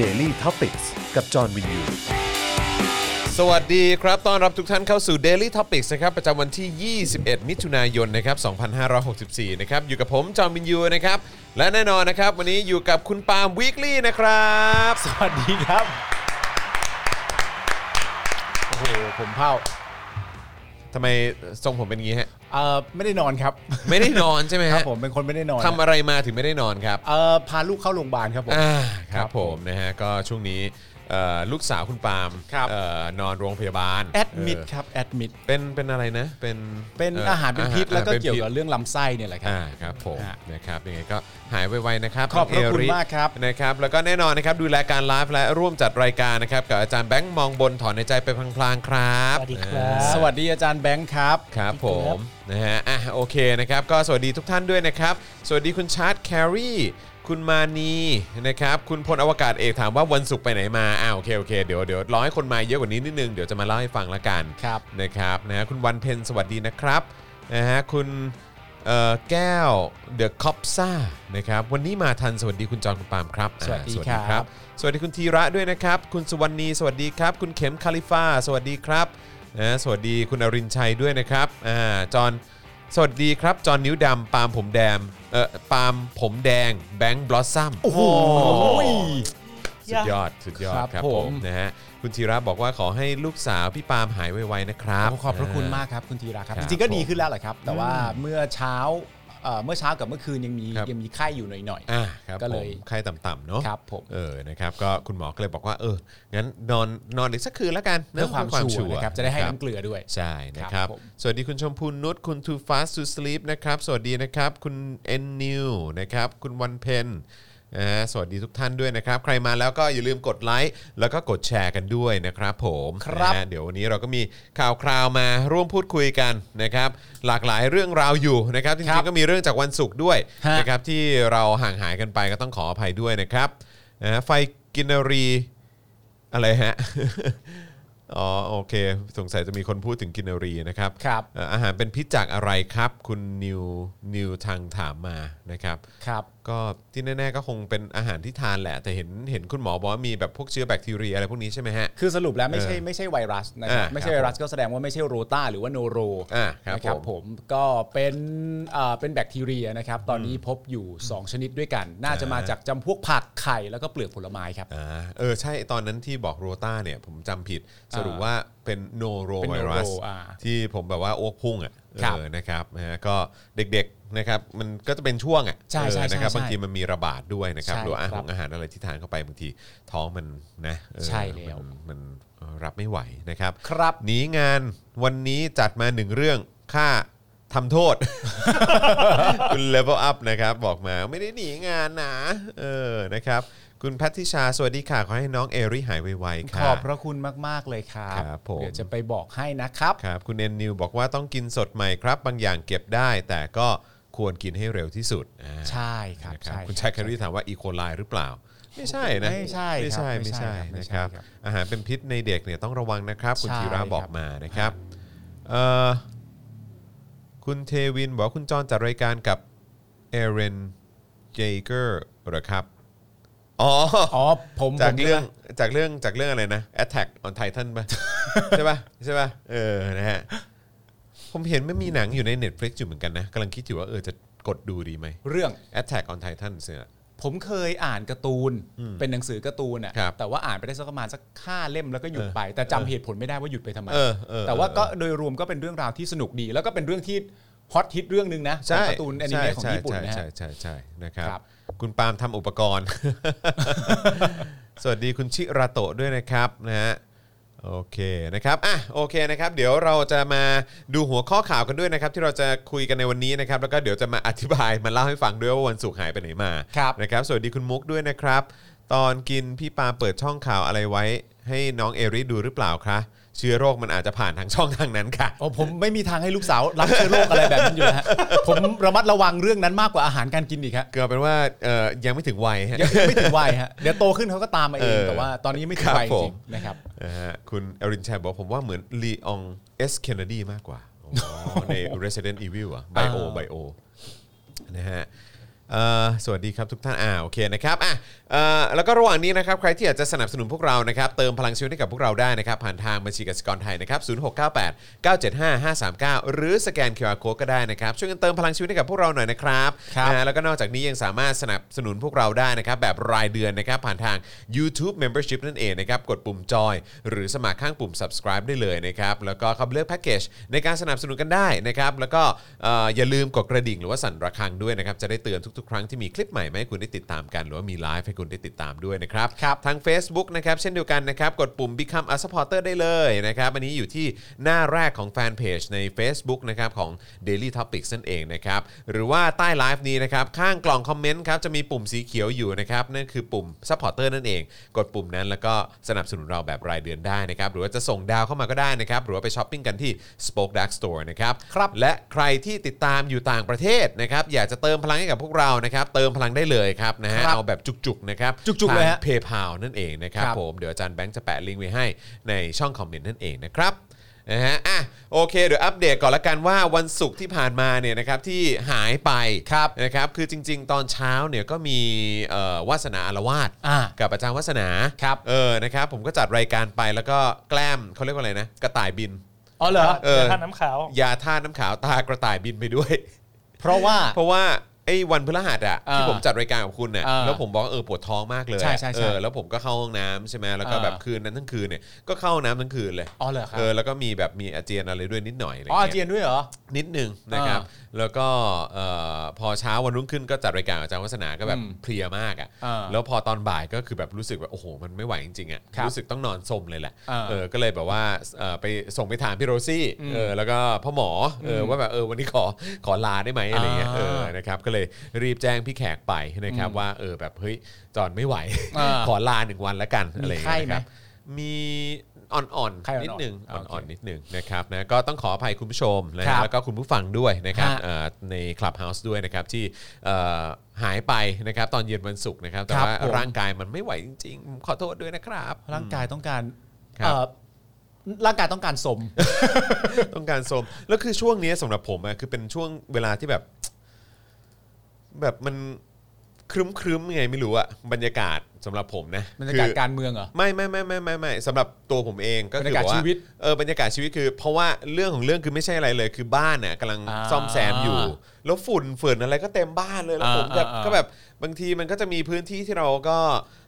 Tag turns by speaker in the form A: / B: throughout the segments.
A: Daily t o p i c กกับจอห์นวินยู
B: สวัสดีครับ ต้อนรับทุกท่านเข้าสู่ Daily Topics นะครับ ประจำวันที่ 21 มิถุนายน นะครับ 2564 นะครับ อยู่กับผม จอมินยู นะครับ และแน่นอนนะครับ วันนี้อยู่กับคุณปาล์มวีคลี่นะครับ
C: สวัสดีครับ โอ้โห ผมเผา
B: ทำไมทรงผมเป็นงี้ฮะ
C: เอ่อไม่ได้นอนครับ
B: ไม่ได้นอนใช่ไหม
C: ค
B: ฮะ
C: รับผมเป็นคนไม่ได้นอน
B: ทำอะไรมาถึงไม่ได้นอนครับ
C: เอ่อพาลูกเข้าโรงพยาบาลครับผม
B: อ่าค
C: ครั
B: รับบผ
C: ผม ม
B: นะฮะก็ช่วงนี้เอ่อลูกสาวคุณปาล์ม
C: ครับ
B: เอ่อนอนโรงพยาบาล
C: แอดมิด
B: เออ
C: ครับแอดมิด
B: เป็นเป็นอะไรนะ เป็น
C: เป็น
B: เอา
C: หารเป็นพิษ
B: อ่
C: แล้วก็เกี่ยว
B: ป็น
C: กับ
B: พิษ
C: เรื่องลำไส้เนี่ยแหละครับ
B: อ่าครับผม
C: ฮะ
B: นะครับยังไงก็หายไวๆนะครับ
C: ขอบพระ
B: น้งเ
C: คุณมากครับ
B: นะครับ แล้วก็แน่นอนนะครับดูแลการไลฟ์และร่วมจัดรายการนะครับ กับอาจารย์แบงค์มองบนถอนในใจไปพลางๆครับ
D: สวัสดีครับ
B: อ่า
C: สวัสดีอาจารย์แบงค์ครับ
B: ครับผมนะฮะอ่ะโอเคนะครับ ก็สวัสดีทุกท่านด้วยนะครับ สวัสดีคุณชาร์ตแครีคุณมานีนะครับ คุณพลอวกาศเอกถามว่าวันศุกร์ไปไหนมาอ้าวโอเคโอเคเดี๋ยวเดี๋ยวรอให้คนมาเยอะกว่านี้นิดนึง เดี๋ยวจะมาเล่าให้ฟังละกัน
C: ครับ
B: นะครับนะฮะคุณวันเพ็ญสวัสดีนะครับนะฮะคุณเอ่อแก้วเดอะคอปซ่านะครับวันนี้มาทันสวัสดีคุณจอห์นคุณปาล์มครับ
C: สวัสดี
B: อ่า
C: ครับ
B: สวัสดีคุณธีระด้วยนะครับ คุณสุวรรณีสวัสดีครับ คุณเข็มคาลิฟ้าสวัสดีครับนะสวัสดีคุณอรินชัยด้วยนะครับอ่าจอนสวัสดีครับ จอนนิ้วดำปาล์มผมแดงเออปาล์มผมแดงแบงค์บลอสซัม
C: โอ้โห
B: สุดยอด สุดยอด
C: ครับ
B: ครับผ
C: ผม ม
B: นะฮะคุณธีระบอกว่าขอให้ลูกสาวพี่ปาล์มหายไวๆนะครับ
C: ขอบพระคุณมากครับคุณธีราครับ
B: ครั
C: จ
B: บ
C: ริงๆก็ดี
B: ผม
C: ขึ้นแล้วแหละครับ แต่ว่าเมื่อเช้าเอ่อเมื่อเช้ากับเมื่อคืนยังมี
B: ครับ
C: ยังมีไข้อยู่หน่อย
B: อ่าครับ
C: ก็
B: ผ
C: เล
B: ม
C: ย
B: ไข้ต่ำๆเนาะ
C: ๆ ครับผม
B: เออ นะครับ ก็คุณหมอก็เลยบอกว่า เออ งั้นนอนนอนอีกสักคืนแล้วกันนะ
C: เพื่อความ
B: เพื่อ
C: ชัวร์นะครับจะได้ให้น้ำเกลือด้วย
B: ใช่นะค
C: ครั
B: รับ
C: บผม
B: สวัสดีคุณชมพูนุช คุณ too fast to sleep นะครับ สวัสดีนะครับ คุณ n new นะครับ คุณวันเพนนะฮะสวัสดีทุกท่านด้วยนะครับ ใครมาแล้วก็อย่าลืมกดไลค์ แล้วก็กดแชร์กันด้วยนะครับผม
C: ครับ
B: นะฮะ เดี๋ยววันนี้เราก็มีข่าวคราวมาร่วมพูดคุยกันนะครับ หลากหลายเรื่องราวอยู่นะครับ
C: ค
B: จ
C: รั
B: ริ
C: บ
B: งๆก็มีเรื่องจากวันศุกร์ด้วย
C: ฮะ
B: นะครับที่เราห่างหายกันไปก็ต้องขออภัยด้วยนะครับนะฮะไฟกินรีอะไรฮะ อ๋อโอเค สงสัยจะมีคนพูดถึงกินรีนะครับ
C: ครับ
B: เอ่ออาหารเป็นพิษจากอะไรครับ คุณนิวนิวทางถามมานะครับ
C: ครับ
B: ก็ที่แน่ ๆ ก็คงเป็นอาหารที่ทานแหละ แต่เห็นเห็นคุณหมอบอกว่ามีแบบพวกเชื้อแบคทีเรียอะไรพวกนี้ใช่ไหมฮะ
C: คือสรุปแล้วไม่ใช่
B: เออ
C: ไม่ใช่ไวรัสนะครับ
B: อ่า
C: ไม่ใช่
B: ครับ
C: ไวรัสก็แสดงว่าไม่ใช่โรต้าหรือว่าโนโร
B: อ่าครับ
C: นะครับ
B: ผ
C: ผม มก็เป็นเอ่อเป็นแบคทีเรียนะครับตอนนี้พบอยู่ 2 ชนิดด้วยกัน น่าจะ
B: อ่าม
C: มาจากจำพวกผักไข่แล้วก็เปลือกผลไม้ครับ
B: อ่าเออใช่ตอนนั้นที่บอกโรต้าเนี่ยผมจำผิดสรุปว่าเป็นโนโร
C: เป็น
B: ไว
C: noro
B: รัส
C: อ่า
B: ที่ผมแบบว่าโอ้พุ่งอ่ะ
C: ครับ
B: เออนะครับนะฮะก็เด็กๆนะครับมันก็จะเป็นช่วงอ่ะ
C: ใช่ใช่
B: เออนะครับ
C: ใช่ใช่
B: บางทีมันมีระบาดด้วยนะครับ
C: ใช่
B: หรืออา
C: ค
B: หา
C: รั
B: ร
C: บ
B: อาหารอะไรที่ทานเข้าไปบางทีท้องมันนะเออ
C: ใช่แล้ว
B: มันมันรับไม่ไหวนะครับ
C: ครับ
B: หนีงานวันนี้จัดมาหนึ่งเรื่องค่าทำโทษ คุณ level up นะครับ บอกมาไม่ได้หนีงานนะเออนะครับ คุณแพทติชา สวัสดีค่ะ ขอให้น้องเอริหายไวๆ
C: ข
B: ค่ะ
C: อบพระคุณมาก ๆ เลยครับ
B: ครับผม
C: เดี๋ยวจะไปบอกให้นะครับ
B: ครับ คุณเอ็นนิวบอกว่าต้องกินสดใหม่ครับ บางอย่างเก็บได้ แต่ก็ควรกินให้เร็วที่สุดอ่า
C: ใช่ครับ
B: นะ
C: ใช่
B: คุณชายแครีถามว่าอีโคไลหรือเปล่า ไม่ใช่นะ
C: ไม่ใช่
B: ไม่ใช่
C: ครับ
B: ไม่ใช่
C: ไม่
B: นะค
C: ใช่ครั
B: รับบ
C: ไม่ใช่ครับ
B: อาหารเป็นพิษในเด็กเนี่ยต้องระวังนะครับ คุณ
C: ใช่
B: ธีระ
C: ครับ
B: บอกมานะครับเอ่อคุณเทวินบอกว่าคุณจอนจัดรายการกับเอเรนเจเกอร์เหรอครับอ๋อ
C: อ๋อผม
B: จาก
C: ผม
B: เรื่องจากเรื่องจากเรื่องอะไรนะ Attack on Titan ป่ะ ใช่ป่ะใช่ป่ะเออนะฮะผมเห็นไม่มีหนังอยู่ใน Netflix อยู่เหมือนกันนะกำลังคิดอยู่ว่าเออจะกดดูดีไหม
C: เรื่อง
B: Attack on Titan เนี่ย
C: ผมเคยอ่านการ์ตูนเป็นหนังสือการ์ตูนอ่ะ
B: ครับ
C: แต่ว่าอ่านไปได้สักประมาณสักห้าเล่มแล้วก็หยุด
B: เออ
C: ไป แต่จำ
B: เออ
C: เหตุผลไม่ได้ว่าหยุดไปทำไม
B: เออเออ
C: แต่ว่า
B: เออ
C: ก็โดยรวมก็เป็นเรื่องราวที่สนุกดี แล้วก็เป็นเรื่องที่ฮอตฮิตเรื่องหนึงนะขอ
B: ใช่
C: งการ์ตูนแอนิเมะของ
B: ใช่
C: ญี่ปุ่นนะ
B: ใช่
C: ฮะ
B: ใช่ใช่ใช่นะครับ
C: ครับ
B: คุณปาล์มทำอุปกรณ์ สวัสดีคุณชิราโตะด้วยนะครับนะฮะโอเคนะครับอ่ะโอเคนะครับ เดี๋ยวเราจะมาดูหัวข้อข่าวกันด้วยนะครับ ที่เราจะคุยกันในวันนี้นะครับ แล้วก็เดี๋ยวจะมาอธิบายมาเล่าให้ฟังด้วยว่าวันศุกร์หายไปไหนมา
C: ครับ
B: นะครับ สวัสดีคุณมุกด้วยนะครับ ตอนกินพี่ปาล์มเปิดช่องข่าวอะไรไว้ ให้น้องเอริดูหรือเปล่าคะเชื้อโรคมันอาจจะผ่านทางช่องทางนั้นค่ะ
C: โอ้ผมไม่มีทางให้ลูกสาวรับเชื้อโรคอะไรแบบนั้นอยู่นะฮะ ผมระมัดระวังเรื่องนั้นมากกว่าอาหารการกินอีกฮะ
B: เกือบเป็นว่าเอ่อยังไม่ถึงวัยฮะ
C: ยังไม่ถึงวัยฮะเดี๋ยวโตขึ้นเขาก็ตามมาเอง
B: เออ
C: แต่ว่าตอนนี้ยังไม่ถึ
B: ครั
C: ง
B: บ
C: วัยจ
B: ผ
C: ริ
B: ม
C: งๆนะครับ
B: นะฮะคุณอรินชัยบอกผมว่าเหมือนลีอองเอสเคนเนดี มากกว่าอ๋อใน Resident Evil อะไบโอ
C: อ่า
B: ไบโอนะฮะ เอ่อสวัสดีครับทุกท่านอ่าโอเคนะครับอ่ะเอ่อแล้วก็ระหว่างนี้นะครับใครที่อยากจะสนับสนุนพวกเรานะครับเติมพลังชีวิตให้กับพวกเราได้นะครับ ผ่านทางบัญชีกสิกรไทยนะครับ0698 975 539 หรือสแกน QR Code ก็ได้นะครับ ช่วยกันเติมพลังชีวิตให้กับพวกเราหน่อยนะครับ
E: ครับ
B: นะฮะแล้วก็นอกจากนี้ยังสามารถสนับสนุนพวกเราได้นะครับแบบรายเดือนนะครับผ่านทาง YouTube Membership นั่นเองนะครับกดปุ่มจอยหรือสมัครข้างปุ่ม subscribe ได้เลยนะครับแล้วก็เข้าไปเลือกแพ็กเกจในการสนับสนุนกันได้นะครับแล้วก็เอ่ออย่าลืมกดกระดิ่งหรือว่าสั่นระฆังด้วยนะครับจะได้เตือนทุกๆ ครั้งที่มีคลิปใหม่มาให้คุณได้ติดตามกัน หรือว่ามีไลฟ์ให้คุณได้ติดตามด้วยนะครับ
E: ครับ
B: ทาง Facebook นะครับเช่นเดียวกันนะครับกดปุ่ม Become a supporter ได้เลยนะครับอันนี้อยู่ที่หน้าแรกของแฟนเพจใน Facebook นะครับของ Daily Topics นั่นเองนะครับหรือว่าใต้ไลฟ์นี้นะครับข้างกล่องคอมเมนต์ครับจะมีปุ่มสีเขียวอยู่นะครับนั่นคือปุ่ม supporter นั่นเอง กดปุ่มนั้นแล้วก็สนับสนุนเราแบบรายเดือนได้นะครับหรือว่าจะส่งดาวเข้ามาก็ได้นะครับหรือว่าไปช้อปปิ้งกันที่ Spoke Dark Store นะครับ
E: ครับ
B: และใครที่ติดตามอยู่ต่างประเทศนะครับอยากจะเติมพลังให้กับพวกเรานะครับเติมพลังได้เลยครับนะฮะ
E: ครับ
B: เอาแบบจุกๆนะครับ
E: จุกๆเลยฮะ
B: เพย์พานั่นเองนะครับ
E: ครับ
B: ผมเดี๋ยวอาจารย์แบงค์จะแปะลิงก์ไว้ให้ในช่องคอมเมนต์นั่นเองนะครับนะฮะอ่ะโอเคเดี๋ยวอัปเดตก่อนละกันว่าวันศุกร์ที่ผ่านมาเนี่ยนะครับที่หายไปครับนะครับคือจริง ๆ ตอนเช้าเนี่ยก็มีเอ่อวาสนาอารวาส
E: อ่า
B: กับอาจารย์วาสนา
E: ครับ
B: เออนะครับผมก็จัดรายการไปแล้วก็แกล้มเขาเรียกว่าอะไรนะกระต่ายบิน
E: อ๋อเหรอ
B: เออ
F: ท่าน้ำขาว
B: ยาท่าตุน้ำขาวตากระต่ายบินไปด้วย
E: เพราะว่า
B: เพราะว่าไอ้วันพฤหัสอะ
E: อ่า
B: ที่ผมจัดรายการกับคุณเนี่ย
E: อ่า
B: แล้วผมบอกว่าเออปวดท้องมากเลย
E: ใช่ใช่ใช่
B: เออแล้วผมก็เข้าห้องน้ำใช่ไหมแล้วก็
E: อ่า
B: แบบคืนนั้นทั้งคืนเนี่ยก็เข้าห้องน้ำทั้งคืนเลย
E: อ๋อเหรอครับ
B: เออแล้วก็มีแบบมีอาเจียนอะไรด้วยนิดหน่อยอะไร
E: อ๋ออา
B: เงี้ย
E: เจียนด้วยเหรอ
B: นิดนึงนะครับ
E: อ่
B: แล้วก็เอ่อพอเช้าวันรุ่งขึ้นก็จัดรายการกับอาจารย์วัฒนาก็แบบ
E: อืม
B: เพลียมากอะ
E: อ่า
B: แล้วพอตอนบ่ายก็คือแบบรู้สึกแบบโอ้โหมันไม่ไหวจริงๆอะ
E: ครับ
B: รู้สึกต้องนอนสมเลยแหละ
E: อ่า
B: เออก็เลยแบบว่าเอ่อไปส่งไปถามพี่โรซี่เออแล้วก็พ่อหมออเออว่าแบบเออวันนี้ขอขอลาได้ไหมอะไรเงี้ยเออ นะครับก็เลยรีบแจ้งพี่แขกไปนะครับว่าเออแบบเฮ้ยจอนไม่ไหว
E: อ่า
B: ขอลาหนึ่งวันละกันอะไรอย่างเงี้ย
E: มีไข้ไหม
B: นะครับมีอ่อน
E: ไข้
B: ๆ
E: อ่อนๆ
B: นิดหนึ่ง
E: อ่าโอเค
B: อ่อนๆนิดหนึ่งนะครับนะก็ต้องขออภัยคุณผู้ชมนะฮะ
E: ครับ
B: แล้วก็คุณผู้ฟังด้วยนะครับ
E: ฮะ
B: เอ่อใน Clubhouse ด้วยนะครับที่เอ่อหายไปนะครับตอนเย็นวันศุกร์นะครับแต่
E: ครับ
B: ว่า
E: ผม
B: ร่างกายมันไม่ไหวจริงๆ ขอโทษด้วยนะครับ
E: ร่างกายต้องการ
B: ครับ
E: เอ่อร่างกายต้องการส ม
B: ต้องการสมแล้วคือช่วงนี้สำหรับผมอะคือเป็นช่วงเวลาที่แบบ แบบมันครึ้มๆไงไม่รู้อะบรรยากาศสำหรับผมนะ
E: บรรยากาศ
B: คือ
E: การเมืองเหรอ
B: ไม่ไม่ไม่ไม่ไม่ไม่สำหรับตัวผมเองก็คือบ
E: รรยากาศ
B: ว่
E: ชีวิต
B: เออบรรยากาศชีวิตคือ เพราะว่าเรื่องของเรื่องคือไม่ใช่อะไรเลย คือบ้านน่ะกำลัง
E: อ่า
B: ซ่อมแซมอยู่ แล้วฝุ่นฝุ่นอะไรก็เต็มบ้านเลยแล้วผม
E: อ่า
B: แบบ
E: อ่า
B: ก็แบบบางทีมันก็จะมีพื้นที่ที่เราก็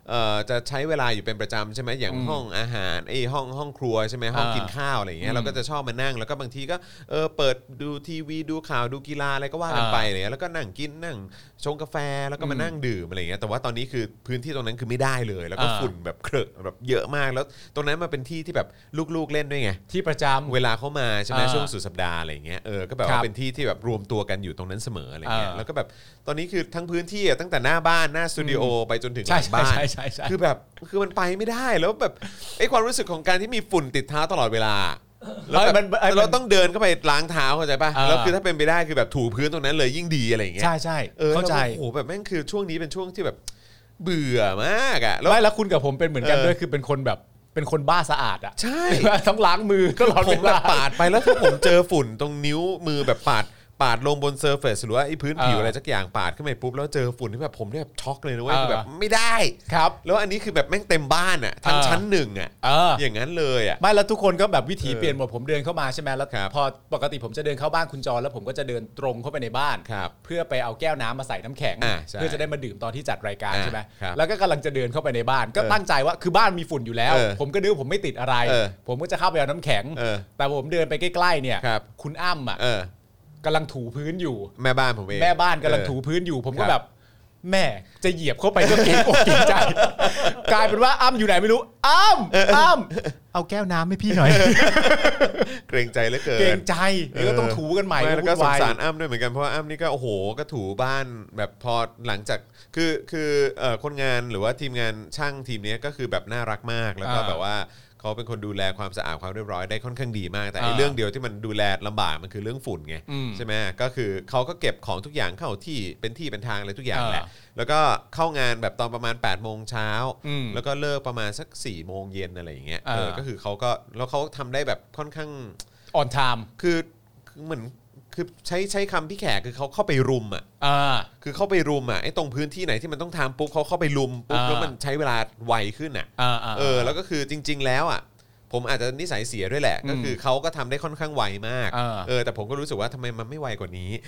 B: เอ่อจะใช้เวลาอยู่เป็นประจำใช่ไหมอย่างห้องอาหารไอ้ยห้องห้องครัวใช่ไหมห้องกิน ข้าวอะไรอย่างเงี้ย
E: อืม
B: เราก็จะชอบมานั่งแล้วก็บางทีก็เออเปิดดูทีวีดูข่าวดูกีฬาอะไรก็ว่ากันไป
E: อ่า
B: อะไรเงี้ยแล้วก็นั่งกินนั่งชงกาแฟแล้วก็มา
E: อืม
B: นั่งดื่มอะไรเงี้ยแต่ว่าตอนนี้คือพื้นที่ตรงนั้นคือไม่ได้เลย แล้วก็
E: อ่า
B: ฝุ่นแบบเครอะแบบเยอะมากแล้ว ตรงนั้นมาเป็นที่ที่แบบลูกๆเล่นด้วยไง
E: ที่ประจำ
B: เวลาเขามาใช่ไหม
E: อ่า
B: ช่วงสุดสัปดาห์อะไรเงี้ยเออก็แบบ
E: ครั
B: ว่า
E: บ
B: เป็นที่ที่แบบรวมตัวกันอยู่ตรงนั้นเสมออะไรเงี้ย
E: อ่า
B: แล้วก็แบบตอนนี้คือทั้งพื้นที่อะตั้งแต่หน้าบ้านหน้าสตูดิโอไปจนถึงห
E: ใช่
B: ลัง
E: ใช่
B: บ้าน
E: ใช่ใช่ใช่
B: คือแบบคือมันไปไม่ได้แล้วแบบไอ้ความรู้สึกของการที่มีฝุ่นติดเท้าตลอดเวลา แล้ว
E: เออ
B: แบ
E: มั
B: บ
E: นไอ้มัน
B: เราต้องเดินเข้าไปล้างเท้าเข้าใจป่ะ
E: เออ
B: แล้วคือถ้าเป็นไปได้คือแบบถูพื้นตรงนั้นเลยยิ่งดีอะไรอย่างเงี้ย
E: ใช่ใช่
B: ออ
E: เข้าใจ
B: แล้วแบบโอ้โหแบบแม่งคือช่วงนี้เป็นช่วงที่แบบเบื่อมากอ่ะแล้ว
E: ไม่แล้วคุณกับผมเป็นเหมือนกัน
B: เออ
E: ด้วยคือเป็นคนแบบเป็นคนบ้าสะอาดอ่ะ
B: ใช่
E: ต้องล้างมือตลอด
B: ผ
E: เว
B: มแบ
E: ลา
B: บปาดไปแล้วถ้าผมเจอฝุ่นตรงนิ้วมือแบบปาดปาดลงบนเซอร์เฟซหรือว่าไอ้พื้นผิว
E: เอออ
B: อะไรสักอย่างปาดขึ้นไปปุ๊บแล้วเจอฝุ่นที่แบบผมเนี่ยแบบช็อกเลยนะเว้ย
E: เออ
B: คือแบบไม่ได้
E: ครับ
B: แล้วอันนี้คือแบบแม่งเต็มบ้านอ่ะทั้ง
E: เออ
B: ชั้นหนึ่งอ่ะ
E: เออ
B: อย่างนั้นเลยอ่ะ
E: ไม่แล้วทุกคนก็แบบวิถี
B: เออ
E: เปลี่ยนหมดผมเดินเข้ามาใช่ไหมแล้ว
B: ครับ
E: พอปกติผมจะเดินเข้าบ้านคุณจรแล้วผมก็จะเดินตรงเข้าไปในบ้าน
B: ครับ
E: เพื่อไปเอาแก้วน้ำมาใส่น้ำแข็ง
B: อ่าใช่
E: เพื่อจะได้มาดื่มตอนที่จัดรายการ
B: อ่า
E: ใช่ไหม
B: ครับ
E: แล้วก็กำลังจะเดินเข้าไปในบ้าน ก็
B: เออ
E: ตั้งใจว่าคือบ้านมีฝุ่นอยู่แล้ว
B: เออ
E: ผมก็นึกว่าผมไม่ติดอะไร
B: เออ
E: ผมก็จะเข้าไปเอาน้ำแข็ง
B: เออ
E: แต่ผมเดินไปใกล้ๆเนี่ย
B: ครับ
E: คุณอ้ำอ่ะ
B: เออก
E: ำลังถูพื้นอยู่
B: แม่บ้านผมเอง
E: แม่บ้านกำลัง
B: เออ
E: ถูพื้นอยู่ ผม
B: ค
E: ก็
B: รับ
E: แบบแม่จะเหยียบเข้าไปก็เกรงอกเกรงใจ กลายเป็นว่าอ้ำอยู่ไหนไม่รู้อ้ำอ้ำเอาแก้วน้ำให้พี่หน่อย
B: เกรงใจเหลือเกิน
E: เกรงใจเดี๋ยวก็ต้องถูกันใหม่
B: ไม่แล้วก็สง
E: วุ่นวาย
B: สารอ้ำด้วยเหมือนกันเพราะว่าอ้ำนี่ก็โอ้โหก็ถูบ้านแบบพอหลังจากคือคือเอ่อคนงานหรือว่าทีมงานช่างทีมเนี้ยก็คือแบบน่ารักมากแล้วก็
E: อ่า
B: แบบว่าเขาเป็นคนดูแลความสะอาดความเรียบร้อยได้ค่อนข้างดีมาก แต่ไอ้
E: อ่า
B: เรื่องเดียวที่มันดูแลลำบากมันคือเรื่องฝุ่นไง
E: อืม
B: ใช่ไหมก็คือเขาก็เก็บของทุกอย่างเข้าที่เป็นที่เป็นทางอะไรทุกอย่างแหละ
E: อ่
B: แล้วก็เข้างานแบบตอนประมาณ8ปดโมงเช้า
E: อืม
B: แล้วก็เลิกประมาณสัก4ี่โมงเย็นอะไรอย่างเงี้ยเอออา ก็คือเขาก็แล้วเขาทำได้แบบค่อนข้าง
E: ออนไทม์
B: คือคือเหมือน คือ คือใช้ใช้คำพี่แขกคือเขาเข้าไปรุมอ่ะ
E: อ่า
B: คือเข้าไปรุมอ่ะไอ้ตรงพื้นที่ไหนที่มันต้องทำปุ๊บเขาเข้าไปรุมปุ๊บ
E: อ่า
B: แล้วมันใช้เวลาไวขึ้นอ่ะ
E: อ่าอ่า
B: เออแล้วก็คือจริง ๆ แล้วอ่ะผมอาจจะนิสัยเสียด้วยแหละ
E: อืม
B: ก็คือเขาก็ทำได้ค่อนข้างไวมาก
E: เออ
B: เออแต่ผมก็รู้สึกว่าทำไมมันไม่ไวกว่านี้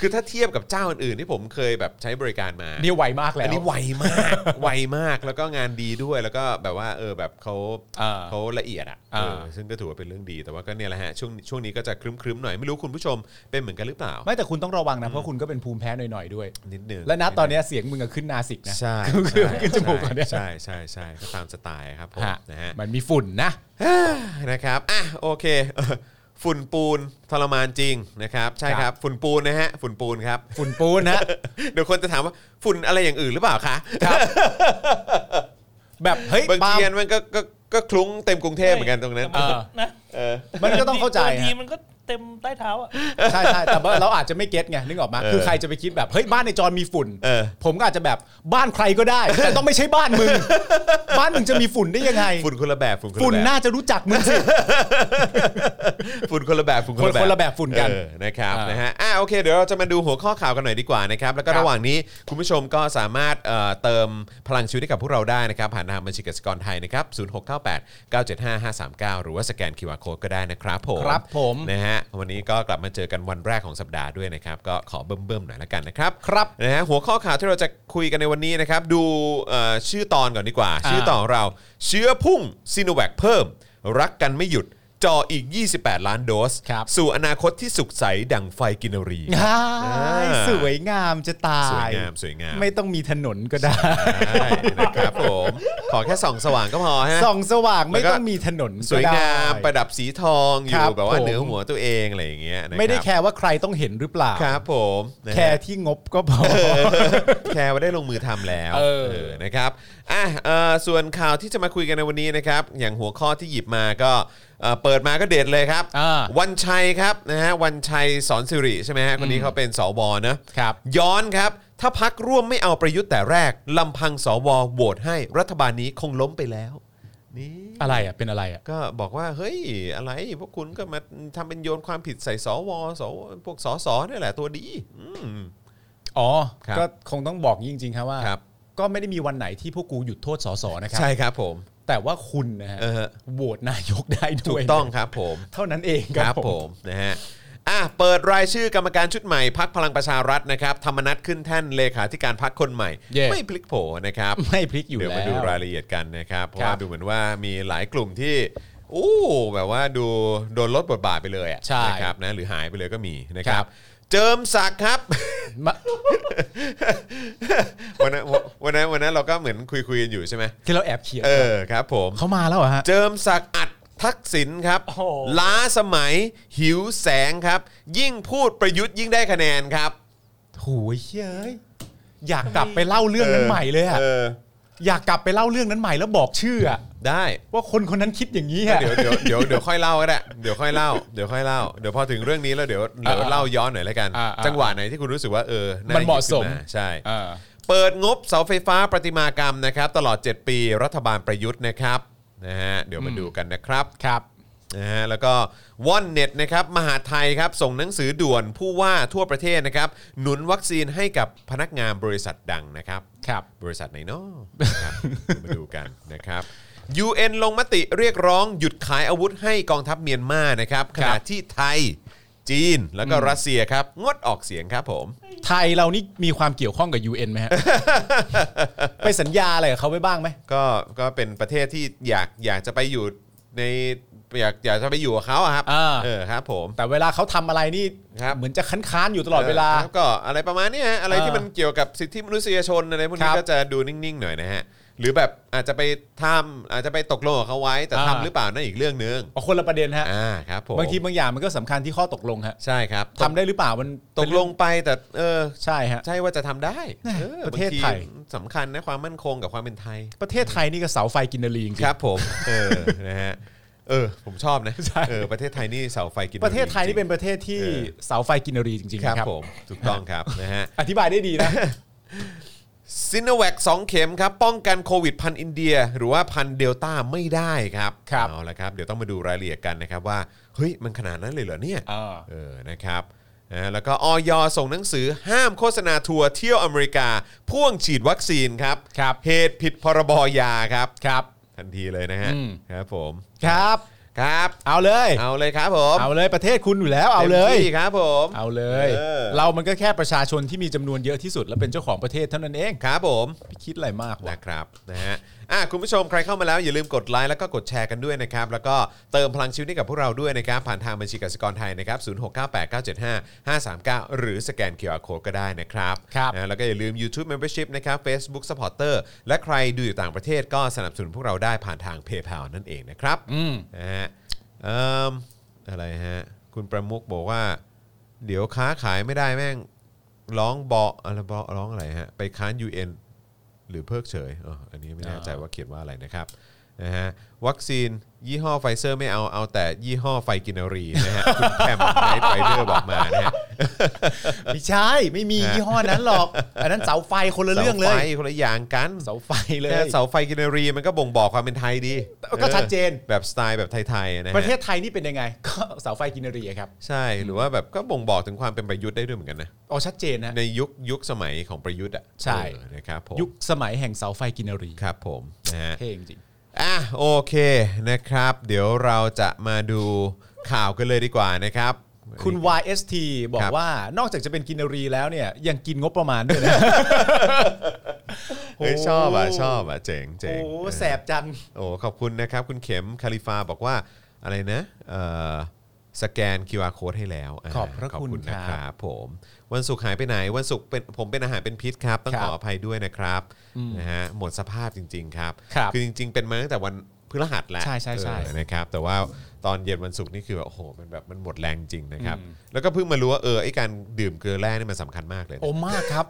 B: คือถ้าเทียบกับเจ้าอื่นๆที่ผมเคยแบบใช้บริการมา
E: นี่ไวมากแล้ว
B: อันนี้ไวมาก ไวมากแล้วก็งานดีด้วยแล้วก็แบบว่าเออแบบเขา
E: เออ
B: เขาละเอียดอ่ะ
E: อ่า
B: เออซึ่งก็ถือว่าเป็นเรื่องดีแต่ว่าก็เนี่ยแหละฮะช่วงช่วงนี้ก็จะครึ้มๆหน่อยไม่รู้คุณผู้ชมเป็นเหมือนกันหรือเปล่า
E: ไม่แต่คุณต้องระวังนะเพราะคุณก็เป็นภูมิแพ้หน่อยๆด้วย
B: นิดนึง
E: และณตอนเนี้ยเสียงมึงก็ขึ้นนาสิกนะ
B: ใช่
E: คือ
B: ใช่
E: ขึ้นจมูกก่อนเนี่ย
B: ใช่ใช่ใช่ก็ตามสไตล์ครับผม
E: ฮะ
B: นะฮะ
E: มันมีฝุ่นนะ
B: นะครับอ่ะโอเค เออฝุ่นปูนทรมานจริงนะครับใช่ค
E: ครั
B: รับบ ฝุ่นปูนนะฮะฝุ่นปูนครับ
E: ฝุ่นปูนนะ
B: เดี๋ยวคนจะถามว่าฝุ่นอะไรอย่างอื่นหรือเปล่าคะ
E: แบบเฮ้ย
B: บาง
E: ปา
B: ที
E: ล์ม
B: อันมันก็ก็ก็คลุ้งเต็มกรุงเทพเหมือนกันตรงนั้น
E: เออ
D: นะ
B: เออ
E: มันก็ต้องเข้าใจ
D: บางที
E: ฮะ
D: มันก็เต็มใต้เท้าอ่ะ
E: ใช่ใช่แต่ว่าเราอาจจะไม่เก็ตไงนึกออกมา
B: เออ
E: คือใครจะไปคิดแบบเฮ้ยบ้านในจอนมีฝุ่น
B: เออ
E: ผมก็อาจจะแบบบ้านใครก็ได้ แต่ต้องไม่ใช่บ้าน มึง บ้านมึงจะมีฝุ่นได้ยังไง
B: ฝุ่นคนละแบบฝุ่นค
E: ฝุ่
B: น
E: น
B: ละแบบ
E: น่าจะรู้จักมึงสิ
B: ฝุ่นคนละแบบฝุ่นคนละแบบ
E: คนละแบบฝุ่นกัน
B: เออนะครับ
E: อ่าน
B: นะฮะอ่ะโอเค เดี๋ยวเราจะมาดูหัวข้อข่าวกันหน่อยดีกว่านะครับแล้วก็
E: ครับ
B: ระหว่างนี้คุณผู้ชมก็สามารถเอ่อเติมพลังชีวิตให้กับพวกเราได้นะครับผ่านทางบัญชีกสิกรไทยนะครับ0698975539 หรือว่าสแกน QR Code ก็ได้นะครับผม
E: ครับผม
B: นะฮะวันนี้ก็กลับมาเจอกันวันแรกของสัปดาห์ด้วยนะครับ ก็ขอเบิ่มๆหน่อยละกันนะครับ
E: ครับ
B: นะฮะหัวข้อข่าวที่เราจะคุยกันในวันนี้นะครับ ดูเอ่อชื่อตอนก่อนดีกว่า
E: อ่า
B: ชื่อตอนของเราเชื้อพุ่งซีโนแวคเพิ่ม รักกันไม่หยุดจ่ออีก 28 ล้านโดส
E: ครับ
B: สู่อนาคตที่สุขใสดั่งไฟกินรี
E: ง่า
B: อ่
E: ย
B: า
E: สวยงามจะตา
B: สวย
E: ย
B: งามสวยงาม
E: ไม่ต้องมีถนนก็ได้
B: ใช่นะครับผมขอแค่ส่องสว่างก็พอฮะ
E: ส่องสว่างไม่
B: แล้วก็
E: ต้องมีถนนก็
B: สวยงาม
E: ได้
B: ประดับสีทองอ
E: ครั
B: ยู่
E: บ
B: แบบว่า
E: ผม
B: เหนือหัวตัวเองอะไรอย่างเงี้ยนะ
E: ไม่ได้
B: รับ
E: แคร์ว่าใครต้องเห็นหรือเปล่า
B: ครับผมนะฮะ
E: แคร์ที่งบก็พอ
B: แคร์ว่าได้ลงมือทำแล้ว
E: เออ
B: เนะครับอ่ะเอ่อส่วนข่าวที่จะมาคุยกันในวันนี้นะครับ อย่างหัวข้อที่หยิบมาก็เอ่อเปิดมาก็เด็ดเลยครับ
E: อ่า
B: วันชัยครับนะฮะวันชัยสอนสิริใช่ไหมฮะคนนี้เขาเป็นสวนะครับ ย้อนครับ ถ้าพักร่วมไม่เอาประยุทธ์แต่แรกลำพังสวโหวตให้รัฐบาลนี้คงล้มไปแล้วนี่
E: อะไรอ่ะเป็นอะไรอ่ะ
B: ก็บอกว่าเฮ้ยอะไรพวกคุณก็มาทำเป็นโยนความผิดใส่สวสวพวกสสนี่แหละตัวดีอืม
E: อ๋อ
B: ครับ
E: ก็คงต้องบอกจริงๆครับว่า
B: ครับ
E: ก็ไม่ได้มีวันไหนที่พวกกูหยุดโทษสสนะครั
B: ใช่ครับผม
E: แต่ว่าคุณนะฮะ
B: เออ
E: โหวตนายกได้ด้วย
B: ถูกต้องครับผม
E: เท่านั้นเอง
B: ค
E: ค
B: รั
E: รั
B: บบ ผ
E: ผม ม
B: นะฮะอ่ะเปิดรายชื่อกรรมการชุดใหม่พักพลังประชารัฐนะครับธรรมนัตขึ้นแท่นเลขาธิการพักคนใหม่
E: เย่
B: ไม่พลิกโผนะครับ
E: ไม่พลิกอยู่
B: เดี๋ยว
E: แล้
B: มาดู
E: ว
B: รายละเอียดกันนะครับ เพราะ
E: ครั
B: ว่า
E: บ
B: ดูเหมือนว่ามีหลายกลุ่มที่อู้แบบว่าดูโดนลดบทบาทไปเลยอะ
E: ใช่
B: นะครับนะหรือหายไปเลยก็มีนะครั
E: ครับ บ
B: เจิมศักดิ์ครับ
E: มา
B: วันนั้นวันนั้นวันนั้นเราก็เหมือนคุยคุยๆกันอยู่ใช่ไหม
E: ที่เราแอบเขียน
B: เออครับผม
E: เขามาแล้วเหรอฮะ
B: เจิมศักดิ์อัดทักษิณครับ
D: โอ้โห
B: ล้าสมัยหิวแสงครับ ยิ่งพูดประยุทธ์ยิ่งได้คะแนนครับ
E: โหยเย้ยอยากกลับไปเล่าเรื่องนั้นใหม่เลยอ่ะ
B: เออ
E: อยากกลับไปเล่าเรื่องนั้นใหม่แล้วบอกชื่ออะ
B: ได้
E: ว่าคนคนนั้นคิดอย่างนี้ฮะ
B: เดี๋ยวเดี๋ยวเดี๋ยวเดี๋ยวค่อยเล่าก็ได้เดี๋ยวค่อยเล่าเดี๋ยวค่อยเล่าเดี๋ยวพอถึงเรื่องนี้แล้วเดี๋ยวเดี๋ยว
E: อ่า
B: เล่าย้อนหน่อยละกัน
E: อ่าอ่า
B: จังหวะไหนที่คุณรู้สึกว่าเออ
E: มันเหมาะสม
B: หยิบขึ้นใช่
E: เออ
B: เปิดงบเสาไฟฟ้าประติมากรรมนะครับ ตลอด 7 ปีรัฐบาลประยุทธ์นะครับนะฮะเดี๋ยวมา
E: อืม
B: ดูกันนะครับ
E: ครับ
B: นะฮะแล้วก็ว่อนเน็ตนะครับมหาดไทยครับส่งหนังสือด่วนผู้ว่าทั่วประเทศนะครับหนุนวัคซีนให้กับพนักงานบริษัทดังนะครับ
E: ครับ
B: บริษัทไหนเนาะนะครับ เดี๋ยวมาดูกันนะครับ UN ลงมติเรียกร้องหยุดขายอาวุธให้กองทัพเมียนมานะครับขณะที่ไทย จีนแล้วก็รัสเซียครับงดออกเสียงครับผม
E: ไทยเรานี่มีความเกี่ยวข้องกับ UN ไหมฮะ ไปสัญญาอะไรกับเขาไว้บ้างไหม
B: ก็ก็เป็นประเทศที่อยากอยากจะไปอยู่ในอยากอยากจะไปอยู่กับเขาอะครับ
E: อ่า
B: เออครับผม
E: แต่เวลาเขาทำอะไรนี่
B: ครับ
E: เหมือนจะค้านๆอยู่ตลอดเวลา
B: ครับก็อะไรประมาณเนี้ยฮะอะไร
E: เออ
B: ที่มันเกี่ยวกับสิทธิมนุษยชนอะไรพวก
E: ค
B: นี้
E: รับ
B: ก็จะดูนิ่งๆหน่อยนะฮะหรือแบบอาจจะไปทำอาจจะไปตกลงกับเขาไว้แต่
E: อ่า
B: ทำหรือเปล่านั่นอีกเรื่องหนึง
E: เอาคนละประเด็นฮะ
B: อ่าครับผม
E: บางทีบางอย่างมันก็สำคัญที่ข้อตกลงฮะ
B: ใช่ครับ
E: ทำได้หรือเปล่ามัน
B: ตกลงไปแต่เออ
E: ใช่ฮะ
B: ใช่ว่าจะทำได้ออบาง
E: ประเทศไทย
B: สำคัญนะความมั่นคงกับความเป็นไทย
E: ประเทศไทยนี่ก็เสาไฟกินนารีจริงๆ
B: ครับผมเอ อนะฮะเออผมชอบนะ
E: ใช่
B: เออประเทศไทยนี่เสาไฟกิน
E: ประเทศไทยนี่เป็
B: จ
E: น
B: ริง
E: ประเทศที่
B: เออ
E: เสาไฟกินนารีจริงๆ
B: ค
E: นะ
B: รับ
E: ครับ
B: ผมถูกต้องครับนะฮะ
E: อธิบายได้ดีนะ
B: ซิโนแวคสองเข็มครับ ป้องกันโควิดพันธุ์อินเดีย หรือว่าพันธุ์เดลต้าไม่ได้ครับ
E: ครับ
B: เอาละครับ เดี๋ยวต้องมาดูรายละเอียดกันนะครับว่า เฮ้ย มันขนาดนั้นเลยเหรอเนี่ย
E: เออ
B: เออ นะครับนะแล้วก็ออยส่งหนังสือห้ามโฆษณาทัวร์เที่ยวอเมริกา พ่วงฉีดวัคซีนครับ
E: ครับ
B: เหตุผิดพรบยาครับ
E: ครับ
B: ทันทีเลยนะฮะ
E: อืม
B: ครับผม
E: ครับ
B: ครับ
E: เอาเลย
B: เอาเลยครับผม
E: เอาเลยประเทศคุณอยู่แล้วเอาเลย
B: ต็มที่ครับผม
E: เอาเลย
B: เออ
E: เรามันก็แค่ประชาชนที่มีจำนวนเยอะที่สุด และเป็นเจ้าของประเทศเท่านั้นเอง
B: ครับผม
E: ไม่คิดอะไรมากว่ะ
B: นะครับนะฮะอ่ะคุณผู้ชมใครเข้ามาแล้วอย่าลืมกดไลค์แล้วก็กดแชร์กันด้วยนะครับ แล้วก็เติมพลังชีวิตให้กับพวกเราด้วยนะครับ ผ่านทางบัญชีกสิกรไทยนะครับศูนย์หกเก้หรือสแกน QR Code ก็ได้นะครับ
E: ครับ
B: นะแล้วก็อย่าลืม YouTube Membership นะครับ Facebook Supporter และใครดูอยู่ต่างประเทศก็สนับสนุนพวกเราได้ผ่านทาง PayPal นั่นเองนะครับ
E: อืม
B: นะฮะเอิ่มอะไรฮะคุณประมุกบอกว่า เดี๋ยวค้าขายไม่ได้แม่งร้องบออะไรบอร้องอะไรฮะไปค้าน UN หรือเพิกเฉยเอออันนี้ไม่แน่ใจว่าเขียนว่าอะไรนะครับนะฮะวัคซีนยี่ห้อไฟเซอร์ไม่เอาเอาแต่ยี่ห้อไฟกินรีนะฮะคุณแคมไนท์ไฟเดอร์บอกมานะฮะ
E: ไม่ใช่ไม่มียี่ห้อนั้นหรอก อันนั้นเสาไฟคนละเรื่องเล
B: สาย ไฟคนละอย่างกัน
E: เสาไฟเลย
B: แค่เสาไฟกินรีมันก็บ่งบอกความเป็นไทยดี
E: ก็ชัดเจน
B: ออแบบสไตล์แบบไทยๆนะฮะ
E: ประเทศไทยนี่เป็นยังไง ก็เสาไฟกินรีอะครับ
B: ใช่หรือว่าแบบก็บ่งบอกถึงความเป็นประยุทธ์ได้ด้วยเหมือนกันนะ
E: อ๋อชัดเจนนะ
B: ในยุคยุคสมัยของประยุทธ์อ่ะ
E: ใช่
B: เออนะครับผม
E: ยุคสมัยแห่งเสาไฟกินรี
B: ครับผมนะฮะ
E: เท่จริง
B: อ่ะโอเคนะครับ เดี๋ยวเราจะมาดูข่าวกันเลยดีกว่านะครับ
E: คุณ YST บอ
B: ครั
E: ก
B: บ
E: ว่านอกจากจะเป็นกินรีแล้วเนี่ย ยังกินงบประมาณด้วยนะ
B: เฮ้ยชอบอ่ะชอบอ่ะเจ๋งเจ๋ง
E: โอ้แสบจัง
B: โอ้ขอบคุณนะครับ คุณเข็มคาลิฟาบอกว่าอะไรนะเอ่อสแกน QR code ให้แล้วา
E: ขอบพระคุณ
B: นะครับ ครับผมวันศุกร์หายไปไหน วันศุกร์เป็นผมเป็นอาหารเป็นพิษครับ ต้อง
E: ครั
B: ข
E: บ
B: ออภัยด้วยนะครับนะฮะหมดสภาพจริง ๆ ครับ
E: ครับ
B: อจริง ๆ เป็นมาตั้งแต่วันพฤหัสแหละ
E: ใช่ใช่ใช่
B: เออนะครับแต่ว่าตอนเย็นวันศุกร์นี่คือแบบโอ้โหมันแบบมันหมดแรงจริงนะครับแล้วก็เพิ่งมารู้ว่าเออไอการดื่มเกลือแร่นี่มันสำคัญมากเลยนะ
E: โอ้มากครับ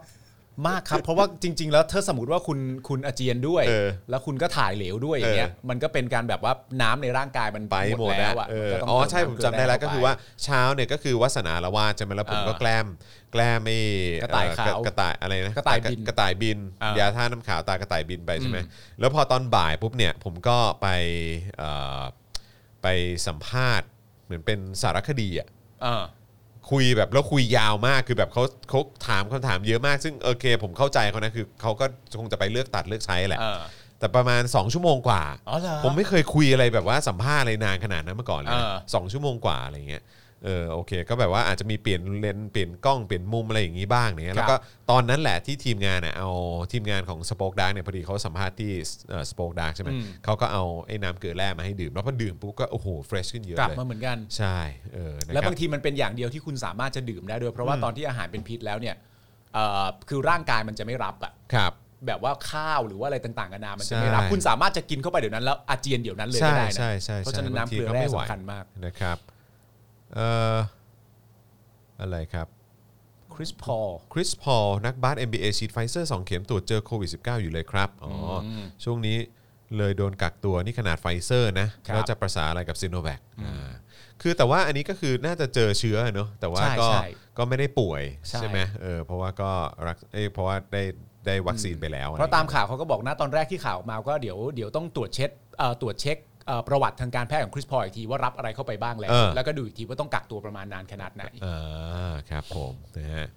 E: มากครับ เพราะว่าจริง ๆ แล้วถ้าสมมติว่าคุณคุณอาเจียนด้วย
B: เออ
E: แล้วคุณก็ถ่ายเหลวด้วยอย่างเงี้ย
B: เออ
E: มันก็เป็นการแบบว่าน้ำในร่างกายมัน
B: ไปหมด
E: แล้
B: แล้ว
E: วอ่ะ
B: เออ
E: มันก็ต้ง
B: อ๋อ
E: เติ
B: ใช่ผมจำได้แล้วก็คือว่า
E: เ
B: เช้าเนี่ยก็คือวาสนาละวาดใช่ไหมแล้วผม
E: เออ
B: ก็แกล้มแกล้มไอ้
E: กระต่ายขาว
B: เอ่อกระต่ายอะไรนะ
E: กระต่ายบิน
B: กระต่ายบิน
E: เออย
B: าท่าน้ำขาวตากระต่ายบินไปใช่ไหมแล้วพอตอนบ่ายปุ๊บเนี่ยผมก็ไปเอ่อไปสัมภาษณ์เหมือนเป็นสารคดีอ่ะ
E: า
B: คุยแบบแล้วคุยยาวมากคือแบบเขาเขาถามคำถามเยอะมาก ซึ่งโอเค ผมเข้าใจเขานะคือเขาก็คงจะไปเลือกตัดเลือกใช้แหละ
E: เออ
B: แต่ประมาณ 2 ชั่วโมงกว่า
E: อ๋อเหรอ
B: ผมไม่เคยคุยอะไรแบบว่าสัมภาษณ์อะไรนานขนาดนั้นมาก่อนเลยนะ
E: เออ
B: สองชั่วโมงกว่าอะไรเงี้ยเออโอเค ก็แบบว่าอาจจะมีเปลี่ยนเลนส์เปลี่ยนกล้องเปลี่ยนมุมอะไรอย่างนี้บ้างเนี่ยแล้วก็ตอนนั้นแหละที่ทีมงานอ่ะเอาทีมงานของสป o อ e ดาร์กเนี่ยพอดีเขาสัมภาษณ์ที่สป o อ e ดาร์กใช่ไหมเขาก็เอาไอ้น้ำเกลือแร่มาให้ดื่มแล้วพอดื่มปุ๊บก็โอ้โหเฟรชขึ้นเยอะ
E: กลับ
B: เลย
E: มาเหมือนกัน
B: ใช่เออนะค
E: แล้
B: รับ
E: วางทีมันเป็นอย่างเดียวที่คุณสามารถจะดื่มได้ด้วย เพราะว่าตอนที่อาหารเป็นพิษแล้วเนี่ยเอ่อคือร่างกายมันจะไม่รับอะ
B: ครับ
E: แบบว่าข้าวหรือว่าอะไรต่างๆกันานามัน
B: ใช่
E: จะไม่รับ คุณสามารถจะกินเข้าไปเดี๋ยวนั้นแล้วอาเจียนเดี๋ยวนั้นเลยก็ได้นะ
B: ใช่ใช่ใช่
E: เพราะฉะนั้น
B: บง
E: น้ำ
B: ที
E: เกลือแร่
B: ไม่ไหว
E: สำคัญมาก
B: นะครับเอ่ออะไรครับ
E: คริสพอล
B: คริสพอลนักบาส NBA ฉีดไฟเซอร์ 2 เข็มตรวจเจอโควิด -19 อยู่เลยครับอ๋ออช่วงนี้เลยโดนกักตัวนี่ขนาดไฟเซอร์นะครับ แล้วจะประสานอะไรกับซิโนแวคคือแต่ว่าอันนี้ก็คือน่าจะเจอเชื้อเนอะแต่ว่า
E: ใช่
B: ก็
E: ใช่
B: ก็ไม่ได้ป่วย
E: ใช่
B: ใช่ไหมเออเพราะว่าก็รักเอ้ยเพราะว่าได้ได้วัคซีนไปแล้วอไ
E: เพราะตามข่าวเขาก็บอกนะตอนแรกที่ข่าวออกมาก็เดี๋ยวเดี๋ยวต้องตรวจเช็คเอ่อตรวจเช็คเอ่อประวัติทางการแพทย์ของคริสพอลอีกทีว่ารับอะไรเข้าไปบ้างแล้ว
B: เออ
E: แล้วก็ดูอีกทีว่าต้องกักตัวประมาณนานขนาดไหน
B: อ่าครับผมนะฮะ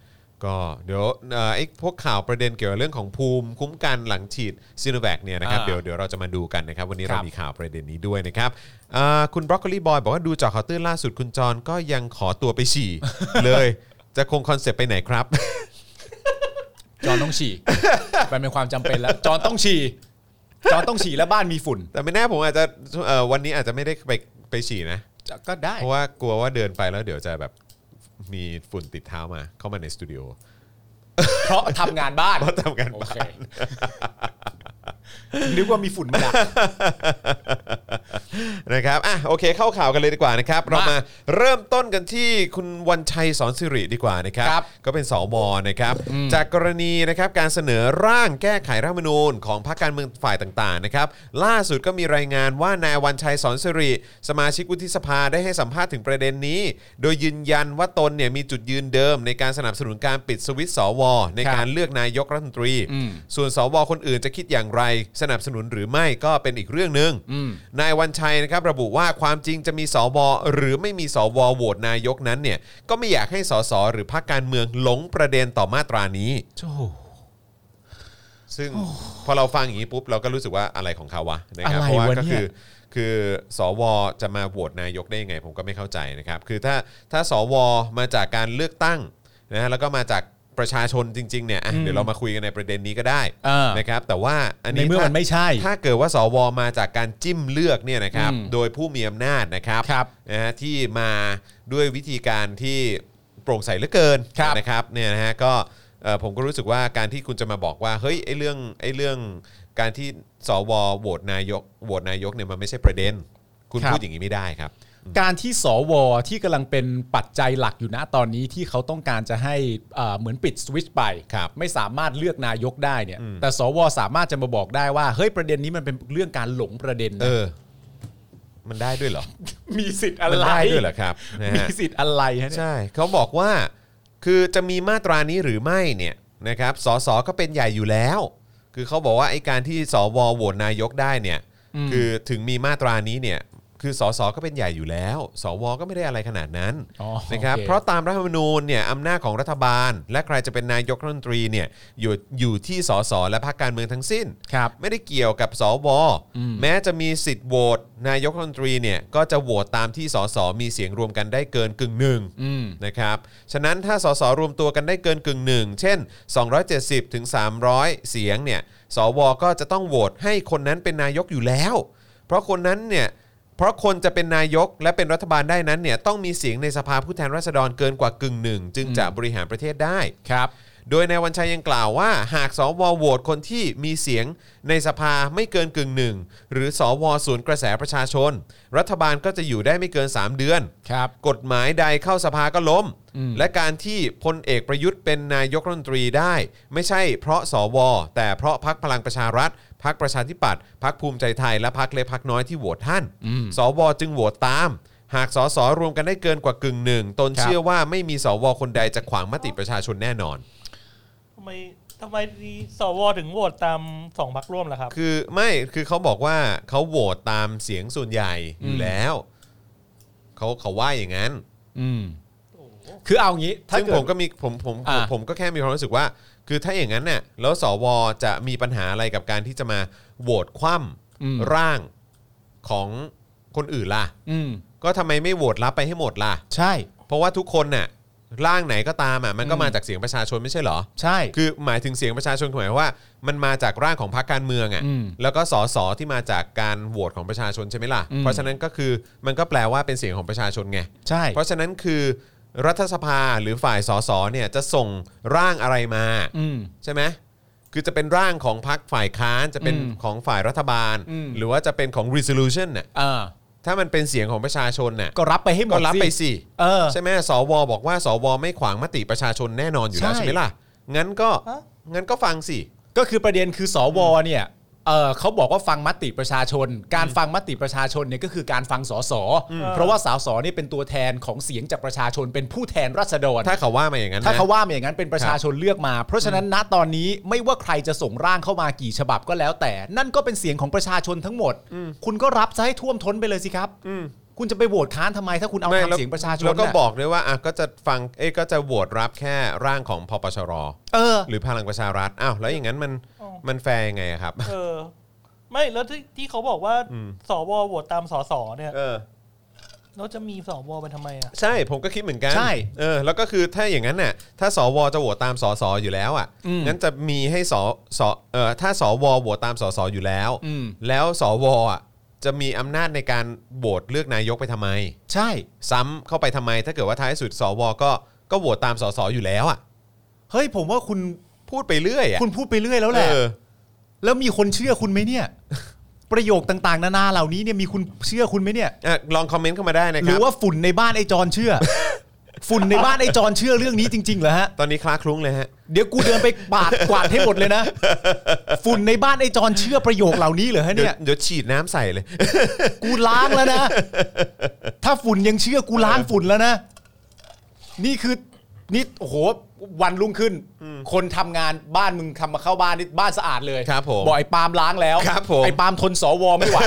B: ก็เดี๋ยวเอ่อไอ้พวกข่าวประเด็นเกี่ยวกับเรื่องของภูมิคุ้มกันหลังฉีดซีโนแวคเนี่ยนะครับ
E: อ่า
B: เดี๋ยวเดี๋ยวเราจะมาดูกันนะครับ วันนี้
E: ครั
B: เรา
E: บ
B: มีข่าวประเด็นนี้ด้วยนะครับอ่าคุณบรอกโคลีบอยบอกว่าดูจากข่าวตื้นล่าสุดคุณจรก็ยังขอตัวไปฉี่ เลย จะคงคอนเซปต์ไปไหนครับ
E: จอนต้องฉี่ มันเป็นความจำเป็นแล้ว จอนต้องฉี่จอนต้องฉี่แล้วบ้านมีฝุ่น
B: แต่ไม่แน่ผมอาจจะเอ่อวันนี้อาจจะไม่ได้ไปไปฉี่นะ
E: ก็ได้
B: เพราะว่ากลัวว่าเดินไปแล้วเดี๋ยวจะแบบมีฝุ่นติดเท้ามาเข้ามาในสตูดิโอ
E: เพราะทำงานบ้าน
B: เพราะทำกัน
E: โอ
B: บ้าน
E: เคนึกว่ามีฝุ่นมาดัก
B: นะครับอ่ะโอเคเข้าข่าวกันเลยดีกว่านะครับ เรามา
E: มา
B: เริ่มต้นกันที่คุณวันชัยสอนสิริดีกว่านะครับ
E: ครับ
B: ก็เป็นสวนะครับ
E: อืม
B: จากกรณีนะครับการเสนอร่างแก้ไขรัฐธรรมนูญของพรรคการเมืองฝ่ายต่างๆนะครับล่าสุดก็มีรายงานว่านายวันชัยสอนสิริสมาชิกวุฒิสภาได้ให้สัมภาษณ์ถึงประเด็นนี้ โดยยืนยันว่าตนเนี่ยมีจุดยืนเดิม ในการสนับสนุนการปิดสวิตช์สว ใน
E: ครับ
B: การเลือกนายกรัฐมนตรี
E: อืม
B: ส่วนสวคนอื่นจะคิดอย่างไร สนับสนุนหรือไม่ก็เป็นอีกเรื่องหนึ่ง
E: อืม
B: นายวันชัยนะครับระบุว่าความจริงจะมีสวหรือไม่มีสวโหวตนายกนั้นเนี่ยก็ไม่อยากให้สสหรือพรรคการเมืองหลงประเด็นต่อมาตรานี้
E: โธ่
B: ซึ่งพอเราฟังอย่างนี้ปุ๊บเราก็รู้สึกว่าอะไรของเขาวะนะครับ
E: อะไร
B: เพราะว่า
E: ะ
B: ก็
E: เนี่
B: คื
E: ย
B: อ คือสวจะมาโหวตนายกได้ยังไง ผมก็ไม่เข้าใจนะครับ คือถ้าถ้าสวมาจากการเลือกตั้งนะฮะแล้วก็มาจากประชาชนจริงๆเนี่ยอ่ะเดี๋ยวเรามาคุยกันในประเด็นนี้ก็ได้
E: เออ
B: นะครับ แต่ว่าอัน
E: ใน
B: นี้
E: เมื่อ
B: ถ้า
E: มันไม่ใช่
B: ถ้าเกิดว่าสวมาจากการจิ้มเลือกเนี่ยนะครับ
E: อืม
B: โดยผู้มีอำนาจนะครับ
E: ครับ
B: นะฮะที่มาด้วยวิธีการที่โปร่งใสเหลือเกิน
E: ครับ
B: นะครับเนี่ยนะฮะก็เอ่อผมก็รู้สึกว่าการที่คุณจะมาบอกว่าเฮ้ยไอ้เรื่องไอ้เรื่องการที่สวโหวตนายกโหวตนายกเนี่ยมันไม่ใช่ประเด็น คุณ
E: ครับ
B: พูดอย่างนี้ไม่ได้ครับ
E: การที่สวที่กำลังเป็นปัจจัยหลักอยู่นะตอนนี้ที่เขาต้องการจะให้เอ่อเหมือนปิดสวิตช์ไป
B: ครับ
E: ไม่สามารถเลือกนายกได้เนี่ย แต่สวสามารถจะมาบอกได้ว่าเฮ้ยประเด็นนี้มันเป็นเรื่องการหลงประเด็นนะ
B: เออ มันได้ด้วยเหรอ
E: มีสิทธิ์อะ
B: มัน
E: ไร
B: ได้ด้วยเหรอครับนะ
E: มี
B: ฮะ
E: สิทธิ์อะไรฮะเนี่ย
B: ใช่เขาบอกว่าคือจะมีมาตรานี้หรือไม่เนี่ยนะครับสสก็เป็นใหญ่อยู่แล้ว คือเขาบอกว่าไอ้การที่สวโหวตนายกได้เนี่ย
E: อืม
B: คือถึงมีมาตรานี้เนี่ยคือสสก็เป็นใหญ่อยู่แล้ว สวก็ไม่ได้อะไรขนาดนั้น
E: อ๋อ
B: นะครับ
E: โอ
B: เพราะตามรัฐธรรมนูญเนี่ยอำนาจของรัฐบาล และใครจะเป็นนายกรัฐมนตรีเนี่ยอยู่อยู่ที่สสและพรรคการเมืองทั้งสิ้น
E: ครับ
B: ไม่ได้เกี่ยวกับสวแม้จะมีสิทธิ์โหวตนายกรัฐมนตรีเนี่ยก็จะโหวตตามที่สสมีเสียงรวมกันได้เกินกึ่งหนึ่ง
E: อืม
B: นะครับฉะนั้นถ้าสสรวมตัวกันได้เกินกึ่งหนึ่งเช่น 270ถึง300 เสียงเนี่ยสวก็จะต้องโหวตให้คนนั้นเป็นนายกอยู่แล้ว เพราะคนนั้นเนี่ย เพราะคนจะเป็นนายกและเป็นรัฐบาลได้นั้นเนี่ยต้องมีเสียงในสภาผู้แทนราษฎรเกินกว่ากึ่งหนึ่งจึงจะบริหารประเทศได้
E: ครับ
B: โดยนายวันชัยยังกล่าวว่า หากสวโหวตคนที่มีเสียงในสภาไม่เกินกึ่งหนึ่งหรือสวสวนกระแสประชาชน รัฐบาลก็จะอยู่ได้ไม่เกิน 3 เดือน
E: ครับ
B: กฎหมายใดเข้าสภาก็ล้ม
E: อืม
B: และการที่พลเอกประยุทธ์เป็นนายกรัฐมนตรีได้ ไม่ใช่เพราะสว แต่เพราะพักพลังประชารัฐพักประชาธิปัตย์พักภูมิใจไทยและพักเล็กพักน้อยที่โหวตท่าน สวจึงโหวตตาม หากสสรวมกันได้เกินกว่ากึ่งหนึ่งตนเชื่อว่าไม่มีสวคนใดจะขวางมติประชาชนแน่นอน
D: ทำไมทำไมสวถึงโหวตตามสองพักร่วมล่ะครับ
B: คือไม่คือเขาบอกว่าเขาโหวตตามเสียงส่วนใหญ่อยู่แล้วเขาเขาว่าอย่างนั้น
E: อืมคือเอางี้ถ้า
B: ซึ่ง
E: เกิ
B: ผ
E: ด
B: มก็มีผมผมผม
E: อ่า
B: ผมก็แค่มีความรู้สึกว่า คือถ้าอย่างนั้นเนี่ยแล้วสวจะมีปัญหาอะไรกับการที่จะมาโหวตคว่
E: อืม
B: ำร่างของคนอื่นล่ะ
E: อืม
B: ก็ทำไมไม่โหวตรับไปให้หมดล่ะ
E: ใช่
B: เพราะว่าทุกคนน่ะร่างไหนก็ตามอ่ะมันก็มาจากเสียงประชาชนไม่ใช่เหรอ
E: ใช่
B: คือหมายถึงเสียงประชาชนหมายความว่า มันมาจากร่างของพรรคการเมือง
E: อืม
B: อะ่ะแล้วก็สสที่มาจากการโหวตของประชาชนใช่ไหมล่ะ
E: อืม
B: เพราะฉะนั้นก็คือมันก็แปลว่าเป็นเสียงของประชาชนไง
E: ใช่
B: เพราะฉะนั้นคือรัฐสภาหรือฝ่ายสสเนี่ยจะส่งร่างอะไรมา
E: อืม
B: ใช่ไหมคือจะเป็นร่างของพรรคฝ่ายค้านจะเป็น
E: อืม
B: ของฝ่ายรัฐบาล
E: อืม
B: หรือว่าจะเป็นของ resolution น่ะ
E: เออ
B: ถ้ามันเป็นเสียงของประชาชนน่ะ
E: ก็รับไปให้หม
B: ก็
E: ด
B: รับไปสิ
E: เออ
B: ใช่ไหมสวบอกว่าสวไม่ขวางมติประชาชนแน่นอนอยู่แล้ว
E: ใช่
B: ใช่ไหมล่ะ งั้นก็
D: ฮะ
B: งั้นก็ฟังสิ
E: ก็คือประเด็นคือสวเนี่ยเอ่อเขาบอกว่าฟังมติประชาชน การฟังมติประชาชนเนี่ยก็คือการฟังสสเพราะว่าสสเนี่ยเป็นตัวแทนของเสียงจากประชาชนเป็นผู้แทนราษฎร
B: ถ้าเขาว่ามาอย่างนั้น
E: ถ้า
B: นะ
E: เขาว่ามาอย่างนั้นเป็นประชาชนเลือกมา เพราะฉะนั้นณตอนนี้ไม่ว่าใครจะส่งร่างเข้ามากี่ฉบับก็แล้วแต่ นั่นก็เป็นเสียงของประชาชนทั้งหมด คุณก็รับซะให้ท่วมท้นไปเลยสิครับคุณจะไปโหวตค้านทำไมถ้าคุณเอา
B: ไม่
E: ตาม
B: แล้ว
E: เสียงประชาชน
B: แล้วก็
E: น่ะ
B: บอกด้วยว่าอ่ะก็จะฟังเอ้ยก็จะโหวตรับแค่ร่างของพปชร
E: เออ
B: หรือพลังประชารัฐอ้าวแล้วอย่างนั้นมัน
D: อ๋อ
B: มันแฟร์ยังไงอะครับ
D: เออ ไม่แล้วที่ที่เขาบอกว่าสวโหวตตามสสเนี่ย
B: เออ
D: แล้วจะมีสวไปทำไมอ่ะ
B: ใช่ผมก็คิดเหมือนกัน
E: ใช่
B: เออแล้วก็คือถ้าอย่างนั้นน่ะถ้าสวจะโหวตตามสสอยู่แล้วอ่ะ
E: อืม
B: งั้นจะมีให้สสเออถ้าสวโหวตตามสสอยู่แล้ว
E: อืม
B: แล้วสวอ่ะจะมีอำนาจในการโหวตเลือกนายกไปทำไม
E: ใช่
B: ซ้ำเข้าไปทำไม ถ้าเกิดว่าท้ายสุดสวก็ก็โหวตตามสสอยู่แล้วอ่ะ
E: เฮ้ยผมว่าคุณ
B: พูดไปเรื่อยอ่ะ
E: คุณพูดไปเรื่อยแล้วแหละ
B: เออ
E: แล้วมีคนเชื่อคุณไหมเนี่ย ประโยคต่างๆ นานาเหล่านี้เนี่ยมีคุณเชื่อคุณไหมเนี่ย
B: อ่ะลองคอมเมนต์เข้ามาได้นะ
E: ห
B: ค
E: รือ
B: รับ
E: ว่าฝุ่นในบ้านไอ้จอนเชื่อ ฝุ่นในบ้านไอ้จอนเชื่อเรื่องนี้จริงๆเหรอฮะ
B: ตอนนี้คลาคลุ้งเลยฮะ
E: เดี๋ยวกูเดินไปปาดกวาดให้หมดเลยนะ ฝุ่นในบ้านไอ้จอนเชื่อประโยคเหล่านี้เหรอฮะ
B: เดี๋ยว
E: เนี่ย
B: เดี๋ยวฉีดน้ำใส่เลย
E: กูล้างแล้วนะ ถ้าฝุ่นยังเชื่อกูล้างฝุ่นแล้วนะ นี่คือนี่โอ้โหวันรุ่งขึ้น คนทำงานบ้านมึงทำมาเข้าบ้านนี่บ้านสะอาดเลย
B: ครับผม
E: บอกไอ้ปาล์มล้างแล้ว
B: ครับผม
E: ไอ้ปาล์มทนสวไม่ไหว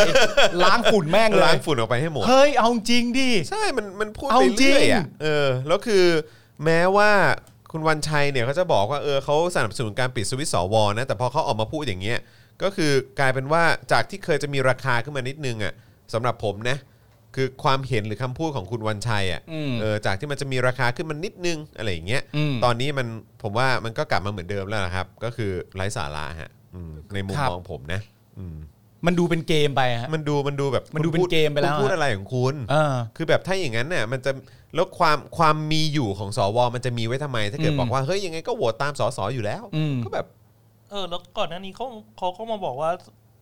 E: ล้างฝุ่นแม่งเล
B: ล้าย งฝุ่นออกไปให้หมด
E: เฮ้ยเอาจริงดิ
B: ใช่ มัน มันพูด
E: เอา
B: ไปเรื่อยอ่ะ
E: จริง
B: เออ แล้วคือแม้ว่าคุณวันชัยเนี่ยเขาจะบอกว่า เออเขาสนับสนุนการปิดสวิตช์สวนะ แต่พอเขาออกมาพูดอย่างเงี้ย ก็คือกลายเป็นว่าจากที่เคยจะมีราคาขึ้นมานิดนึงอ่ะสำหรับผมนะ คือความเห็นหรือคำพูดของคุณวันชัยอ่ะ
E: อืม
B: เออ จากที่มันจะมีราคาขึ้นมานิดนึงอะไรอย่างเงี้ย
E: อืม
B: ตอนนี้มัน ผมว่ามันก็กลับมาเหมือนเดิมแล้วนะครับ ก็คือไร้สาระฮะอืมในมุม
E: ครับ
B: มองผมนะ อืม
E: มันดูเป็นเกมไปฮะ
B: มันดู มันดูแบบ
E: มันดูเป็น
B: คุณพู
E: เกมไปแล้ว
B: คุณพูด
E: อะ
B: อะไรของคุณ
E: เออ
B: คือแบบถ้าอย่างนั้นเนี่ยมันจะแล้วความความมีอยู่ของสวมันจะมีไว้ทำไม ถ้าเกิด
E: อืม
B: บอกว่าเฮ้ยยังไงก็โหวตตามสสอยู่แล้ว
E: อืม
B: ก็แบบ
D: เออ แล้วก่อนหน้านี้เขาเขาก็มาบอกว่า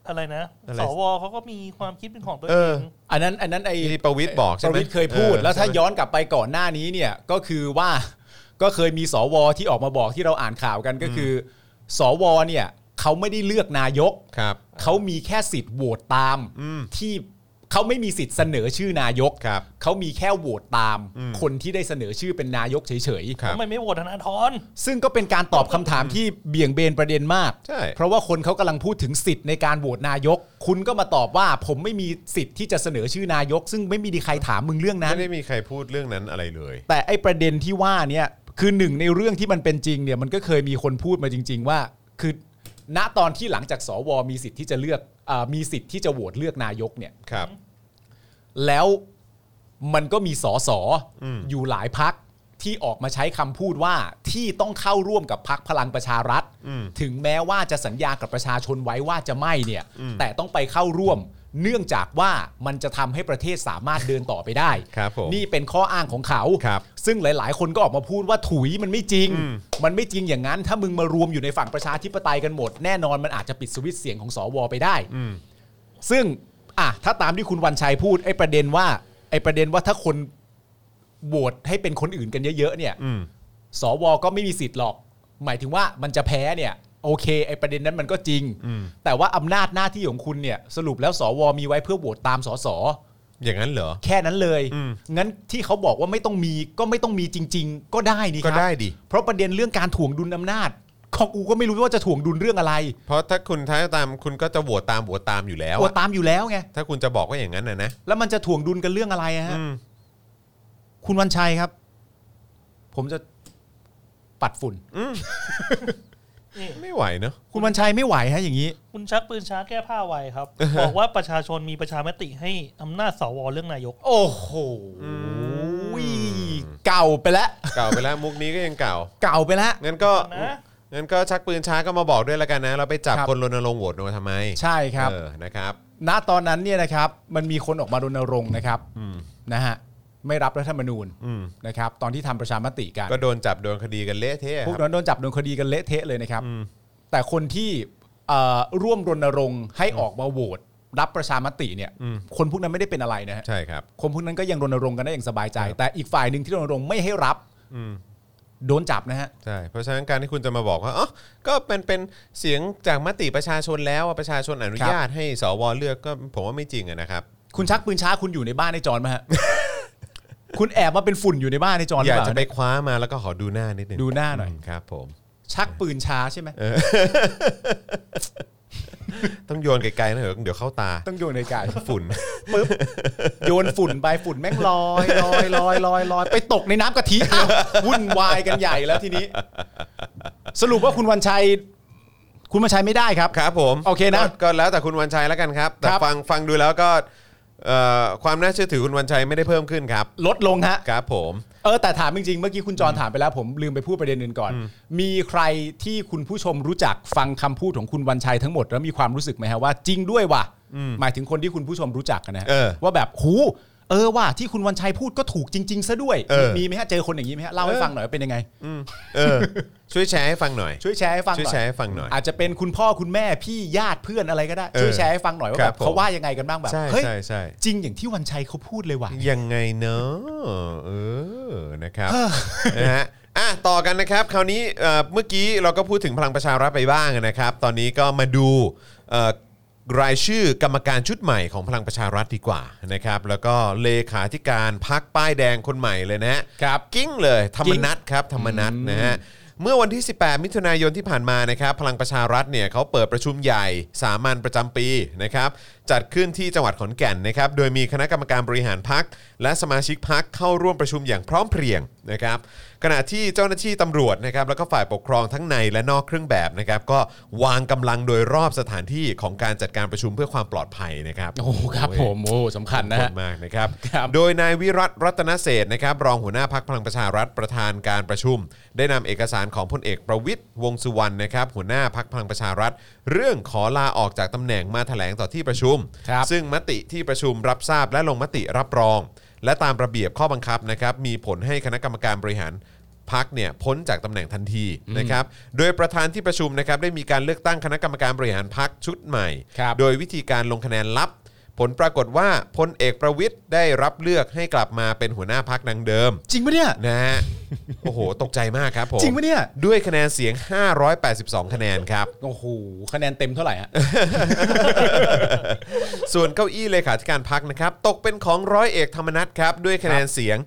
D: อะไรนะ
B: อะไร
D: สวเขาก็มีความคิดเป็นของตัว
B: เอ
D: เอ
B: อง
E: อันนั้นอันนั้นไอ้
B: ที่ประวิทย์บอกใช่
E: ป
B: ไหม
E: ระวิทย์เคยพูด
B: ออ
E: แล้วถ้า
B: ใช่ไหม
E: ย้อนกลับไปก่อนหน้านี้เนี่ยก็คือว่าก็เคยมีสวที่ออกมาบอกที่เราอ่านข่าวกันก็คืออสวเนี่ยเขาไม่ได้เลือกนายก
B: ครับ
E: เขามีแค่สิทธิ์โหวตตาม
B: อืม
E: ที่เขาไม่มีสิทธิ์เสนอชื่อนายก
B: ครับ
E: เขามีแค่โหวตตาม
B: อืม
E: คนที่ได้เสนอชื่อเป็นนายกเฉย
B: ครับ
D: ทำไมไม่โหวตธนาธร
E: ๆ ซึ่งก็เป็นการตอบคำถามที่เบี่ยงเบนประเด็นมาก
B: ใช่
E: เพราะว่าคนเขากำลังพูดถึงสิทธิ์ในการโหวตนายก คุณก็มาตอบว่าผมไม่มีสิทธิ์ที่จะเสนอชื่อนายก ซึ่งไม่มีใครถามมึงเรื่องนั้น
B: ไม่ได้มีใครพูดเรื่องนั้นอะไรเลย
E: แต่ไอประเด็นที่ว่าเนี่ยคือหนึ่งในเรื่องที่มันเป็นจริงเนี่ยมันก็เคยมีคนพูดมาจริง ๆ ว่า คือณตอนที่หลังจากสวมีสิทธิ์ที่จะเลือกอามีสิทธิ์ที่จะโหวตเลือกนายกเนี่ย
B: ครับ
E: แล้วมันก็มีสส
B: อืม
E: อยู่หลายพักที่ออกมาใช้คำพูดว่าที่ต้องเข้าร่วมกับพักพลังประชารัฐ
B: อืม
E: ถึงแม้ว่าจะสัญญากับประชาชนไว้ว่าจะไม่เนี่ย
B: อืม
E: แต่ต้องไปเข้าร่วม เนื่องจากว่ามันจะทำให้ประเทศสามารถเดินต่อไปได้
B: ครับผม
E: นี่เป็นข้ออ้างของเขา
B: ครับ
E: ซึ่งหลาย ๆ คนก็ออกมาพูดว่าถุยมันไม่จริง
B: อืม
E: มันไม่จริงอย่างนั้น ถ้ามึงมารวมอยู่ในฝั่งประชาธิปไตยกันหมด แน่นอนมันอาจจะปิดสวิตช์เสียงของสวไปได้
B: อืม
E: ซึ่งอ่ะถ้าตามที่คุณวันชัยพูดไอ้ประเด็นว่าไอ้ประเด็นว่าถ้าคนโหวตให้เป็นคนอื่นกันเยอะ ๆ เนี่ย
B: อืม
E: สวก็ไม่มีสิทธิ์หรอก หมายถึงว่ามันจะแพ้เนี่ยโอเคไอประเด็นนั้นมันก็จริง
B: อืม
E: แต่ว่าอำนาจหน้าที่ของคุณเนี่ยสรุปแล้วสวมีไว้เพื่อโหวตตามสส
B: อย่างนั้นเหรอ
E: แค่นั้นเลย
B: อืม
E: งั้นที่เขาบอกว่าไม่ต้องมีก็ไม่ต้องมีจริง ๆ ก็ได้นี่ค
B: ก็
E: รั
B: ได้ดิ
E: เพราะประเด็นเรื่องการถ่วงดุลอำนาจของกูก็ไม่รู้ว่าจะถ่วงดุลเรื่องอะไร
B: เพราะถ้าคุณท้ายตามคุณก็จะโหวตตามโหวตตามอยู่แล้ว
E: โหวต
B: อะ
E: ตามอยู่แล้วไง
B: ถ้าคุณจะบอกว่าอย่างนั้นนะนะ
E: แล้วมันจะถ่วงดุลกันเรื่องอะไรอะฮะ
B: อืม
E: คุณวันชัยครับ ผมจะปัดฝุ่น
D: นี่
B: ไม่ไหวเนอะ
E: คุณวันชัยไม่ไหวฮะอย่างนี้
D: คุณชักปืนช้าแก้ผ้าไวครับ บอกว่าประชาชนมีประชามติให้อำนาจสวเรื่องนายก
E: โอ้โหเก่าไปแล้ว
B: เก่าไปแล้วมุกนี้ก็ยังเก่า
E: เก่าไปแล้ว
B: งั้นก็
D: นะ
B: งั้นก็ชักปืนช้าก็มาบอกด้วยแล้วกันนะ เราไปจับ
E: ครับ
B: คนรณรงค์โหวตโนทำไม
E: ใช่ครับ
B: เออนะครับ
E: ณตอนนั้นเนี่ยนะครับ มันมีคนออกมารณรงค์นะครับ
B: อืม
E: นะฮะไม่รับรัฐธรรมนูญ
B: อืม
E: นะครับ ตอนที่ทำประชามติกัน
B: ก็โดนจับโดนคดีกันเละเทะ
E: พวก
B: ครับ
E: นั้นโดนจับโดนคดีกันเละเทะเลยนะครับ
B: อืม
E: แต่คนที่เอ่อร่วมรณรงค์ให้ออกมาโหวตรับประชามติเนี่ย
B: อืม
E: คนพวกนั้นไม่ได้เป็นอะไรนะฮะ
B: ใช่ครับ
E: คนพวกนั้นก็ยังรณรงค์กันได้อย่างสบายใจ แต่อีกฝ่ายหนึ่งที่รณรงค์ไม่ให้รับ
B: อืม
E: โดนจับนะฮะ
B: ใช่เพราะฉะนั้นการที่คุณจะมาบอกว่าอ๋อก็เป็นเป็นเสียงจากมติประชาชนแล้วอะประชาชนอนุญาตให้สวเลือกก็ผมว่าไม่จริงอะนะครับ
E: คุณชักปืนช้าคุณอยู่ในบ้านในจอนไหม ฮะ คุณแอบมาเป็นฝุ่นอยู่ในบ้านในจอนหรือย
B: อาก
E: เปล่า
B: จะไปคว้ามาแล้วก็ขอดูหน้านิดนึง
E: ดูหน้าหน่อย
B: มครับผม
E: ชักปืนช้าใช่ไหม
B: ต้องโยนไกลๆนะเหรอะเดี๋ยวเข้าตา
E: ต้องโยนในกาย
B: ฝุ่น
E: ปึ๊บโยนฝุ่นไปฝุ่นแม่งลอยลอยลอยลอยลอยไปตกในน้ำกะทิอ้าววุ่นวายกันใหญ่แล้วทีนี้ สรุปว่าคุณวันชัย คุณวันชัยไม่ได้ครับ
B: ครับผม
E: โอเคนะ
B: ก็ก็แล้วแต่คุณวันชัยแล้วกันครับ แต่
E: ครับ
B: ฟังฟังดูแล้วก็เอ่อความน่าเชื่อถือคุณวันชัยไม่ได้เพิ่มขึ้นครับ
E: ลดลงฮะ
B: ครับผม
E: เออแต่ถามจริงๆ เมื่อกี้คุณจรถามไปแล้วผมลืมไปพูดประเด็นอื่นก่อน มีใครที่คุณผู้ชมรู้จักฟังคำพูดของคุณวันชัยทั้งหมด แล้วมีความรู้สึกไหมฮะว่าจริงด้วยว่ะหมายถึงคนที่คุณผู้ชมรู้จักกันนะฮะ
B: เออ
E: ว่าแบบหูเอ
C: เออว่าที่คุณวันชัยพูดก็ถูกจริง ๆ ซะด้วย
B: เออ
C: มีไหมฮะเจอคนอย่างนี้ไหมฮะเล่าให้ฟังหน่อยว่าเป็นยังไง
B: เอ อ ช่วยแชร์ให้ฟังหน่อย
C: ช่วยแชร์ให้ฟังห
B: ช่วย
C: น่อย
B: แชร์ให้ฟังหน่อย
C: อาจจะเป็นคุณพ่อคุณแม่พี่ญาติเพื่อนอะไรก็ได้
B: เออ
C: ช่วยแชร์ให้ฟังหน่อยว่า
B: ครั
C: แบบ บ
B: ผม
C: เขาว่ายังไงกันบ้างแบบ
B: ใช่
C: เฮ้ย
B: ใช่ใช่
C: จริงอย่างที่วันชัยเขาพูดเลยว่ะ
B: ยังไงเนอะเออนะครับนะฮะอ่ะต่อกันนะครับคราวนี้เอ่อเมื่อกี้เราก็พูดถึงพลังประชารัฐไปบ้างนะครับ ตอนนี้ก็มาดูเอ่อรายชื่อกรรมการชุดใหม่ของพลังประชารัฐดีกว่านะครับ แล้วก็เลขาธิการพักป้ายแดงคนใหม่เลยนะฮะ
C: ครับ
B: กิ้งเลยธรร
C: กิ้
B: ม
C: ง
B: นัทครับธรรมนัทนะฮะ เมื่อวันที่ 18 มิถุนายนที่ผ่านมานะครับ พลังประชารัฐเนี่ยเขาเปิดประชุมใหญ่สามัญประจำปีนะครับ จัดขึ้นที่จังหวัดขอนแก่นนะครับ โดยมีคณะกรรมการบริหารพัก และสมาชิกพักเข้าร่วมประชุมอย่างพร้อมเพรียงนะครับ ขณะที่เจ้าหน้าที่ตำรวจนะครับ แล้วก็ฝ่ายปกครองทั้งในและนอกเครื่องแบบนะครับ ก็วางกำลังโดยรอบสถานที่ของการจัดการประชุมเพื่อความปลอดภัยนะครับ
E: โอ้โหครับผมโอ้สำคัญนะ
B: ขอ
E: ฮะ
B: บคุณมากนะครับ
E: ครับ
B: โดยนายวิรัตรัตนเศรษฐ์นะครับรองหัวหน้าพักพลังประชารัฐประธานการประชุม ได้นำเอกสารของพลเอกประวิทย์วงษ์สุวรรณนะครับหัวหน้าพักพลังประชารัฐ เรื่องขอลาออกจากตำแหน่งมาแถลงต่อที่ประชุม
E: ครับ
B: ซึ่งมติที่ประชุมรับทราบและลงมติรับรอง และตามระเบียบข้อบังคับนะครับมีผลให้คณะกรรมการบริหารพักเนี่ยพ้นจากตำแหน่งทันทีนะครับโดยประธานที่ประชุมนะครับได้มีการเลือกตั้งคณะกรรมการบริหารพักชุดใหม่
E: ครับ
B: โดยวิธีการลงคะแนนลับ ผลปรากฏว่าพลเอกประวิทย์ได้รับเลือกให้กลับมาเป็นหัวหน้าพักดังเดิม
C: จริงปะเนี่ย
B: นะฮะ โอ้โห ตกใจมากครับผม
C: จริงปะเนี่ย
B: ด้วยคะแนนเสียง 582 คะแนนครับ
C: โอ้โหคะแนนเต็มเท่าไหร่ฮะ
B: ส่วนเก้าอี้เลขาธิการพักนะครับ ตกเป็นของร้อยเอกธรรมนัฐครับ ด้วยคะแนนเสียง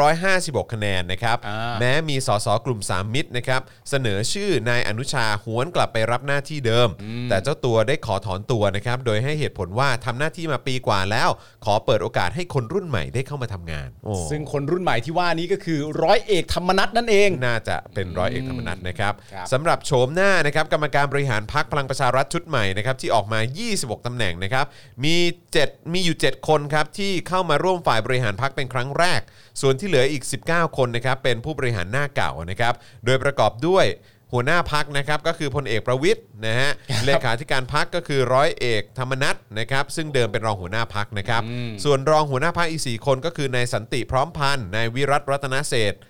B: 556 คะแนนนะครับ
E: อ่า
B: แม้มีสสกลุ่ม 3 มิตรนะครับ เสนอชื่อนายอนุชาหวนกลับไปรับหน้าที่เดิม แต่เจ้าตัวได้ขอถอนตัวนะครับ โดยให้เหตุผลว่าทำหน้าที่มาปีกว่าแล้ว ขอเปิดโอกาสให้คนรุ่นใหม่ได้เข้ามาทำงานโอ้
C: ซึ่งคนรุ่นใหม่ที่ว่านี้ก็คือร้อยเอกธรรมนัฐนั่นเอง
B: น่าจะเป็นร้อยเอกธรรมนัฐนะครับ
C: ครับ
B: สำหรับโฉมหน้านะครับกรรมการบริหารพักพลังประชารัฐชุดใหม่นะครับที่ออกมา 26ตำแหน่งนะครับมี7มีอยู่ 7 คนครับที่เข้ามาร่วมฝ่ายบริหารพักเป็นครั้งแรก ส่วนที่เหลืออีก 19 คนนะครับเป็นผู้บริหารหน้าเก่านะครับโดยประกอบด้วยหัวหน้าพักนะครับก็คือพลเอกประวิทย์นะฮะเลขาธิการพักก็คือร้อยเอกธรรมนัฐนะครับซึ่งเดิมเป็นรองหัวหน้าพักนะครับส่วนรองหัวหน้าพักอีกสี่คนก็คือนายสันติพร้อมพันธ์นายวิรัตรัตนเศรษฐ์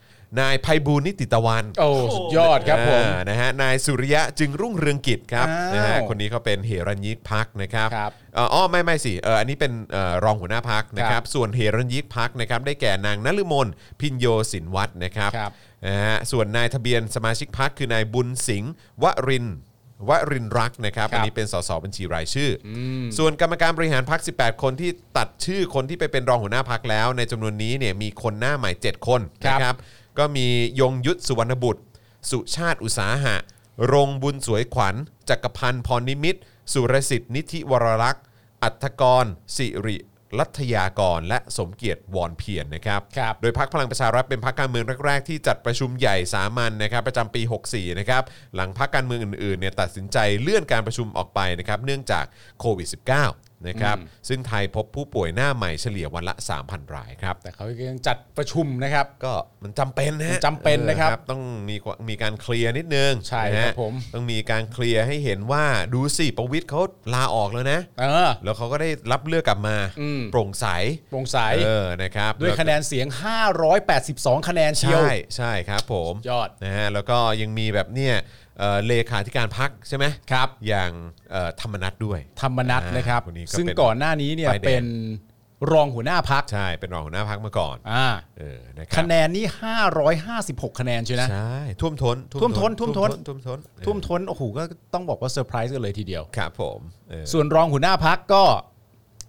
B: นายไพบูลย์นิติตะวัน
E: โอ้สุดยอดครับผม
B: อ่านะฮะ นายสุริยะจึงรุ่งเรืองกิจครับ
C: อ้าว
B: นะฮะ คนนี้เขาเป็นเหรัญยิกพักนะครับ
C: ครับ
B: เอ่ออ๋อ ไม่ไม่สิ เออ อันนี้เป็นเอ่อรองหัวหน้าพักนะค
C: ครั
B: รับ
C: บ
B: ส่วนเหรัญยิกพักนะครับ ได้แก่นางนฤมลพินโยสินวัฒน์นะครับ
C: ครับ
B: นะฮะ ส่วนนายทะเบียนสมาชิกพักคือนายบุญสิงห์วรินทร์วรินทร์รักษ์นะครับ
E: ครับ
B: อันนี้เป็นสสบัญชีรายชื่ออส่วนกรรมการบริหารพัก 18 คนที่ตัดชื่อคนที่ไปเป็นรองหัวหน้าพักแล้ว ในจำนวนนี้เนี่ยมีคนหน้าใหม่ 7 คนนะครับ ก็มียงยุทธสุวรรณบุตร สุชาติอุตสาหะ รงบุญสวยขวัญ จักรพันธ์พรนิมิตร สุรสิทธิ์นิธิวรรักษ์ อัฐกร สิริรัตยากร และสมเกียรติวอนเพียรนะครับ
E: ครับ
B: โดยพักพลังประชารัฐเป็นพักการเมืองแรก ๆ ที่จัดประชุมใหญ่สามัญนะครับประจำปี 64 นะครับ หลังพักการเมืองอื่นๆเนี่ยตัดสินใจเลื่อนการประชุมออกไปนะครับ เนื่องจากโควิด -19 นะครับ ซึ่งไทยพบผู้ป่วยหน้าใหม่เฉลี่ยวันละ 3,000 รายครับ
E: แต่เขายังจัดประชุมนะครับ
B: ก็มันจำเป็นนะ
E: มั
B: ฮะ
E: นจำเป็นนะครับ
B: ออต้องมีกว่ามีการเคลียร์นิดนึง
E: ใช่
B: นะฮะ
E: ครับผม
B: ต้องมีการเคลียร์ให้เห็นว่าดูสิประวิทย์เขาลาออกแล้วนะ
E: เออ
B: แล้วเขาก็ได้รับเลือกกลับมา
E: อืม
B: โปร่งใส
E: โปร่งใส
B: เออนะครับ
E: ด้วยคะแนนเสียง 582 คะแนนเชียว
B: ใช่ใช่ครับผม
E: ยอด
B: นะฮะแล้วก็ยังมีแบบเนี่ยเอ่อเลขาธิการพักใช่ไหม
E: ครับ
B: อย่างเอ่อธรรมนัฐด้วย
E: ธรรมนัตนะครับ
B: คนนี้ก็
E: ซึ่ง
B: เป็น
E: ก่อนหน้านี้เนี่ย
B: ฝ่ายแดง
E: เป็นรองหัวหน้าพัก
B: ใช่เป็นรองหัวหน้าพักมาก่อน
E: อ่า
B: เออนะครั
C: คะแนนนี่ 556 คะแนนใช่ไหม
B: ใช่ท่วมท้น
C: ท่วมท้นท่วมท้น
B: ท่วมท้นเออ
C: ท่วมท้น โอ้โห ก็ต้องบอกว่าเซอร์ไพรส์กันเลยทีเดียว
B: ครับผมเออ
C: ส่วนรองหัวหน้าพักก็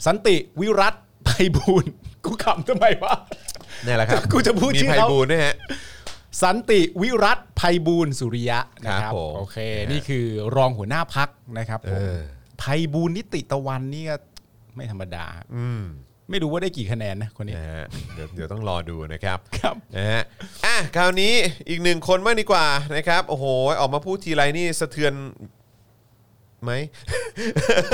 C: สันติวิรัตไพบูลย์ กูขำทำไมวะ
B: นี่แหละครับ
C: กูจะพูด
B: มี
C: ชื่อ
B: ไพ
C: เขา
B: บูลย์ด้วยฮะ
C: สันติวิรัตไพบูลย์สุริยะนะค
B: ครั
C: รั
B: บบ ผม
C: โอเค
B: นะฮะ
C: นี่คือรองหัวหน้าพักนะครับผม
B: เออ
C: ไพบูลย์นิติตะวันนี่ก็ไม่ธรรมดา
B: อืม
C: ไม่รู้ว่าได้กี่คะแนนนะคนนี้
B: นะ ฮะเดี๋ยวเดี๋ยวต้องรอดูนะครับ
C: ครับ
B: นะฮะอ่ะคราวนี้อีกหนึ่งคนมากดีกว่านะครับ โอ้โห ออกมาพูดทีไรนี่สะเทือนไหม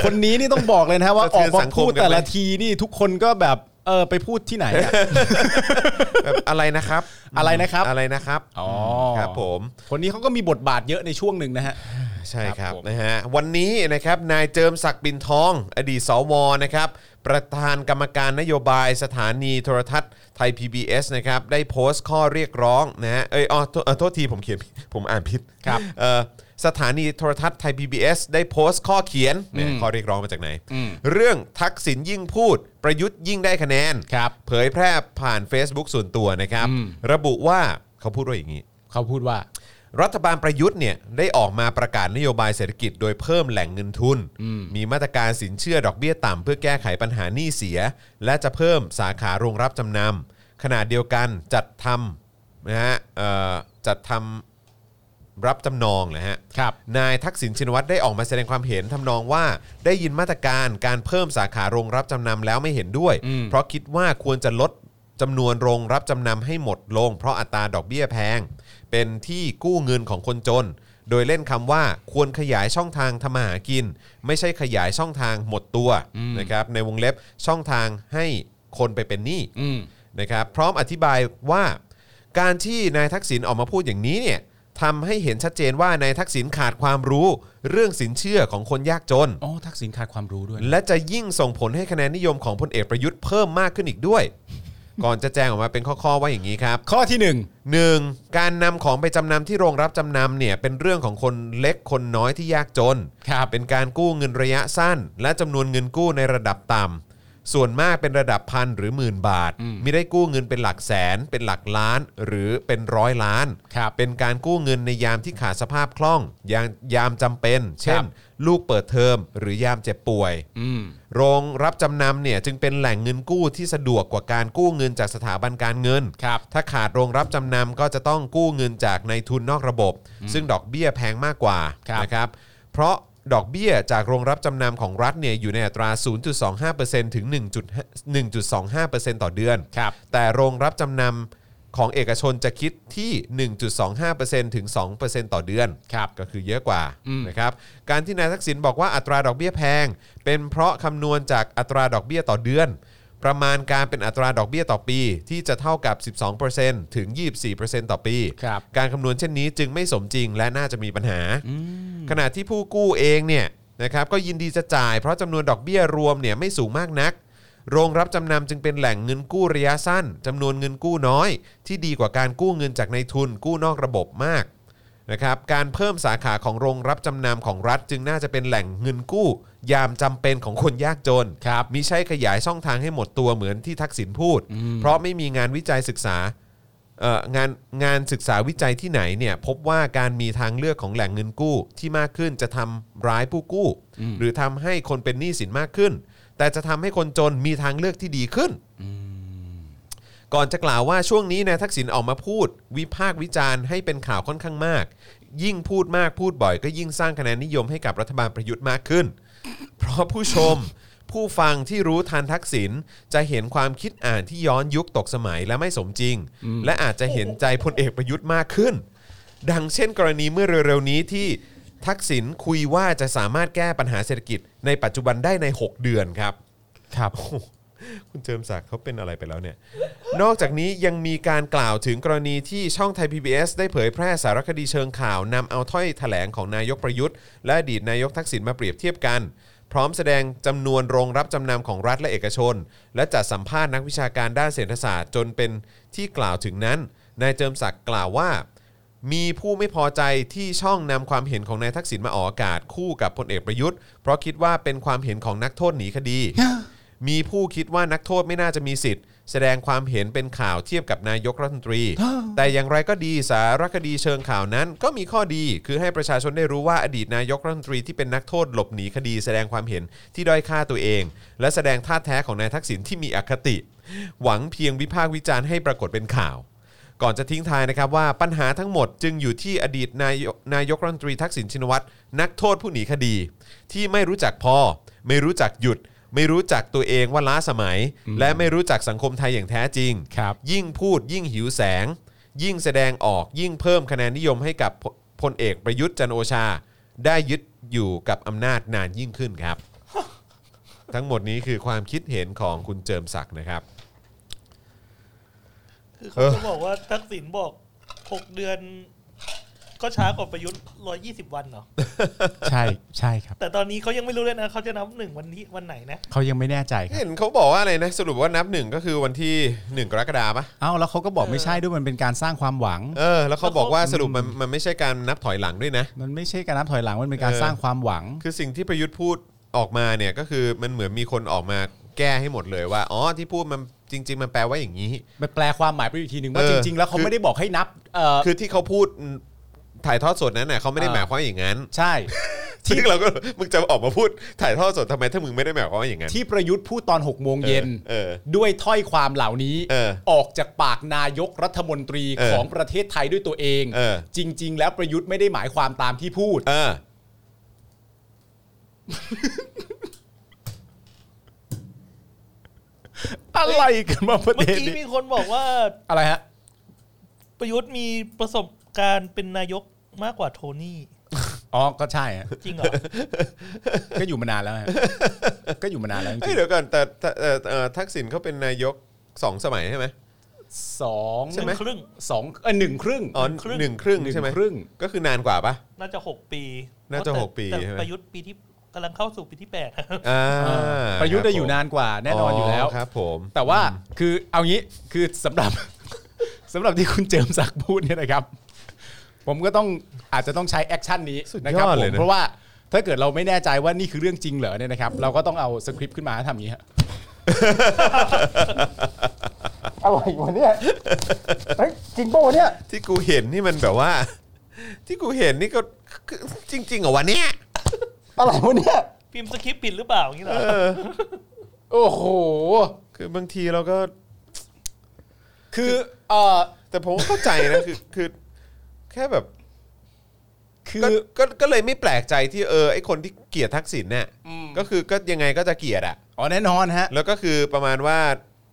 C: คนนี้นี่ต้องบอกเลยนะฮะว่า
B: สะ
C: ออก
B: เทือน
C: มา
B: สังคม
C: พูด
B: กันไหม
C: แต่ละทีนี่ทุกคนก็แบบเออไปพูดที่ไหนอะ
B: แบบอะไรนะครับ
C: อะไรนะครับ
B: อะไรนะครับ
C: อ๋อ
B: ครับผม
C: คนนี้เขาก็มีบทบาทเยอะในช่วงหนึ่งนะฮะ
B: ใช่ครับ
E: ผม
B: นะฮะวันนี้นะครับนายเจิมศักดิ์ปินทอง อดีตสวนะครับ ประธานกรรมการนโยบายสถานีโทรทัศน์ไทย PBS นะครับ ได้โพสต์ข้อเรียกร้องนะฮะเอ้ยอ๋อโทเอ่อโทษทีผมเขียนผิดผมอ่านผิด
E: ครับ
B: เอ่อสถานีโทรทัศน์ไทย PBS ได้โพสต์ข้อเขียนเนี่ยข้อเรียกร้องมาจากไหน
E: อืม
B: เรื่องทักษิณยิ่งพูด ประยุทธ์ยิ่งได้คะแนน
E: ครับ
B: เผยแพร่ผ่าน Facebook ส่วนตัวนะครับ
E: อืม
B: ระบุว่าเขาพูดว่าอย่างนี้
E: เขาพูดว่า
B: รัฐบาลประยุทธ์เนี่ยได้ออกมาประกาศนโยบายเศรษฐกิจโดยเพิ่มแหล่งเงินทุน มีมาตรการสินเชื่อดอกเบี้ยต่ำเพื่อแก้ไขปัญหาหนี้เสีย และจะเพิ่มสาขาโรงรับจำนำขณะเดียวกันจัดทำนะฮะเอ่อจัดทำรับจำนองนะฮะ
E: ครับ
B: นายทักษิณชินวัตรได้ออกมาแสดงความเห็นทำนองว่าได้ยินมาตรการการเพิ่มสาขาโรงรับจำนำแล้วไม่เห็นด้วย
E: อืม
B: เพราะคิดว่าควรจะลดจำนวนโรงรับจำนำให้หมดลง เพราะอัตราดอกเบี้ยแพง เป็นที่กู้เงินของคนจน โดยเล่นคำว่าควรขยายช่องทางทำมาหากิน ไม่ใช่ขยายช่องทางหมดตัวนะครับในวงเล็บช่องทางให้คนไปเป็นหนี้
E: อืม
B: นะครับพร้อมอธิบายว่าการที่นายทักษิณออกมาพูดอย่างนี้เนี่ยทำให้เห็นชัดเจนว่านายทักษิณขาดความรู้ เรื่องสินเชื่อของคนยากจน
E: อ๋อ ทักษิณขาดความรู้ด้วยนะ
B: และจะยิ่งส่งผลให้คะแนนนิยมของพลเอกประยุทธ์เพิ่มมากขึ้นอีกด้วย ก่อนจะแจ้งออกมาเป็นข้อๆว่าอย่างนี้ครับ
E: ข้อที่หนึ่ง
B: 1. การนำของไปจำนำที่โรงรับจำนำเนี่ยเป็นเรื่องของคนเล็กคนน้อยที่ยากจน
E: ครับ
B: เป็นการกู้เงินระยะสั้น และจำนวนเงินกู้ในระดับต่ำส่วนมากเป็นระดับพันหรือหมื่นบาทมิได้กู้เงินเป็นหลักแสน เป็นหลักล้าน หรือเป็นร้อยล้าน
E: ครับ
B: เป็นการกู้เงินในยามที่ขาดสภาพคล่องยามยามจำเป็น เช่
E: คน รับ
B: ลูกเปิดเทอมหรือยามเจ็บป่วย
E: อืม
B: โรงรับจำนำเนี่ยจึงเป็นแหล่งเงินกู้ที่สะดวกกว่าการกู้เงินจากสถาบันการเงิน
E: ครับ
B: ถ้าขาดโรงรับจำนำก็จะต้องกู้เงินจากในทุนนอกระบบ ซึ่งดอกเบี้ยแพงมากกว่า
E: ครับ
B: นะครับ เพราะดอกเบี้ยจากโรงรับจำนำของรัฐเนี่ยอยู่ในอัตรา 0.25%ถึง 1.25%ต่อเดือน
E: ครับ
B: แต่โรงรับจำนำของเอกชนจะคิดที่ 1.25%ถึง 2%ต่อเดือน
E: ครับ
B: ก็คือเยอะกว่า
E: อืม
B: นะครับ การที่นายทักษิณบอกว่าอัตราดอกเบี้ยแพง เป็นเพราะคำนวณจากอัตราดอกเบี้ยต่อเดือน ประมาณการเป็นอัตราดอกเบี้ยต่อปี ที่จะเท่ากับ 12%ถึง 24%ต่อปี
E: ครับ
B: การคำนวณเช่นนี้จึงไม่สมจริงและน่าจะมีปัญหา ขณะที่ผู้กู้เองเนี่ยนะครับก็ยินดีจะจ่ายเพราะจำนวนดอกเบี้ยรวมเนี่ยไม่สูงมากนัก โรงรับจำนำจึงเป็นแหล่งเงินกู้ระยะสั้นจำนวนเงินกู้น้อย ที่ดีกว่าการกู้เงินจากในทุนกู้นอกระบบมาก นะครับการเพิ่มสาขาของโรงรับจำนำของรัฐ จึงน่าจะเป็นแหล่งเงินกู้ ยามจำเป็นของคนยากจน
E: ครับ
B: มิใช่ขยายช่องทางให้หมดตัวเหมือนที่ทักษิณพูด เพราะไม่มีงานวิจัยศึกษาเอ่องานงานศึกษาวิจัยที่ไหนเนี่ยพบว่าการมีทางเลือกของแหล่งเงินกู้ที่มากขึ้นจะทำร้ายผู้กู้ หรือทำให้คนเป็นหนี้สินมากขึ้น แต่จะทำให้คนจนมีทางเลือกที่ดีขึ้น ก่อนจะกล่าวว่าช่วงนี้นายทักษิณออกมาพูด วิพากษ์วิจารณ์ให้เป็นข่าวค่อนข้างมาก ยิ่งพูดมากพูดบ่อยก็ยิ่งสร้างคะแนนนิยมให้กับรัฐบาลประยุทธ์มากขึ้น เพราะผู้ชม ผู้ฟังที่รู้ทันทักษิณจะเห็นความคิดอ่านที่ย้อนยุคตกสมัยและไม่สมจริง และอาจจะเห็นใจพลเอกประยุทธ์มากขึ้น ดังเช่นกรณีเมื่อเร็วๆนี้ที่ทักษิณคุยว่าจะสามารถแก้ปัญหาเศรษฐกิจในปัจจุบันได้ใน 6 เดือนครับ
E: ครับ
B: คุณเจิมศักดิ์เขาเป็นอะไรไปแล้วเนี่ย นอกจากนี้ยังมีการกล่าวถึงกรณีที่ช่องไทย PBS ได้เผยแพร่สารคดีเชิงข่าวนำเอาถ้อยแถลงของนายกประยุทธ์ และอดีตนายกทักษิณมาเปรียบเทียบกัน พร้อมแสดงจำนวนโรงรับจำนำของรัฐและเอกชน และจัดสัมภาษณ์นักวิชาการด้านเศรษฐศาสตร์จนเป็นที่กล่าวถึงนั้น นายเจิมศักดิ์กล่าวว่า มีผู้ไม่พอใจที่ช่องนำความเห็นของนายทักษิณมาออกอากาศคู่กับพลเอกประยุทธ์ เพราะคิดว่าเป็นความเห็นของนักโทษหนีคดี มีผู้คิดว่านักโทษไม่น่าจะมีสิทธิ์ แสดงความเห็นเป็นข่าวเทียบกับนายกรัฐมนตรี แต่อย่างไรก็ดีสารคดีเชิงข่าวนั้น ก็มีข้อดี คือให้ประชาชนได้รู้ว่าอดีตนายกรัฐมนตรีที่เป็นนักโทษหลบหนีคดี แสดงความเห็นที่ด้อยค่าตัวเอง และแสดงท่าแท้ของนายทักษิณที่มีอคติ หวังเพียงวิพากษ์วิจารณ์ให้ปรากฏเป็นข่าว ก่อนจะทิ้งท้ายนะครับว่าปัญหาทั้งหมดจึงอยู่ที่อดีตนายกนายกรัฐมนตรีทักษิณชินวัตรนักโทษผู้หนีคดี ที่ไม่รู้จักพอ ไม่รู้จักหยุด ไม่รู้จักตัวเองว่าล้าสมัย และไม่รู้จักสังคมไทยอย่างแท้จริง
E: ครับ
B: ยิ่งพูดยิ่งหิวแสง ยิ่งแสดงออกยิ่งเพิ่มคะแนนนิยมให้กับพพลเอกประยุทธ์จันทร์โอชา ได้ยึดอยู่กับอำนาจนานยิ่งขึ้นครับ ทั้งหมดนี้คือความคิดเห็นของคุณเจิมศักดิ์นะครับ
D: คือเขาก็บอกว่าทักษิณบอกหกเดือน ก็ช้ากว่าประยุทธ์120 วันเหรอ
G: ใช่ใช่ครับ
D: แต่ตอนนี้เขายังไม่รู้เลยนะเขาจะนับหนึ่งวันที่วันไหนนะ
G: เขายังไม่แน่ใจครับ
B: เห็นเขาบอกว่าอะไรนะ สรุปว่านับหนึ่งก็คือวันที่หนึ่งกรกฎาปะ
G: เอ้าแล้วเขาก็บอกไม่ใช่ด้วยมันเป็นการสร้างความหวัง
B: เออแล้วเขาบอกว่าสรุปมันมันไม่ใช่การนับถอยหลังด้วยนะ
G: มันไม่ใช่การนับถอยหลังมันเป็นการ
B: เออ
G: สร้างความหวัง
B: คือสิ่งที่ประยุทธ์พูดออกมาเนี่ยก็คือมันเหมือนมีคนออกมาแก้ให้หมดเลยว่าอ๋อที่พูดมันจริง ๆ มันแปลว่าอย่างนี้
E: ไปแปลความหมายไปอีกทีหนึ่งว่า
B: เออ
E: จริง ๆ แล้วเขาไม่ได้บอกให้นับเอ่อ
B: คือที่เขาพูดถ่ายทอดสดนั้นน่ะเขาไม่ได้
E: เออ
B: หมายความอย่างนั้น
E: ใช่
B: ซึ่งเราก็มึงจะออกมาพูดถ่ายทอดสดทำไมถ้ามึงไม่ได้หมายความว่าอย่างนั้น
E: ที่ประยุทธ์พูดตอน6กโมง
B: ออ
E: เย็น
B: เออ
E: ด้วยถ้อยความเหล่านี้
B: เออ
E: ออกจากปากนายกรัฐมนตรี
B: เออ
E: ของประเทศไทยด้วยตัวเอง
B: เออ
E: จริง ๆ แล้วประยุทธ์ไม่ได้หมายความตามที่พูด
B: เออ
G: อะไรกันมาประ
D: เมื่อ
G: เด็น
D: กี้
G: นี้
D: มีคนบอกว่า
E: อะไรฮะ
D: ประยุทธ์มีประสบการณ์เป็นนายกมากกว่าโทนี่
G: อ๋อก็ใช่ฮะ
D: จริงเหรอ
G: ก็อยู่มานาน แล้วฮะก็อยู่มานานแล้วจริ
B: เอ้ย
G: ง
B: เดี๋ยวก่อนแต่แต่เอ่อเอ่อทักษิณเขาเป็นนายกสองสมัยใช่ไหม
E: สอง
B: ใช่ไหม
D: ครึ่ง
E: สองเออหนึ่งครึ่ง
B: อ๋อ
D: ครึ่ง
B: หนึ่งครึ่งใช่ไหม
E: หนึ่งครึ่ง
B: ก็คือนานกว่าปะ
D: น่าจะหกปี
B: น่าจะ
D: แต่
B: หกปี
D: แต่
B: ใช่ไหม
D: ประยุทธ์ปีที่กำลังเข้าสู่ปีที่แปด
B: อ่า
E: อ่าประยุทธ์ได้อยู่นานกว่าแน่นอนอยู่แล้ว
B: ครับผม
E: แต่ว่าคือเอางี้คือสำหรับ สำหรับที่คุณเจิมศักดิ์พูดเนี่ยนะครับ ผมก็ต้องอาจจะต้องใช้แอคชั่นนี้
B: สุดยอด
E: นะครับผ
B: เลย
E: ม
B: นะ
E: เพราะว่าถ้าเกิดเราไม่แน่ใจว่านี่คือเรื่องจริงเหรอเนี่ยนะครับ เราก็ต้องเอาสคริปต์ขึ้นมาแล้วทำอย่างนี้ฮะ
C: อะไรวะเนี่ยเฮ้ยจริงป่าวะเนี่ย
B: ที่กูเห็นนี่มันแบบว่า ที่กูเห็นนี่ก็คือจริงๆเหรอวะเนี่ย
C: อะไรวะเนี่ย
D: พิมพ์สคริปต์ผิดหรือเปล่าอย่างนี้เหรอ
B: เออ
E: โอ้โห
B: คือบางทีเราก็
E: คือเอ่อ
B: แต่ผมก็เข้าใจนะ คือคือแค่แบบ
E: คื
B: ก็
E: อ
B: ก็ก็เลยไม่แปลกใจที่เออไอคนที่เกลียดทักษิณเนี่ยก็คือก็ยังไงก็จะเกลียดอ่ะ
E: อ๋อแน่นอนฮะ
B: แล้วก็คือประมาณว่า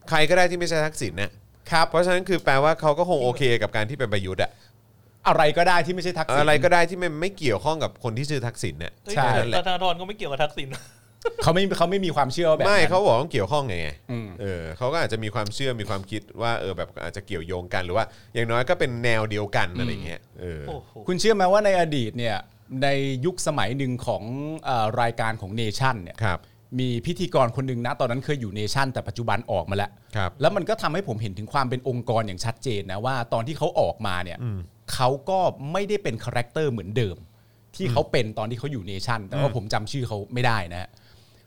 B: ใครก็ได้ที่ไม่ใช่ทักษิณเนี่ยครับ เพราะฉะนั้นคือแปลว่าเขาก็คงโอเคกับการที่เป็นประยุทธ์อะ
E: อะไรก็ได้ที่ไม่ใช่ทักษิณ
B: อะไรก็ได้ที่มันไม่เกี่ยวข้องกับคนที่ชื่อทักษิณเนี่ย
D: เอ้ย
E: ใช่
D: แต่
B: นั่นแหละ
D: ธนาธรก็ไม่เกี่ยวกับทักษิณ
E: เขาไม่เขาไม่มีความเชื่อว่าแบบนั้น
B: ไม่เขาบอกว่าเกี่ยวข้องไงไง
E: อืม
B: เออเขาก็อาจจะมีความเชื่อมีความคิดว่าเออแบบอาจจะเกี่ยวโยงกันหรือว่า อย่างน้อยก็เป็นแนวเดียวกันอะไรเงี้ยเออ
D: โอ้โห
E: คุณเชื่อไหมว่าในอดีตเนี่ยในยุคสมัยหนึ่งของเออรายการของเนชั่นเนี่ย
B: ครับ
E: มีพิธีกรคนหนึ่งนะตอนนั้นเคยอยู่เนชั่นแต่ปัจจุบันออกมาแล้ว
B: ครับ
E: แล้วมันก็ทำให้ผมเห็นถึงความเป็นองค์กรอย่างชัดเจนนะว่าตอนที่เขาออกมาเนี่ยเขาก็ไม่ได้เป็นคาแรคเตอร์เหมือนเดิม ที่เขาเป็นตอนที่เขาอยู่เนชั่นแต่ว่าผมจำชื่อเขาไม่ได้นะฮะ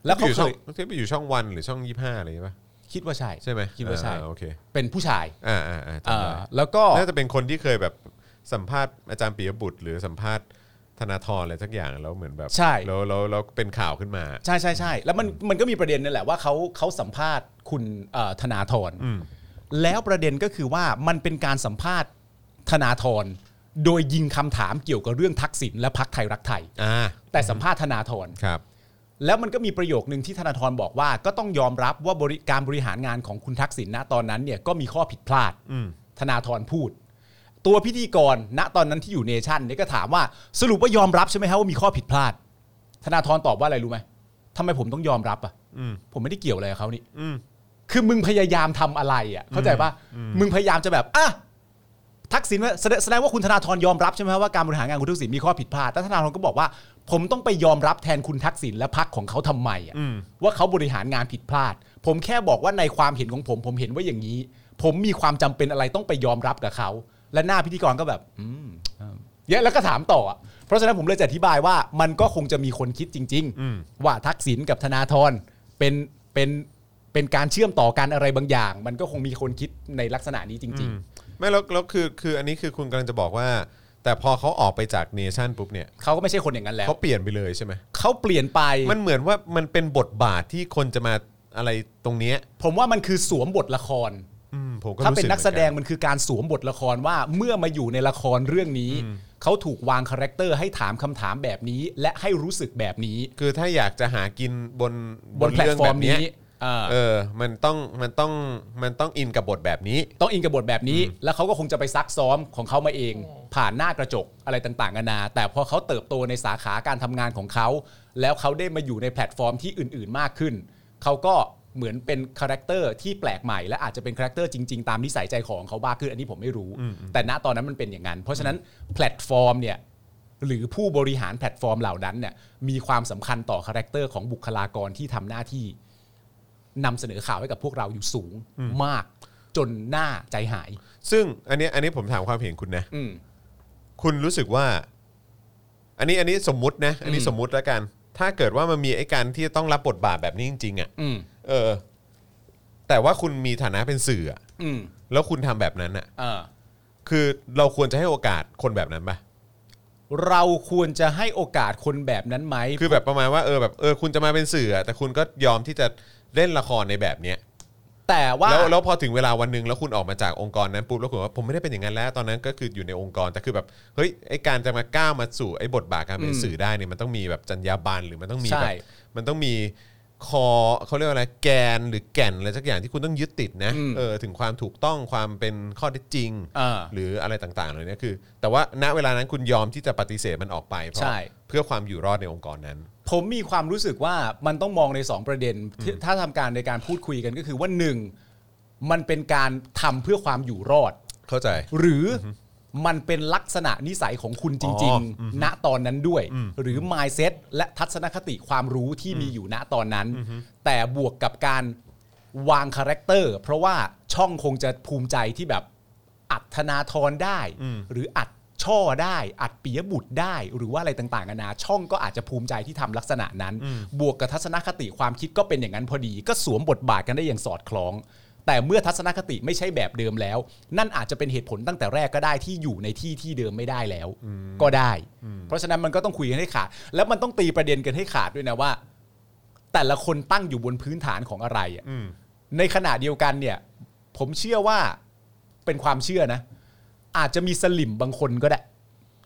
E: แล้ว
B: อ
E: เขา
B: ยู่
E: เค
B: ช่อง
E: ย
B: ที่ไปอยู่ช่องวันหรือช่องยี่ห้าอะไรใช่ปะ
E: คิดว่าใช่
B: ใช่ไหม
E: คิดว่าใช่
B: อ่โอเค
E: เป็นผู้ชาย
B: อ่าอ่าอ่าจำ
E: เอ่
B: ได้
E: อแล้วก็
B: น่าจะเป็นคนที่เคยแบบสัมภาษณ์อาจารย์ปิยบุตร หรือสัมภาษณ์ธนาธรอะไรสักอย่างแล้วเหมือนแบบ
E: ใช่
B: แล้วแล้วแล้วเป็นข่าวขึ้นมา
E: ใช่ใช่ใช่แล้วมันมันก็มีประเด็นนั่นแหละว่าเขาเขาสัมภาษณ์คุณเอ่อธนาธร
B: อืม
E: แล้วประเด็นก็คือว่ามันเป็นการสัมภาษณ์ธนาธรโดยยิงคำถามเกี่ยวกับเรื่องทักษิณและพักไทยรักไทย
B: อ่า
E: แต่สัมภาษณ์ธนาธร
B: ครับ
E: แล้วมันก็มีประโยคนึงที่ธนาธรบอกว่า ก็ต้องยอมรับว่าบริการบริหารงานของคุณทักษิณณตอนนั้นเนี่ยก็มีข้อผิดพลาด
B: อืม
E: ธนาธรพูด ตัวพิธีกรณตอนนั้นที่อยู่เนชั่นเนี่ยก็ถามว่าสรุปว่ายอมรับใช่ไหมฮะว่ามีข้อผิดพลาด ธนาธรตอบว่าอะไรรู้ไหมทำไมผมต้องยอมรับอ่ะ
B: อืม
E: ผมไม่ได้เกี่ยวอะไรกับเขานี่
B: อืม
E: คือมึงพยายามทำอะไรอ่ะเข้าใจปะมึงพยายามจะแบบอ่ะทักษิณว่าแสดงแสดงว่าคุณธนาธรยอมรับใช่ไหมฮะว่าการบริหารงานคุณทักษิณมีข้อผิดพลาดแต่ธนาธรก็บอกว่า ผมต้องไปยอมรับแทนคุณทักษิณและพักของเขาทำไมอ่ะ
B: อืม
E: ว่าเขาบริหารงานผิดพลาด ผมแค่บอกว่าในความเห็นของผม ผมเห็นว่าอย่างนี้ ผมมีความจำเป็นอะไรต้องไปยอมรับกับเขา และหน้าพิธีกรก็แบบ อืมอืมเยอะแล้วก็ถามต่ออะเพราะฉะนั้นผมเลยจะอธิบายว่ามันก็คงจะมีคนคิดจริง
B: อืม
E: ๆ ว่าทักษิณกับธนาธรเป็นเป็นเป็นการเชื่อมต่อกันอะไรบางอย่าง มันก็คงมีคนคิดในลักษณะนี้จริง
B: ไม่แล้วแล้วคือคืออันนี้คือคุณกำลังจะบอกว่า แต่พอเขาออกไปจากเนชั่นปุ๊บเนี่ย
E: ๆ เขาก็ไม่ใช่คนอย่างนั้นแล้ว
B: เขาเปลี่ยนไปเลยใช่ไหม
E: เขาเปลี่ยนไป
B: มันเหมือนว่ามันเป็นบทบาทที่คนจะมาอะไรตรงเนี้ย
E: ผมว่ามันคือสวมบทละคร
B: อืมผมก็
E: ถ้า
B: รู้สึ
E: เป็
B: กหมือ
E: นนักแสดงมันคือการสวมบทละครว่าเมื่อมาอยู่ในละครเรื่องนี้ เขาถูกวางคาแรคเตอร์ให้ถามคำถามแบบนี้ และให้รู้สึกแบบนี้
B: คือถ้าอยากจะหากินบน
E: บนแพลตฟอร์ม
B: เง
E: นี้
B: เย
E: เออ
B: เออ มันต้อง มันต้อง มันต้องอินกับบทแบบนี้
E: ต้องอินกับบทแบบนี้ แล้วเขาก็คงจะไปซักซ้อมของเขามาเอง ผ่านหน้ากระจกอะไรต่างๆนานา แต่พอเขาเติบโตในสาขาการทำงานของเขา แล้วเขาได้มาอยู่ในแพลตฟอร์มที่อื่น ๆ มากขึ้น เขาก็ เหมือนเป็นคาแรคเตอร์ที่แปลกใหม่และอาจจะเป็นคาแรคเตอร์จริง ๆ ตามนิสัยใจของเขาบ้างคืออันนี้ผมไม่รู้ แต่ณตอนนั้นมันเป็นอย่างนั้น เพราะฉะนั้นแพลตฟอร์มเนี่ยหรือผู้บริหารแพลตฟอร์มเหล่านั้นเนี่ยมีความสำคัญต่อคาแรคเตอร์ของบุคลากรที่ทำหน้าที่นำเสนอข่าวให้กับพวกเราอยู่สูงมากจนหน้าใจหาย
B: ซึ่งอันเนี้ยอันนี้ผมถามความเห็นคุณนะ
E: อืม
B: คุณรู้สึกว่า อันนี้อันนี้สมมุตินะ อันนี้
E: อืม
B: สมมุติแล้วกัน ถ้าเกิดว่ามันมีไอ้การที่ต้องรับบทบาทแบบนี้จริงๆอ่ะ
E: อืม
B: เออ แต่ว่าคุณมีฐานะเป็นสื่ออะ
E: อืม
B: แล้วคุณทำแบบนั้นอ่ะ
E: เออ
B: คือเราควรจะให้โอกาสคนแบบนั้นปะ
E: เราควรจะให้โอกาสคนแบบนั้นไหม
B: คือแบบประมาณว่าเออแบบเออคุณจะมาเป็นสื่ออะแต่คุณก็ยอมที่จะเล่นละครในแบบเนี้ย
E: แต่ว่า
B: แล้วแล้วพอถึงเวลาวันหนึ่งแล้วคุณออกมาจากองค์กรนั้นปุ๊บแล้วคุณบอกว่าผมไม่ได้เป็นอย่างนั้นแล้ว ตอนนั้นก็คืออยู่ในองค์กรแต่คือแบบเฮ้ยไอการจะมาก้าวมาสู่ไอบทบาทการเป็นสื่อได้เนี่ยมันต้องมีแบบจรรยาบรรณหรือมันต้องมี
E: ใช่
B: แบบมันต้องมีคอเขาเรียกว่าอะไรแกนหรือแก่นอะไรสักอย่างที่คุณต้องยึดติดนะ
E: อืม
B: เออถึงความถูกต้องความเป็นข้อเท็จจริง
E: อ่า
B: หรืออะไรต่างๆเหลยเนี่ยคือ แต่ว่าณเวลานั้นคุณยอมที่จะปฏิเสธมันออกไปเพ
E: ใช่
B: ราะเพื่อความอยู่รอดในองค์กรนั้น
E: ผมมีความรู้สึกว่ามันต้องมองใน 2 ประเด็นที่ถ้าทำการในการพูดคุยกันก็คือว่าหนึ่งมันเป็นการทำเพื่อความอยู่รอด
B: เข้าใจ
E: หรืออมันเป็นลักษณะนิสัยของคุณจริง ๆ ณตอนนั้นด้วย หรือ mindset และทัศนคติความรู้ที่มีอยู่ณตอนนั้น แต่บวกกับการวางคาแรคเตอร์ เพราะว่าช่องคงจะภูมิใจที่แบบอัดธนาธรได้ หรืออัดช่อได้ อัดปียบุตรได้ หรือว่าอะไรต่างๆนานาช่องก็อาจจะภูมิใจที่ทำลักษณะนั้น บวกกับทัศนคติความคิดก็เป็นอย่างนั้นพอดี ก็สวมบทบาทกันได้อย่างสอดคล้อง แต่เมื่อทัศนคติไม่ใช่แบบเดิมแล้ว นั่นอาจจะเป็นเหตุผลตั้งแต่แรกก็ได้ที่อยู่ในที่ที่เดิมไม่ได้แล้ว ก็ได้ เพราะฉะนั้นมันก็ต้องคุยกันให้ขาด แล้วมันต้องตีประเด็นกันให้ขาดด้วยนะว่า แต่ละคนตั้งอยู่บนพื้นฐานของอะไรอะ
B: อืม
E: ในขณะเดียวกันเนี่ย ผมเชื่อว่าเป็นความเชื่อนะ อาจจะมีสลิมบางคนก็ได้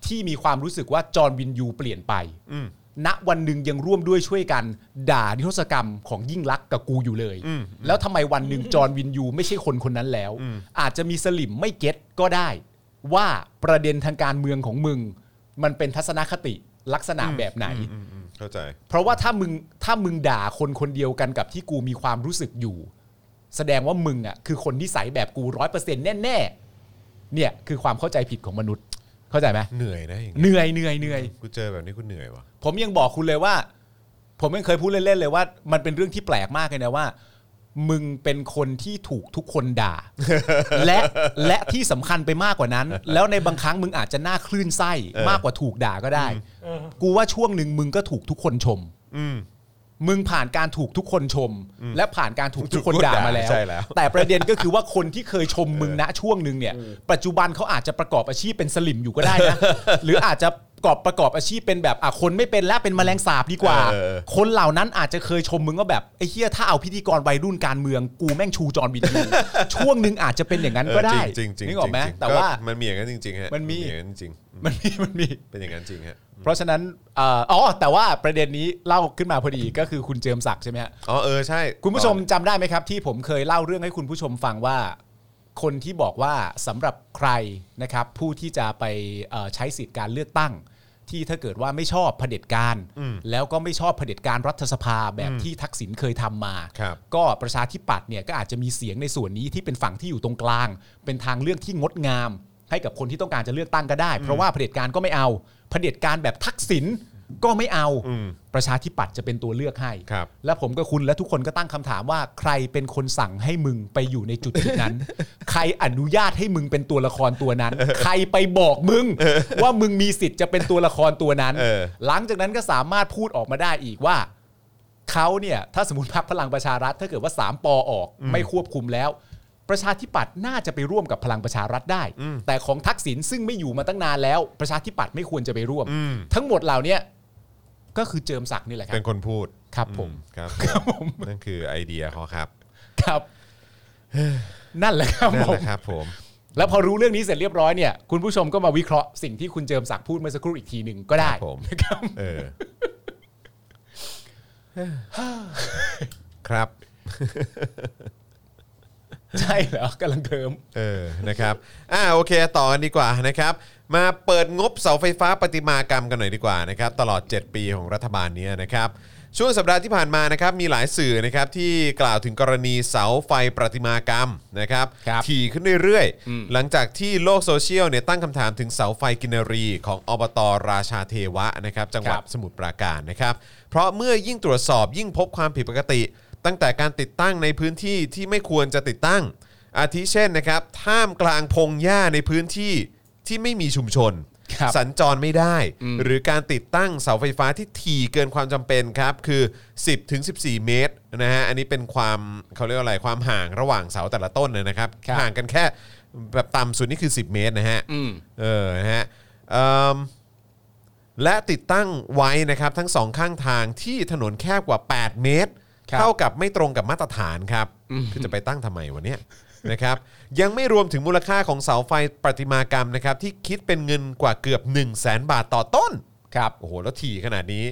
E: ที่มีความรู้สึกว่าจอร์นวินยูเปลี่ยนไป
B: อืม
E: ณวันหนึ่งยังร่วมด้วยช่วยกัน ด่านิทศกรรมของยิ่งลักษณ์กับกูอยู่เลย
B: อืม
E: แล้วทำไมวันหนึ่งจอร์นวินยูไม่ใช่คนคนนั้นแล้ว อาจจะมีสลิมไม่เก็ตก็ได้ ว่าประเด็นทางการเมืองของมึง มันเป็นทัศนคติลักษณะแบบไหน
B: อืมอืมเข้าใจ
E: เพราะว่าถ้ามึงถ้ามึงด่าคนคนเดียวกันกับที่กูมีความรู้สึกอยู่ แสดงว่ามึงอ่ะคือคนที่ใสยแบบกูร้อยเปอร์เซ็นต์แน่ๆเนี่ยคือความเข้าใจผิดของมนุษย์ เข้าใจไหม
B: เหนื่อยนะอย่างเงี้ย
E: เหนื่อยเหนื่อยเหนื่อย
B: กูเจอแบบนี้กูเหนื่อยว่ะ
E: ผมยังบอกคุณเลยว่า ผมยังเคยพูดเล่นๆเลยว่า มันเป็นเรื่องที่แปลกมากเลยนะว่า มึงเป็นคนที่ถูกทุกคนด่า และและที่สำคัญไปมากกว่านั้น แล้วในบางครั้งมึงอาจจะหน้าคลื่นไส้
B: เออ
E: มากกว่าถูกด่าก็ได้
D: เออ
E: กูว่าช่วงหนึ่งมึงก็ถูกทุกคนชม
B: อืม
E: มึงผ่านการถูกทุกคนชม และผ่านการถูกทุกคนด่ามาแล้ว
B: ใช่แล้ว
E: แต่ประเด็นก็คือว่าคนที่เคยชมมึงณช่วงหนึ่งเนี่ย ปัจจุบันเขาอาจจะประกอบอาชีพเป็นสลิมอยู่ก็ได้ นะ หรืออาจจะประกอบประกอบอาชีพเป็นแบบอ่ะคนไม่เป็นแล้วเป็นแมลงสาบดีกว่า
B: เออ
E: คนเหล่านั้นอาจจะเคยชมมึงว่าแบบไอ้เฮียถ้าเอาพิธีกรวัยรุ่นการเมืองกูแม่งชูจอร์นบิน ยู ช่วงหนึ่งอาจจะเป็นอย่างนั้นก็ได้
B: เออจริงๆจริงๆ
E: นึกออกไหม
B: จริงๆ
E: แต่ว่า
B: ก็นมีอย่างนั้นจริงๆฮะ
E: มันมี
B: อย่างนั้นจริง
E: มันมีมันมี
B: ๆเป็นอย่างนั้นจริงฮะ
E: เพราะฉะนั้นเอ่ออ๋อแต่ว่าประเด็นนี้เล่าขึ้นมาพอดีก็คือคุณเจิมศักดิ์ใช่ไหมฮะ
B: อ๋อเออใช่
E: คุณผู้ชมจำได้ไหมครับ ที่ผมเคยเล่าเรื่องให้คุณผู้ชมฟังว่า คนที่บอกว่าสำหรับใครนะครับ ผู้ที่จะไปเอ่อใช้สิทธิ์การเลือกตั้ง ที่ถ้าเกิดว่าไม่ชอบเผด็จการ แล้วก็ไม่ชอบเผด็จการรัฐสภาแบบที่ทักษิณเคยทำมา
B: ครับ
E: ก็ประชาธิปัตย์เนี่ยก็อาจจะมีเสียงในส่วนนี้ที่เป็นฝั่งที่อยู่ตรงกลาง เป็นทางเลือกที่งดงาม ให้กับคนที่ต้องการจะเลือกตั้งก็ได้ เพราะว่าเผด็จการก็ไม่เอาเผด็จการแบบทักษิณก็ไม่เอา
B: อืม
E: ประชาธิปัตย์จะเป็นตัวเลือกให้
B: ครับ
E: และผมกับคุณและทุกคนก็ตั้งคำถามว่าใครเป็นคนสั่งให้มึงไปอยู่ในจุดจุดนั้น ใครอนุญาตให้มึงเป็นตัวละครตัวนั้น ใครไปบอกมึง ว่ามึงมีสิทธิ์จะเป็นตัวละครตัวนั้น
B: เออ
E: หลังจากนั้นก็สามารถพูดออกมาได้อีกว่า เขาเนี่ยถ้าสมมติพักพลังประชารัฐถ้าเกิดว่า 3ปอออกไม่ควบคุมแล้ว ประชาธิปัตย์น่าจะไปร่วมกับพลังประชารัฐได้ แต่ของทักษิณซึ่งไม่อยู่มาตั้งนานแล้ว ประชาธิปัตย์ไม่ควรจะไปร่วม
B: อืม
E: ทั้งหมดเหล่าเนี้ยก็คือเจิมศักดิ์นี่แหละครั
B: เป็
E: บ
B: นคนพูด
E: ครับผม
B: ครับครับผมนั่นคือไอเดียเขาครับ
E: ครับ นั่นแหละครับ
B: นั่น
E: ผ
B: แห
E: ม
B: ละครับผม
E: แล้วพอรู้เรื่องนี้เสร็จเรียบร้อยเนี่ยคุณผู้ชมก็มาวิเคราะห์สิ่งที่คุณเจิมศักดิ์พูดเมื่อสักครู่อีกทีหนึ่งก็
B: ค
E: ได้
B: รับผมเออครับ
E: ใช่เหรอกำลังเคิม
B: เออ นะครับ อ่า โอเค ต่อกันดีกว่านะครับ มาเปิดงบเสาไฟฟ้าประติมากรรมกันหน่อยดีกว่านะครับ ตลอด 7 ปีของรัฐบาลเนี้ยนะครับ ช่วงสัปดาห์ที่ผ่านมานะครับ มีหลายสื่อนะครับที่กล่าวถึงกรณีเสาไฟประติมากรรมนะครับ
E: ครับ
B: ถี่ขึ้นเรื่อยๆ หลังจากที่โลกโซเชียลเนี่ยตั้งคำถามถึงเสาไฟกินรีของอบตราชาเทวะนะครับจังหวัด
E: ครับ
B: สมุทรปราการนะครับ เพราะเมื่อยิ่งตรวจสอบยิ่งพบความผิดปกติ ตั้งแต่การติดตั้งในพื้นที่ที่ไม่ควรจะติดตั้ง อาทิเช่นนะครับท่ามกลางพงหญ้าในพื้นที่ที่ไม่มีชุมชน
E: ครับ
B: สัญจรไม่ได้ หรือการติดตั้งเสาไฟฟ้าที่ถี่เกินความจำเป็นครับ คือ 10ถึง14 เมตรนะฮะอันนี้เป็นความเขาเรียกว่าอะไรความห่างระหว่างเสาแต่ละต้นนะนะครับ
E: ครับ
B: ห่างกันแค่แบบต่ำสุดนี่คือ 10 เมตรนะฮะ
E: อืม
B: เออนะฮะเอิ่ม และติดตั้งไว้นะครับทั้งสองข้างทางที่ถนนแคบกว่า 8 เมตร
E: ครับ
B: เท่ากับไม่ตรงกับมาตรฐานครับคือจะไปตั้งทำไมวะเนี่ย นะครับยังไม่รวมถึงมูลค่าของเสาไฟประติมากรรมนะครับที่คิดเป็นเงินกว่าเกือบ 1 0 0 0 0แสนบาทต่อต้น
E: ครับ
B: โอ้โหแล้วถี่ขนาดนี้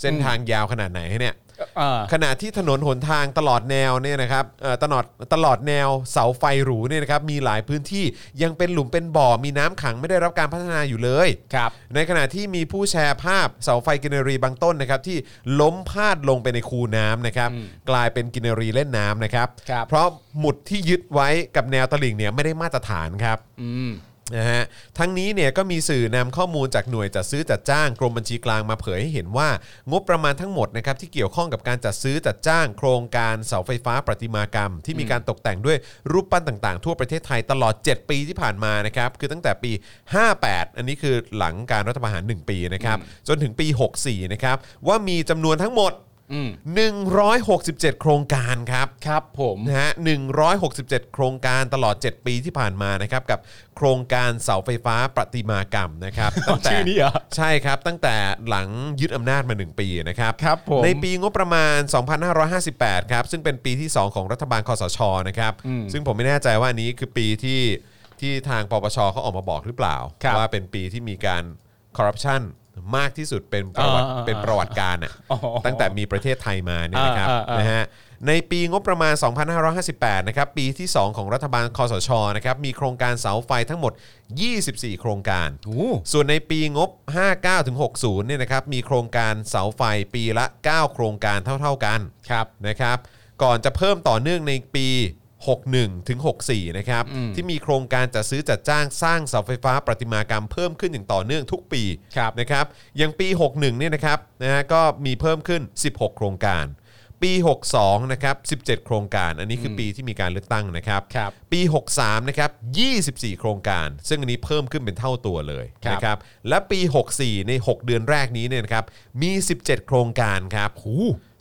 B: เส้นทางยาวขนาดไหนเนี่ย
E: เออ
B: ขณะที่ถนนหนทางตลอดแนวเนี่ยนะครับเอ่อตลอดตลอดแนวเสาไฟหรูเนี่ยนะครับมีหลายพื้นที่ยังเป็นหลุมเป็นบ่อมีน้ำขังไม่ได้รับการพัฒนาอยู่เลย
E: ครับ
B: ในขณะที่มีผู้แชร์ภาพเสาไฟกินรีบางต้นนะครับที่ล้มพาดลงไปในคูน้ำนะครับกลายเป็นกินรีเล่นน้ำนะครับ
E: ครับ
B: เพราะหมุดที่ยึดไว้กับแนวตลิ่งเนี่ยไม่ได้มาตรฐานครับ
E: อืม
B: นะฮะทั้งนี้เนี่ยก็มีสื่อนำข้อมูลจากหน่วยจัดซื้อจัดจ้างกรมบัญชีกลางมาเผยให้เห็นว่า งบประมาณทั้งหมดนะครับที่เกี่ยวข้องกับการจัดซื้อจัดจ้าง โครงการเสาไฟฟ้าประติมากรรม ที่มีการตกแต่งด้วยรูปปั้นต่างๆ ทั่วประเทศไทยตลอด 7 ปีที่ผ่านมานะครับคือตั้งแต่ปี 58 อันนี้คือหลังการรัฐประหาร 1 ปีนะครับจนถึงปี 64 นะครับว่ามีจำนวนทั้งหมด
E: อืม
B: 167 โครงการครับ
E: ครับผม
B: นะฮะ167 โครงการตลอด 7 ปีที่ผ่านมานะครับ กับโครงการเสาไฟฟ้าประติมากรรมนะครับ ตั้งแต่
E: ชื่อนี้ เหรอ
B: ใช่ครับ ตั้งแต่หลังยึดอำนาจมา 1 ปีนะครับ
E: ครับผม
B: ในปีงบประมาณ 2558 ครับ ซึ่งเป็นปีที่ 2 ของรัฐบาลคอสชนะครับ
E: อืม
B: ซึ่งผมไม่แน่ใจว่าอันนี้คือปีที่ที่ทางปปชเขาออกมาบอกหรือเปล่า
E: ครับ
B: ว่าเป็นปีที่มีการคอร์รัปชันมากที่สุดเป็นประวัติ
E: อ่า
B: เป็นประวัติการอะตั้งแต่มีประเทศไทยมาเนี่ย เนี่ยนะครับ
E: อ่าอ่าอ่าน
B: นะฮะในปีงบประมาณ 2558 นะครับ ปีที่ 2 ของรัฐบาลคอสชนะครับ มีโครงการเสาไฟทั้งหมด 24 โครงการ
E: โอ้
B: ส่วนในปีงบ 59-60 เนี่ยนะครับ มีโครงการเสาไฟปีละ 9 โครงการเท่า ๆกัน
E: ครับ
B: นะครับก่อนจะเพิ่มต่อเนื่องในปี 61ถึง64 นะครับที่มีโครงการจัดซื้อจัดจ้างสร้างเสาไฟฟ้าประติมากรรมเพิ่มขึ้นอย่างต่อเนื่องทุกปี
E: ครับ
B: นะครับอย่างปี 61 เนี่ยนะครับนะฮะก็มีเพิ่มขึ้น 16 โครงการ ปี 62 นะครับ 17 โครงการ อันนี้คือปีที่มีการเลือกตั้งนะครับ
E: ครับ
B: ปี 63 นะครับ 24 โครงการ ซึ่งอันนี้เพิ่มขึ้นเป็นเท่าตัวเลย
E: ครับ
B: นะครับและปี 64 ใน 6 เดือนแรกนี้เนี่ยนะครับมี 17 โครงการครับ
E: หู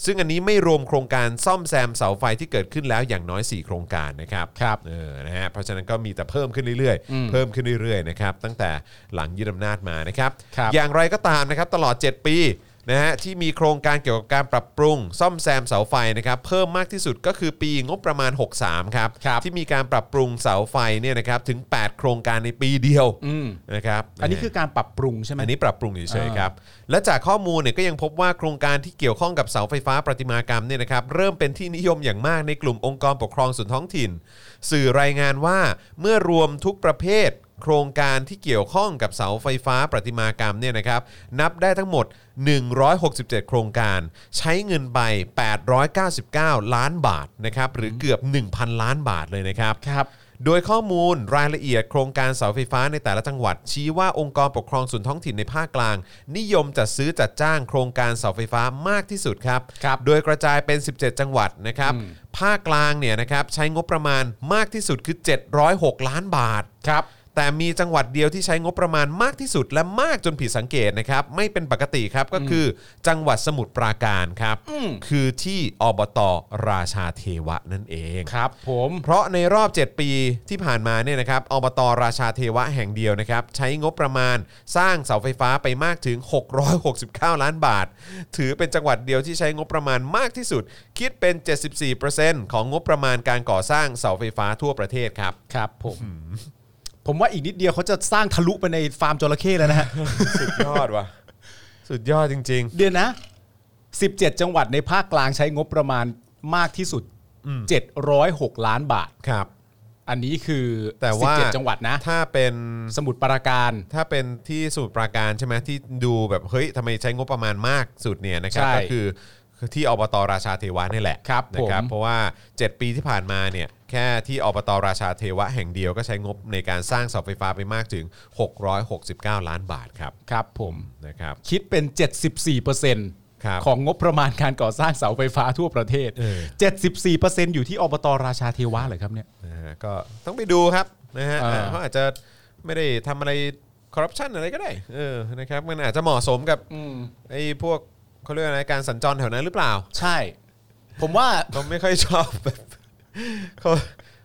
B: ซึ่งอันนี้ไม่รวมโครงการซ่อมแซมเสาไฟที่เกิดขึ้นแล้วอย่างน้อย 4 โครงการนะครับ
E: ครับ
B: เออนะฮะเพราะฉะนั้นก็มีแต่เพิ่มขึ้นเรื่อยๆ เพิ่มขึ้นเรื่อยๆนะครับตั้งแต่หลังยึดอำนาจมานะครับ
E: ครับ
B: อย่างไรก็ตามนะครับตลอด 7 ปีนะฮะที่มีโครงการเกี่ยวกับการปรับปรุง ซ่อมแซมเสาไฟนะครับเพิ่มมากที่สุดก็คือปีงบประมาณ 63 ครับ
E: ครับ
B: ที่มีการปรับปรุงเสาไฟเนี่ยนะครับถึง 8 โครงการในปีเดียว
E: อืม
B: นะครับ
E: อันนี้
B: ะฮะ
E: คือการปรับปรุงใช่ไหม
B: อันนี้ปรับปรุงเฉยๆครับ และจากข้อมูลเนี่ยก็ยังพบว่าโครงการที่เกี่ยวข้องกับเสาไฟฟ้าประติมากรรมเนี่ยนะครับเริ่มเป็นที่นิยมอย่างมากในกลุ่มองค์กรปกครองส่วนท้องถิ่น สื่อรายงานว่าเมื่อรวมทุกประเภท โครงการที่เกี่ยวข้องกับเสาไฟฟ้าประติมากรรมเนี่ยนะครับนับได้ทั้งหมด 167 โครงการ ใช้เงินไป 899 ล้านบาทนะครับหรือเกือบ 1,000 ล้านบาทเลยนะครับ
E: ครับ
B: โดยข้อมูลรายละเอียดโครงการเสาไฟฟ้าในแต่ละจังหวัด ชี้ว่าองค์กรปกครองส่วนท้องถิ่นในภาคกลาง นิยมจัดซื้อจัดจ้างโครงการเสาไฟฟ้ามากที่สุดครับ
E: ครับ
B: โดยกระจายเป็น 17 จังหวัดนะครับภาคกลางเนี่ยนะครับใช้งบประมาณมากที่สุดคือ 706 ล้านบาท
E: ครับ
B: แต่มีจังหวัดเดียวที่ใช้งบประมาณมากที่สุดและมากจนผิดสังเกตนะครับไม่เป็นปกติครับก็คือจังหวัดสมุทรปราการครับคือที่อบตราชาเทวะนั่นเอง
E: ครับผม
B: เพราะในรอบ 7 ปีที่ผ่านมาเนี่ยนะครับอบตราชาเทวะแห่งเดียวนะครับ ใช้งบประมาณสร้างเสาไฟฟ้าไปมากถึง 669 ล้านบาท ถือเป็นจังหวัดเดียวที่ใช้งบประมาณมากที่สุด คิดเป็น 74%ของงบประมาณการก่อสร้างเสาไฟฟ้าทั่วประเทศครับ
E: ครับผม ผมว่าอีกนิดเดียวเขาจะสร้างทะลุไปในฟาร์มจระเข้แล้ว นะฮะ
B: สุดยอดว่ะ สุดยอดจริง
E: เดี๋ยวนะ 17 จังหวัดในภาคกลางใช้งบประมาณมากที่สุด 706 ล้านบาท
B: ๆ ครับ
E: อันนี้คือ
B: แต่ว่า
E: 17จังหวัดนะ
B: ถ้าเป็น
E: สมุทรปราการ
B: ถ้าเป็นที่สมุดปราการใช่ไหมที่ดูแบบเฮ้ยทำไมใช้งบประมาณมากสุดเนี่ยนะครับ
E: ใช่
B: ก็คือคือที่อบตราชาเทวะนี่แหละ
E: ครับ
B: นะ
E: ผม
B: เพราะว่า 7 ปีที่ผ่านมาเนี่ยแค่ที่อบตราชาเทวะแห่งเดียวก็ใช้งบในการสร้างเสาไฟฟ้าไปมากถึง 669 ล้านบาทครับ
E: ครับผม
B: นะครับ
E: คิดเป็น 74%
B: ครับ
E: ของงบประมาณการก่อสร้างเสาไฟฟ้าทั่วประเทศ
B: เออ
E: 74%อยู่ที่อบตราชาเทวะเหรอครับเนี่ย
B: นะฮะก็ต้องไปดูครับนะฮะ
E: อ่า
B: เขาอาจจะไม่ได้ทำอะไรคอร์รัปชันอะไรก็ได้เออนะครับมันอาจจะเหมาะสมกับไอ้พวกเขาเรียกอะไรการสัญจรแถวนั้นหรือเปล่า
E: ใช่ ผมว่า
B: เราไม่ค่อยชอบแบบ เขา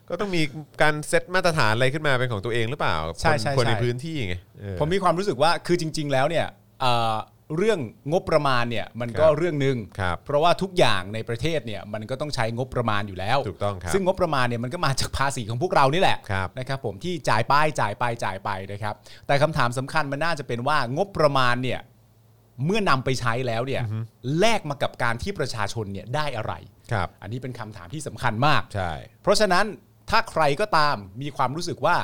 B: ก็ต้องมีการเซตมาตรฐานอะไรขึ้นมาเป็นของตัวเองหรือเปล่า
E: ใช่ใช่
B: คนคนใน
E: ใช่
B: พื้นที่ไงเออ
E: ผมมีความรู้สึกว่าคือจริง ๆ แล้วเนี่ยเอ่อเรื่องงบประมาณเนี่ยมัน
B: ค
E: ก็
B: รับ
E: เรื่องหนึ่ง
B: ครับ
E: เพราะว่าทุกอย่างในประเทศเนี่ยมันก็ต้องใช้งบประมาณอยู่แล้ว
B: ถูกต้องครับ
E: ซึ่งงบประมาณเนี่ยมันก็มาจากภาษีของพวกเรานี่แหละ
B: ครับ
E: นะครับผมที่จ่ายไปจ่ายไปจ่ายไปนะครับ แต่คำถามสำคัญมันน่าจะเป็นว่างบประมาณเนี่ยเมื่อนำไปใช้แล้วเนี่ยแลกมากับการที่ประชาชนเนี่ยได้อะไร
B: ครับ
E: อันนี้เป็นคำถามที่สำคัญมาก
B: ใช่
E: เพราะฉะนั้นถ้าใครก็ตามมีความรู้สึกว่า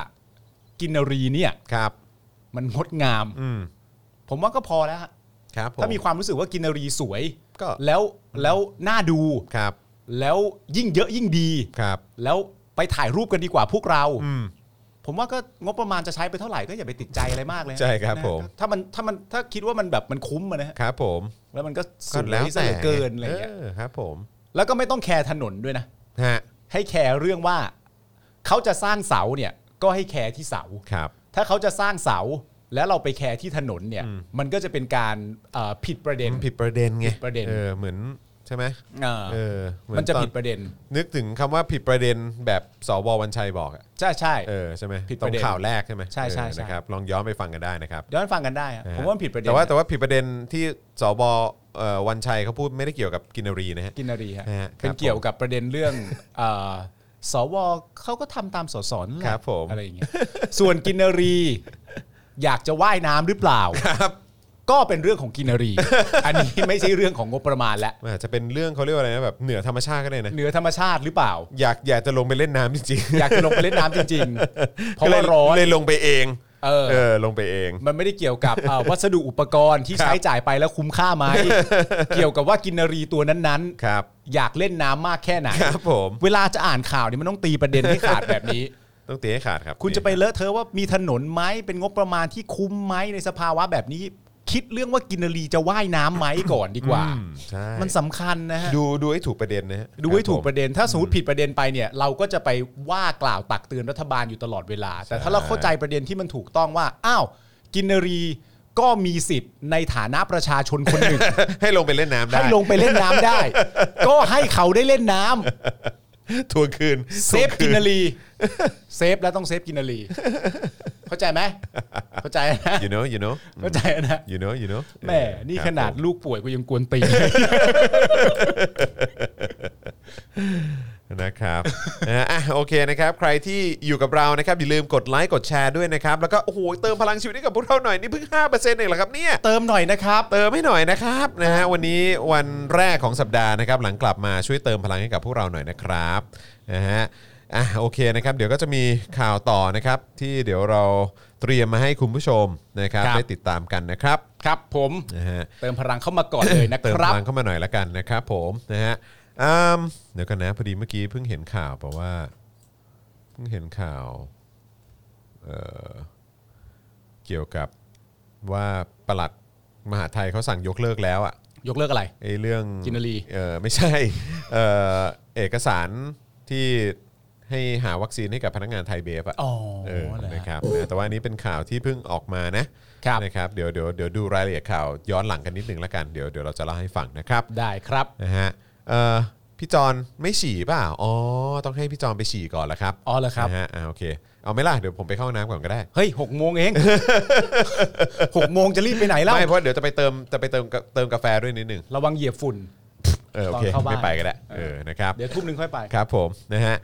E: กินรีเนี่ย
B: ครับ
E: มันงดงาม
B: อืม
E: ผมว่าก็พอแล้วฮะ
B: ครับผ
E: ถ้ามีความรู้สึกว่ากินรีสวย
B: ก็
E: แล้วแล้วน่าดู
B: ครับ
E: แล้วยิ่งเยอะยิ่งดี
B: ครับ
E: แล้วไปถ่ายรูปกันดีกว่าพวกเรา
B: อืม
E: ผมว่าก็งบประมาณจะใช้ไปเท่าไหร่ก็อย่าไปติดใจอะไรมากเลย
B: ใช่ครับ
E: นะ
B: ผม
E: ถ้ามันถ้ามันถ้าคิดว่ามันแบบมันคุ้มอะนะฮะ
B: ครับผม
E: แล้วมันก็ส
B: ก็
E: วย
B: แล้ว
E: ซะ
B: แต่
E: เหลือเกินอะไรอย่างเงี้ย
B: อครับ ผม
E: แล้วก็ไม่ต้องแคร์ถนนด้วยนะ
B: ฮะ
E: ให้แคร์เรื่องว่าเขาจะสร้างเสาเนี่ยก็ให้แคร์ที่เสา
B: ครับ
E: ถ้าเขาจะสร้างเสาแล้วเราไปแคร์ที่ถนนเนี่ย มันก็จะเป็นการเอ่อผิดประเด็น
B: ผิดประเด็นไง
E: ผิดประเด็น
B: ออเหมือนใช่ไหม
E: เอ่อ
B: เออเหอ
E: มันจะ
B: ตอ
E: ผิดประเด็น
B: นึกถึงคำว่าผิดประเด็นแบบสววันชัยบอกอะ
E: ใช่ใช่
B: เออใช่ไหม
E: ผิดประเด็น
B: ตอข่าวแรกใช่ไหม
E: ใช่ใช่
B: เออ
E: ใช่
B: นะครับลองย้อนไปฟังกันได้นะครับ
E: ย้อนฟังกันได้อะผมว่ามันผิดประเด็น
B: แต่ว่าแต่ว่าผิดประเด็นที่สบเอ่อวันชัยเขาพูดไม่ได้เกี่ยวกับกินรีนะฮะ
E: กินรีฮะ
B: นะฮะ
E: เป็
B: ค
E: น
B: รับ
E: เกี่ยวกับประเด็นเรื่องเอ่อสวเขาก็ทำตามสสนั่นแหละ
B: ครับผม
E: อะไรอย่างเงี้ยส่วนกินรี อยากจะว่ายน้ำหรือเปล่า
B: ครับ
E: ก็เป็นเรื่องของกิน รี อันนี้ไม่ใช่เรื่องของงบประมาณและ
B: มันอาจจะเป็นเรื่องเขาเรียกว่าอะไรนะแบบเหนือธรรมชาติก็ได้นะ
E: เหนือธรรมชาติหรือเปล่า
B: อยากอยากจะลงไปเล่นน้ำจริง
E: อยากจะลงไปเล่นน้ำจริง ๆ
B: ๆ
E: เพราะว่า
B: ก็ลย
E: ร้อน
B: เลยลงไปเอง
E: เออ
B: เออลงไปเอง
E: มันไม่ได้เกี่ยวกับเอ่อ วัสดุอุปกรณ์ที่
B: ครับ
E: ใช้จ่ายไปแล้วคุ้มค่า ไหม เกี่ยวกับว่ากินรีตัวนั้น
B: ครับ
E: ๆ อยากเล่นน้ำมากแค่ไหน
B: ครับผม
E: เวลาจะอ่านข่าวเนี่ยมันต้องตีประเด็นให้ขาดแบบนี้
B: ต้องตีให้ขาดครับ
E: คุณจะไปเลอะเทอะว่ามีถนนไหมเป็นงบประมาณที่คุ้มไหมในสภาวะแบบนี้ คิดเรื่องว่ากินรีจะว่ายน้ำไหมก่อนดีกว่า
B: อืมใช่
E: มันสำคัญนะฮะ
B: ดูดูให้ถูกประเด็นนะฮะ
E: ดูให้
B: คบ
E: ถูกประ
B: ผม
E: เด็น ถ้าสมมติผิดประเด็นไปเนี่ย เราก็จะไปว่ากล่าวตักเตือนรัฐบาลอยู่ตลอดเวลา แต่ถ้าเราเข้าใจประเด็นที่มันถูกต้องว่า อ้าว กินรีก็มีสิทธิ์ในฐานะประชาชนคนหนึ่ง
B: ให้ลงไปเล่นน้ำได้
E: ให้ลงไปเล่นน้ำได้ ก็ให้เขาได้เล่นน้ำ
B: ทวงคืน
E: เซ
B: ทวง
E: ฟ
B: คื
E: กินรี เซฟแล้วต้องเซฟกินรี เข้าใจไหมเข้าใจนะ
B: อยู่เนอะอยู่เนอะ
E: เข้าใจนะ
B: อยู่เนอะอยู่เนอะ
E: แหมนี่
B: ครับ
E: ขนาด
B: ผม
E: ลูกป่วยกูยังกวนตีน
B: นะครับ นะฮะอ่ะโอเคนะครับ ใครที่อยู่กับเรานะครับอย่าลืมกดไลค์กดแชร์ด้วยนะครับ แล้วก็โอ้โหเติมพลังชีวิตให้กับพวกเราหน่อยนี่เพิ่ง5%เองเหรอครับเนี่ย
E: เติมหน่อยนะครับ
B: เติมให้หน่อยนะครับนะฮะวันนี้วันแรกของสัปดาห์นะครับ หลังกลับมาช่วยเติมพลังให้กับพวกเราหน่อยนะครับนะฮะอ่ะโอเคนะครับ เดี๋ยวก็จะมีข่าวต่อนะครับ ที่เดี๋ยวเราเตรียมมาให้คุณผู้ชมนะครับ
E: ครับ
B: ได้ติดตามกันนะครับ
E: ครับ ผม
B: นะฮะ
E: เติมพลังเข้ามาก่อนเลยนะ
B: เติม
E: ค
B: พ
E: รับ
B: ลังเข้ามาหน่อยละกันนะครับ ผมนะฮะอืมเดี๋ยวกันนะพอดีเมื่อกี้เพิ่งเห็นข่าวบอกว่าเพิ่งเห็นข่าวเอ่อเกี่ยวกับว่าประหลัดมหาดไทยเขาสั่งยกเลิกแล้วอ่ะ
E: ยกเลิกอะไร
B: ไอ้เรื่อง
E: กินนารี
B: เออไม่ใช่ เออเอกสารที่ให้หาวัคซีนให้กับพนักงานไทยเบฟอะ
E: อ๋อ
B: เออ
E: เหรอฮะ
B: นะครับนะแต่ว่าอันนี้เป็นข่าวที่เพิ่งออกมานะครับ นะครับเดี๋ยวเดี๋ยวเดี๋ยวดูรายละเอียดข่าวย้อนหลังกันนิดหนึ่งละกันเดี๋ยวเดี๋ยวเราจะเล่าให้ฟังนะครับ
E: ได้ครับ
B: นะฮะเออพี่จอนไม่ฉี่เปล่าอ๋อต้องให้พี่จอนไปฉี่ก่อนละครับ
E: อ๋อเหรอครับ
B: นะฮะอ่าโอเคเอาไหม่ล่ะเดี๋ยวผมไปเข้าห้องน้ำก่อนก็ได้
E: เฮ้ยหกโมง เอง หกโมงจะรีบไปไหนเล่า
B: ไม่เพราะเดี๋ยวจะไปเติมจะไปเติมกาเติมกาแฟด้วยนิดหนึ่ง
E: ระวังเหยียบฝุ่น
B: เออโอเค
E: ตอนเข้าบ้าน
B: ไม่ไปก็ได้เออนะครับ
E: เดี๋ยวทุ่มหนึ่งค่อยไป
B: ครับผมนะฮะ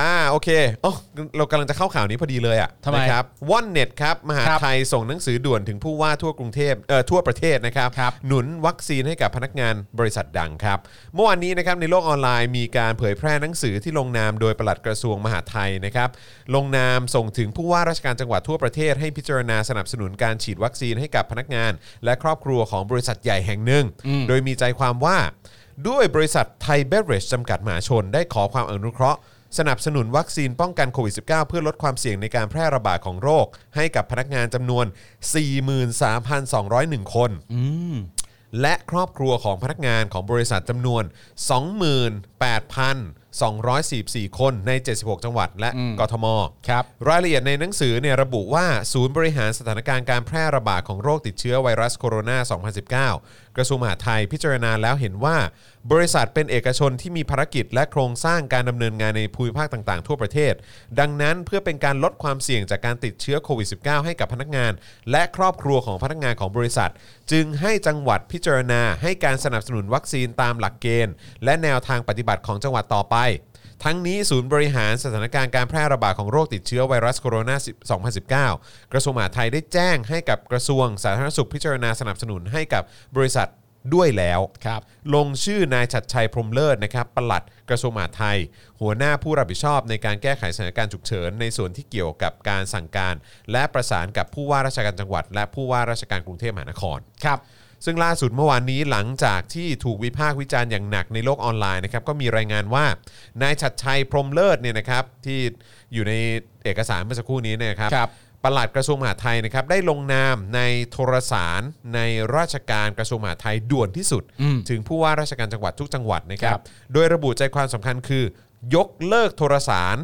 B: อ่าโอเคอ๋อเรากำลังจะเข้าข่าวนี้พอดีเลยอ่ะ
E: ทำไม
B: นะครับว่อนเน็ตครับมหา
E: ครับ
B: ไทยส่งหนังสือด่วนถึงผู้ว่าทั่วกรุงเทพเอ่อทั่วประเทศนะครับ
E: ครับ
B: หนุนวัคซีนให้กับพนักงานบริษัทดังครับ เมื่อวานนี้นะครับในโลกออนไลน์มีการเผยแพร่หนังสือที่ลงนามโดยปลัดกระทรวงมหาดไทยนะครับ ลงนามส่งถึงผู้ว่าราชการจังหวัดทั่วประเทศให้พิจารณาสนับสนุนการฉีดวัคซีนให้กับพนักงาน และครอบครัวของบริษัทใหญ่แห่งหนึ่ง โดยมีใจความว่า ด้วยบริษัทไทยเบเรจจำกัดมหาชน ได้ขอความอนุเคราะห์ สนับสนุนวัคซีนป้องกันโควิด -19 เพื่อลดความเสี่ยงในการแพร่ระบาดของโรค ให้กับพนักงานจำนวน 43,201 คน และครอบครัวของพนักงานของบริษัทจำนวน 28,244 คนใน 76 จังหวัด และกทม
E: ครับ
B: รายละเอียดในหนังสือเนี่ยระบุว่าศูนย์บริหารสถานการณ์การแพร่ระบาดของโรคติดเชื้อไวรัสโคโรนา 2019 กระทรวงมหาดไทยพิจารณาแล้วเห็นว่า บริษัทเป็นเอกชนที่มีภารกิจและโครงสร้างการดำเนินงานในภูมิภาคต่างๆ ทั่วประเทศ ดังนั้นเพื่อเป็นการลดความเสี่ยงจากการติดเชื้อโควิด -19 ให้กับพนักงาน และครอบครัวของพนักงานของบริษัท จึงให้จังหวัดพิจารณาให้การสนับสนุนวัคซีนตามหลักเกณฑ์ และแนวทางปฏิบัติของจังหวัดต่อไป ทั้งนี้ศูนย์บริหารสถานการณ์การแพร่ระบาดของโรคติดเชื้อไวรัสโคโรนา 2019 กระทรวงมหาดไทยได้แจ้งให้กับกระทรวงสาธารณสุขพิจารณาสนับสนุนให้กับบริษัทด้วยแล้วครับลงชื่อนายชัดชัยพรหมเลิศนะครับปลัดกระทรวงมหาดไทย หัวหน้าผู้รับผิดชอบในการแก้ไขสถานการณ์ฉุกเฉินในส่วนที่เกี่ยวกับการสั่งการ และประสานกับผู้ว่าราชการจังหวัด และผู้ว่าราชการกรุงเทพมหานคร
E: ครับ
B: ซึ่งล่าสุดเมื่อวานนี้หลังจากที่ถูกวิพากษ์วิจารณ์อย่างหนักในโลกออนไลน์นะครับก็มีรายงานว่านายชัดชัยพรหมเลิศเนี่ยนะครับที่อยู่ในเอกสารเมื่อสักครู่นี้เนยนะครับ
E: ครับ
B: ปลัดกระทรวงมหาดไทยนะครับได้ลงนามในโทรสารในราชการกระทรวงมหาดไทยด่วนที่สุด ถึงผู้ว่าราชการจังหวัดทุกจังหวัดนะครับ โดยระบุใจความสำคัญคือ ยกเลิกโทรสาร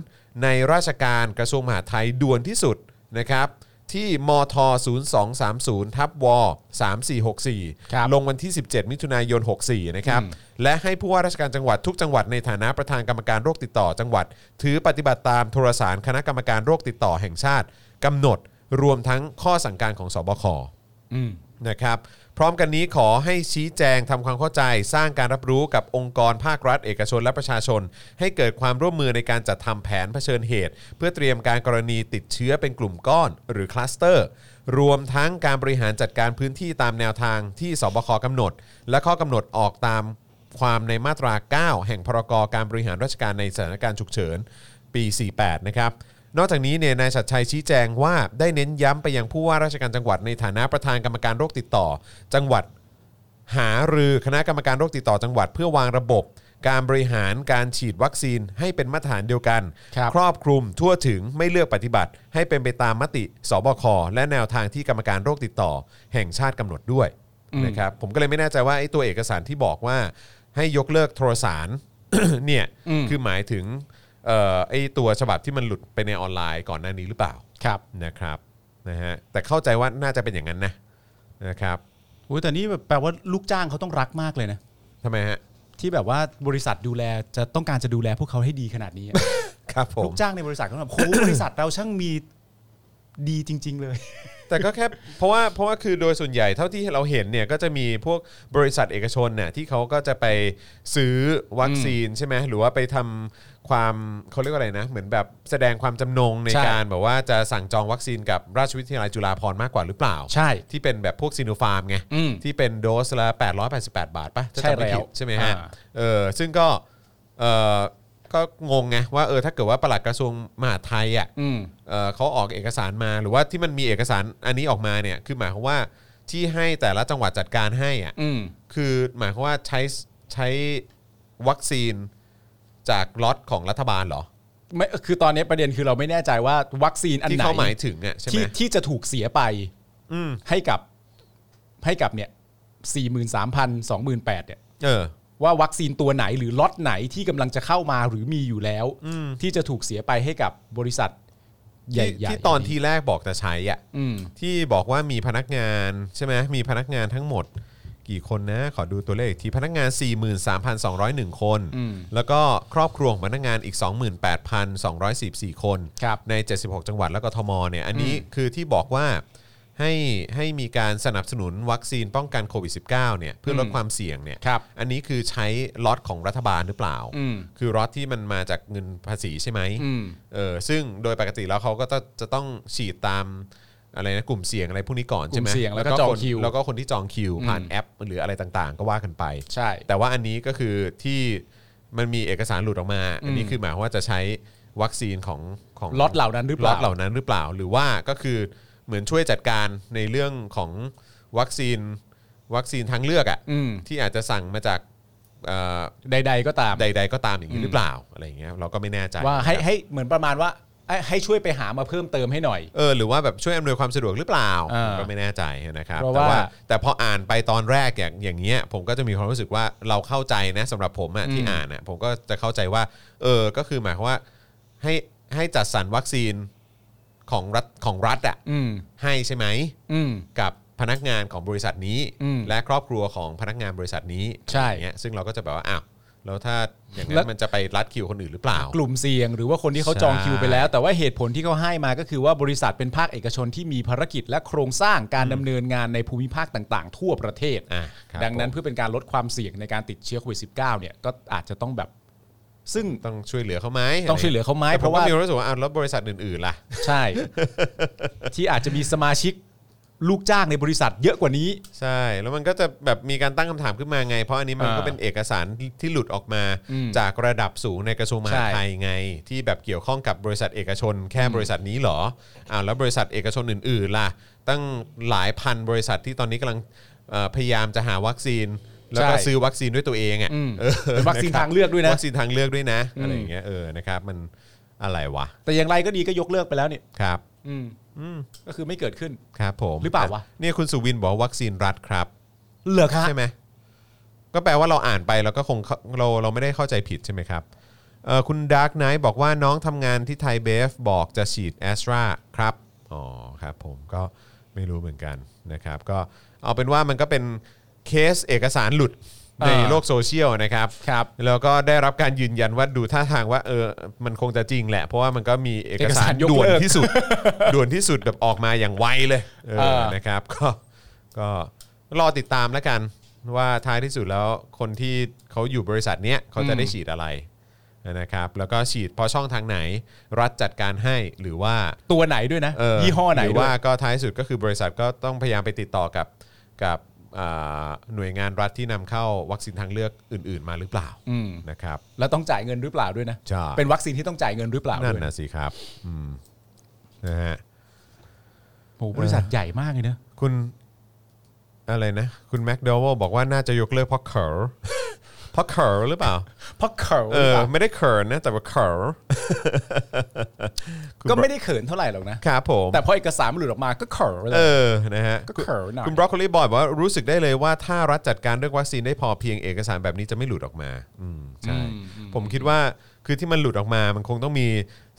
B: ในราชการกระทรวงมหาดไทยด่วนที่สุดนะครับ ที่มท 0230 ทับว
E: ครับ
B: 3464 ลงวันที่ 17 มิถุนายน 64 นะครับ และให้ผู้ว่าราชการจังหวัดทุกจังหวัดในฐานะประธานกรรมการโรคติดต่อจังหวัด ถือปฏิบัติตามโทรสารคณะกรรมการโรคติดต่อแห่งชาติกำหนดรวมทั้งข้อสั่งการของสบค นะครับพร้อมกันนี้ขอให้ชี้แจงทำความเข้าใจ สร้างการรับรู้กับองค์กรภาครัฐ เอกชนและประชาชน ให้เกิดความร่วมมือในการจัดทำแผนเผชิญเหตุ เพื่อเตรียมการกรณีติดเชื้อเป็นกลุ่มก้อน หรือคลัสเตอร์ รวมทั้งการบริหารจัดการพื้นที่ตามแนวทางที่สบคกำหนด และข้อกำหนดออกตามความในมาตรา 9 แห่งพรกการบริหารราชการในสถานการณ์ฉุกเฉิน ปี 48 นะครับ นอกจากนี้เนี่ยนายชัดชัยชี้แจงว่าได้เน้นย้ำไปยังผู้ว่าราชการจังหวัดในฐานะประธานกรรมการโรคติดต่อ จังหวัด หารือคณะกรรมการโรคติดต่อจังหวัดเพื่อวางระบบ การบริหารการฉีดวัคซีนให้เป็นมาตรฐานเดียวกัน
E: ครับ
B: รอบคลุมทั่วถึงไม่เลือกปฏิบัติ ให้เป็นไปตามมติสบคและแนวทางที่กรรมการโรคติดต่อ แห่งชาติกำหนดด้วยนะครับผมก็เลยไม่แน่ใจว่าไอ้ตัวเอกสารที่บอกว่า ให้ยกเลิกโทรสาร เนี่ยคือหมายถึงเอ่อไอ้ตัวฉบับที่มันหลุดไปในออนไลน์ก่อนหน้านี้หรือเปล่า
E: ครับ
B: นะครับนะฮะแต่เข้าใจว่าน่าจะเป็นอย่างนั้นนะนะครับ
E: โอ้ยแต่นี่แบบแปลว่าลูกจ้างเขาต้องรักมากเลยนะ
B: ทำไมฮะ
E: ที่แบบว่าบริษัทดูแลจะต้องการจะดูแลพวกเขาให้ดีขนาดนี้อะ
B: ครับผ
E: ลู
B: ม
E: กจ้างในบริษัทเขาแบบโห บริษัทเราช่างมีดีจริง ๆ เลย
B: แต่ก็แค่เพราะว่าเพราะว่าคือโดยส่วนใหญ่เท่าที่เราเห็นเนี่ยก็จะมีพวกบริษัทเอกชนเนี่ยที่เขาก็จะไปซื้อวัคซีนใช่ไหมหรือว่าไปทำความเขาเรียกว่าอะไรนะ เหมือนแบบแสดงความจำนงใน
E: ใช่
B: การแบบว่าจะสั่งจองวัคซีนกับราชวิทยาลัยจุฬาภรณ์มากกว่าหรือเปล่า
E: ใช่
B: ที่เป็นแบบพวกซีโนฟาร์มไง
E: อืม
B: ที่เป็นโดสละ 888 บาทป่ะถ้า
E: ใช่
B: จำไม่ผิด
E: แล้ว
B: ใช่ไหมฮะ
E: อ่า
B: เออซึ่งก็เออก็งงไงว่าเออถ้าเกิดว่าปลัดกระทรวงมหาดไทยอ่ะ
E: อืม
B: เอ่อเขาออกเอกสารมาหรือว่าที่มันมีเอกสารอันนี้ออกมาเนี่ยคือหมายความว่าที่ให้แต่ละจังหวัดจัดการให้อ่ะ
E: อืม
B: คือหมายความว่าใช้ใช้วัคซีนจากล็อตของรัฐบาลเหรอ
E: ไม่คือตอนนี้ประเด็นคือเราไม่แน่ใจว่าวัคซีนอัน
B: ที่
E: ไหน
B: เขาหมายถึงอ่ะใช่ไหม
E: ที่ที่จะถูกเสียไป
B: อืม
E: ให้กับให้กับเนี่ยสี่หมื่นสามพันสองหมื่นแปดเนี่ย
B: เออ
E: ว่าวัคซีนตัวไหนหรือล็อตไหนที่กำลังจะเข้ามาหรือมีอยู่แล้ว
B: อืม
E: ที่จะถูกเสียไปให้กับบริษัท ใหญ่
B: ที่
E: ๆ
B: ที่ตอนทีแรกบอกจะใช้อ่ะ
E: อืม
B: ที่บอกว่ามีพนักงานใช่ไหมมีพนักงานทั้งหมด กี่คนนะ ขอดูตัวเลขอีกทีพนักงาน 43,201 คน
E: อืม
B: แล้วก็ครอบครัวของพนักงานอีก 28,214 คน
E: ครับ
B: ใน 76 จังหวัดและกทมเนี่ย อันนี้คือที่บอกว่า ให้ให้มีการสนับสนุนวัคซีนป้องกันโควิด -19 เนี่ยเพื่อลด
E: อืม
B: ความเสี่ยงเนี่ย
E: ครับ
B: อันนี้คือใช้ล็อตของรัฐบาลหรือเปล่า
E: อืม
B: คือล็อตที่มันมาจากเงินภาษีใช่ไหม
E: อืม
B: เออซึ่งโดยปกติแล้วเขาก็จะจะต้องฉีดตามอะไรนะกลุ่มเสี่ยงอะไรพวกนี้ก่อนใช่ไหม
E: กลุ่มเสี่ยงแล้วก็จอง
B: น
E: คิว
B: แล้วก็คนที่จองคิวผ่าน
E: อืม
B: แอป หรืออะไรต่างๆ ก็ว่ากันไป
E: ใช่
B: แต่ว่าอันนี้ก็คือที่มันมีเอกสารหลุดออกมา อันนี้
E: อืม
B: คือหมายความว่าจะใช้วัคซีนของของ
E: ล็อตเหล่านั้นหรือเป
B: ล็อ
E: ล่า
B: ตเหล่านั้นหรือเปล่าหรือว่าก็คือเหมือนช่วยจัดการในเรื่องของวัคซีนวัคซีนทางเลือกอะ
E: อืม
B: ที่อาจจะสั่งมาจากเอ่อ
E: ใด ๆ ก็ตาม
B: ใด ๆ ก็ตามอย่างนี้หรือเปล่าอะไรอย่างเงี้ยเราก็ไม่แน่ใจ
E: ว่าให้
B: นะครับ
E: ให้เหมือนประมาณว่าให้ให้ช่วยไปหามาเพิ่มเติมให้หน่อย
B: เออหรือว่าแบบช่วยอำนวยความสะดวกหรือเปล่า
E: อ่า
B: ผมก็ไม่แน่ใจนะครับ
E: เพราะ
B: แต่
E: ว่า
B: แต่พออ่านไปตอนแรกอย่างอย่างเงี้ยผมก็จะมีความรู้สึกว่าเราเข้าใจนะสำหรับผมอะที่อ่านอะผมก็จะเข้าใจว่าเออก็คือหมายความว่าให้ให้จัดสรรวัคซีนของรัฐของรัฐอะ
E: อืม
B: ให้ใช่ไหม
E: อืม
B: กับพนักงานของบริษัทนี้
E: อืม
B: และครอบครัวของพนักงานบริษัทนี้
E: ใช่
B: อะไรอย่างเงี้ยซึ่งเราก็จะแบบว่าอ้าวแล้วถ้าอย่างนั้
E: แล้
B: น
E: ว
B: มันจะไปรัดคิวคนอื่นหรือเปล่า
E: กลุ่มเสี่ยงหรือว่าคนที่เขาจองคิวไปแล้ว แต่ว่าเหตุผลที่เขาให้มาก็คือว่าบริษัทเป็นภาคเอกชนที่มีภารกิจและโครงสร้างการดำเนินงานในภูมิภาคต่าง ๆ ทั่วประเทศ
B: อ่ะครับ
E: ดังนั้น
B: ผม
E: เพื่อเป็นการลดความเสี่ยงในการติดเชื้อโควิด -19 เนี่ยก็อาจจะต้องแบบ ซึ่ง
B: ต้องช่วยเหลือเขาไหม
E: ต้องช่วยเหลือเขาไหม
B: แต่
E: เพราะ
B: ผ
E: ว่า
B: มก็มีรู้สึกว่าอ้าวแล้วบริษัทอื่นๆล่ะ
E: ใช่ ที่อาจจะมีสมาชิกลูกจ้างในบริษัทเยอะกว่านี้
B: ใช่ แล้วมันก็จะแบบมีการตั้งคำถามขึ้นมาไง เพราะอันนี้มัน
E: อ่า
B: ก็เป็นเอกสารที่หลุดออกมา
E: อืม
B: จากระดับสูงในกระทรวงมหาด
E: ใช่
B: ไทยไง ที่แบบเกี่ยวข้องกับบริษัทเอกชน แค่บริษัทนี้เหรออ้าวแล้วบริษัทเอกชนอื่นๆล่ะ ตั้งหลายพันบริษัทที่ตอนนี้กำลังเอ่อพยายามจะหาวัคซีน แล้วก็
E: ใช่
B: ซื้อวัคซีนด้วยตัวเองอ่ะ
E: อืม
B: ออ
E: เป็นวัคซีนะครับ ทางเลือกด้วยนะ
B: วัคซีนทางเลือกด้วยนะอะไรอย่างเงี้ยเออนะครับมันอะไรวะ
E: แต่อย่างไรก็ดีก็ยกเลิกไปแล้วเนี่ย
B: ครับ
E: อืมก็คือไม่เกิดขึ้น
B: ครับผม
E: หรือเปล่าวะ
B: เนี่ยคุณสุวินบอกว่าวัคซีนรัฐครับ
E: เหลือคะ
B: ใช่ไหมก็แปลว่าเราอ่านไปแล้วก็คงเข้าเราเราไม่ได้เข้าใจผิดใช่ไหมครับเอ่อคุณดาร์กไนท์บอกว่าน้องทำงานที่ไทยเบฟบอกจะฉีดแอสตราครับอ๋อครับผมก็ไม่รู้เหมือนกันนะครับ ก็เอาเป็นว่ามันก็เป็นเคสเอกสารหลุดในโลกโซเชียลนะครับ
E: ครับ
B: แล้วก็ได้รับการยืนยันว่าดูท่าทางว่าเออมันคงจะจริงแหละ เพราะว่ามันก็มีเอก
E: เอก
B: สา
E: สารรยก
B: ด่วน
E: เลิก
B: ที่ สุด ด่วนที่สุดแบบออกมาอย่างไวเลยเออ
E: เออ
B: นะครับก็ก็รอติดตามแล้วกันว่าท้ายที่สุดแล้วคนที่เขาอยู่บริษัทเนี้ยเขาจะได้ฉีดอะไรนะครับ แล้วก็ฉีดเพอช่องทางไหน รัฐจัดการให้หรือว่า
E: ตัวไหนด้วยนะ
B: เ
E: ยี่ห้อไหน
B: รือ
E: ด้ว
B: ว่าย ก็ท้ายสุดก็คือบริษัทก็ต้องพยายามไปติดต่อกับกับอ่าหน่วยงานรัฐที่นำเข้าวัคซีนทางเลือกอื่น ๆ มาหรือเปล่า
E: อืม
B: นะครับ
E: แล้วต้องจ่ายเงินหรือเปล่าด้วยนะ
B: ใช่
E: เป็นวัคซีนที่ต้องจ่ายเงินหรือเปล่า
B: นั่น
E: ด้วย
B: นะสิครับอืมนะฮะ
E: โหบริษัทใหญ่มากเลยนะ
B: คุณอะไรนะ คุณแม็กดวบอกว่าน่าจะยกเลิกเพราะเขิน เพราะเขินหรือเปล่า
E: เพราะเขิน
B: เออ ไม่ได้เขินนะ แต่ว่าเขิน
E: ก็ไม่ได้เขินเท่าไหร่หรอกนะ
B: ครับผม
E: แต่พอเอกสารมันหลุดออกมาก็เขินเล
B: เอย อ นะฮะ
E: ก็เขินหน่อย
B: คุณบรอกโคลีบอยบอกว่ารู้สึกได้เลยว่าถ้ารัฐจัดการเรื่องวัคซีนได้พอเพียงเอกสารแบบนี้จะไม่หลุดออกมา อืมใช่ ผมคิดว่าคือที่มันหลุดออกมามันคงต้องมี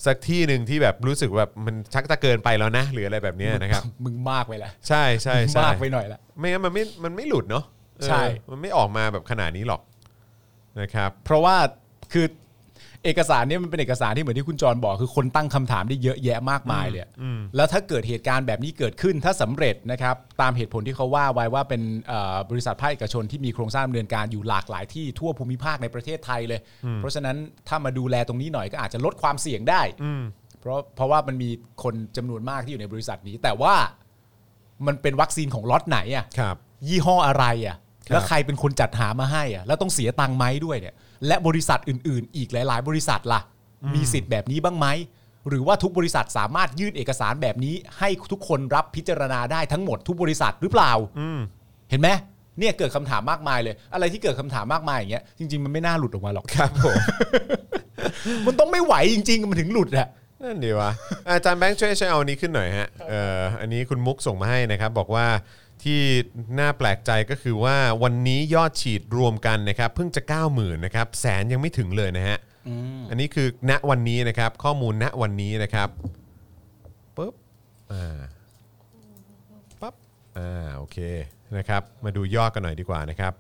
B: สักที่หนึ่งที่แบบรู้สึกแบบมันชักจะเกินไปแล้วนะ หรืออะไรแบบเนี้ยนะครับ
E: มึงมากไปละ
B: ใช่ใช่
E: มึง
B: ใช่
E: มากไปหน่อยละ
B: ไม่งั้นมันไม่มันไม่หลุดเนาะเออ
E: ใช่
B: มันไม่ออกมาแบบขนาดนี้หรอกนะครับ
E: เพราะว่าคือเอกสารเนี่ยมันเป็นเอกสารที่เหมือนที่คุณจรบอกคือคนตั้งคำถามได้เยอะแยะมากมายเลยอะแล้วถ้าเกิดเหตุการณ์แบบนี้เกิดขึ้นถ้าสำเร็จนะครับตามเหตุผลที่เขาว่าไว้ว่าเป็นเอ่อบริษัทภาคเอกชนที่มีโครงสร้างดำเนินการอยู่หลากหลายที่ทั่วภูมิภาคในประเทศไทยเลย เพราะฉะนั้นถ้ามาดูแลตรงนี้หน่อยก็อาจจะลดความเสี่ยงได้เพราะเพราะว่ามันมีคนจำนวนมากที่อยู่ในบริษัทนี้ แต่ว่ามันเป็นวัคซีนของล็อตไหนอะ
B: ครับ
E: ยี่ห้ออะไรอะ่ะ
B: ครับ
E: แล้วใครเป็นคนจัดหามาให้อะ่ะ แล้วต้องเสียตังค์ไหมด้วยเนี่ย และบริษัทอื่น ๆ อีกหลาย ๆ บริษัทล่ะ มีสิทธิ์แบบนี้บ้างไหม หรือว่าทุกบริษัทสามารถยื่นเอกสารแบบนี้ ให้ทุกคนรับพิจารณาได้ทั้งหมดทุกบริษัทหรือเปล่า
B: อืม
E: เห็นไหมเนี่ยเกิดคำถามมากมายเลย อะไรที่เกิดคำถามมากมายอย่างเงี้ย จริง ๆ มันไม่น่าหลุดออกมาหรอก
B: ครับผม
E: มันต้องไม่ไหวจริง ๆ มันถึงหลุดอะ
B: นั่นดีวะ อาจารย์แบงค์ช่วยช่วยเอาอันนี้ขึ้นหน่อยฮะเอ่ออันนี้คุณมุกส่งมาให้นะครับ บอกว่าที่น่าแปลกใจก็คือว่าวันนี้ยอดฉีดรวมกันนะครับ เพิ่งจะ 90,000นะครับแสนยังไม่ถึงเลยนะฮะอันนี้คือณวันนี้นะครับ ข้อมูลณวันนี้นะครับปุ๊บอ่าปั๊บอ่าโอเคนะครับ มาดูยอดกันหน่อยดีกว่านะครับ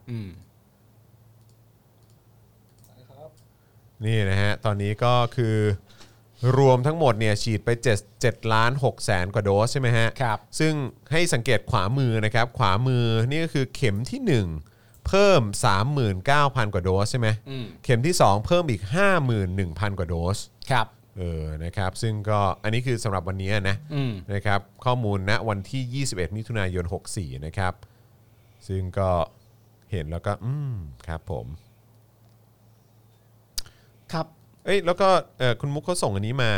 B: นี่นะฮะ ตอนนี้ก็คือ รวมทั้งหมดเนี่ยฉีดไป7 7ล้าน6แสนกว่าโดสใช่ไหมฮะ
E: ครับ
B: ซึ่งให้สังเกตขวามือนะครับ ขวามือนี่ก็คือเข็มทีหนึ่1 เพิ่ม 39,000 กว่าโดสใช่ไหม
E: อืม
B: เข็มที่ 2 เพิ่มอีก 51,000 กว่าโดส
E: ครับ
B: เออ นะครับ ซึ่งก็อันนี้คือสำหรับวันนี้นะ
E: อืม
B: นะครับ ข้อมูลณวันที่ 21 มิถุนายน 64 นะครับ ซึ่งก็เห็นแล้วก็ อืม ครับผม
E: ครับ
B: เอ้ย แล้วก็เออคุณมุกเขาส่งอันนี้มา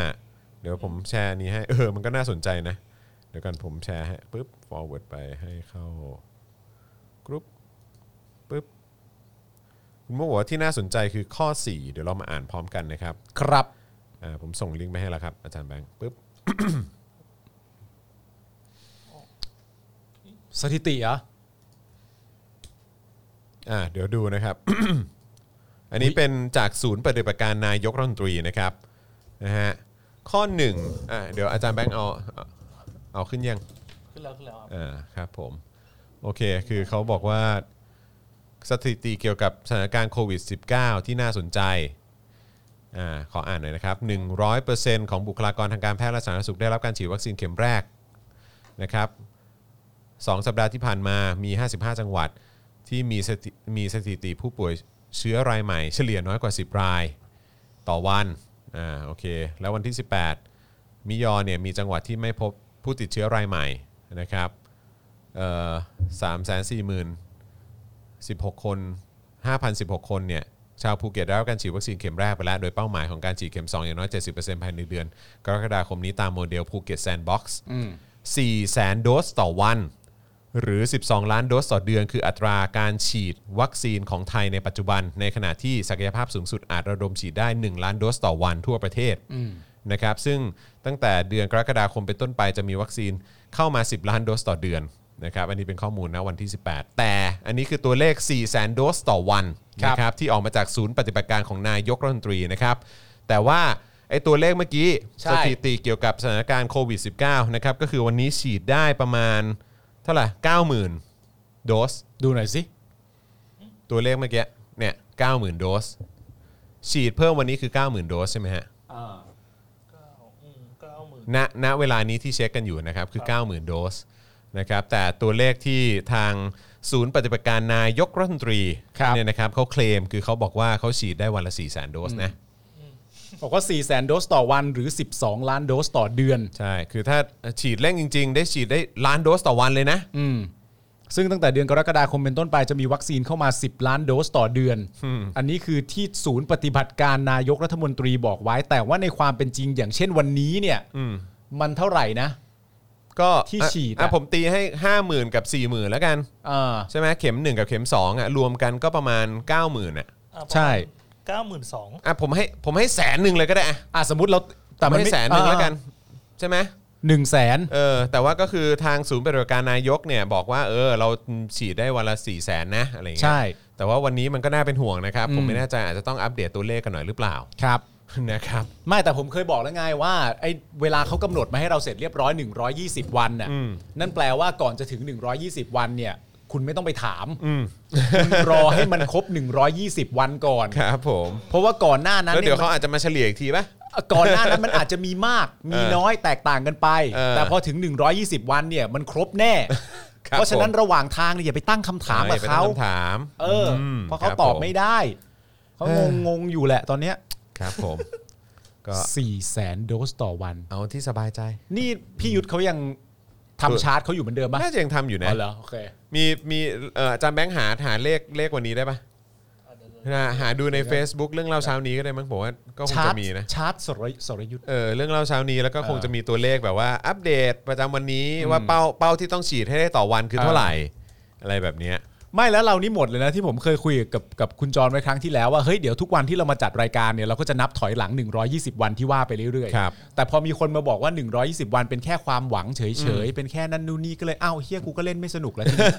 B: เดี๋ยวผมแชร์อันนี้ให้ เออ มันก็น่าสนใจนะ เดี๋ยวกันผมแชร์ให้ปุ๊บ forward ไปให้เข้ากรุ๊ปปุ๊บ คุณมุกบอกว่าที่น่าสนใจคือข้อ 4 เดี๋ยวเรามาอ่านพร้อมกันนะครับ
E: ครับ
B: อ่าผมส่งลิงก์ไปให้แล้วครับ อาจารย์แบงค์ปุ๊บ
E: สถิติเหรอ
B: อ่าเดี๋ยวดูนะครับ อันนี้เป็นจากศูนย์ปฏิบัติการนายกรัฐมนตรีนะครับนะฮะข้อหนึ่งอ่าเดี๋ยวอาจารย์แบงค์เอาเอาเอาขึ้นยัง
D: ขึ้นแล้วขึ้นแล้วครับ
B: อ่าครับผม โอเค คือเขาบอกว่าสถิติเกี่ยวกับสถานการณ์โควิด -19 ที่น่าสนใจอ่าขออ่านหน่อยนะครับ 100%ของบุคลากรทางการแพทย์และสาธารณสุขได้รับการฉีดวัคซีนเข็มแรกนะครับ สองสัปดาห์ที่ผ่านมามี 55 จังหวัดที่มีสถิมีสถิติผู้ป่วยเชื้อรายใหม่ เฉลี่ยน้อยกว่า 10 รายต่อวัน อ่า โอเค แล้ววันที่ 18 มิยอเนี่ยมีจังหวัดที่ไม่พบผู้ติดเชื้อรายใหม่นะครับ เอ่อสามแสนสี่หมื่นสิบหกคนห้าพันสิบหกคนเนี่ย ชาวภูเก็ตได้รับการฉีดวัคซีนเข็มแรกไปแล้ว โดยเป้าหมายของการฉีดเข็ม 2 อย่างน้อย 70%ภายในเดือน กรกฎาคมนี้ตามโมเดลภูเก็ตแซนด์บ็อกซ์สี่แสนโดสต่อวัน หรือ 12 ล้านโดสต่อเดือน คืออัตราการฉีดวัคซีนของไทยในปัจจุบัน ในขณะที่ศักยภาพสูงสุดอาจระดมฉีดได้ 1 ล้านโดสต่อวันทั่วประเทศนะครับซึ่งตั้งแต่เดือนกรกฎาคมเป็นต้นไปจะมีวัคซีนเข้ามา 10 ล้านโดสต่อเดือนนะครับอันนี้เป็นข้อมูลนะวันที่ 18 แต่อันนี้คือตัวเลข 4 0 0 0 0 0 โดสต่อวัน
E: ครับ
B: นะครับที่ออกมาจากศูนย์ปฏิบัติการของนายกรัฐมนตรีนะครับแต่ว่าไอ้ตัวเลขเมื่อกี้
E: ใช่
B: สถิติเกี่ยวกับสถานการณ์โควิด -19 นะครับก็คือวันนี้ฉีดได้ประมาณ เท่าไหร่90,000 โดส
E: ดูหน่อยสิ
B: ตัวเลขเมื่อกี้ เนี่ย 90,000 โดส ฉีดเพิ่มวันนี้คือ 90,000 โดสใช่ไหมฮะ
D: เก้าอืมเก้าหมื่น
B: ณ ณ เวลานี้ที่เช็คกันอยู่นะครับ คือ 90,000 โดส นะครับ แต่ตัวเลขที่ทางศูนย์ปฏิบัติการนายกรัฐมนตรี
E: ครับ
B: เนี่ยนะครับเขาเคลม คือเขาบอกว่าเขาฉีดได้วันละ 4 0 0 0 0 0 โดสนะ
E: บอกว่า 4 0 0 0 0 0 โดสต่อวันหรือ 12 ล้านโดสต่อเดือน
B: ใช่ คือถ้าฉีดเร่งจริง ๆ ได้ฉีดได้ล้านโดสต่อวันเลยนะ
E: อืม ซึ่งตั้งแต่เดือนกรกฎาคมเป็นต้นไปจะมีวัคซีนเข้ามา 10 ล้านโดสต่อเดือน อันนี้คือที่ศูนย์ปฏิบัติการนายกรัฐมนตรีบอกไว้ แต่ว่าในความเป็นจริงอย่างเช่นวันนี้เนี่ย
B: อืม
E: มันเท่าไหร่นะ
B: ก็
E: ที่ฉีดอะ
B: อ่ะผมตีให้ 50,000 กับ 40,000 แล้วกัน
E: อ่า
B: ใช่ไหมเข็ม 1 กับเข็ม 2อ่ะรวมกันก็ประมาณ 9 0,000ื่นอ่ะ
D: อ่ะประมาณ
E: ใช่
D: เก้าหมื่นสอง
B: อ่ะผมให้ผมให้แสนหนึ่งเลยก็ได้อ่ะ
E: อ่ะสมมติเราแต่
B: ผ
E: มั
B: มัน นให้
E: ไม่
B: แสนหนึ่ง
E: อ่า
B: แล้วกัน ใช่ไหม
E: หนึ่งแสน
B: เออแต่ว่าก็คือทางศูนย์ปฏิบัติการนายกเนี่ยบอกว่าเออเราฉีดได้วันละ4ี่แสนนะอะไรอย่างเงี้ย
E: ใช่
B: แต่ว่าวันนี้มันก็น่าเป็นห่วงนะครับ
E: อืม
B: ผมไม่แน่ใจอาจจะต้องอัปเดตตัวเลขกันหน่อยหรือเปล่า
E: ครับ
B: นะครับ
E: ไม่แต่ผมเคยบอกแล้วไงว่าไอ้เวลาเขากำหนดมาให้เราเสร็จเรียบร้อย 120 วันน่ะ
B: อืม
E: นั่นแปลว่าก่อนจะถึง 120 วันเนี่ย คุณไม่ต้องไปถาม
B: อืม
E: คุณรอให้มันครบ 120 วันก่อน
B: ครับผม
E: เพราะว่าก่อนหน้านั้น
B: แล้วเดี๋ยว
E: นี่
B: เขาอาจจะมาเฉลี่ยอีกทีป่ะ
E: มันก่อนหน้านั้นมันอาจจะมีมากมี
B: เออ
E: น้อยแตกต่างกันไป
B: เออ
E: แต่พอถึง 120 วันเนี่ยมันครบแน่
B: ครับ
E: เพราะฉะนั้น
B: ผม
E: ระหว่างทางเนี่ยอย่าไปตั้งคำถามกับ
B: ไปตั้ง
E: เขา
B: คำถาม
E: เอออ
B: ม
E: เพราะเขา
B: คบ
E: ตอบ
B: ผ
E: ไม่ได้เขางงงงๆอยู่แหละตอนเนี้ย
B: ครับผม ก็
E: สี่แสนโดสต่อวัน
B: เอาที่สบายใจ
E: นี่พี่ยุทธเขายังทำชาร์ตเขาอยู่เหมือนเดิมปะ
B: น่าจะยังทำอยู่นะ
E: อ๋อเหรอโอเค
B: มีมีเอ่ออาจารย์แบงค์หาหาเลขเลขวันนี้ได้ปะหาหาดูใน Facebook เรื่องเล่าเช้านี้ก็ได้มั้งผมว่าก็คง
E: ชาร์
B: จะ
E: ต
B: มีนะ
E: ชาร์ตสรสรยุทธ
B: เออเรื่องเล่าเช้านี้แล้วก็คง
E: เออ
B: จะมีตัวเลขแบบว่า อัปเดตประจำวันนี้ว่าเป้าเป้าที่ต้องฉีดให้ได้ต่อวันคือ
E: เออ
B: เท่าไหร่ อะไรแบบเนี้ย
E: ไม่แล้วเรานี่หมดเลยนะที่ผมเคยคุยกับกับคุณจรไว้ครั้งที่แล้วว่าเฮ้ยเดี๋ยวทุกวันที่เรามาจัดรายการเนี่ยเราก็จะนับถอยหลัง 120 วันที่ว่าไปเรื่อย
B: ครับ
E: แต่พอมีคนมาบอกว่า 120 วันเป็นแค่ความหวังเฉยๆเป็นแค่นั้นนู่นนี่ก็เลยอ้าวเฮียกูก็เล่นไม่สนุกแล้ว ทีนี้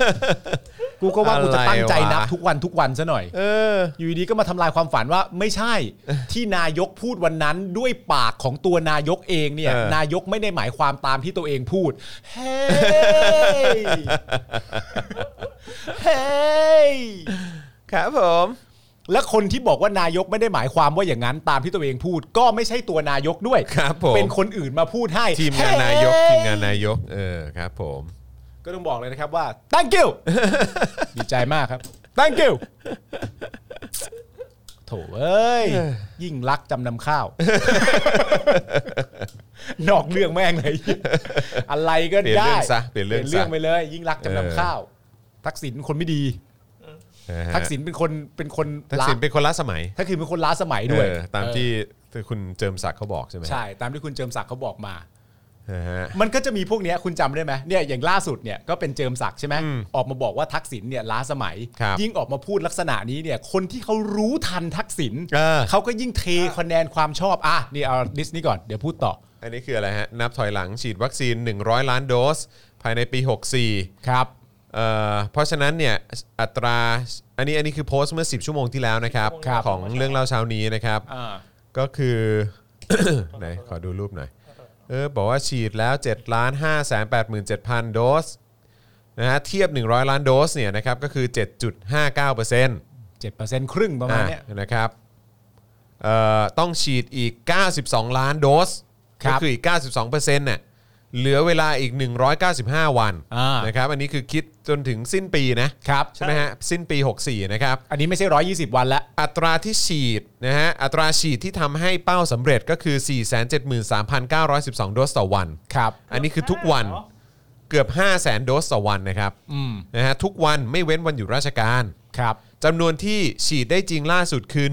E: กูก็ว่ากูจะตั้งใจนับ
B: อะไรวะ
E: ทุกวันทุกวันซะหน่อย
B: เออ
E: อยู่ดีๆก็มาทำลายความฝันว่าไม่ ใช่ ที่นายกพูดวันนั้นด้วยปากของตัวนายกเองเนี่ย
B: เออ
E: นายกไม่ได้หมายความตามที่ตัวเองพูด เฮ้ย เฮ้ย
B: ครับผม
E: และคนที่บอกว่านายกไม่ได้หมายความว่าอย่างนั้นตามที่ตัวเองพูด ก็ไม่ใช่ตัวนายกด้วย
B: ครับผม
E: เป็นคนอื่นมาพูดให้
B: ทีมงานนายก
E: เฮ้
B: ทีมงานนายก เออครับผม
E: ก็ต้องบอกเลยนะครับว่า thank you ดีใจมากครับ thank you โถเอ้ ย ยิ่งรักจำนำข้าว นอกเรื่องแม่งเลย อะไรก็
B: เปลี่ยน
E: ได้
B: เรื่องซะเปลี่ยนเรื่องซะ
E: ไปเลย ยิ่งรักจำนำข้าว ทักษิณคนไม่ดี
B: นะฮะ
E: ทักษิณเป็นคนเป็นคน
B: ทัก
E: ล้า
B: ษิณเป็นคนละสมัย
E: ทักษิณเป็นคนล้าสมัยด้วย
B: เออตาม
E: เออ
B: ที่คุณเจิมศักดิ์เขาบอกใช่ไหม
E: ใช่ ตามที่คุณเจิมศักดิ์เขาบอกมา
B: นะฮะ
E: มันก็จะมีพวกเนี้ยคุณจำได้ไหมเนี่ยอย่างล่าสุดเนี่ยก็เป็นเจิมศักดิ์ใช่ไหมออกมาบอกว่าทักษิณเนี่ยล้าสมัย
B: ครับ
E: ยิ่งออกมาพูดลักษณะนี้เนี่ยคนที่เขารู้ทันทักษิณ
B: เออ
E: เขาก็ยิ่งเทคะแนนความชอบอ่ะนี่เอาดิสนี้ก่อนเดี๋ยวพูดต่อ
B: อันนี้คืออะไรฮะ นับถอยหลังฉีดวัคซีน 100 ล้านโดส ภายในปี 64
E: ครับ
B: เอ่อเพราะฉะนั้นเนี่ยอัตราอันนี้อันนี้คือโพสต์เมื่อ 10 ชั่วโมงที่แล้วนะครับ
E: ครับ
B: ของเรื่องเล่าเช้านี้นะครับ
E: อ่า
B: ก็คือ ไหนขอดูรูปหน่อย เออ บอกว่าฉีดแล้ว7ล้าน5แสน87,000 โดสนะฮะเทียบ 100 ล้านโดสเนี่ยนะครับก็คือ 7.59%
E: เจ็ดเปอร์เซ็นต์ครึ่งประมาณเนี้ย
B: อ่ะนะครับเอ่อต้องฉีดอีก 92 ล้านโดส
E: ครั
B: ก็
E: บ
B: คืออีก 92%เนี่ยเหลือเวลาอีก 195 วัน
E: อ่าน
B: นะครับอันนี้คือคิดจนถึงสิ้นปีนะ
E: ครับ
B: ใช่ไหมฮะ สิ้นปี 64 นะครับ
E: อันนี้ไม่ใช่ร้อยยี่สิบวันละ
B: อัตราที่ฉีดนะฮะอัตราฉีดที่ทำให้เป้าสำเร็จก็คือ 473,912 โดสต่อวัน
E: ครับ
B: อันนี้คือทุกวัน
D: เหรอ
B: เกือบ 500,000 โดสต่อวันนะครับ
E: อืม
B: นะฮะทุกวันไม่เว้นวันหยุดราชการ
E: ครับ
B: จำนวนที่ฉีดได้จริงล่าสุดคือ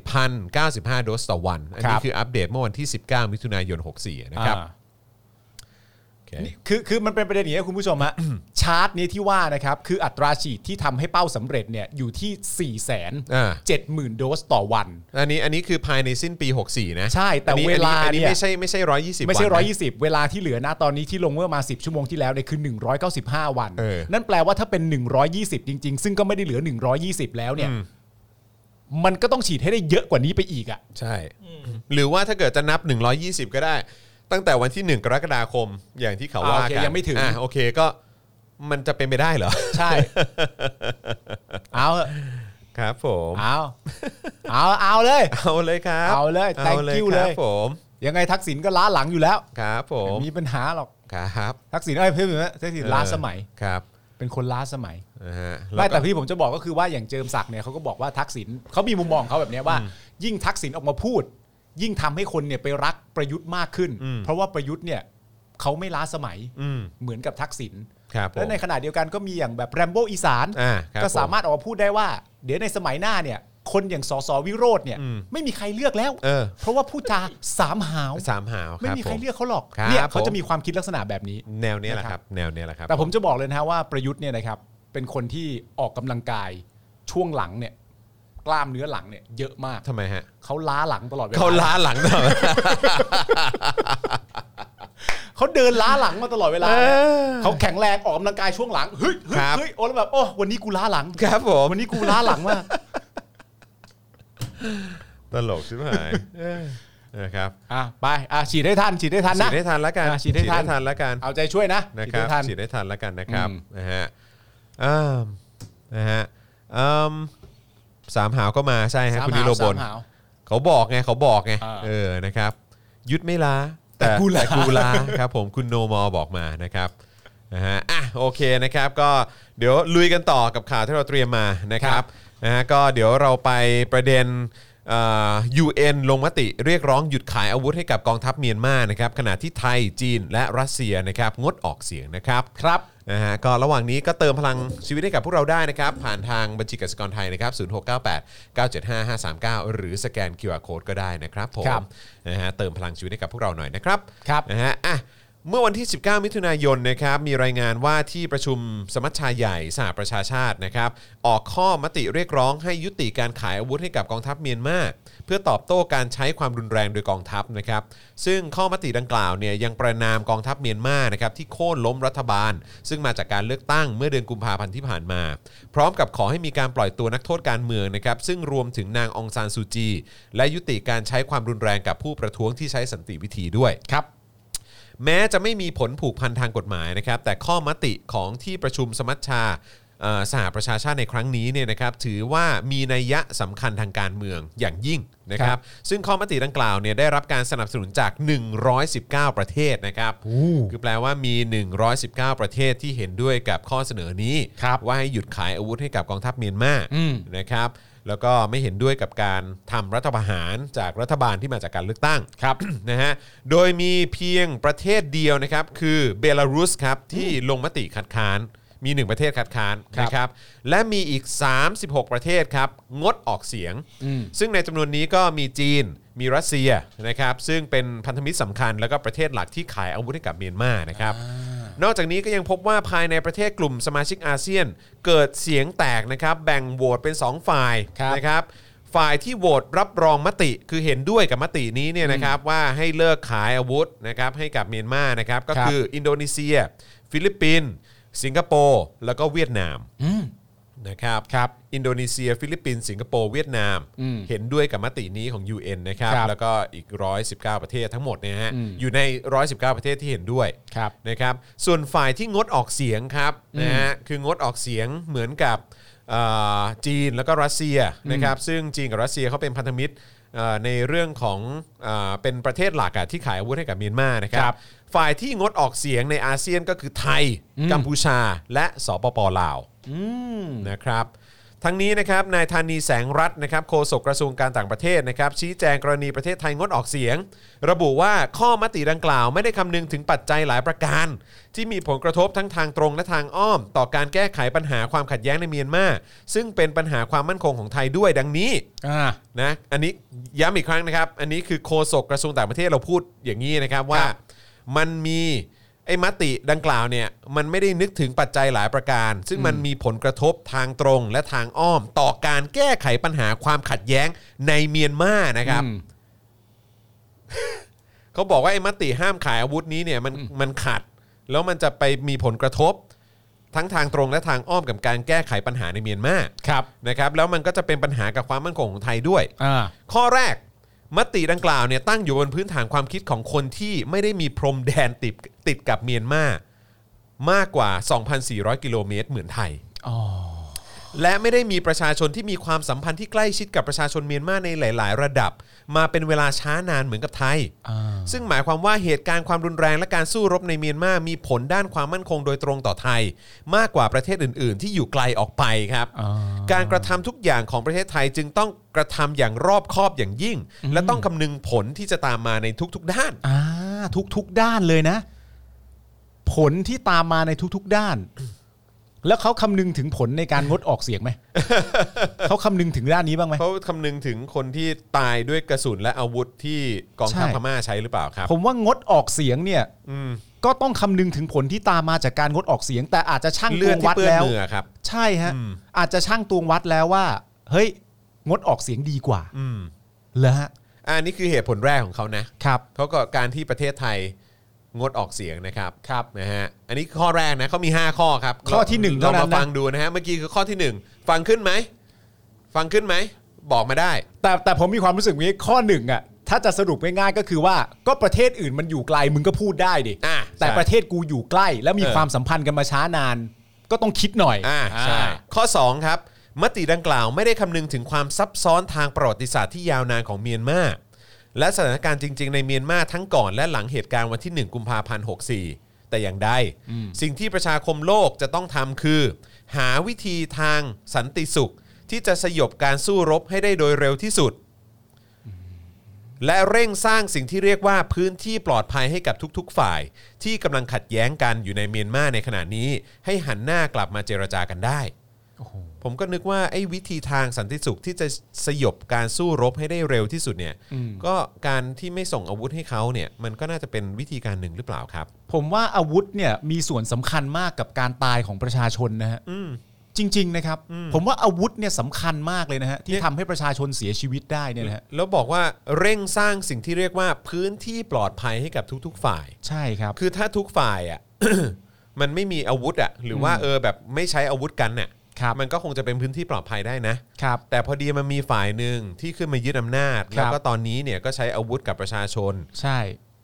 B: 104,095 โดสต่อวัน อัน
E: ค
B: นี้
E: รับ
B: คืออัปเดตเมื่อวันที่ 19 มิถุนายน 64 นะครับ
E: อ่า
B: โอเค
E: คือคือมันเป็นประเด็นอย่างนี้ยคุณผู้ชมฮะ ชาร์ตนี้ที่ว่านะครับคืออัตราฉีดที่ทำให้เป้าสำเร็จเนี่ยอยู่ที่4ี่แสน
B: อ่า
E: เจ็ดหมื่นโดสต่อวัน
B: อันนี้อันนี้คือภายในสิ้นปี 64 นะ
E: ใช่แต่
B: อันนี้
E: เวลา
B: อันนี้
E: เนี่ย
B: ไม่ใช่ไม่ใช่ 120
E: ไม่ใช่
B: วันนะ
E: 120 เวลาที่เหลือนะตอนนี้ที่ลงเมื่อมา 10 ชั่วโมงที่แล้วเนี่ยคือ 195 วัน
B: เออ
E: นั่นแปลว่าถ้าเป็น 120 จริง ๆ ซึ่งก็ไม่ได้เหลือ 120 แล้วเนี่ย มันก็ต้องฉีดให้ได้เยอะกว่านี้ไปอีกอ่ะ
B: ใช่ หรือว่าถ้าเกิดจะนับ 120 ก็ได้ ตั้งแต่วันที่ 1 กรกฎาคมอย่างที่เขาว่า
E: อ่าโอเค
B: กัน
E: ยังไม่ถึง
B: อ่ะโอเคก็มันจะเป็นไปได้เหรอ
E: ใช่ เอาเถอะ
B: ครับผม
E: เอาเอาเอาเลย
B: เอาเลยครับ
E: เอาเลย thank you
B: ครั
E: เลย
B: บผม
E: ยังไงทักษิณก็ล้าหลังอยู่แล้ว
B: ครับผม
E: ไม่มีปัญหาหรอก
B: ครับ
E: ทักษิณไอ้ยเพิ่มนะทักษิณล้าสมัย
B: ครับ
E: เป็นคนล้าสมัย
B: นะฮะ
E: ไม่แต่
B: ล้วก็
E: พี่ผมจะบอกก็คือว่าอย่างเจิมศักดิ์เนี่ยเขาก็บอกว่าทักษิณเขามีมุมมองของเขาแบบเนี้ยว่า ยิ่งทักษิณออกมาพูด ยิ่งทำให้คนเนี่ยไปรักประยุทธ์มากขึ้น เพราะว่าประยุทธ์เนี่ยเขาไม่ล้าสมัย
B: อืม
E: เหมือนกับทักษิณ
B: ครับผม
E: และในขณะเดียวกันก็มีอย่างแบบแรมโบ้อีสาน
B: อ่าครับ
E: ก็สา
B: ผ
E: มารถออกมาพูดได้ว่า เดี๋ยวในสมัยหน้าเนี่ย คนอย่างสสวิโรธเนี่ย
B: อืม
E: ไม่มีใครเลือกแล้ว
B: เออ
E: ราะว่าพูดจาสามหาว
B: สามหาว
E: ไม่มีใคร
B: บผ
E: เลือกเขาหรอก
B: ครับ
E: เนี่ยเขา
B: ผม
E: จะมีความคิดลักษณะแบบนี้
B: แนวเนี้ยแหละครับ แนวเนี้ยแหละครับ
E: แต่ผมจะบอกเลยนะฮะว่าประยุทธ์เนี่ยนะครับเป็นคนที่ออกกำลังกายช่วงหลังเนี่ยกล้ามเนื้อหลังเนี่ยเยอะมาก
B: ทำไมฮะ
E: เขาล้าหลังตลอดเวลา
B: เขาล้าหลังเรา
E: เขาเดินล้าหลังมาตลอดเวลา
B: เออ
E: เขาแข็งแรงออกกำลังกายช่วงหลังเฮ้ยเฮ้ย
B: ครับ
E: เฮ้ยโอ้แล้วแบบโอ้วันนี้กูล้าหลัง
B: ครับผม
E: วันนี้กูล้าหลังมาก
B: ตลกใช่ไหมนะครับ
E: อ่ะไปอ่ะฉีดให้ทันฉีดให้ทัน
B: ฉี
E: นะ
B: ดให้ทันละกัน
E: อ่ะฉีดให้ทัน
B: ทันละกัน
E: เอาใจช่วยนะ
B: นะครับ
E: ฉีดให้ทัน
B: ฉีดให้ทันแล้วกันนะครับ
E: อืม
B: นะฮะอ้ามนะฮะอืมสามหาวก็มาใช่ฮะคุณนิโรบ
E: สาน มหาว
B: เขาบอกไงเขาบอกไง
E: อ่า
B: เออนะครับ ยุดไม่ล้า
E: แต่กูล้า
B: แต่กูล้าครับผมคุณโนมอบอกมานะครับนะฮะอ่ะโอเคนะครับ ก็เดี๋ยวลุยกันต่อกับข่าวที่เราเตรียมมานะครับนะฮะก็เดี๋ยวเราไปประเด็นเอ่อ UN ลงมติเรียกร้องหยุดขายอาวุธให้กับกองทัพเมียนมานะครับขณะที่ไทยจีนและรัสเซียนะครับงดออกเสียงนะครับ
E: ครับ
B: นะฮะก็ระหว่างนี้ก็เติมพลังชีวิตให้กับพวกเราได้นะครับ ผ่านทางบัญชีกสิกรไทยนะครับ 0698 975 539 หรือสแกน QR Code ก็ได้นะครับผม
E: ครับ
B: นะฮะเติมพลังชีวิตให้กับพวกเราหน่อยนะครับ
E: ครับ
B: นะฮะอ่ะเมื่อวันที่ 19 มิถุนายนนะครับมีรายงานว่าที่ประชุมสมัชชาใหญ่สหประชาชาตินะครับออกข้อมติเรียกร้องให้ยุติการขายอาวุธให้กับกองทัพเมียนมาเพื่อตอบโต้การใช้ความรุนแรงโดยกองทัพนะครับซึ่งข้อมติดังกล่าวเนี่ยยังประนามกองทัพเมียนมานะครับที่โค่นล้มรัฐบาล ซึ่งมาจากการเลือกตั้งเมื่อเดือนกุมภาพันธ์ที่ผ่านมา พร้อมกับขอให้มีการปล่อยตัวนักโทษการเมืองนะครับซึ่งรวมถึงนางองซานซูจี และยุติการใช้ความรุนแรงกับผู้ประท้วงที่ใช้สันติวิธีด้วย
E: ครับ
B: แม้จะไม่มีผลผูกพันทางกฎหมายนะครับแต่ข้อมติของที่ประชุมสมัชชา เอ่อสหประชาชาติในครั้งนี้เนี่ยนะครับถือว่ามีนัยยะสำคัญทางการเมืองอย่างยิ่งนะครับซึ่งข้อมติดังกล่าวเนี่ยได้รับการสนับสนุนจาก 119 ประเทศนะครับคือแปลว่ามี 119 ประเทศที่เห็นด้วยกับข้อเสนอนี้ ว่าให้หยุดขายอาวุธให้กับกองทัพเมียนมานะครับแล้วก็ไม่เห็นด้วยกับการทำรัฐประหารจากรัฐบาลที่มาจากการเลือกตั้ง
E: ครับ
B: นะฮะ โดยมีเพียงประเทศเดียวนะครับ คือเบลารุสครับ ที่ลงมติคัดค้าน มีหนึ่งประเทศคัดค้าน
E: ครับ
B: นะครับ และมีอีก 36 ประเทศครับ งดออกเสียง ซึ่งในจำนวนนี้ก็มีจีน มีรัสเซียนะครับ ซึ่งเป็นพันธมิตรสำคัญแล้วก็ประเทศหลักที่ขายอาวุธให้กับเมียนมานะครับ นอกจากนี้ก็ยังพบว่าภายในประเทศกลุ่มสมาชิกอาเซียน เกิดเสียงแตกนะครับ แบ่งโหวตเป็น 2 ฝ่าย
E: ครับ
B: นะครับ ฝ่ายที่โหวตรับรองมติคือเห็นด้วยกับมตินี้เนี่ยนะครับว่าให้เลิกขายอาวุธนะครับให้กับเมียนมานะครับก็คืออินโดนีเซีย ฟิลิปปินส์สิงคโปร์แล้วก็เวียดนามนะครับครับอินโดนีเซีย ฟิลิปปินส์สิงคโปร์เวียดนาม เห็นด้วยกับมตินี้ของ UN นะครับ
E: ครับ
B: แล้วก็อีก 119 ประเทศทั้งหมดเนี่ยฮะอยู่ใน 119 ประเทศที่เห็นด้วย
E: ครับ
B: นะครับส่วนฝ่ายที่งดออกเสียงครับนะฮะคืองดออกเสียงเหมือนกับเอ่อจีนแล้วก็รัสเซียนะครับซึ่งจีนกับรัสเซียเขาเป็นพันธมิตรเอ่อในเรื่องของเออเป็นประเทศหลักอะที่ขายอาวุธให้กับเมียนมานะค
E: ค
B: รั
E: รั
B: บบ ฝ่ายที่งดออกเสียงในอาเซียนก็คือไทย กัมพูชาและสปปลาว นะครับทั้งนี้นะครับนายธานีแสงรัตน์นะครับโฆษกกระทรวงการต่างประเทศนะครับชี้แจงกรณีประเทศไทยงดออกเสียง ระบุว่าข้อมติดังกล่าวไม่ได้คำนึงถึงปัจจัยหลายประการ ที่มีผลกระทบทั้งทางตรงและทางอ้อม ต่อการแก้ไขปัญหาความขัดแย้งในเมียนมาซึ่งเป็นปัญหาความมั่นคงของไทยด้วยดังนี้
E: อ่า
B: นะอันนี้ย้ำอีกครั้งนะครับ อันนี้คือโฆษกกระทรวงต่างประเทศเราพูดอย่างนี้นะครับว่ามันมีไอ้มติดังกล่าวเนี่ยมันไม่ได้นึกถึงปัจจัยหลายประการ ซึ่งมันมีผลกระทบทางตรงและทางอ้อม ต่อการแก้ไขปัญหาความขัดแย้งในเมียนมานะครับ
E: อืม
B: เขาบอกว่าไอ้มติห้ามขายอาวุธนี้เนี่ยมันมันขัด แล้วมันจะไปมีผลกระทบ ทั้งทางตรงและทางอ้อมกับการแก้ไขปัญหาในเมียนมา
E: ครับ
B: นะครับ แล้วมันก็จะเป็นปัญหากับความมั่นคงของไทยด้วย
E: อ่า
B: ข้อแรกมติดังกล่าวเนี่ยตั้งอยู่บนพื้นฐานความคิดของคนที่ไม่ได้มีพรมแดนติดติดกับเมียนมามากกว่า 2,400 กิโลเมตรเหมือนไทย
E: อ๋อ
B: และไม่ได้มีประชาชนที่มีความสัมพันธ์ที่ใกล้ชิดกับประชาชนเมียนมาในหลาย ๆ ระดับ มาเป็นเวลาช้านานเหมือนกับไทย ซึ่งหมายความว่าเหตุการณ์ความรุนแรงและการสู้รบในเมียนมามีผลด้านความมั่นคงโดยตรงต่อไทย มากกว่าประเทศอื่น ๆ ที่อยู่ไกลออกไปครับ การกระทำทุกอย่างของประเทศไทยจึงต้องกระทำอย่างรอบคอบอย่างยิ่ง และต้องคำนึงผลที่จะตามมาในทุก ๆ ด้าน
E: อ่าทุกๆด้านเลยนะ ผลที่ตามมาในทุกๆด้าน แล้วเขาคำนึงถึงผลในการงดออกเสียง ไหม เขาคำนึงถึงด้านนี้บ้างไหม
B: เขาคำนึงถึงคนที่ตายด้วยกระสุนและอาวุธที่กองทัพ
E: ใช่
B: พม่าใช้หรือเปล่าครับ
E: ผมว่างดออกเสียงเนี่ยก็ต้องคำนึงถึงผลที่ตามมาจากการงดออกเสียง แต่อาจจะช่างต
B: เลื
E: ว
B: อด
E: ง
B: ที่
E: วัด
B: เปื้อน
E: แล้ว
B: เหงื่อครับ
E: ใช่ฮะ
B: อืม
E: อาจจะช่างตวงวัดแล้วว่า เฮ้ย งดออกเสียงดีกว่า
B: อืม
E: เหรอฮะ
B: อันนี้คือเหตุผลแรกของเขานะครับ เขาก็การที่ประเทศไทยงดออกเสียงนะครับ
E: ครับ
B: นะฮะอันนี้ข้อแรกนะเขามี 5 ข้อครับ
E: ข้อที่หนึ่ง
B: เรามา
E: เท่านั้
B: น
E: นะ
B: ฟังดูนะฮะเมื่อกี้คือข้อที่หนึ่งฟังขึ้นไหมฟังขึ้นไหมบอกมาได้
E: แต่แต่ผมมีความรู้สึกนี้ข้อหนึ่งอะถ้าจะสรุปง่ายๆก็คือว่าก็ประเทศอื่นมันอยู่ไกลมึงก็พูดได้ดิ
B: อ่ะ
E: แต่
B: ใช่
E: ประเทศกูอยู่ใกล้ และมี
B: เออ
E: ความสัมพันธ์กันมาช้านาน ก็ต้องคิดหน่อย
B: อ่าใช่
E: อ่า
B: ข้อ 2 ครับ มติดังกล่าวไม่ได้คำนึงถึงความซับซ้อนทางประวัติศาสตร์ที่ยาวนานของเมียนมาและสถานการณ์จริง ๆ ในเมียนมาทั้งก่อนและหลังเหตุการณ์วันที่ 1 กุมภาพันธ์64 แต่อย่างใดสิ่งที่ประชาคมโลกจะต้องทำคือ หาวิธีทางสันติสุข ที่จะสยบการสู้รบให้ได้โดยเร็วที่สุด และเร่งสร้างสิ่งที่เรียกว่าพื้นที่ปลอดภัยให้กับทุกๆ ฝ่าย ที่กำลังขัดแย้งกันอยู่ในเมียนมาในขณะนี้ ให้หันหน้ากลับมาเจรจากันได้ ผมก็นึกว่าไอ้วิธีทางสันติสุขที่จะสยบการสู้รบให้ได้เร็วที่สุดเนี่ยก็การที่ไม่ส่งอาวุธให้เขาเนี่ยมันก็น่าจะเป็นวิธีการหนึ่งหรือเปล่าครับ
E: ผมว่าอาวุธเนี่ยมีส่วนสำคัญมากกับการตายของประชาชนนะฮะจริง ๆ นะครับ ผมว่าอาวุธเนี่ยสำคัญมากเลยนะฮะที่ทำให้ประชาชนเสียชีวิตได้เนี่ยนะฮะ
B: แล้วบอกว่าเร่งสร้างสิ่งที่เรียกว่าพื้นที่ปลอดภัยให้กับทุกๆ ฝ่าย
E: ใช่ครับ
B: คือถ้าทุกฝ่ายอ่ะ มันไม่มีอาวุธอ่ะหรือว่าเออแบบไม่ใช้อาวุธกันเนี่ย
E: ครับ
B: มันก็คงจะเป็นพื้นที่ปลอดภัยได้นะ
E: ครับ
B: แต่พอดีมันมีฝ่ายหนึ่งที่ขึ้นมายึดอำนาจ
E: ครับ
B: แล้วก็ตอนนี้เนี่ยก็ใช้อาวุธกับประชาชน
E: ใช่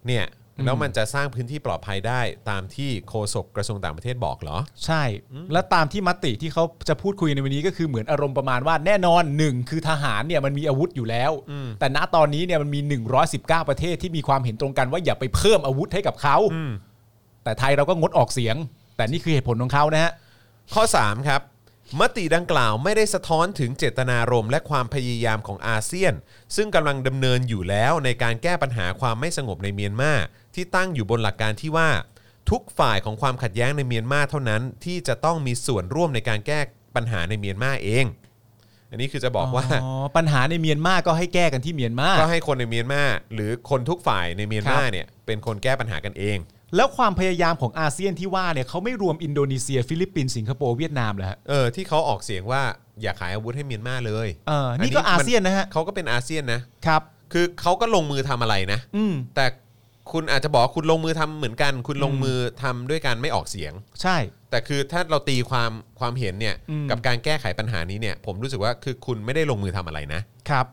B: เนี่ย แล้วมันจะสร้างพื้นที่ปลอดภัยได้ตามที่โฆษกกระทรวงต่างประเทศบอกเหรอ
E: ใช่ และตามที่มติที่เขาจะพูดคุยในวันนี้ก็คือเหมือนอารมณ์ประมาณว่าแน่นอนหนึ่งคือทหารเนี่ยมันมีอาวุธอยู่แล้ว แต่ณตอนนี้เนี่ยมันมี 119 ประเทศที่มีความเห็นตรงกันว่าอย่าไปเพิ่มอาวุธให้กับเขาแต่ไทยเราก็งดออกเสียง แต่นี่คือเหตุผลของเขานะฮะ
B: ข้อ 3 ครับ มติดังกล่าวไม่ได้สะท้อนถึงเจตนารมณ์และความพยายามของอาเซียน ซึ่งกำลังดำเนินอยู่แล้วในการแก้ปัญหาความไม่สงบในเมียนมาที่ตั้งอยู่บนหลักการที่ว่า ทุกฝ่ายของความขัดแย้งในเมียนมาเท่านั้นที่จะต้องมีส่วนร่วมในการแก้ปัญหาในเมียนมาเอง อันนี้คือจะบอกว่า
E: อ๋อปัญหาในเมียนมาก็ให้แก้กันที่เมียนมา
B: ก็ให้คนในเมียนมาหรือคนทุกฝ่ายในเมียนมา
E: ครับ
B: เนี่ยเป็นคนแก้ปัญหากันเอง
E: แล้วความพยายามของอาเซียนที่ว่าเนี่ยเขาไม่รวมอินโดนีเซีย ฟิลิปปินส์สิงคโปร์เวียดนามเหรอฮะ
B: เออที่เขาออกเสียงว่าอย่าขายอาวุธให้เมียนมาเลย
E: เออนี่ก็
B: มั
E: อาเซียนนะฮะ
B: เขาก็เป็นอาเซียนนะ
E: ครับ
B: คือเขาก็ลงมือทำอะไรนะ
E: อืม
B: แต่คุณอาจจะบอกว่าคุณลงมือทำเหมือนกัน คุณลงมือทำด้วยการไม่ออกเสียง
E: ใช่
B: แต่คือถ้าเราตีความความเห็นเนี่ย
E: อืม
B: กับการแก้ไขปัญหานี้เนี่ย ผมรู้สึกว่าคือคุณไม่ได้ลงมือทำอะไรนะ
E: ครับ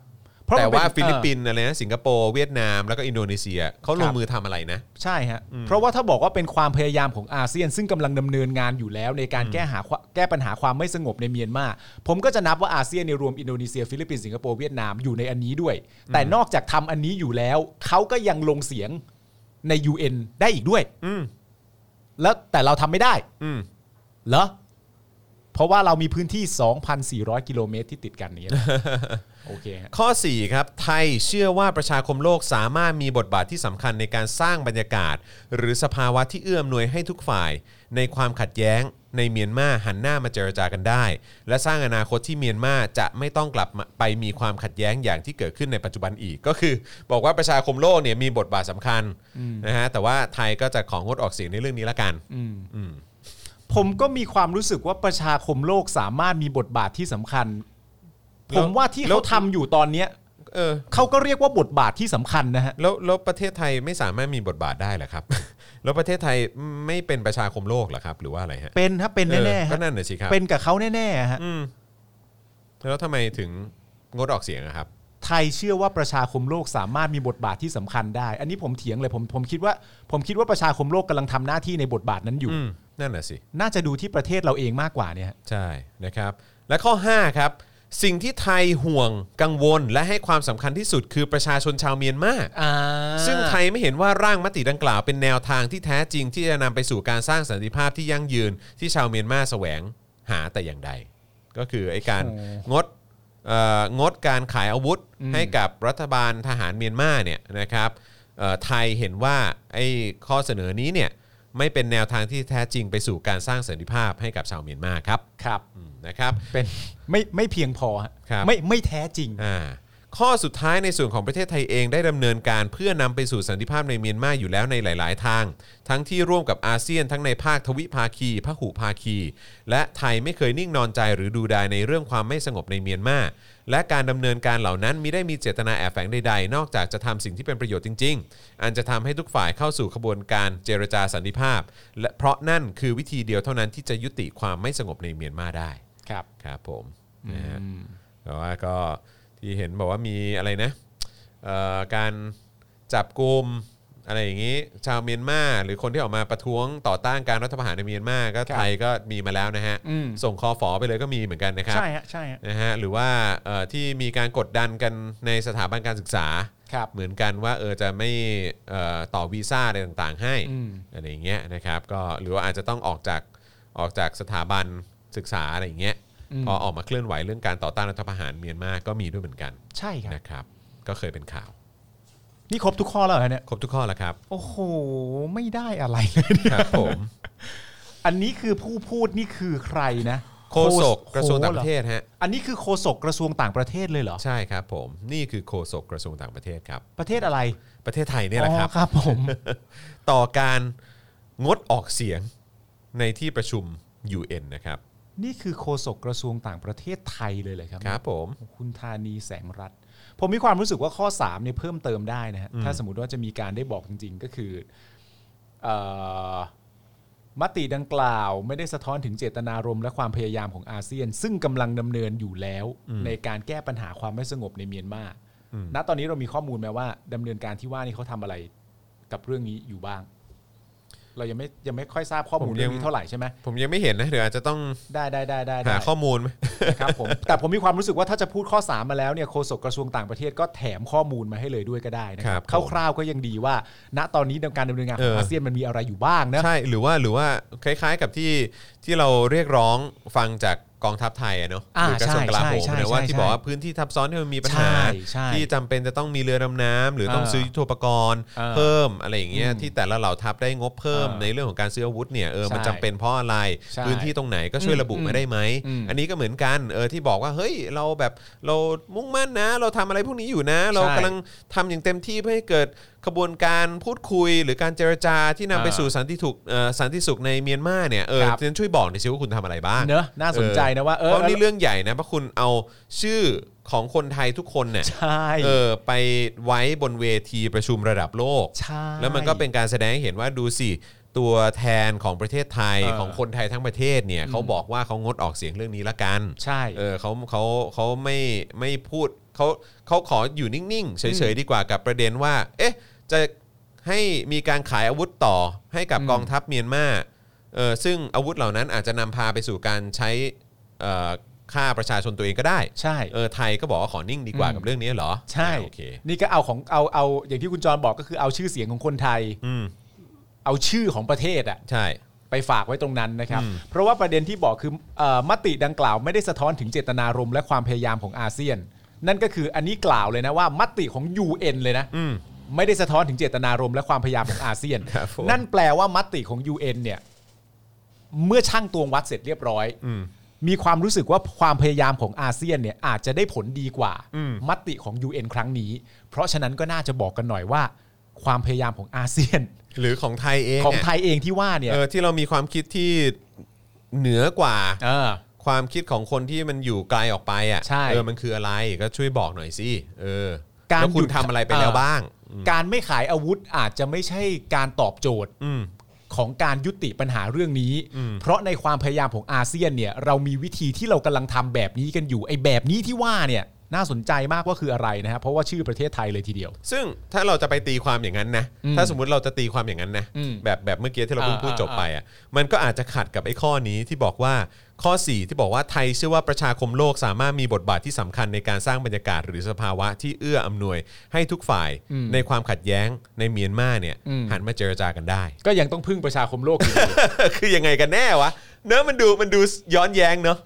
B: แต่
E: มันเน
B: ว่าฟิลิป
E: เอ
B: ปินส์อะไรนะสิงคโปร์เวียดนามแล้วก็อินโดนีเซียเขาลงมือทำอะไรนะ
E: อใช่ฮะเพราะว่าถ้าบอกว่าเป็นความพยายามของอาเซียน ซึ่งกำลังดำเนินงานอยู่แล้วในการแก้หาแก้ปัญหาความไม่สงบในเมียนมาผมก็จะนับว่าอาเซียนในยรวมอินโดนีเซีย ฟิลิปปินส์สิงคโปร์เวียดนามอยู่ในอันนี้ด้วย แต่นอกจากทำอันนี้อยู่แล้วเขาก็ยังลงเสียงใน UN ได้อีกด้วย
B: อืม
E: แล้วแต่เราทำไม่ได้
B: อืม
E: เหรอ เพราะว่าเรามีพื้นที่ 2,400 กิโลเมตรที่ติดกันนี้ นะ โอเคฮะ
B: ข้อ 4 ครับ ไทยเชื่อว่าประชาคมโลกสามารถมีบทบาทที่สำคัญในการสร้างบรรยากาศ หรือสภาวะที่เอื้อมหน่วยให้ทุกฝ่าย ในความขัดแย้งในเมียนมาหันหน้ามาเจรจากันได้ และสร้างอนาคตที่เมียนมาจะไม่ต้องกลับมาไปมีความขัดแย้งอย่างที่เกิดขึ้นในปัจจุบันอีก ก็คือ บอกว่าประชาคมโลกเนี่ยมีบทบาทสำคัญนะฮะแต่ว่าไทยก็จะของงดออกเสียงในเรื่องนี้ละกัน
E: ผมก็มีความรู้สึกว่าประชาคมโลกสามารถมีบทบาทที่สำคัญ
B: แล้ว
E: ผมว่าที่
B: แล้
E: เขา
B: ว
E: ทำอยู่ตอนเนี้ย
B: เออ
E: เขาก็เรียกว่าบทบาทที่สำคัญนะฮะ
B: แล้วแล้วประเทศไทยไม่สามารถมีบทบาทได้เหรอครับ แล้วประเทศไทยไม่เป็นประชาคมโลกเหรอครับ หรือว่าอะไรฮะ
E: เป็นฮะเป็นแน่
B: เออ
E: ๆ
B: ก็
E: ฮะ
B: นั่นน่ะสิครับ
E: เป็นกับเขาแน่ๆฮะ
B: อืมแล้วทำไมถึงงดออกเสียงอะครับ
E: ไทยเชื่อว่าประชาคมโลกสามารถมีบทบาทที่สำคัญได้ อันนี้ผมเถียงเลยผมผมคิดว่า ผมคิดว่าประชาคมโลกกำลังทำหน้าที่ในบทบาทนั้นอยู่
B: อืมนั่นน่ะสิ
E: น่าจะดูที่ประเทศเราเองมากกว่าเนี่ยฮะ
B: ใช่นะครับ และข้อ 5 ครับ สิ่งที่ไทยห่วงกังวล และให้ความสำคัญที่สุดคือประชาชนชาวเมียนมา ซึ่งไทยไม่เห็นว่าร่างมติดังกล่าวเป็นแนวทางที่แท้จริงที่จะนำไปสู่การสร้างสันติภาพที่ยั่งยืนที่ชาวเมียนมาแสวงหาแต่อย่างใด ก็คือไอ้การงดเอ่องดการขายอาวุธให้กับรัฐบาลทหารเมียนมาเนี่ยนะครับเอ่อไทยเห็นว่าไอ้ข้อเสนอนี้เนี่ยไม่เป็นแนวทางที่แท้จริงไปสู่การสร้างสันติภาพให้กับชาวเมียนมาครับ
E: ครับ
B: อืมนะครับ
E: เป็นไม่ไม่เพียงพอฮะ
B: ครับ
E: ไม่ไม่แท้จริง
B: อ่าข้อสุดท้ายในส่วนของประเทศไทยเองได้ดำเนินการเพื่อนำไปสู่สันติภาพในเมียนมาอยู่แล้วในหลาย ๆ ทาง ทั้งที่ร่วมกับอาเซียนทั้งในภาคทวิภาคีพหุภาคี และไทยไม่เคยนิ่งนอนใจหรือดูดายในเรื่องความไม่สงบในเมียนมาและการดำเนินการเหล่านั้นมิได้มีเจตนาแอบแฝงใด ๆ นอกจากจะทำสิ่งที่เป็นประโยชน์จริง ๆ อันจะทำให้ทุกฝ่ายเข้าสู่ขบวนการเจรจาสันติภาพ และเพราะนั่นคือวิธีเดียวเท่านั้นที่จะยุติความไม่สงบในเมียนมาได้
E: ครับ
B: ครับผมนะฮะแต่ว่าก็ที่เห็นบอกว่ามีอะไรนะเอ่อการจับกลุ่มอะไรอย่างนี้ ชาวเมียนมาหรือคนที่ออกมาประท้วงต่อต้านการรัฐประหารในเมียนมาก็ไทยก็มีมาแล้วนะฮะ
E: อืม
B: ส่งคอฝอไปเลยก็มีเหมือนกันนะครับ
D: ใช่ฮะใช่ฮะ
B: นะฮะหรือว่าเอ่อที่มีการกดดันกันในสถาบันการศึกษา
E: ครับ
B: เหมือนกันว่าเออจะไม่เอ่อต่อวีซ่าอะไรต่างๆ ให้อะไรอย่างเงี้ยนะครับก็หรือว่าอาจจะต้องออกจากออกจากสถาบันศึกษาอะไรอย่างเงี้ยพอออกมาเคลื่อนไหวเรื่องการต่อต้านรัฐประหารเมียนมาก็มีด้วยเหมือนกัน
E: ใช่ครับ
B: นะครับ ก็เคยเป็นข่าว
E: นี่ครบทุกข้อแล้วเหรอเนี่ย
B: ครบทุกข้อแล้ว ครับ
E: โอ้โห ไม่ได้อะไรเลย เนี่ย
B: ครับผม
E: อันนี้คือผู้พูดนี่คือใครนะ
B: โฆษกกระทรวงต่างประเทศฮะ
E: อันนี้คือโฆษกกระทรวงต่างประเทศเลยเหรอ
B: ใช่ครับผมนี่คือโฆษกกระทรวงต่างประเทศครับ
E: ประเทศอะไร
B: ประเทศไทยเนี่ยแหละครับ
E: อ๋อครับผม
B: ต่อการงดออกเสียงในที่ประชุม UN นะครับ
E: นี่คือโฆษกกระทรวงต่างประเทศไทยเลยเลยครับ
B: ครับผม
E: คุณธานีแสงรัตน์ผมมีความรู้สึกว่าข้อ3เนี่ยเพิ่มเติมได้นะฮะถ้าสมมติว่าจะมีการได้บอกจริง ๆ ก็คือเออมติดังกล่าวไม่ได้สะท้อนถึงเจตนารมณ์และความพยายามของอาเซียน ซึ่งกำลังดำเนินอยู่แล้วในการแก้ปัญหาความไม่สงบในเมียนมาณตอนนี้เรามีข้อมูลไหมว่าดำเนินการที่ว่านี่เขาทำอะไร กับเรื่องนี้อยู่บ้าง เรายังไม่ยังไม่ค่อยทราบข้อมู
B: ผม
E: ล
B: ยัง
E: เรื่องนี้เท่าไหร่ใช่ไหม
B: ผมยังไม่เห็นนะเดี๋ยวอาจจะต้อง
E: ได้ได้ได้ได้
B: หา
E: ได้
B: ข้อมูลไหม
E: นะครับผม แต่ผมมีความรู้สึกว่าถ้าจะพูดข้อ 3 มาแล้วเนี่ยโฆษกกระทรวงต่างประเทศก็แถมข้อมูลมาให้เลยด้วยก็ได้นะค
B: ครั
E: รั
B: บบ ผม
E: คร่าวๆก็ยังดีว่า ณตอนนี้ในการดำเนินงานข
B: เอ
E: อง
B: ออ
E: อาเซียนมันมีอะไรอยู่บ้างนะ
B: ใช่หรือว่าหรือว่าคล้ายๆกับที่ที่เราเรียกร้องฟังจากกองทัพไทยอะเนอะ
E: อ่า
B: หรืกระทรวงกลาโหม
E: ใช่ใช่
B: นะว่า
E: ใช่
B: ที่
E: ใช่
B: บอกว่าพื้นที่ทับซ้อนที่มันมีปัญหา
E: ใช่ใช่
B: ที่จำเป็นจะต้องมีเรือดำน้ำหรือต้อง
E: เออ
B: ซื้อยุทโธปกรณ์
E: เออ
B: เพิ่มอะไรอย่างเงี้ย
E: อืม
B: ที่แต่ละเหล่าทัพได้งบเพิ่ม
E: เออ
B: ในเรื่องของการซื้ออาวุธเนี่ยเออ
E: ใช่
B: มันจำเป็นเพราะอะไร
E: ใช่
B: พื้นที่ตรงไหนก็ช่วยระบุ
E: อืม
B: มาได้ไหม
E: อืม
B: อันนี้ก็เหมือนกันเออที่บอกว่าเฮ้ยเราแบบเรามุ่งมั่นนะ เราทำอะไรพวกนี้อยู่นะ เรา
E: ใช่
B: กำลังทำอย่างเต็มที่เพื่อให้เกิดขบวนการพูดคุย หรือการเจรจาที่นำไป
E: เออ
B: สู่ สันติถูกเอ่อสันติสุขในเมียนมาเนี่ยเออ
E: ครับ
B: เจนช่วยบอกหน่อยสิว่าคุณทำอะไรบ้าง
E: เนอะน่าสนใจนะว่าเอ
B: เพ
E: อ
B: ราะนี่เรื่องใหญ่นะเพราะคุณเอาชื่อของคนไทยทุกคนเนี่ย
E: ใช่
B: เออไปไว้บนเวทีประชุมระดับโลก
E: ใช่
B: แล้วมันก็เป็นการแสดงให้เห็นว่าดูสิ ตัวแทนของประเทศไทย
E: เออ
B: ของคนไทยทั้งประเทศเนี่ยเขาบอกว่าเขางดออกเสียงเรื่องนี้ละกัน
E: ใช่
B: เออเขาเขาเขาไม่ไม่พูดเขาเขาขออยู่นิ่งๆ เฉยๆ ดีกว่ากับประเด็นว่า เอ๊ะ จะให้มีการขายอาวุธต่อให้กับ
E: อืม
B: กองทัพเมียนมาเออซึ่งอาวุธเหล่านั้นอาจจะนำพาไปสู่การใช้เอ่อฆ่าประชาชนตัวเองก็ได้
E: ใช่
B: เออไทยก็บอกว่าขอนิ่งดีกว่า
E: อืม
B: กับเรื่องนี้เหรอ
E: ใช่
B: อ่าโอเค
E: นี่ก็เอาของเอาเอาอย่างที่คุณจรบอกก็คือเอาชื่อเสียงของคนไทย
B: อืม
E: เอาชื่อของประเทศอะ
B: ใช่
E: ไปฝากไว้ตรงนั้นนะครับ
B: อืม
E: เพราะว่าประเด็นที่บอกคือเออมติดังกล่าวไม่ได้สะท้อนถึงเจตนารมณ์และความพยายามของอาเซียน นั่นก็คืออันนี้กล่าวเลยนะว่ามติของ UN เลยนะ
B: อืม
E: ไม่ได้สะท้อนถึงเจตนารมณ์และความพยายามของอาเซียน
B: ครับผม
E: นั่นแปลว่ามติของ UN เนี่ยเมื่อช่างตวงวัดเสร็จเรียบร้อย
B: อืม
E: มีความรู้สึกว่าความพยายามของอาเซียนเนี่ยอาจจะได้ผลดีกว่า
B: อืม
E: มติของ UN ครั้งนี้ เพราะฉะนั้นก็น่าจะบอกกันหน่อยว่า ความพยายามของอาเซียน
B: หรือของไทยเอง
E: ของ
B: เนี่ย
E: ไทยเองที่ว่าเนี่ย
B: เออที่เรามีความคิดที่เหนือกว่า
E: เออ
B: ความคิดของคนที่มันอยู่ไกลออกไปอ่ะ
E: ใช่
B: เออมันคืออะไรก็ช่วยบอกหน่อยสิเออ
E: การ
B: แล้วคุณ
E: หยุด
B: ทำอะไรไปแล้ว
E: เออ
B: บ้าง
E: การไม่ขายอาวุธอาจจะไม่ใช่การตอบโจทย์
B: อืม
E: ของการยุติปัญหาเรื่องนี้ เพราะในความพยายามของอาเซียนเนี่ย เรามีวิธีที่เรากำลังทำแบบนี้กันอยู่ไอ้แบบนี้ที่ว่าเนี่ย น่าสนใจมากว่าคืออะไรนะฮะเพราะว่าชื่อประเทศไทยเลยทีเดียว
B: ซึ่งถ้าเราจะไปตีความอย่างนั้นนะ
E: อืม
B: ถ้าสมมติเราจะตีความอย่างนั้นนะ
E: อืม
B: แบบแบบเมื่อกี้ที่เราเพิ่ง
E: อ่า
B: พูดจบ
E: อ่า
B: ไปอ่ะมันก็อาจจะขัดกับไอ้ข้อนี้ที่บอกว่าข้อ 4 ที่บอกว่าไทยเชื่อว่าประชาคมโลกสามารถมีบทบาทที่สำคัญในการสร้างบรรยากาศหรือสภาวะที่เอื้ออำนวย ให้ทุกฝ่ายในความขัดแย้งในเมียนมาเนี่ยหันมาเจรจากันได้
E: ก็ยังต้องพึ่งประชาคมโลกอยู่ดี
B: คือยังไงกันแน่วะเนอะมันดูมันดูย้อนแย้งเนอะ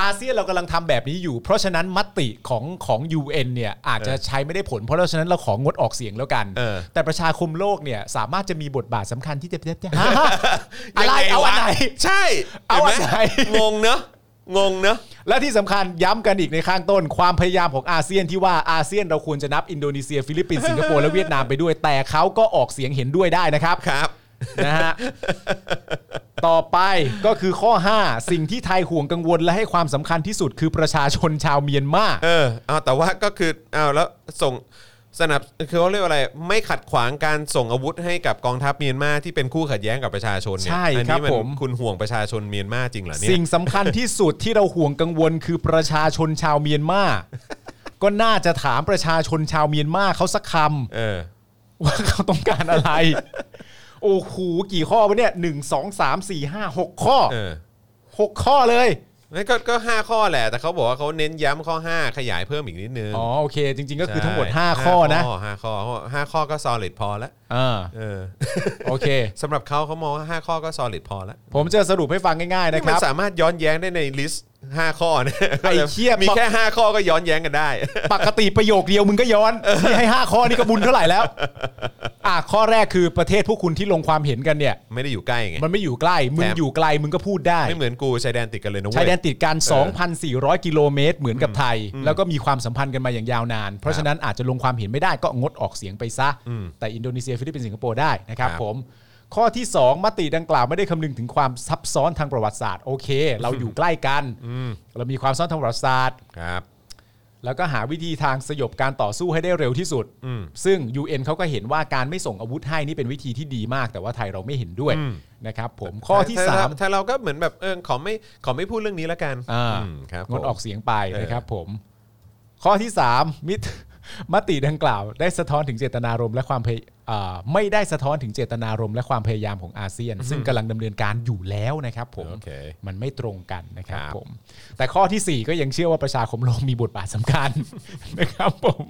E: อาเซียนเรากำลังทำแบบนี้อยู่ เพราะฉะนั้นมติของของ UN เนี่ยอาจจะใช้ไม่ได้ผล เพราะฉะนั้นเราของงดออกเสียงแล้วกัน
B: เออ
E: แต่ประชาคมโลกเนี่ยสามารถจะมีบทบาทสำคัญที่จะ อะไร
B: ยังงว
E: เอาอันไหน
B: ใช่
E: เอาอัน
B: ม
E: ไหน
B: งงเนอะงงเนอะ
E: และที่สำคัญย้ำกันอีกในข้างต้น ความพยายามของอาเซียนที่ว่าอาเซียนเราควรจะนับอินโดนีเซีย ฟิลิปปินส์สิงคโปร์และเวียดนามไปด้วย แต่เขาก็ออกเสียงเห็นด้วยได้นะครับ
B: ครับ
E: นะฮะ ต่อไปก็คือข้อ 5 สิ่งที่ไทยห่วงกังวลและให้ความสำคัญที่สุดคือประชาชนชาวเมียนมา
B: เออเอาแต่ว่าก็คือเอาแล้วส่งสนับคือเขาเรียกว่าอะไร ไม่ขัดขวางการส่งอาวุธให้กับกองทัพเมียนมาที่เป็นคู่ขัดแย้งกับประชาชนเนี่ย
E: ใช่
B: อั
E: ครั
B: นี้
E: บ
B: มั
E: ผม
B: คุณห่วงประชาชนเมียนมาจริงเหรอเนี่ย
E: สิ่งสำคัญที่สุดที่เราห่วงกังวลคือประชาชนชาวเมียนมา ก็น่าจะถามประชาชนชาวเมียนมาเขาสักคำ
B: เออ
E: ว่าเขาต้องการอะไร โอ้โหกี่ข้อวะเนี่ยหนึ่งสองสามสี่ห้าหกข้อ
B: เออ
E: หกข้อเลย
B: นั่นก็ก็ห้าข้อแหละ แต่เขาบอกว่าเขาเน้นย้ำข้อ 5 ขยายเพิ่มอีกนิดนึง
E: อ๋อโอเค จริง ๆ ก็คือ
B: ใช่
E: ทั้งหมด 5 ข้อนะ
B: ห้าข้อห้าข้อก็ solid พอแล้ว
E: อ่า
B: เอ อ
E: โอเค
B: สำหรับเขาเขามองว่าห้าข้อก็ solid พอแล้ว
E: ผมจะสรุปให้ฟังง่ายๆนะ
B: นี่
E: ค
B: มัน
E: รับ
B: สามารถย้อนแย้งได้ในลิสต์ห้าข้อนะ
E: ไอ้เหี้ย
B: มีแค่ห้าข้อก็ย้อนแย้งกันได้
E: ปกติประโยคเดียวมึงก็ย้อนนี่ให้ 5 ข้อนี่ก็บุญเท่าไหร่แล้ว อ่ะข้อแรกคือประเทศพวกคุณที่ลงความเห็นกันเนี่ย
B: ไม่ได้อยู่ใกล้ไง
E: มันไม่อยู่ใกล้ มึง
B: แถม
E: อยู่ไกลมึงก็พูดได้
B: ไม่เหมือนกูชายแดนติดกันเลยนะเว้ย
E: ชายแดนติดกัน
B: เออ
E: 2,400 กิโลเมตร เหมือนกับไทย แล้วก็มีความสัมพันธ์กันมาอย่างยาวนาน เพราะฉะนั้นอาจจะลงความเห็นไม่ได้ก็งดออกเสียงไปซะ
B: อืม
E: แต่อินโดนีเซีย ฟิลิปปินส์ สิงคโปร์ได้นะครับ
B: ครับ
E: ผม ข้อที่ 2 มติดังกล่าวไม่ได้คำนึงถึงความซับซ้อนทางประวัติศาสตร์ โอเค เราอยู่ใกล้กัน เรามีความซ้อนทางประวัติศาสตร์
B: ครับ
E: แล้วก็หาวิธีทางสยบการต่อสู้ให้ได้เร็วที่สุด
B: อืม
E: ซึ่ง UN เขาก็เห็นว่าการไม่ส่งอาวุธให้นี่เป็นวิธีที่ดีมาก แต่ว่าไทยเราไม่เห็นด้วย
B: อืม
E: นะครับผมข้อที่
B: ถ้
E: สาม
B: เรถ้าเราก็เหมือนแบบเออขอไม่ขอไม่พูดเรื่องนี้ละกัน
E: อ่า
B: อืมครับ
E: งด
B: ผม
E: ออกเสียงไป
B: เออ
E: นะครับผม ข้อที่ 3 มิตร มติดังกล่าว ได้สะท้อนถึงเจตนารมณ์และความพย อ่าไม่ได้สะท้อนถึงเจตนารมณ์และความพยายามของอาเซียน ซึ่งกำลังดำเนินการอยู่แล้วนะครับผม
B: โอเค
E: มันไม่ตรงกันนะครับ
B: ครับ
E: ผม แต่ข้อทีสี่ 4 ก็ยังเชื่อว่าประชาคมโลกมีบทบาทสำคัญ นะครับผม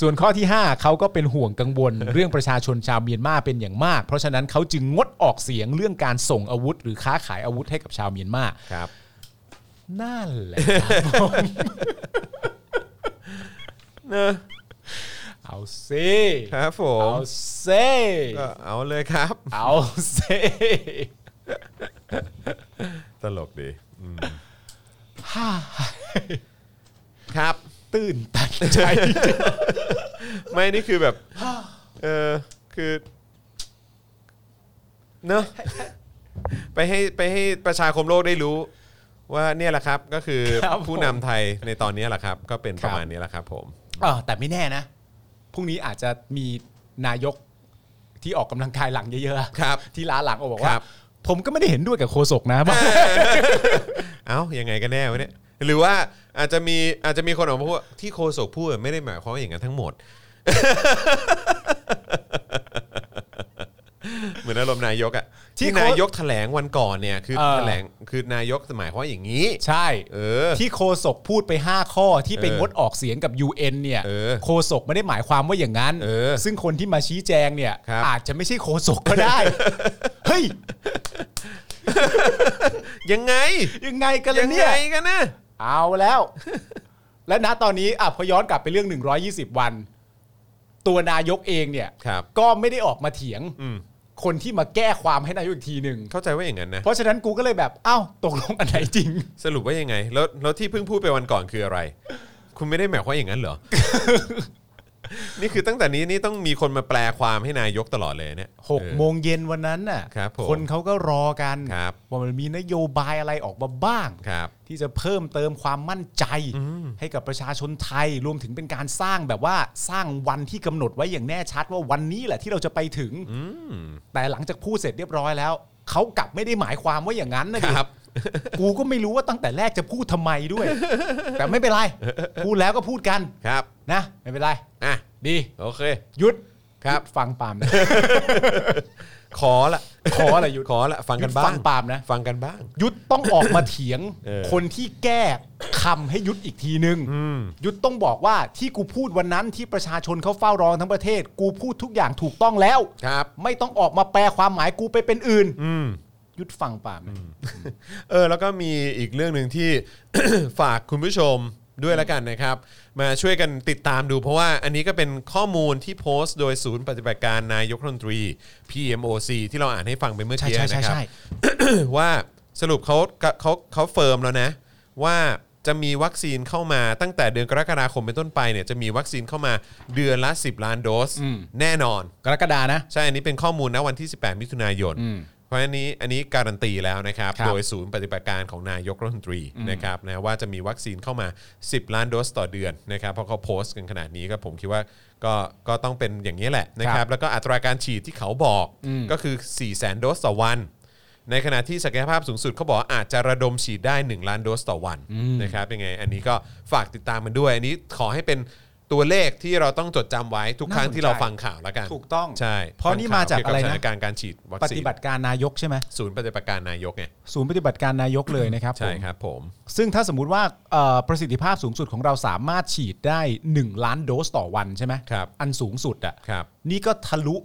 E: ส่วนข้อที่ 5 เขาก็เป็นห่วงกังวล เรื่องประชาชนชาวเมียนมาเป็นอย่างมาก เพราะฉะนั้นเขาจึงงดออกเสียงเรื่องการส่งอาวุธ หรือค้าขายอาวุธให้กับชาวเมียนมา
B: ครับ
E: นั่นแหละครับผม เอาซิ
B: ครับผ
E: เอา
B: ม
E: เซ่
B: ก็เอาเลยครับ
E: เอาเซ่
B: ตลกดีอืมครับ
E: ตื่นตันใจ
B: ไม่นี่คือแบบ เออคือเนอะไปให้ไปให้ประชาคมโลกได้รู้ ว่าเนี่ยแหละครับ ก็คือ
E: ครับผม
B: ผู้นำไทยในตอนนี้แหละครับ ก็เป็นประมาณ
E: ครับ
B: นี้แหละครับ ผม
E: อ่าแต่ไม่แน่นะ พรุ่งนี้อาจจะมีนายกที่ออกกำลังกายหลังเยอะๆ
B: ครับ
E: ที่ล้าหลังออกบอก
B: ค
E: ว่า
B: รับ
E: ผมก็ไม่ได้เห็นด้วยกับโคศกนะ บอก
B: เอ้ายังไงกันแน่วะเนี่ยหรือว่าอาจจะมีอาจจะมีคนออกมาพูดว่าที่โคศกพูดไม่ได้หมายความว่าอย่างนั้นทั้ง หมด เหมือนอารมณ์นายกอะ
E: ที่
B: ที่
E: โค้ช
B: นายกแถลงวันก่อนเนี่ย คือ
E: เออ
B: แถลงคือนายกหมายความว่าอย่างนี้
E: ใช่
B: เออ
E: ที่โคศกพูดไป 5 ข้อที่ไป
B: เออง
E: ดออกเสียงกับ UN เนี่ย
B: เออ
E: โคศกไม่ได้หมายความว่าอย่างนั้น
B: เออ
E: ซึ่งคนที่มาชี้แจงเนี่ย
B: ครับ
E: อาจจะไม่ใช่โคศกก็ ได้ เฮ้ย
B: ยังไง
E: ยังไงกัน
B: ยั
E: ล่ะ
B: ง
E: เนี่
B: ไง
E: ย
B: กันนะ
E: เอาแล้ว และณตอนนี้อ่ะพอย้อนกลับไปเรื่อง 120 วัน ตัวนายกเองเนี่ย
B: ครับ
E: ก็ไม่ได้ออกมาเถียง
B: อืม
E: คนที่มาแก้ความให้นายกอีกทีหนึ่ง
B: เข้าใจว่าอย่างนั้นนะ
E: เพราะฉะนั้นกูก็เลยแบบอ้าวตกลงอันไหนจริง
B: สรุปว่ายังไง แล้วแล้วที่เพิ่งพูดไปวันก่อนคืออะไร คุณไม่ได้หมายความอย่างนั้นเหร อ นี่คือตั้งแต่นี้นี่ต้องมีคนมาแปลความให้นายกตลอดเลยเนี่ย
E: หก
B: เออ
E: โมงเย็นวันนั้นน่ะ
B: ครับผม
E: นเขาก็รอกัน
B: ครับ
E: ว่ามันมีนโยบายอะไรออกมาบ้าง
B: ครับ
E: ที่จะเพิ่มเติมความมั่นใจให้กับประชาชนไทยรวมถึงเป็นการสร้างแบบว่าสร้างวันที่กำหนดไว้อย่างแน่ชัดว่าวันนี้แหละที่เราจะไปถึง
B: อืม
E: แต่หลังจากพูดเสร็จเรียบร้อยแล้วเขากลับไม่ได้หมายความว่าอย่างนั้นนะดิ
B: ครับ
E: กูก็ไม่รู้ว่าตั้งแต่แรกจะพูดทำไม ด้วย แต่ไม่เป็นไรพูดแล้วก็พูดกัน
B: ครับ
E: นะ ไม่เป็นไร
B: อ่ะ
E: ดี
B: โอเค
E: หยุดครับฟังปาล์มนะ
B: ขอละ
E: ขออะไรหยุด
B: ขอละ ฟังกันบ้าง
E: ฟังปาล์มนะ
B: ฟังกันบ้าง
E: ยุทธต้องออกมาเถียง
B: เออ
E: คนที่แก้คำให้ยุทธอีกทีนึง
B: อืม
E: ยุทธต้องบอกว่าที่กูพูดวันนั้นที่ประชาชนเขาเฝ้ารอทั้งประเทศ กูพูดทุกอย่างถูกต้องแล้ว
B: ครับ
E: ไม่ต้องออกมาแปลความหมายกูไปเป็นอื่น
B: อืม
E: ยุทธฟังป่าล์ม
B: เออแล้วก็มีอีกเรื่องหนึ่งที่ ฝากคุณผู้ชมด้วยละกันนะครับ มาช่วยกันติดตามดู เพราะว่าอันนี้ก็เป็นข้อมูลที่โพสต์โดยศูนย์ปฏิบัติการนายกรัฐมนตรี PMOC ที่เราอ่านให้ฟังไปเมื่อ
E: ใช่
B: กี้
E: ใช่ใช่
B: นะครับ
E: ใช่
B: ว่าสรุปเขาเขาเขาเฟิร์มแล้วนะ ว่าจะมีวัคซีนเข้ามาตั้งแต่เดือนกรกฎาคมเป็นต้นไปเนี่ยจะมีวัคซีนเข้ามาเดือนละ 10 ล้านโดส
E: อืม
B: แน่นอน
E: กรกฎานะ
B: ใช่ อันนี้เป็นข้อมูลนะวันที่ 18 มิถุนายน เพราะอันนี้อันนี้การันตีแล้วนะครับ
E: ครับ
B: โดยศูนย์ปฏิบัติการของนายกรัฐมนตรีนะครับนะว่าจะมีวัคซีนเข้ามา 10 ล้านโดสต่อเดือนนะครับเพราะเขาโพสต์กันขนาดนี้ก็ผมคิดว่าก็ก็ต้องเป็นอย่างนี้แหละนะค
E: ค
B: รั
E: รับ บ
B: แล้วก็อัตราการฉีดที่เขาบอกก็คือ 4 0 0 0 0 0 โดสต่อวัน ในขณะที่ศักยภาพสูงสุดเขาบอกว่าอาจจะระดมฉีดได้ 1 ล้านโดสต่อวันนะครับยังไง อันนี้ก็ฝากติดตามมันด้วย อันนี้ขอให้เป็นตัวเลขที่เราต้องจดจำไว้ทุกครั้งที่เรา
E: น่าสนใจ
B: ฟังข่าวแล้วกัน
E: ถูกต้อง
B: ใช่
E: เพราะนี่มาจากอะไรนะ
B: เยวบสถานการณ์การฉีดวัค
E: ป
B: ซี
E: ฏิ
B: น
E: บัติการนายกใช่ไหม
B: ศูนย์ปฏิบัติการนายกไง
E: ศูนย์ปฏิบัติการนายกเลยนะครับ
B: ใช่
E: ผม
B: ครับผม
E: ซึ่งถ้าสมมติว่าเอ่อประสิทธิภาพสูงสุดของเราสามารถฉีดได้ 1 ล้านโดสต่อวันใช่ไหม
B: ครับ
E: อันสูงสุดอ่ะ
B: ครับ
E: นี่ก็ทะลุ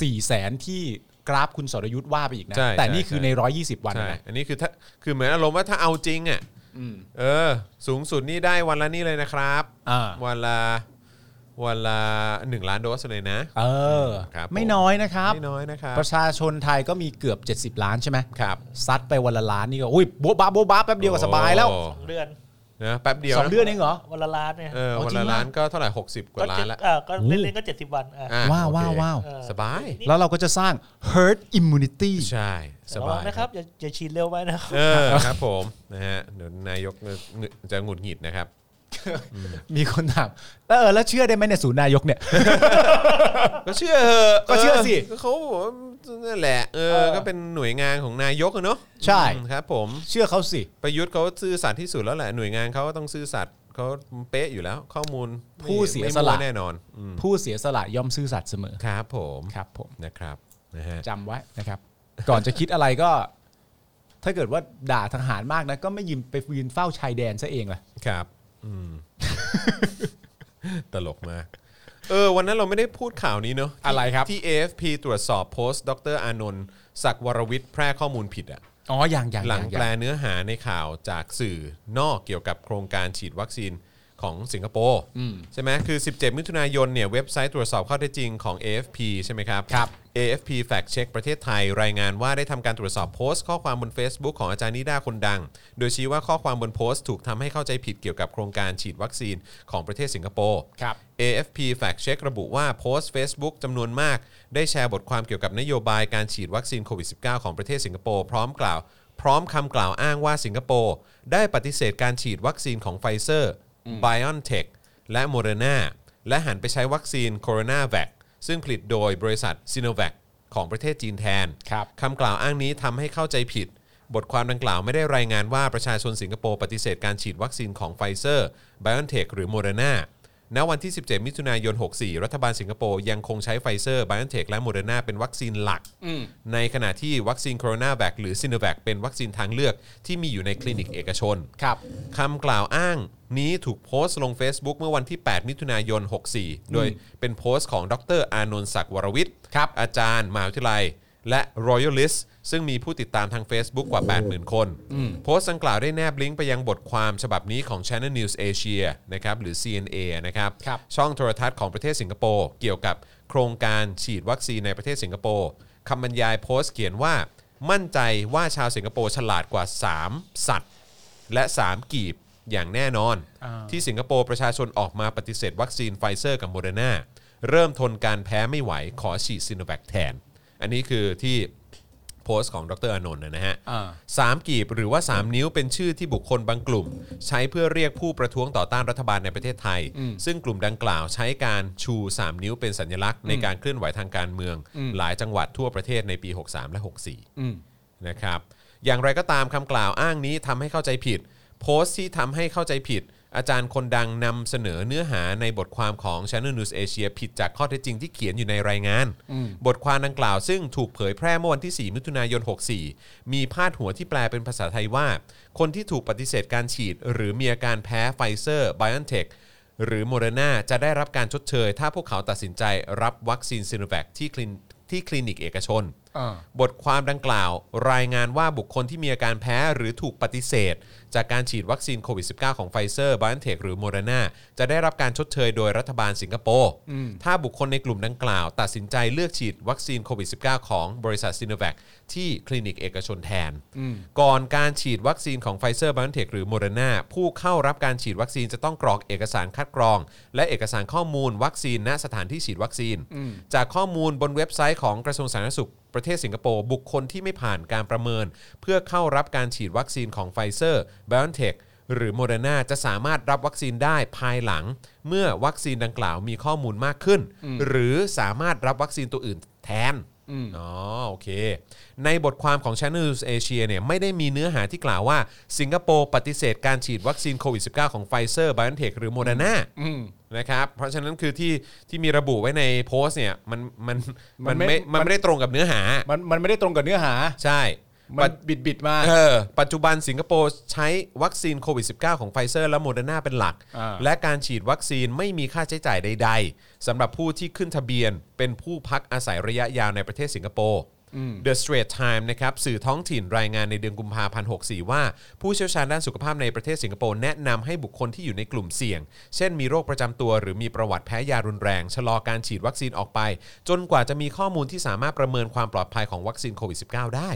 E: สี่แสนที่กราฟคุณสรยุทธ์ว่าไปอีกนะ
B: ใช่
E: แต่
B: ใช่
E: นี่คือ
B: ใช่
E: ใน 120 วัน
B: ใช่
E: นะ
B: อันนี้คือถ้าคือเหมือนอารมณ์ว่าถ้าเอาจริงอ่ะเออ สูงสุดนี่ได้วันละนี่เลยนะครับ
E: อ่า
B: วันละวันละหนึ่งล้านโดสเลยนะ
E: เออ
B: ครับผม
E: ไม่น้อยนะครับ
B: ไม่น้อยนะครับ
E: ประชาชนไทยก็มีเกือบ 70 ล้านใช่ไหม
B: ครับ
E: ซัดไปวันละล้านนี่ก็อุ้ยโบ๊ะบ้าโบ๊ะบ้าแป๊บเดียวก็สบายแล้ว
B: โอ้
D: เดือน
B: นะแป๊บเดียว
E: สอง
B: นะ
E: เดือนเองเหรอ
D: วันละล้านเนี่ย
B: เออ
E: เอา
B: วัน
E: จริ
B: ละ
E: ง
B: ล้า
E: ว่ะ
B: นก็เท่าไหร่หกสิบกว่าล้าน
D: เจ็ด
B: ละ
D: เออก็เล่นๆก็เจ็ดสิบวันอ่ะ
B: อ่ะ
E: ว้าว
B: โอเค
E: ว้าวว้าว
D: เออ
B: สบาย
D: นี่
E: แล้วเราก็จะสร้าง herd immunity
B: ใช่ส
D: แต่ระ
B: บา
D: วัง
B: ย
D: นะครับอย่าอย่าฉีดเร็วไปนะครับ
B: เออครับผมนะฮะเดี๋ยวนายกจะหงุดหงิดนะครับ
E: มีคนถามเออแล้วเชื่อได้ไหมเนี่ยศูนย์นายกเนี่ย
B: ก็เชื่อเหอะ
E: ก็เชื่อสิ
B: ก็เขาบอกว่านั่นแหละเอ
E: เอ
B: อ
E: อ
B: ก็เป็นหน่วยงานของนายกอะเนาะ
E: ใช่
B: อืมครับ ผม
E: เชื่อเขาสิ
B: ประยุทธ์เขาซื่อสัตย์ที่สุดแล้วแหละหน่วยงานเขาก็ต้องซื่อสัตย์ เขาเป๊ะอยู่แล้ว ข้อมูลไม่
E: ผู้เสีย
B: ไม่
E: สละ
B: มั่วแน่นอนอืม
E: ผู้เสียสละย่อมซื่อสัตย์เสมอ
B: ครับผม
E: ครับผม
B: นะครับนะฮะ
E: จำไว้นะครับ ก่อนจะคิดอะไรก็ ถ้าเกิดว่าด่าทหารมากนะ ก็ไม่ยืนไปยืนเฝ้าชายแดนซะเองล่ะ
B: ครับอืม ตลกมากเออ วันนั้นเราไม่ได้พูดข่าวนี้เนอะที่
E: อะไรครับ
B: ที่ AFP ตรวจสอบโพสต์ ดรอานนท์ศักดิ์วรวิทย์แพร่ข้อมูลผิดอะ
E: อ๋ออย่างอย่าง
B: หลัง
E: อย่า
B: แปลเนื้อหาในข่าวจากสื่อนอกเกี่ยวกับโครงการฉีดวัคซีนของสิงคโปร์ใช่ไหมคือ 17 มิถุนายนเนี่ยเว็บไซต์ตรวจสอบข้อเท็จจริงของ AFP ใช่ไหมครับ AFP Fact Check ประเทศไทย รายงานว่าได้ทำการตรวจสอบโพสต์ข้อความบน Facebook ของอาจารย์นิด้าคนดัง โดยชี้ว่าข้อความบนโพสต์ถูกทำให้เข้าใจผิดเกี่ยวกับโครงการฉีดวัคซีนของประเทศสิงคโปร์
E: ครับ
B: AFP Fact Check ระบุว่าโพสต์ Facebook จำนวนมาก ได้แชร์บทความเกี่ยวกับนโยบายการฉีดวัคซีนโควิด -19 ของประเทศสิงคโปร์พร้อมกล่าว พร้อมคำกล่าวอ้างว่าสิงคโปร์ได้ปฏิเสธการฉีดวัคซีนของไฟเซอร์ b i o n t e c h และโมเดอร์นาและหันไปใช้วัคซีนโคโรนาแวคซึ่งผลิตโดยบริษัทซิโนแวคของประเทศจีนแทน
E: ครับ
B: คำกล่าวอ้างนี้ทำให้เข้าใจผิด บทความดังกล่าวไม่ได้รายงานว่าประชาชนสิงคโปร์ปฏิเสธการฉีดวัคซีนของไฟเซอร์ b i o n t e c h หรือโมเดอร์นาณวันที่ 17 มิถุนายน 64 รัฐบาลสิงคโปร์ยังคงใช้ไฟเซอร์ b i o n t e c h และโมเดอร์นาเป็นวัคซีนหลัก ในขณะที่วัคซีนโคโรนาแวคหรือซิโนแวคเป็นวัคซีนทางเลือกที่มีอยู่ในคลินิกเอกชน
E: ครับ
B: คำกล่าวอ้างนี้ถูกโพสต์ลง Facebook เมื่อวันที่ 8 มิถุนายน 64 โดยเป็นโพสต์ของดรอานนท์ศักดิ์วรวิทย์
E: ครับ
B: อาจารย์มหาวิทยาลัย และ Royalist ซึ่งมีผู้ติดตามทาง Facebook กว่า 80,000 คน โพสต์ดังกล่าวได้แนบลิงก์ไปยังบทความฉบับนี้ของ Channel News Asia นะครับหรือ CNA นะครับ
E: ครับ
B: ช่องโทรทัศน์ของประเทศสิงคโปร์เกี่ยวกับโครงการฉีดวัคซีนในประเทศสิงคโปร์คำบรรยายโพสต์เขียนว่ามั่นใจว่าชาวสิงคโปร์ฉลาดกว่า 3 สัตว์ และ 3 กีบอย่างแน่นอน ที่สิงคโปร์ประชาชนออกมาปฏิเสธวัคซีนไฟเซอร์กับโมเดอร์นาเริ่มทนการแพ้ไม่ไหวขอฉีดซิโนแวคแทน อันนี้คือที่โพสต์ของดรอานนท์นะฮะ
E: อ่า
B: สามกีบหรือว่า 3 นิ้วเป็นชื่อที่บุคคลบางกลุ่ม ใช้เพื่อเรียกผู้ประท้วงต่อต้านรัฐบาลในประเทศไทย ซึ่งกลุ่มดังกล่าวใช้การชู 3 นิ้วเป็นสัญลักษณ์ในการเคลื่อนไหวทางการเมือง หลายจังหวัดทั่วประเทศในปี 63 และ
E: อืม
B: 64 นะครับ อย่างไรก็ตามคำกล่าวอ้างนี้ทำให้เข้าใจผิด โพสต์ที่ทำให้เข้าใจผิด อาจารย์คนดังนำเสนอเนื้อหาในบทความของ Channel News Asia ผิดจากข้อเท็จจริงที่เขียนอยู่ในรายงาน บทความดังกล่าวซึ่งถูกเผยแพร่เมื่อวันที่ 4 มิถุนายน 64 มีพาดหัวที่แปลเป็นภาษาไทยว่า คนที่ถูกปฏิเสธการฉีด หรือมีอาการแพ้ไฟเซอร์ b i o n t e c h หรือโมเดอร์นาจะได้รับการชดเชย ถ้าพวกเขาตัดสินใจรับวัคซีนซิโนแวคที่คลินที่คลินิกเอกชน บทความดังกล่าวรายงานว่าบุคคลที่มีอาการแพ้หรือถูกปฏิเสธ จากการฉีดวัคซีนโควิด -19 ของไฟเซอร์บ n นเทคหรือโมเดอร์นาจะได้รับการชดเชยโดยรัฐบาลสิงคโปร์ ถ้าบุคคลในกลุ่มดังกล่าว ตัดสินใจเลือกฉีดวัคซีนโควิด -19 ของบริษัทซิโนแวคที่คลินิกเอกชนแทน ก่อนการฉีดวัคซีนของไฟเซอร์บ n นเทคหรือโมเดอร์นาผู้เข้ารับการฉีดวัคซีนจะต้องกรอกเอกสารคัดกรอง และเอกสารข้อมูลวัคซีนณสถานที่ฉีดวัคซีน จากข้อมูลบนเว็บไซต์ของกระทรวงสาธารณสุข ประเทศสิงคโปร์บุคคลที่ไม่ผ่านการประเมิน เพื่อเข้ารับการฉีดวัคซีนของไฟเซอร์ b i o n t e c h หรือโมเดอร์นาจะสามารถรับวัคซีนได้ภายหลัง เมื่อวัคซีนดังกล่าวมีข้อมูลมากขึ้น หรือสามารถรับวัคซีนตัวอื่นแทนอ๋อโอเค ในบทความของ Channel News Asia เนี่ยไม่ได้มีเนื้อหาที่กล่าวว่า สิงคโปร์ปฏิเสธการฉีดวัคซีนโควิด -19 ของไฟเซอร์ b i o n t e c h หรือโมเดอร์นา นะครับเพราะฉะนั้นคือที่ที่มีระบุไว้ในโพสต์เนี่ยมันมันมัน
E: มันไม่
B: ไม่มันไม่ได้ตรงกับเนื้อหา
E: มันมันไม่ได้ตรงกับเนื้อหา
B: ใช่
E: มั
B: ปั
E: น
B: จ
E: บิดบิดๆมา
B: เออปัจจุบันสิงคโปร์ใช้วัคซีนโควิด -19 ของไฟเซอร์และโมเดอร์นาเป็นหลัก
E: อ่า
B: และการฉีดวัคซีนไม่มีค่าใช้จ่ายใดๆสำหรับผู้ที่ขึ้นทะเบียนเป็นผู้พักอาศัยระยะยาวในประเทศสิงคโปร์ The Straits Times นะครับสื่อท้องถิ่นรายงานในเดือนกุมภาพันธ์64 ว่า ผู้เชี่ยวชาญด้านสุขภาพในประเทศสิงคโปร์แนะนำให้บุคคลที่อยู่ในกลุ่มเสี่ยง เช่นมีโรคประจำตัว หรือมีประวัติแพ้ยารุนแรง ชะลอการฉีดวัคซีนออกไป จนกว่าจะมีข้อมูลที่สามารถประเมินความปลอดภัยของวัคซีนโควิด -19 ได้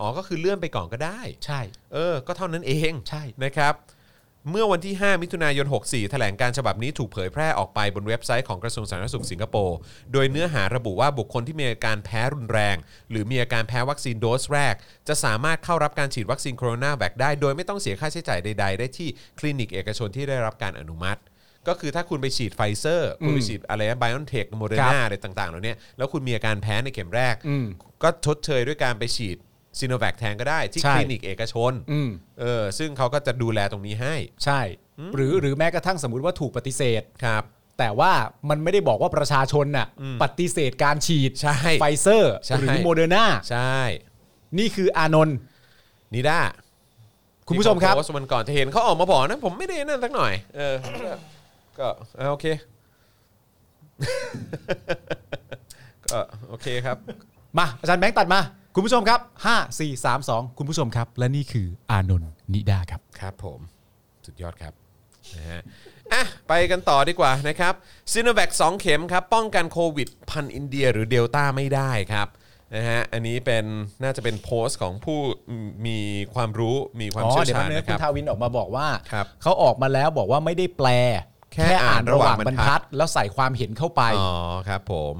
B: อ๋อ ก็คือเลื่อนไปก่อนก็ได้
E: ใช่
B: เออ ก็เท่านั้นเอง
E: ใช่
B: นะครับ เมื่อวันที่ 5 มิถุนายน 64 แถลงการฉบับนี้ถูกเผยแพร่ออกไปบนเว็บไซต์ของกระทรวงสาธารณสุขสิงคโปร์ โดยเนื้อหาระบุว่าบุคคลที่มีอาการแพ้รุนแรง หรือมีอาการแพ้วัคซีนโดสแรก จะสามารถเข้ารับการฉีดวัคซีนโคโรนาแวคได้ โดยไม่ต้องเสียค่าใช้จ่ายใด ๆ ได้ที่คลินิกเอกชนที่ได้รับการอนุมัติ ก็คือถ้าคุณไปฉีดไฟเซอร์ คุณไปฉีดอะไรนะไบออนเทคโมเดอร์นาอะไรต่างๆเหล่านี้แล้วคุณมีอาการแพ้ในเข็มแรก ก็ชดเชยด้วยการไปฉีดซีโนแวคแทนก็ได้ที่
E: ใช่
B: คลินิกเอกชน
E: อืม
B: เออซึ่งเขาก็จะดูแลตรงนี้ให้
E: ใช่
B: อ
E: หรือหรือแม้กระทั่งสมมติว่าถูกปฏิเสธ
B: ครับ
E: แต่ว่ามันไม่ได้บอกว่าประชาชนน่ะปฏิเสธการฉีด
B: ใช่
E: ไฟเซอร์
B: ใช่
E: หรือโมเดอร์นา
B: ใช่
E: นี่คืออานนท์
B: นิด้า
E: คุณผู้ชมครับ
B: ที่เขาโพสต์วันก่อนจะเห็นเขาออกมาบอกนะผมไม่ได้นั่นสักหน่อย เออ ก็ก็อ่ะโอเค ก็โอเคครับ
E: มา อาจารย์แบงค์ตัดมา คุณผู้ชมครับ 5 4 3 2 คุณผู้ชมครับ และนี่คืออานนท์นิดาครับ
B: ครับผมสุดยอดครับนะฮะอ่ะไปกันต่อดีกว่านะครับซีโนแวค2เข็มครับ ป้องกันโควิด พันธุ์อินเดียหรือเดลต้าไม่ได้ครับนะฮะอันนี้เป็นน่าจะเป็นโพสต์ของผู้มีความรู้มีความ
E: อ๋อ
B: เชี่ยว
E: เดี๋ยว
B: ชาญ
E: แป๊บนึง
B: นะค
E: คุ
B: รับ
E: ณทาวินออกมาบอกว่า
B: ครับ
E: เขาออกมาแล้วบอกว่าไม่ได้แปล
B: แค่อ่านระหว่างบรรทัด
E: แล้วใส่ความเห็นเข้าไป
B: อ๋อครับผม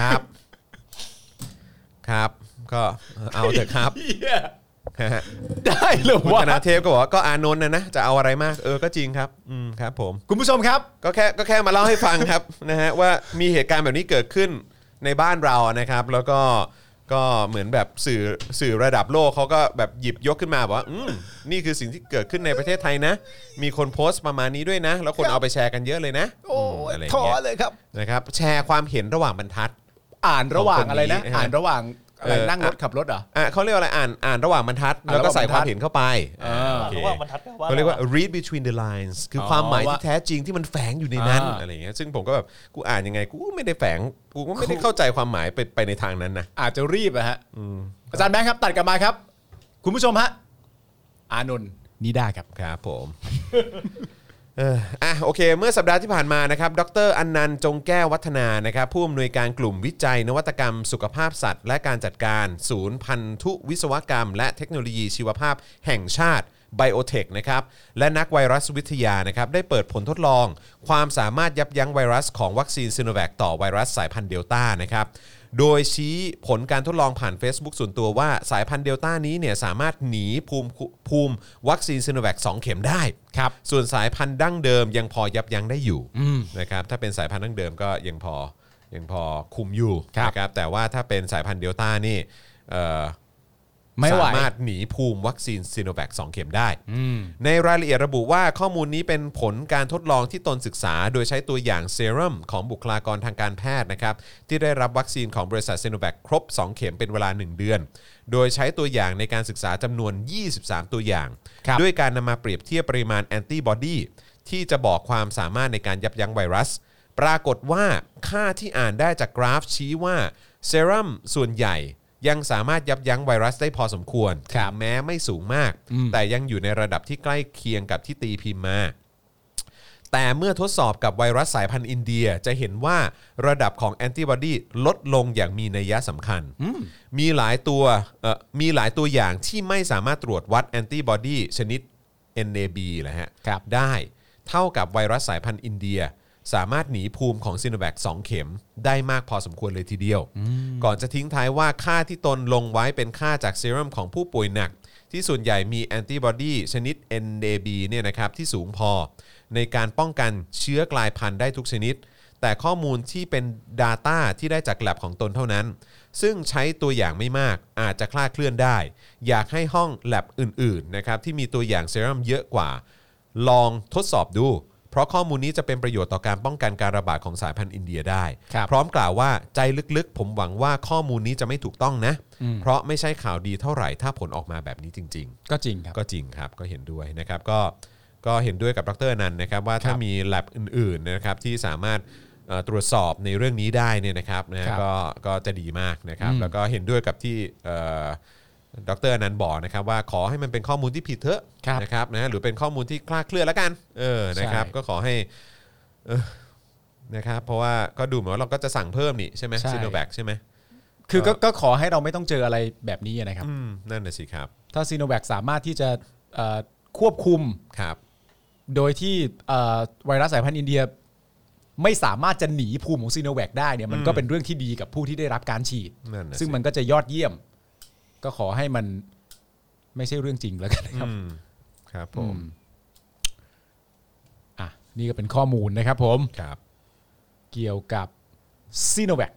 B: ครับครับ ก็เอาเถอะครับฮะ
E: ได้เหรือ
B: คุณ
E: วะ
B: ธนาเทพก็บอกว่าก็อานนท์นะนะจะเอาอะไรมากเออก็จริงครับอืมครับผม
E: คุณผู้ชมครับ
B: ก็แค่ก็แค่มาเล่าให้ฟังครับ นะฮะว่ามีเหตุการณ์แบบนี้เกิดขึ้นในบ้านเรานะครับ แล้วก็ก็เหมือนแบบสื่อสื่อระดับโลกเขาก็แบบหยิบยกขึ้นมาบอกว่าอืมนี่คือสิ่งที่เกิดขึ้นในประเทศไทยนะ มีคนโพสต์ประมาณนี้ด้วยนะ แล้วคนเอาไปแชร์กันเยอะเลยนะ
E: โอ้
B: มอะไรอย่าง
E: ท้อ
B: เงี้ย
E: เลยครับ
B: นะครับ แชร์ความเห็นระหว่างบรรทัด
E: อ่านระหว่างอะไร
B: ของ
E: นะ
B: คนนี้
E: อ่านระหว่างอะไร
B: เออ
E: นั่งรถขับรถเหรอ
B: อ่ะเขาเรียกอะไรอ่านอ่านระหว่างบรรทัด
E: อ่าน
B: แล้วก็ใส่
E: ระห
B: ค
E: ว่างบรรทัด
B: วามเห็นเข้าไปอ่าโอเค
D: ระหว่างบรรทัดแปลว่า
B: เขาเรียกว่า
D: อะไร
B: read between the lines คืออ
E: อ
B: ความหมาย
E: ว่า
B: ที่แท้จริงที่มันแฝงอยู่ในนั้น
E: อ่า
B: อะไรอย่างเงี้ยซึ่งผมก็แบบกูอ่านยังไงกูก็ไม่ได้แฝงกูก็ไม่ได้เข้าใจความหมายไปไปในทางนั้นนะ
E: อาจจะรีบอะฮะอาจารย์แบงค์ครับ ตัดกลับมาครับ คุณผู้ชมฮะ อานนท์นิดาครับ
B: ครับผม เอออ่ะโอเค เมื่อสัปดาห์ที่ผ่านมานะครับ ดรอันนันต์จงแก้ววัฒนานะครับ ผู้อำนวยการกลุ่มวิจัย นวัตกรรม สุขภาพสัตว์ และการจัดการ ศูนย์พันธุวิศวกรรม และเทคโนโลยีชีวภาพแห่งชาติ ไบโอเทคนะครับ และนักไวรัสวิทยานะครับ ได้เปิดผลทดลอง ความสามารถยับยั้งไวรัสของวัคซีนซิโนแวคต่อไวรัสสายพันธุ์เดลต้านะครับ โดยชี้ผลการทดลองผ่าน Facebook ส่วนตัวว่าสายพันธุ์เดลต้านี้เนี่ยสามารถหนีภูมิคุภูมิวัคซีนซิโนแวค2เข็มได้ครับส่วนสายพันธุ์ดั้งเดิมยังพอยับยั้งได้อยู่นะครับถ้าเป็นสายพันธุ์ดั้งเดิมก็ยังพอยังพอคุมอยู่
E: ครับ
B: นะครับแต่ว่าถ้าเป็นสายพันธุ์เดลต้านี่เอ่อ
E: ไม่ไหว
B: สามารถหนีภูมิวัคซีนซีโนแวค2เข็มได้ ในรายละเอียดระบุว่าข้อมูลนี้เป็นผลการทดลองที่ตนศึกษา โดยใช้ตัวอย่างเซรั่มของบุคลากรทางการแพทย์นะครับที่ได้รับวัคซีนของบริษัทซีโนแวคครบ 2 เข็มเป็นเวลา 1 เดือน โดยใช้ตัวอย่างในการศึกษาจำนวน 23 ตัวอย่าง
E: ครับ
B: ด้วยการนำมาเปรียบเทียบปริมาณแอนติบอดีที่จะบอกความสามารถในการยับยั้งไวรัส ปรากฏว่าค่าที่อ่านได้จากกราฟชี้ว่าเซรั่มส่วนใหญ่ ยังสามารถยับยั้งไวรัสได้พอสมควรถึงแม้ไม่สูงมาก แต่ยังอยู่ในระดับที่ใกล้เคียงกับที่ตีพิมพ์มา แต่เมื่อทดสอบกับไวรัสสายพันธุ์อินเดียจะเห็นว่าระดับของแอนติบอดีลดลงอย่างมีนัยยะสำคัญ มีหลายตัวเอ่อมีหลายตัวอย่างที่ไม่สามารถตรวจวัดแอนติบอดีชนิด NAB นะฮะ
E: ครับ
B: ได้เท่ากับไวรัสสายพันธุ์อินเดีย สามารถหนีภูมิของซิโนแวค2เข็ม ได้มากพอสมควรเลยทีเดียว ก่อนจะทิ้งท้ายว่าค่าที่ตนลงไว้เป็นค่าจากเซรั่มของผู้ป่วยหนัก ที่ส่วนใหญ่มีแอนติบอดีชนิด NAB เนี่ยนะครับที่สูงพอ ในการป้องกันเชื้อกลายพันธุ์ได้ทุกชนิด แต่ข้อมูลที่เป็น Data ที่ได้จากแลบของตนเท่านั้น ซึ่งใช้ตัวอย่างไม่มากอาจจะคลาดเคลื่อนได้ อยากให้ห้องแลบอื่นๆนะครับที่มีตัวอย่างเซรั่มเยอะกว่า ลองทดสอบดู เพราะข้อมูลนี้จะเป็นประโยชน์ต่อการป้องกันการระบาดของสายพันธุ์อินเดียได้
E: ครับ
B: พร้อมกล่าวว่าใจลึกๆ ผมหวังว่าข้อมูลนี้จะไม่ถูกต้องนะ เพราะไม่ใช่ข่าวดีเท่าไหร่ถ้าผลออกมาแบบนี้จริง ๆ
E: ก็จริงครับ
B: ก็จริงครับก็เห็นด้วยนะครับก็ก็เห็นด้วยกับดรอนันต์นะครับว่าถ้ามี l a b อื่นๆนะครับที่สามารถเอ่อตรวจสอบในเรื่องนี้ได้เนี่ยนะครับนะฮะ
E: ครับ
B: ก็ก็จะดีมากนะครับ
E: อืม
B: แล้วก็เห็นด้วยกับที่เอ่อดรอนันต์บอกนะครับว่าขอให้มันเป็นข้อมูลที่ผิดเถอะนะครับนะฮะหรือเป็นข้อมูลที่คลาดเคลื่อนละกันเออนะครับก็ขอให้เออนะครับเพราะว่าก็ดูเหมือนว่าเราก็จะสั่งเพิ่มนี่ใช่ไหม
E: ใช่
B: ซีโนแวคใช่ไหม
E: คือก็ก็ขอให้เราไม่ต้องเจออะไรแบบนี้นะครับ
B: อืมนั่นน่ะสิครับ
E: ถ้าซีโนแวคสามารถที่จะเอ่อควบคุม
B: ครับ
E: โดยที่เอ่อไวรัสสายพันธุ์อินเดีย ไม่สามารถจะหนีภูมิของซีโนแวคได้เนี่ยมันก็เป็นเรื่องที่ดีกับผู้ที่ได้รับการฉีด
B: นั่นน่ะ
E: ซึ่ง
B: สิ
E: มันก็จะยอดเยี่ยม ก็ขอให้มันไม่ใช่เรื่องจริงแล้วกันนะครับ
B: อืมครับผ
E: อื
B: ม
E: มอ่ะนี่ก็เป็นข้อมูลนะครับผม
B: ครับ
E: เกี่ยวกับซีโนแวค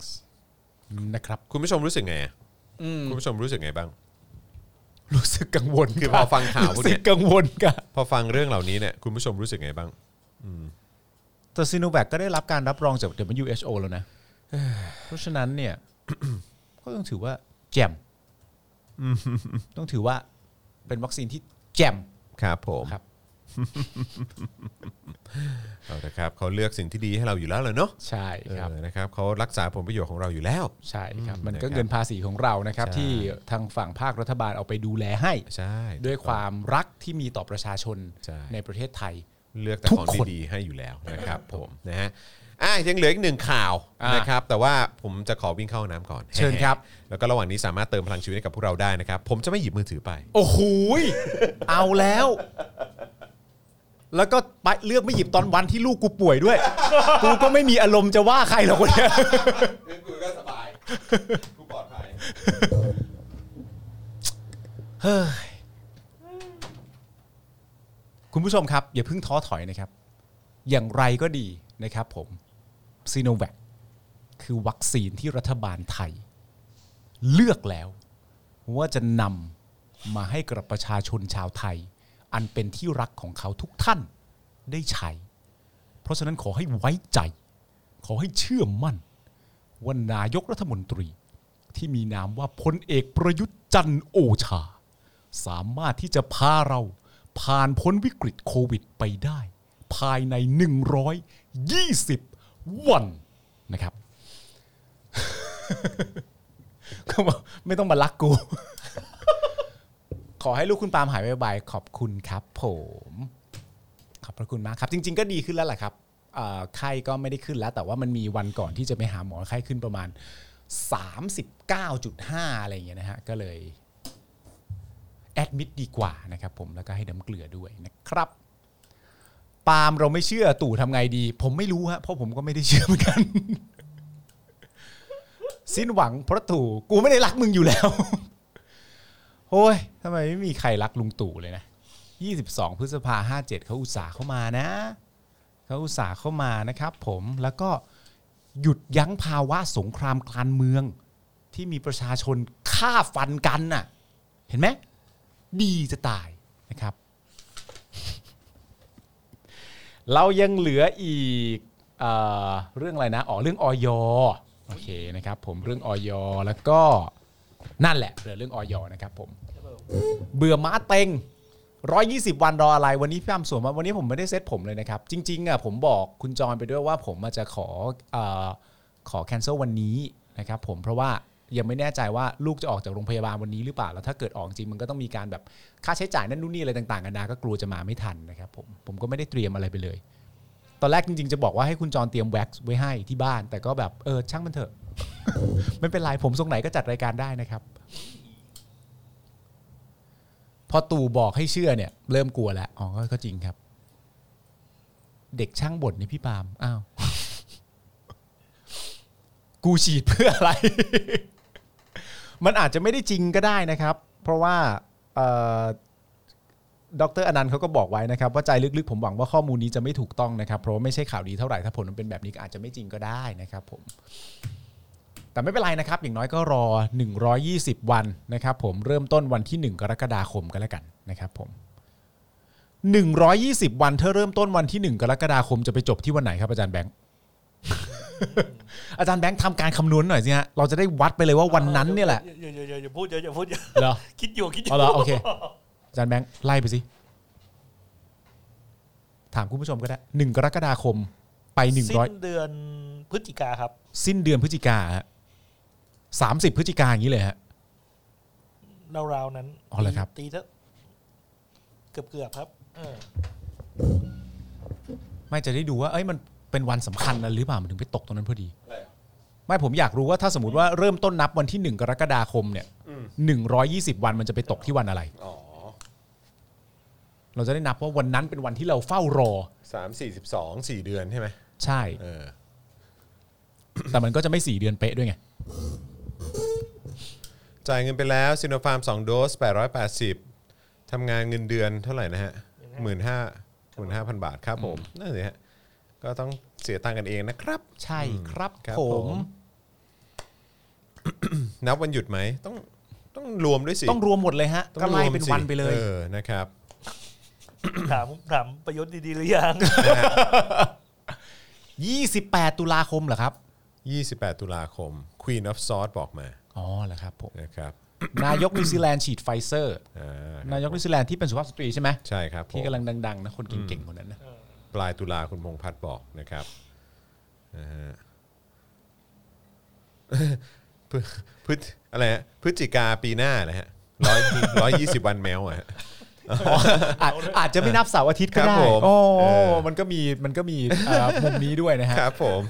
E: นะครับ
B: คุณผู้ชมรู้สึกไงอะคุณผู้ชมรู้สึกไงบ้าง
E: รู้สึกกังวล
B: คือพอฟังข่าวพวก
E: รู้
B: เนี้ย
E: สึกกังวลกัน
B: พอฟังเรื่องเหล่านี้เนี่ยคุณผู้ชมรู้สึกไงบ้าง
E: แต่ซีโนแวคก็ได้รับการรับรองจาก WHO แล้วนะ เพราะฉะนั้นเนี่ย ก็ต้องถือว่าแจ่มต้องถือว่าเป็นวัคซีนที่แจ่ม
B: ครับผม
E: ครับ
B: เอาละครับเขาเลือกสิ่งที่ดีให้เราอยู่แล้วเลยเนาะ
E: ใช่ครับ
B: เออนะครับเขารักษาผลประโยชน์ของเราอยู่แล้ว
E: ใช่ครับ มัน
B: นะครับ
E: ก็เงินภาษีของเรานะครับ
B: ใช่
E: ที่ทางฝั่งภาครัฐบาลเอาไปดูแลให้
B: ใช่
E: ด้วยความรักที่มีต่อประชาชน
B: ใช่
E: ในประเทศไทย
B: เลือกแต่
E: ทุก
B: ของ
E: คน
B: ดีๆให้อยู่แล้วนะครับ ผมนะฮะอ่ะยังเหลืออีกหนึ่งข่าว
E: อ่าน
B: นะครับ แต่ว่าผมจะขอวิ่งเข้าห้องน้ำก่อน
E: เชิญครับ
B: แล้วก็ระหว่างนี้สามารถเติมพลังชีวิตให้กับพวกเราได้นะครับ ผมจะไม่หยิบมือถือไป
E: โอ้โหยเอาแล้ว แล้วก็ไปเลือกไม่หยิบตอนวันที่ลูกกูป่วย ด้วย กูก็ไม่มีอารมณ์จะว่าใครหรอกคนเนี้ย
B: กูก็สบ ายกูปลอดภัย
E: คุณผู้ชมครับ อย่าเพิ่งท้อถอยนะครับ อย่างไรก็ดีนะครับผมซีโนแวคคือวัคซีนที่รัฐบาลไทย เลือกแล้ว ว่าจะนำมาให้กับประชาชนชาวไทย อันเป็นที่รักของเขาทุกท่านได้ใช้ เพราะฉะนั้นขอให้ไว้ใจ ขอให้เชื่อมั่น ว่านายกรัฐมนตรีที่มีนามว่าพลเอกประยุทธ์จันทร์โอชา สามารถที่จะพาเราผ่านพ้นวิกฤตโควิดไปได้ ภายใน 120 วันนะครับ ก็บอกไม่ต้องมารักกู ขอให้ลูกคุณปาล์มหายไวๆขอบคุณครับผม ขอบพระคุณมากครับ จริง ๆ ก็ดีขึ้นแล้วแหละครับเอ่อไข้ก็ไม่ได้ขึ้นแล้ว แต่ว่ามันมีวันก่อนที่จะไปหาหมอไข้ขึ้นประมาณ 39.5 อะไรอย่างเงี้ยนะฮะ ก็เลย แอดมิดดีกว่านะครับผมแล้วก็ให้น้ำเกลือด้วยนะครับ ปาล์มเราไม่เชื่อตู่ทำไงดี ผมไม่รู้ฮะเพราะผมก็ไม่ได้เชื่อเหมือนกัน สิ้นหวังเพราะตู่กูไม่ได้รักมึงอยู่แล้ว โอ้ยทำไมไม่มีใครรักลุงตู่เลยนะ 22 พฤษภา57เขาอุตส่าห์เข้ามานะ เขาอุตส่าห์เข้ามานะครับผมแล้วก็หยุดยั้งภาวะสงครามกลางเมือง ที่มีประชาชนฆ่าฟันกันน่ะ เห็นไหม ดีจะตายนะครับ เรายังเหลืออีกเออเรื่องอะไรนะอ๋อเรื่องออยโอเคนะครับผมเรื่องออยแล้วก็นั่นแหละเหลือเรื่องออยนะครับผม เบื่อม้าเต็ง 120 วันรออะไร วันนี้พี่อ้ํสวนมาวันนี้ผมไม่ได้เซตผมเลยนะครับ จริงๆอ่ะผมบอกคุณจอนไปด้วยว่าผมอาจจะขอเออขอแคนเซิลวันนี้นะครับผมเพราะว่ายังไม่แน่ใจว่าลูกจะออกจากโรงพยาบาลวันนี้หรือเปล่า แล้วถ้าเกิดออกจริงมันก็ต้องมีการแบบค่าใช้จ่ายนั่นนู่นนี่อะไรต่างๆกันานาก็กลัวจะมาไม่ทันนะครับผมผมก็ไม่ได้เตรียมอะไรไปเลย ตอนแรกจริงๆจะบอกว่าให้คุณจอนเตรียมแว็กซ์ไว้ให้ที่บ้าน แต่ก็แบบเออช่างมันเถอะ ไม่เป็นไรผมทรงไหนก็จัดรายการได้นะครับ พอตู่บอกให้เชื่อเนี่ย เริ่มกลัวแล้วอ๋อก็ก็จริงครับ เด็กช่างบ่นนี่พี่ปาล์มอ้าว กูฉีดเพื่ออะไร มันอาจจะไม่ได้จริงก็ได้นะครับ เพราะว่าเอ่อดอกเตอรอนันต์เขาก็บอกไว้นะครับ ว่าใจลึกๆผมหวังว่าข้อมูลนี้จะไม่ถูกต้องนะครับ เพราะว่าไม่ใช่ข่าวดีเท่าไหร่ถ้าผลมันเป็นแบบนี้ก็อาจจะไม่จริงก็ได้นะครับ ผม แต่ไม่เป็นไรนะครับ อย่างน้อยก็รอ 120 วันนะครับผมเริ่มต้นวันที่ 1 กรกฎาคมกันแล้วกันนะครับผม 120 วันเธอเริ่มต้นวันที่ 1 กรกฎาคมจะไปจบที่วันไหนครับอาจารย์แบ งค์ อาจารย์แบงค์ทำการคำนวณหน่อยสิฮะเราจะได้วัดไปเลยว่าวันนั้นเนี่ยแหละ
D: อย่าอย่าอย่าอย่าพูดเยอะอย่าพูดเยอะ
E: เหรอ
D: คิดอยู่คิดอยู่
E: เอาเหรอโอเค อาจารย์แบงค์ไล่ไปสิ ถามคุณผู้ชมก็ได้หนึ่งกรกฎาคมไปหนึ่งร้อย
D: สิ้นเดือนพฤศจิกาครับ
E: สิ้นเดือนพฤศจิกาสามสิบพฤศจิกาอย่างนี้เลยฮะ
D: ราวๆนั้น
E: อ๋อเหรอครับ
D: ตีซะเกือบเกือบๆครับเออ
E: ไม่จะได้ดูว่า เอ้ยมันเป็นวันสำคัญนะหรือเปล่ามันถึงไปตกตรงนั้นพอดี ไม่ผมอยากรู้ว่าถ้าสมมติว่าเริ่มต้นนับวันที่หนึ่งกรกฎาคมเนี่ยหนึ่งร้อยยี่สิบวันมันจะไปตกที่วันอะไรเราจะได้นับว่าวันนั้นเป็นวันที่เราเฝ้ารอ
B: สามสี่สิบสองสี่เดือนใช่ไหม
E: ใช่
B: เออ
E: แต่มันก็จะไม่สี่เดือนเป๊ะด้วยไง
B: จ่ายเงินไปแล้วซิโนฟาร์ม2โดส 880ทำงานเงินเดือนเท่าไหร่นะฮะหมื่นห้าหมื่นห้าพันบาทครับผมนั่นสิฮะก็ต้องเสียตังค์กันเองนะครับ
E: ใช่ครับ
B: ครับ
E: ผ
B: ผม ม นับวันหยุดไหมต้อง ต้องรวมด้วยสิ
C: ต้องรวมหมดเลยฮะ
B: ต้อง
C: ก็ไล่
B: รวม
C: เป็น
B: สิ
C: วันไปเลย
B: ออนะครับ
D: ถามถามประยุทธ์ดีๆหรือยัง
C: 28 ตุลาคมเหรอครับ
B: 28 ตุลาคม Queen of Swords บอกมา
C: อ๋อเหรอครับผม
B: นะครับ
C: นายกนิวซีแลนด์ฉีดไฟเซอร์
B: อ่
C: นายกนิวซีแลนด์ที่เป็นสุภาพสตรีใช่ไหม
B: ใช่ครับผม
C: ที่กำลังดังๆนะคนเก่งๆคนนั้นนะ
B: ปลายตุลาคุณพงษ์พัฒน์บอกนะครับนะฮะ พฤพฤอะไรฮะพฤศจิกาปีหน้านะฮะร้อยร้อยยี่สิบวันแมว อะฮะ
C: อาจอาจจะไม่นับเสาร์อาทิตย์ก็
B: ครับ
C: ได้
B: ผม
C: โอ้
B: เออ
C: มันก็มีมันก็มีเอ่อมุมนี้ด้วยนะฮะ
B: ครับผม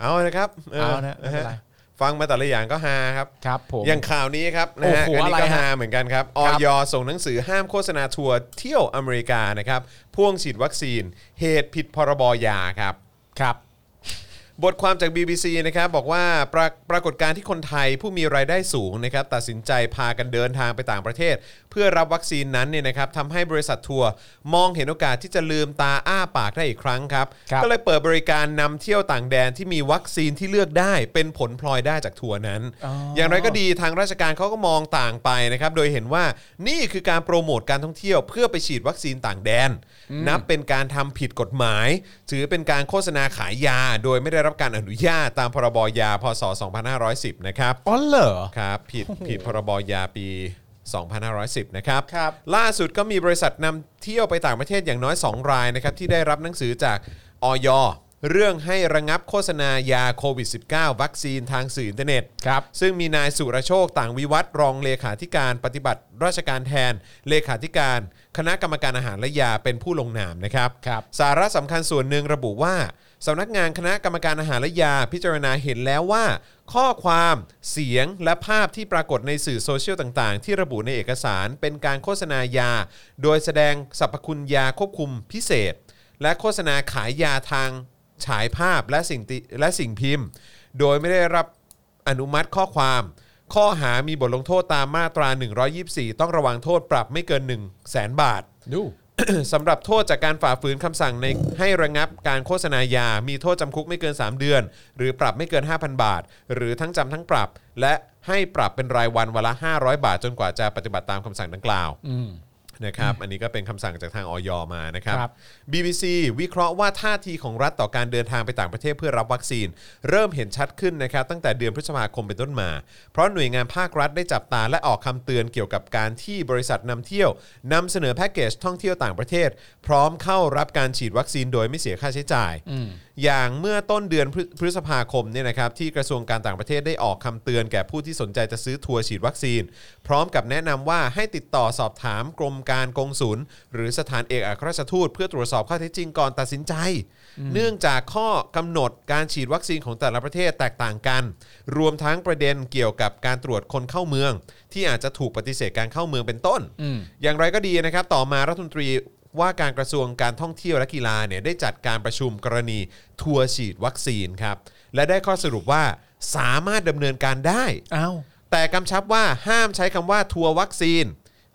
B: เอานะครับ
C: เอานะไม่เป็นไร
B: ฮฟังมาแต่ละอย่างก็ฮาครับ
C: ครับผม
B: อย่างข่าวนี้ครับนะฮะ
C: โอ้โห
B: อันนี้ก็
C: อะไรฮะ
B: ฮาเหมือนกันครับอ
C: ครับ
B: อยส่งหนังสือห้ามโฆษณาทัวร์เที่ยวอเมริกานะครับ พ่วงฉีดวัคซีน เหตุผิดพรบยาครับ
C: ครับ
B: บทความจาก BBC นะครับบอกว่าปราปรากฏการณ์ที่คนไทยผู้มีรายได้สูงนะครับตัดสินใจพากันเดินทางไปต่างประเทศ เพื่อรับวัคซีนนั้นเนี่ยนะครับทำให้บริษัททัวร์มองเห็นโอกาสที่จะลืมตาอ้าปากได้อีกครั้งครับ
C: ครับ
B: ก็เลยเปิดบริการนำเที่ยวต่างแดนที่มีวัคซีนที่เลือกได้เป็นผลพลอยได้จากทัวร์นั้น อย่างไรก็ดีทางราชการเขาก็มองต่างไปนะครับโดยเห็นว่านี่คือการโปรโมทการท่องเที่ยวเพื่อไปฉีดวัคซีนต่างแดน นับเป็นการทำผิดกฎหมาย ถือเป็นการโฆษณาขายยา โดยไม่ได้รับการอนุญาตตามพรบยาพศ 2510 นะครับ
C: อ๋อเหรอ
B: ครับผิดผิดพรบยาปี 2510 นะครับ
C: ครับ
B: ล่าสุดก็มีบริษัทนำเที่ยวไปต่างประเทศอย่างน้อย 2 รายนะครับที่ได้รับหนังสือจากออยเรื่องให้ระงับโฆษณายาโควิด -19 วัคซีนทางสื่ออินเทอร์เน็ต
C: ครับ
B: ซึ่งมีนายสุรโชคต่างวิวัฒน์รองเลขาธิการปฏิบัติราชการแทน เลขาธิการ คณะกรรมการอาหารและยาเป็นผู้ลงนามนะครับ
C: ครับ
B: สาระสำคัญส่วนหนึ่งระบุว่าสำนักงานคณะกรรมการอาหารและยาพิจารณาเห็นแล้วว่า ข้อความเสียงและภาพที่ปรากฏในสื่อโซเชียลต่างๆ ที่ระบุในเอกสารเป็นการโฆษณายา โดยแสดงสรรพคุณยาควบคุมพิเศษ และโฆษณาขายยาทางฉายภาพและสิ่งติและสิ่งพิมพ์ โดยไม่ได้รับ อนุมัติข้อความ ข้อหามีบทลงโทษตามมาตรา 124 ต้องระวังโทษปรับไม่เกิน 1 0 0 0 0แสนบาท
C: ดู
B: สำหรับโทษจากการฝ่าฝืนคำสั่งในให้ระงับการโฆษณายา มีโทษจำคุกไม่เกิน 3 เดือน หรือปรับไม่เกิน 5,000 บาท หรือทั้งจำทั้งปรับ และให้ปรับเป็นรายวันวันละ 500 บาท จนกว่าจะปฏิบัติตามคำสั่งดังกล่าว นะครับอันนี้ก็เป็นคำสั่งจากทางออยมานะครับ
C: ครับ
B: BBC วิเคราะห์ว่าท่าทีของรัฐต่อการเดินทางไปต่างประเทศเพื่อรับวัคซีน เริ่มเห็นชัดขึ้นนะครับตั้งแต่เดือนพฤษภาคมเป็นต้นมา เพราะหน่วยงานภาครัฐได้จับตาและออกคำเตือนเกี่ยวกับการที่บริษัทนำเที่ยวนำเสนอแพ็กเกจท่องเที่ยวต่างประเทศ พร้อมเข้ารับการฉีดวัคซีนโดยไม่เสียค่าใช้จ่าย อย่างเมื่อต้นเดือนพฤพฤษภาคมเนี่ยนะครับที่กระทรวงการต่างประเทศได้ออกคำเตือนแก่ผู้ที่สนใจจะซื้อทัวร์ฉีดวัคซีน พร้อมกับแนะนำว่าให้ติดต่อสอบถามกรมการกงสุลหรือสถานเอกอัครราชทูตเพื่อตรวจสอบข้อเท็จจริงก่อนตัดสินใจ เนื่องจากข้อกำหนดการฉีดวัคซีนของแต่ละประเทศแตกต่างกัน รวมทั้งประเด็นเกี่ยวกับการตรวจคนเข้าเมือง ที่อาจจะถูกปฏิเสธการเข้าเมืองเป็นต้น อย่างไรก็ดีนะครับต่อมารัฐมนตรี ว่าการกระทรวงการท่องเที่ยวและกีฬาเนี่ยได้จัดการประชุมกรณีทัวร์ฉีดวัคซีนครับ และได้ข้อสรุปว่าสามารถดำเนินการได้
C: อ้าว
B: แต่กำชับว่าห้ามใช้คำว่าทัวร์วัคซีน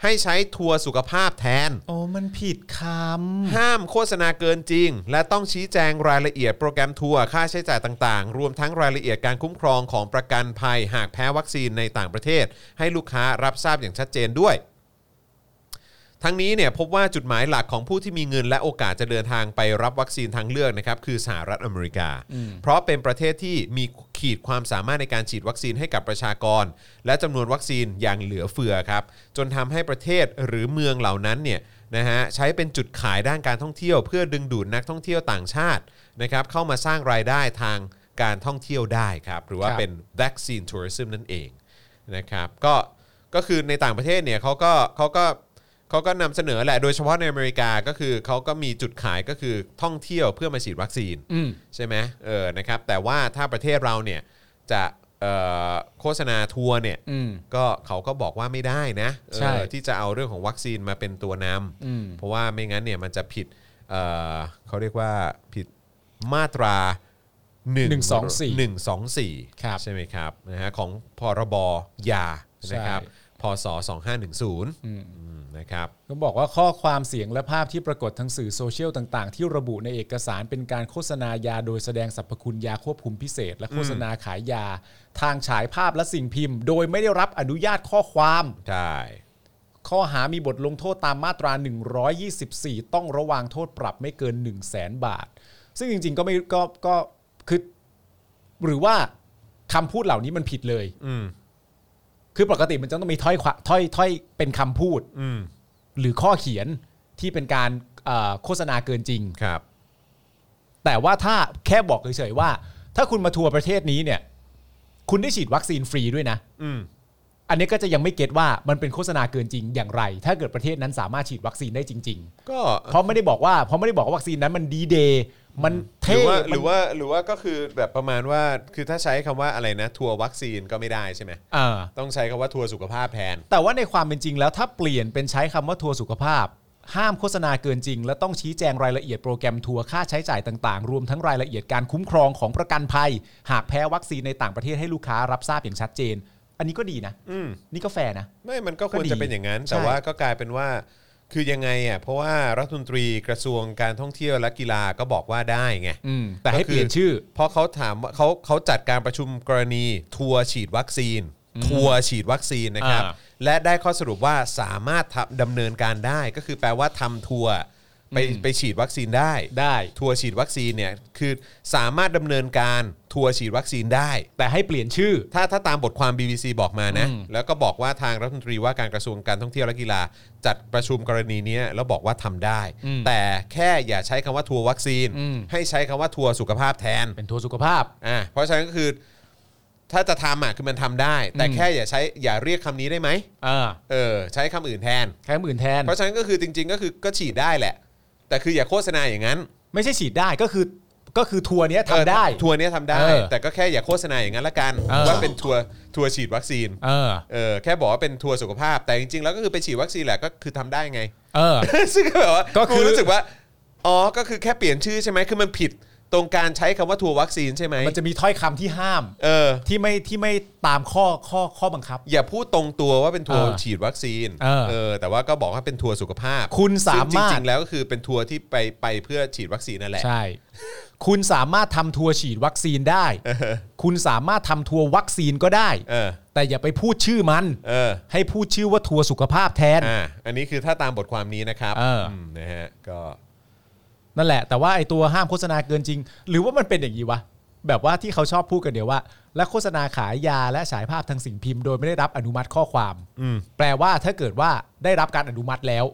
B: ให้ใช้ทัวร์สุขภาพแทน
C: โอ้มันผิดค
B: ห้ามโฆษณาเกินจริง และต้องชี้แจงรายละเอียดโปรแกรมทัวร์ค่าใช้จ่ายต่างๆ รวมทั้งรายละเอียดการคุ้มครองของประกันภัยหากแพ้วัคซีนในต่างประเทศ ให้ลูกค้ารับทราบอย่างชัดเจนด้วย ทั้งนี้เนี่ยพบว่าจุดหมายหลักของผู้ที่มีเงินและโอกาสจะเดินทางไปรับวัคซีนทางเลือกนะครับคือสหรัฐอเมริกา เพราะเป็นประเทศที่มีขีดความสามารถในการฉีดวัคซีนให้กับประชากร และจำนวนวัคซีนอย่างเหลือเฟือครับ จนทำให้ประเทศหรือเมืองเหล่านั้นเนี่ยนะฮะใช้เป็นจุดขายด้านการท่องเที่ยว เพื่อดึงดูดนักท่องเที่ยวต่างชาตินะครับเข้ามาสร้างรายได้ทางการท่องเที่ยวได้ครับหรือว่าเป็นวัคซีนทัวริซึมนั่นเองนะครับก็ก็คือในต่างประเทศเนี่ยเขาก็เขาก็ เขาก็นำเสนอแหละ โดยเฉพาะในอเมริกาก็คือเขาก็มีจุดขายก็คือท่องเที่ยวเพื่อมาฉีดวัคซีนใช่ไหมเออนะครับแต่ว่าถ้าประเทศเราเนี่ยจะเอ่อโฆษณาทัวร์เนี่ยก็เขาก็บอกว่าไม่ได้นะเออ
E: ใช่
B: ที่จะเอาเรื่องของวัคซีนมาเป็นตัวนำเพราะว่าไม่งั้นเนี่ยมันจะผิดเอ่อเขาเรียกว่าผิดมาตรา1
E: หนึ่งสองสี่
B: 124
E: ครับ
B: ใช่ไหมครับนะฮะของพรบยานะครับ
E: ใช่
B: พศ2510 อืม นะครับ
E: ก็บอกว่าข้อความเสียงและภาพที่ปรากฏทางสื่อโซเชียลต่างๆ ที่ระบุในเอกสารเป็นการโฆษณายาโดยแสดงสรรพคุณยาควบคุมพิเศษ และโฆษณาขายยา ทางฉายภาพและสิ่งพิมพ์ โดยไม่ได้รับอนุญาตข้อความ
B: ใช่
E: ข้อหามีบทลงโทษตามมาตรา 124 ต้องระวางโทษปรับไม่เกิน 1 0 0 0 0แบาท ซึ่งจริงๆ ก็ไม่ก็ก็คือหรือว่าคำพูดเหล่านี้มันผิดเลย
B: อืม
E: คือปกติมันจะต้องมีถ้อยควะถ้อยถ้อยเป็นคำพูด
B: อืม
E: หรือข้อเขียนที่เป็นการเอ่อโฆษณาเกินจริง
B: ครับ
E: แต่ว่าถ้าแค่บอกเฉยๆว่า ถ้าคุณมาทัวร์ประเทศนี้เนี่ย คุณได้ฉีดวัคซีนฟรีด้วยนะ
B: อืม
E: อันนี้ก็จะยังไม่เก็ตว่ามันเป็นโฆษณาเกินจริงอย่างไร ถ้าเกิดประเทศนั้นสามารถฉีดวัคซีนได้จริง
B: ก็
E: ๆ เพราะไม่ได้บอกว่าเพราะไม่ได้บอกว่าวัคซีนนั้นมันดีเดย์มัน
B: หรื
E: เท่
B: อว่า
E: มัน
B: หรือว่าหรือว่าก็คือแบบประมาณว่าคือถ้าใช้คำว่าอะไรนะทัวร์วัคซีนก็ไม่ได้ใช่ไหม
E: อ่า
B: ต้องใช้คำว่าทัวร์สุขภาพแทน
E: แต่ว่าในความเป็นจริงแล้วถ้าเปลี่ยนเป็นใช้คำว่าทัวร์สุขภาพ ห้ามโฆษณาเกินจริง และต้องชี้แจงรายละเอียดโปรแกรมทัวร์ค่าใช้จ่ายต่างๆ รวมทั้งรายละเอียดการคุ้มครองของประกันภัย หากแพ้วัคซีนในต่างประเทศให้ลูกค้ารับทราบอย่างชัดเจน อันนี้ก็ดีนะ
B: อืม
E: นี่ก็แฟร์นะ
B: ไม่มันก็ควร
E: ก็ดี
B: จะเป็นอย่างนั้น
E: ใช่
B: แต่ว่าก็กลายเป็นว่า คือยังไงอ่ะเพราะว่ารัฐมนตรีกระทรวงการท่องเที่ยวและกีฬาก็บอกว่าได้ไง
E: อืมแต่ให้เปลี่ยนชื่อ
B: เพราะเขาถามว่าเขาเขาจัดการประชุมกรณีทัวร์ฉีดวัคซีน ทัวร์ฉีดวัคซีนนะครับ
E: อ่า
B: และได้ข้อสรุปว่าสามารถทำดำเนินการได้ก็คือแปลว่าทำทัวร์ไป
E: อืม
B: ไปฉีดวัคซีนได้
E: ได้
B: ทัวร์ฉีดวัคซีนเนี่ยคือสามารถดำเนินการทัวร์ฉีดวัคซีนได้
E: แต่ให้เปลี่ยนชื่อ
B: ถ้าถ้าตามบทความ BBC บอกมานะ
E: อืม
B: แล้วก็บอกว่าทางรัฐมนตรีว่าการกระทรวงการท่องเที่ยวและกีฬา จัดประชุมกรณีเนี้ยแล้วบอกว่าทำได้ แต่แค่อย่าใช้คำว่าทัวร์วัคซีน ให้ใช้คำว่าทัวร์สุขภาพแทน
E: เป็นทัวร์สุขภาพ
B: อ่าเพราะฉะนั้นก็คือ ถ้าจะทำอ่ะคือมันทำได้ แต่แค่อย่าใช้อย่าเรียกคำนี้ได้ไหม
E: อ่า
B: เออใช้คำอื่นแทน
E: แค่หมื่นแทน
B: เพราะฉะนั้นก็คือจริง ๆ ก็คือก็ฉีดได้แหละ แต่คืออย่าโฆษณาอย่างนั้น
E: ไม่ใช่ฉีดได้ก็คือก็คือทัวร์เนี้ยทำได้
B: เออทัวร์เนี้ยทำได้
E: เออ
B: แต่ก็แค่อย่าโฆษณาอย่างนั้นละกัน
E: เออ
B: ว่าเป็นทัวร์ทัวร์ฉีดวัคซีน
E: เออ
B: เออแค่บอกว่าเป็นทัวร์สุขภาพ แต่จริงๆแล้วก็คือไปฉีดวัคซีนแหละก็คือทำได้ไง
E: เออ
B: ซึ่งก็แบบว่า
E: ก็
B: ก็
E: คื
B: คือ
E: อ
B: รู้สึกว่าอ๋อก็คือแค่เปลี่ยนชื่อใช่ไหมคือมันผิดตรงการใช้คำว่าทัวร์วัคซีนใช่ไหม
E: มันจะมีถ้อยคำที่ห้าม
B: เออ
E: ที่ไม่ที่ไม่ตามข้อข้อข้อบังคับ
B: อย่าพูดตรงตัวว่าเป็นทัวร์
E: เออ
B: ฉีดวัคซีน
E: เออ
B: แต่ว่าก็บอกว่าเป็นทัวร์สุขภาพ
E: คุณสามารถ
B: ซึ่งจริงๆแล้วก็คือเป็นทัวร์ที่ไปไปเพื่อฉีดวัคซีนนั่นแหละ
E: ใช่ คุณสามารถทำทัวร์ฉีดวัคซีนได้ คุณสามารถทำทัวร์วัคซีนก็ได้
B: เออ
E: แต่อย่าไปพูดชื่อมัน
B: เออ
E: ให้พูดชื่อว่าทัวร์สุขภาพแทน
B: อ่าอันนี้คือถ้าตามบทความนี้นะครับ
E: เอออื
B: มนะฮะก็
E: นั่นแหละ แต่ว่าไอตัวห้ามโฆษณาเกินจริง หรือว่ามันเป็นอย่างนี้วะ แบบว่าที่เขาชอบพูดกันเดี๋ยวว่า และโฆษณาขายยาและฉายภาพทางสิ่งพิมพ์ โดยไม่ได้รับอนุมัติข้อความ
B: อืม
E: แปลว่าถ้าเกิดว่าได้รับการอนุมัติแล้ว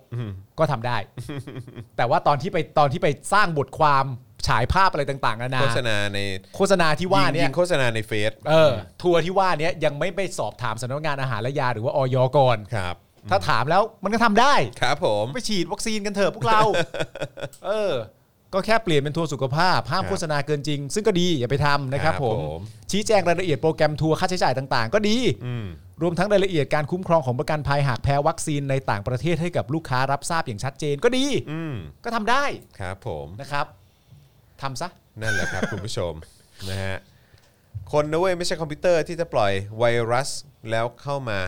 E: ก็ทำได้ แต่ว่าตอนที่ไปตอนที่ไปสร้างบทความฉายภาพอะไรต่างๆนานา
B: โฆษณาใน
E: โฆษณาที่ว่าเนี่
B: ยิ
E: ย
B: งโฆษณาในเฟซ
E: เออทัวร์ที่ว่าเนี้ยยังไม่ไปสอบถามสำนักงานอาหารและยาหรือว่าออยก่อน
B: ครับ
E: ถ้าถามแล้วมันก็ทำได้
B: ครับผม
E: ไปฉีดวัคซีนกันเถอะพวกเรา เออ ก็แค่เปลี่ยนเป็นทัวร์สุขภาพ ห้ามโฆษณาเกินจริง ซึ่งก็ดีอย่าไปทำนะครับผม ชี้แจงรายละเอียดโปรแกรมทัวร์ค่าใช้จ่ายต่างๆ ก็ดี
B: อืม
E: รวมทั้งรายละเอียดการคุ้มครองของประกันภัยหากแพ้วัคซีนในต่างประเทศให้กับลูกค้ารับทราบอย่างชัดเจนก็ดี
B: อืม
E: ก็ทำได้
B: ครับผม
E: นะครับทำซะ
B: นั่นแหละครับ คุณผู้ชมนะฮะคนนะเว้ยไม่ใช่คอมพิวเตอร์ที่จะปล่อยไวรัสแล้วเข้ามา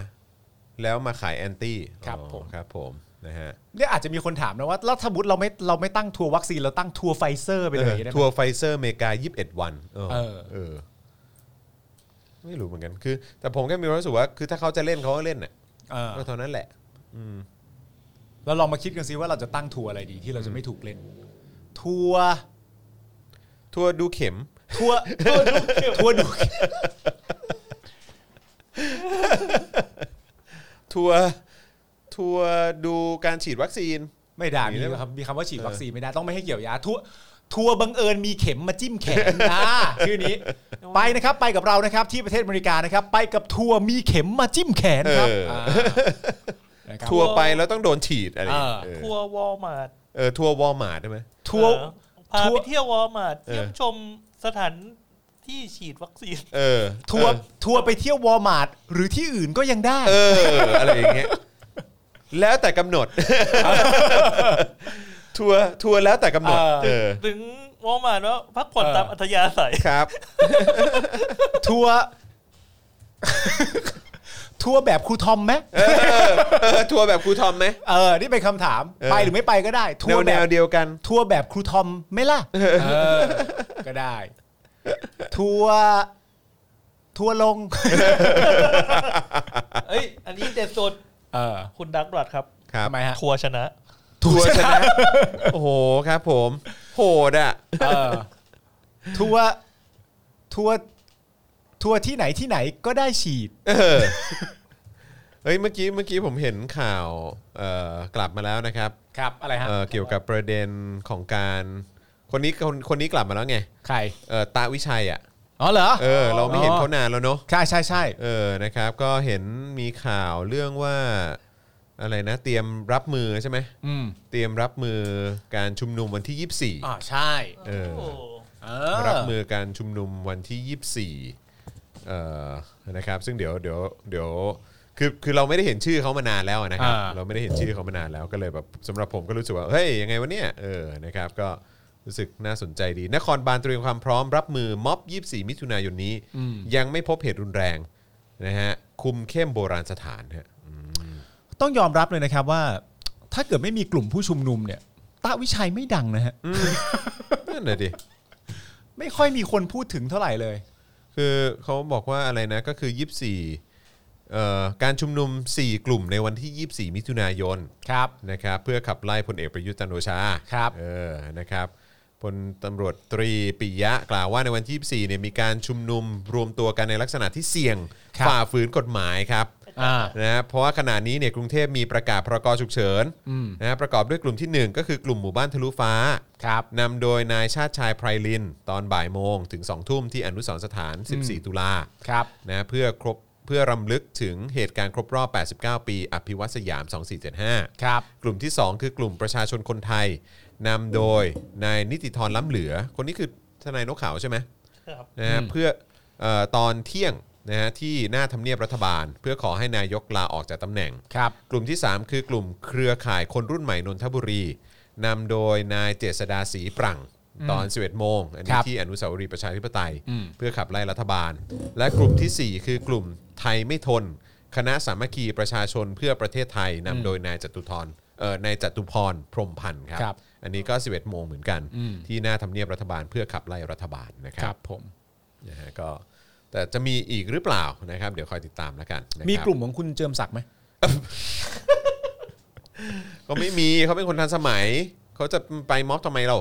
B: แล้วมาขายแอนตี้
E: ครับ
B: อ๋อ
E: ผม
B: ครับผมนะฮะ
E: เนี่ยอาจจะมีคนถามนะว่าแล้วถ้าบุตเราไม่เราไม่ตั้งทัวร์วัคซีนเราตั้งทัวร์ไฟเซอร์ไปเลยได้ไหม
B: ทัวร์ไฟเซอร์อเมริกา 21 วันเออ
E: เออ
B: เออ ไม่รู้เหมือนกันคือ แต่ผมก็มีความรู้สึกว่า คือถ้าเขาจะเล่นเขาก็เล่นน่ะ
E: เออ
B: ก็เท่านั้นแหละ
E: แล้วลองมาคิดกันซิว่าเราจะตั้งทัวร์อะไรดีที่เราจะไม่ถูกเล่นทัวร์
B: ทัวร์ดูเข็ม
E: ทัวร์ทัวร์ดูทั
B: ทัว
E: วร์ดู
B: ร์ทัวร์ดูการฉีดวัคซีน
E: ไม่ได้
B: มี
E: มี
B: ได้ไหม
E: ครับมีคำว่าฉีดวัคซีนไม่ได้ต้องไม่ให้เกี่ยวยาทัวร์ทัวร์บังเอิญมีเข็มมาจิ้มแข นนะชื่อนี้ ไปนะครับไปกับเรานะครับที่ประเทศอเมริกานะครับ ไปกับทัวร์มีเข็มมาจิ้มแขนครับ
B: เอออ่
E: านะครับ
B: ทัวร์ไปแล้วต้องโดนฉีดอะไรอย่างเงี้ย
E: เอ
B: เอ
E: อ
B: อ
D: ทัวร์วอลมาร์ท
B: เออทัวร์วอลมาร์ทได้ไหม
E: ทัวร์
D: พา
E: ทัว
D: ไป
E: ร์
D: เที่ยววอลมาร์ท
B: เออ
D: เยี่ยมชมสถานที่ฉีดวัคซีน
B: เออ
E: ทัวร์
B: เออ
E: ทัวร์ไปเที่ยววอลมาร์ทหรือที่อื่นก็ยังได้
B: เออ อะไรอย่างเงี้ยแล้วแต่กำหนด ทัวร์ทัวร์แล้วแต่กำหนด
E: เออ
B: เออ
D: ถึงวอลมาร์ทว่าพักผ่อน
E: เออ
D: ตามอัธยาศัย
B: ครับ
E: ทัวร์ ทัวร์แบบครูทอมไหม
B: เออทัวร์แบบครูทอมไหม
E: เออนี่เป็นคำถาม
B: เออ
E: ไปหรือไม่ไปก็ได้ทั
B: แน
E: ว
B: ว
E: ร์แบ
B: แนว
E: บ
B: เดียวกัน
E: ทัวร์แบบครูทอมไหม่ล่ะเออก็ได้ ทัวร์ทัวร์ลง
D: เอ้ย อันนี้เด็ดสุด
E: เออ
D: คุณดักดอดครับ
B: ครับ
E: ทำไมฮะ
D: ทัวร์ชนะ
B: ทัวร์ชนะ โอ้โหครับผมโหดอ่ะ
E: เออทัวร์ทัวร์ทัวร์ที่ไหนที่ไหนก็ได้ฉีด
B: เออเฮ้ยเมื่อกี้เมื่อกี้ผมเห็นข่าวเอ่อกลับมาแล้วนะครับ
E: ครับ อะไรฮะ
B: เอ่อเกี่ยวกับประเด็นของการ คนนี้คนคนนี้กลับมาแล้วไง
E: ใคร
B: เอ่อตาวิชัยอ่ะ
E: อ๋อเหรอ
B: เออเราไม่เห็น
E: อ๋อ
B: เขานานแล้วเนาะ
E: ใช่ใช่ใช่
B: เออ นะครับ ก็เห็นมีข่าวเรื่องว่าอะไรนะ เตรียมรับมือใช่ไหม
E: อืม
B: เตรียมรับมือการชุมนุมวันที่
E: อ๋อใช่
B: เออ
D: โ
E: เออ
B: 24 รับมือการชุมนุมวันที่ 24เอ่อนะครับ ซึ่งเดี๋ยว เดี๋ยว เดี๋ยว คือ คือเราไม่ได้เห็นชื่อเขามานานแล้วนะครับ
H: อ่า
B: เราไม่ได้เห็นชื่อเขามานานแล้ว ก็เลยแบบสำหรับผมก็รู้สึกว่า เฮ้ย ยังไงวะเนี่ย เออ นะครับ ก็รู้สึกน่าสนใจดี นครบาลเตรียมความพร้อมรับมือม็อบ 24 มิถุนายนนี้ ยังไม่พบเหตุรุนแรงนะฮะ คุมเข้มโบราณสถานฮะ
E: ต้องยอมรับเลยนะครับว่า ถ้าเกิดไม่มีกลุ่มผู้ชุมนุมเนี่ยตาวิชัยไม่ดังนะฮะ
B: นั่นเลยดิ
E: ไม่ค่อยมีคนพูดถึงเท่าไหร่เลย
B: คือเขาบอกว่าอะไรนะก็คือ 24เอ่อการชุมนุม 4 กลุ่มในวันที่ 24 มิถุนายน
E: ครับ
B: นะครับเพื่อขับไล่พลเอกประยุทธ์จันทร์โอชา
E: ครับ
B: เออนะครับพลตำรวจตรีปิยะกล่าวว่าในวันที่ 24เนี่ยมีการชุมนุมรวมตัวกันในลักษณะที่เสี่ยง
E: ครับ
B: ฝ่าฝืนกฎหมายครับ
E: อ่า
B: นะฮะเพราะว่าขณะนี้เนี่ยกรุงเทพมีประกาศพรกฉุกเฉินนะฮะประกอบด้วยกลุ่มที่หนึ่งก็คือกลุ่มหมู่บ้านทะลุฟ้า
E: ครับ
B: นำโดยนายชาติชายไพรลิน ตอนบ่ายโมง ถึง 2 ทุ่มที่อนุสรณ์สถาน 14 ตุลา
E: ครับ
B: นะฮะเพื่อครบเพื่อรำลึกถึงเหตุการณ์ครบรอบ 89 ปี อภิวัตสยาม 2475
E: ครับ
B: กลุ่มที่ 2 คือกลุ่มประชาชนคนไทยนำโดยนายนิติธรล้ำเหลือ คนนี้คือทนายนกเขาวใช่ไหม
D: ครับ
B: นะฮะเพื่อเออตอนเที่ยงนะฮะที่หน้าทำเนียบรัฐบาล เพื่อขอให้นายกลาออกจากตำแหน่ง
E: ครับ
B: กลุ่มที่ 3 คือกลุ่มเครือข่ายคนรุ่นใหม่นนทบุรีนำโดยนายเจษดาศรีปรังตอน 11 โมง อัน
E: ค
B: นี้
E: รับ
B: ที่อนุสาวรีย์ประชาธิปไตย เพื่อขับไล่รัฐบาล และกลุ่มทีสี่ 4 คือกลุ่มไทยไม่ทน คณะสามัคคีประชาชนเพื่อประเทศไทยนำโดยนายจตุธรเอ่อนายจตุพรพรหมพันธ์ครับ
E: ครับ
B: อันนี้ก็ 11 โมงเหมือนกัน ที่หน้าทำเนียบรัฐบาลเพื่อขับไล่รัฐบาลนะค
E: ค
B: รั
E: รับ บผม
B: นะฮะก็แต่จะมีอีกหรือเปล่านะครับ เดี๋ยวคอยติดตามแล้วกันนะครับ
E: มีกลุ่มของคุณเจิมศักดิ์ไหม
B: ก็ไม่มีเขาเป็นคนทันสมัย เขาจะไปม็อบทำไมเรา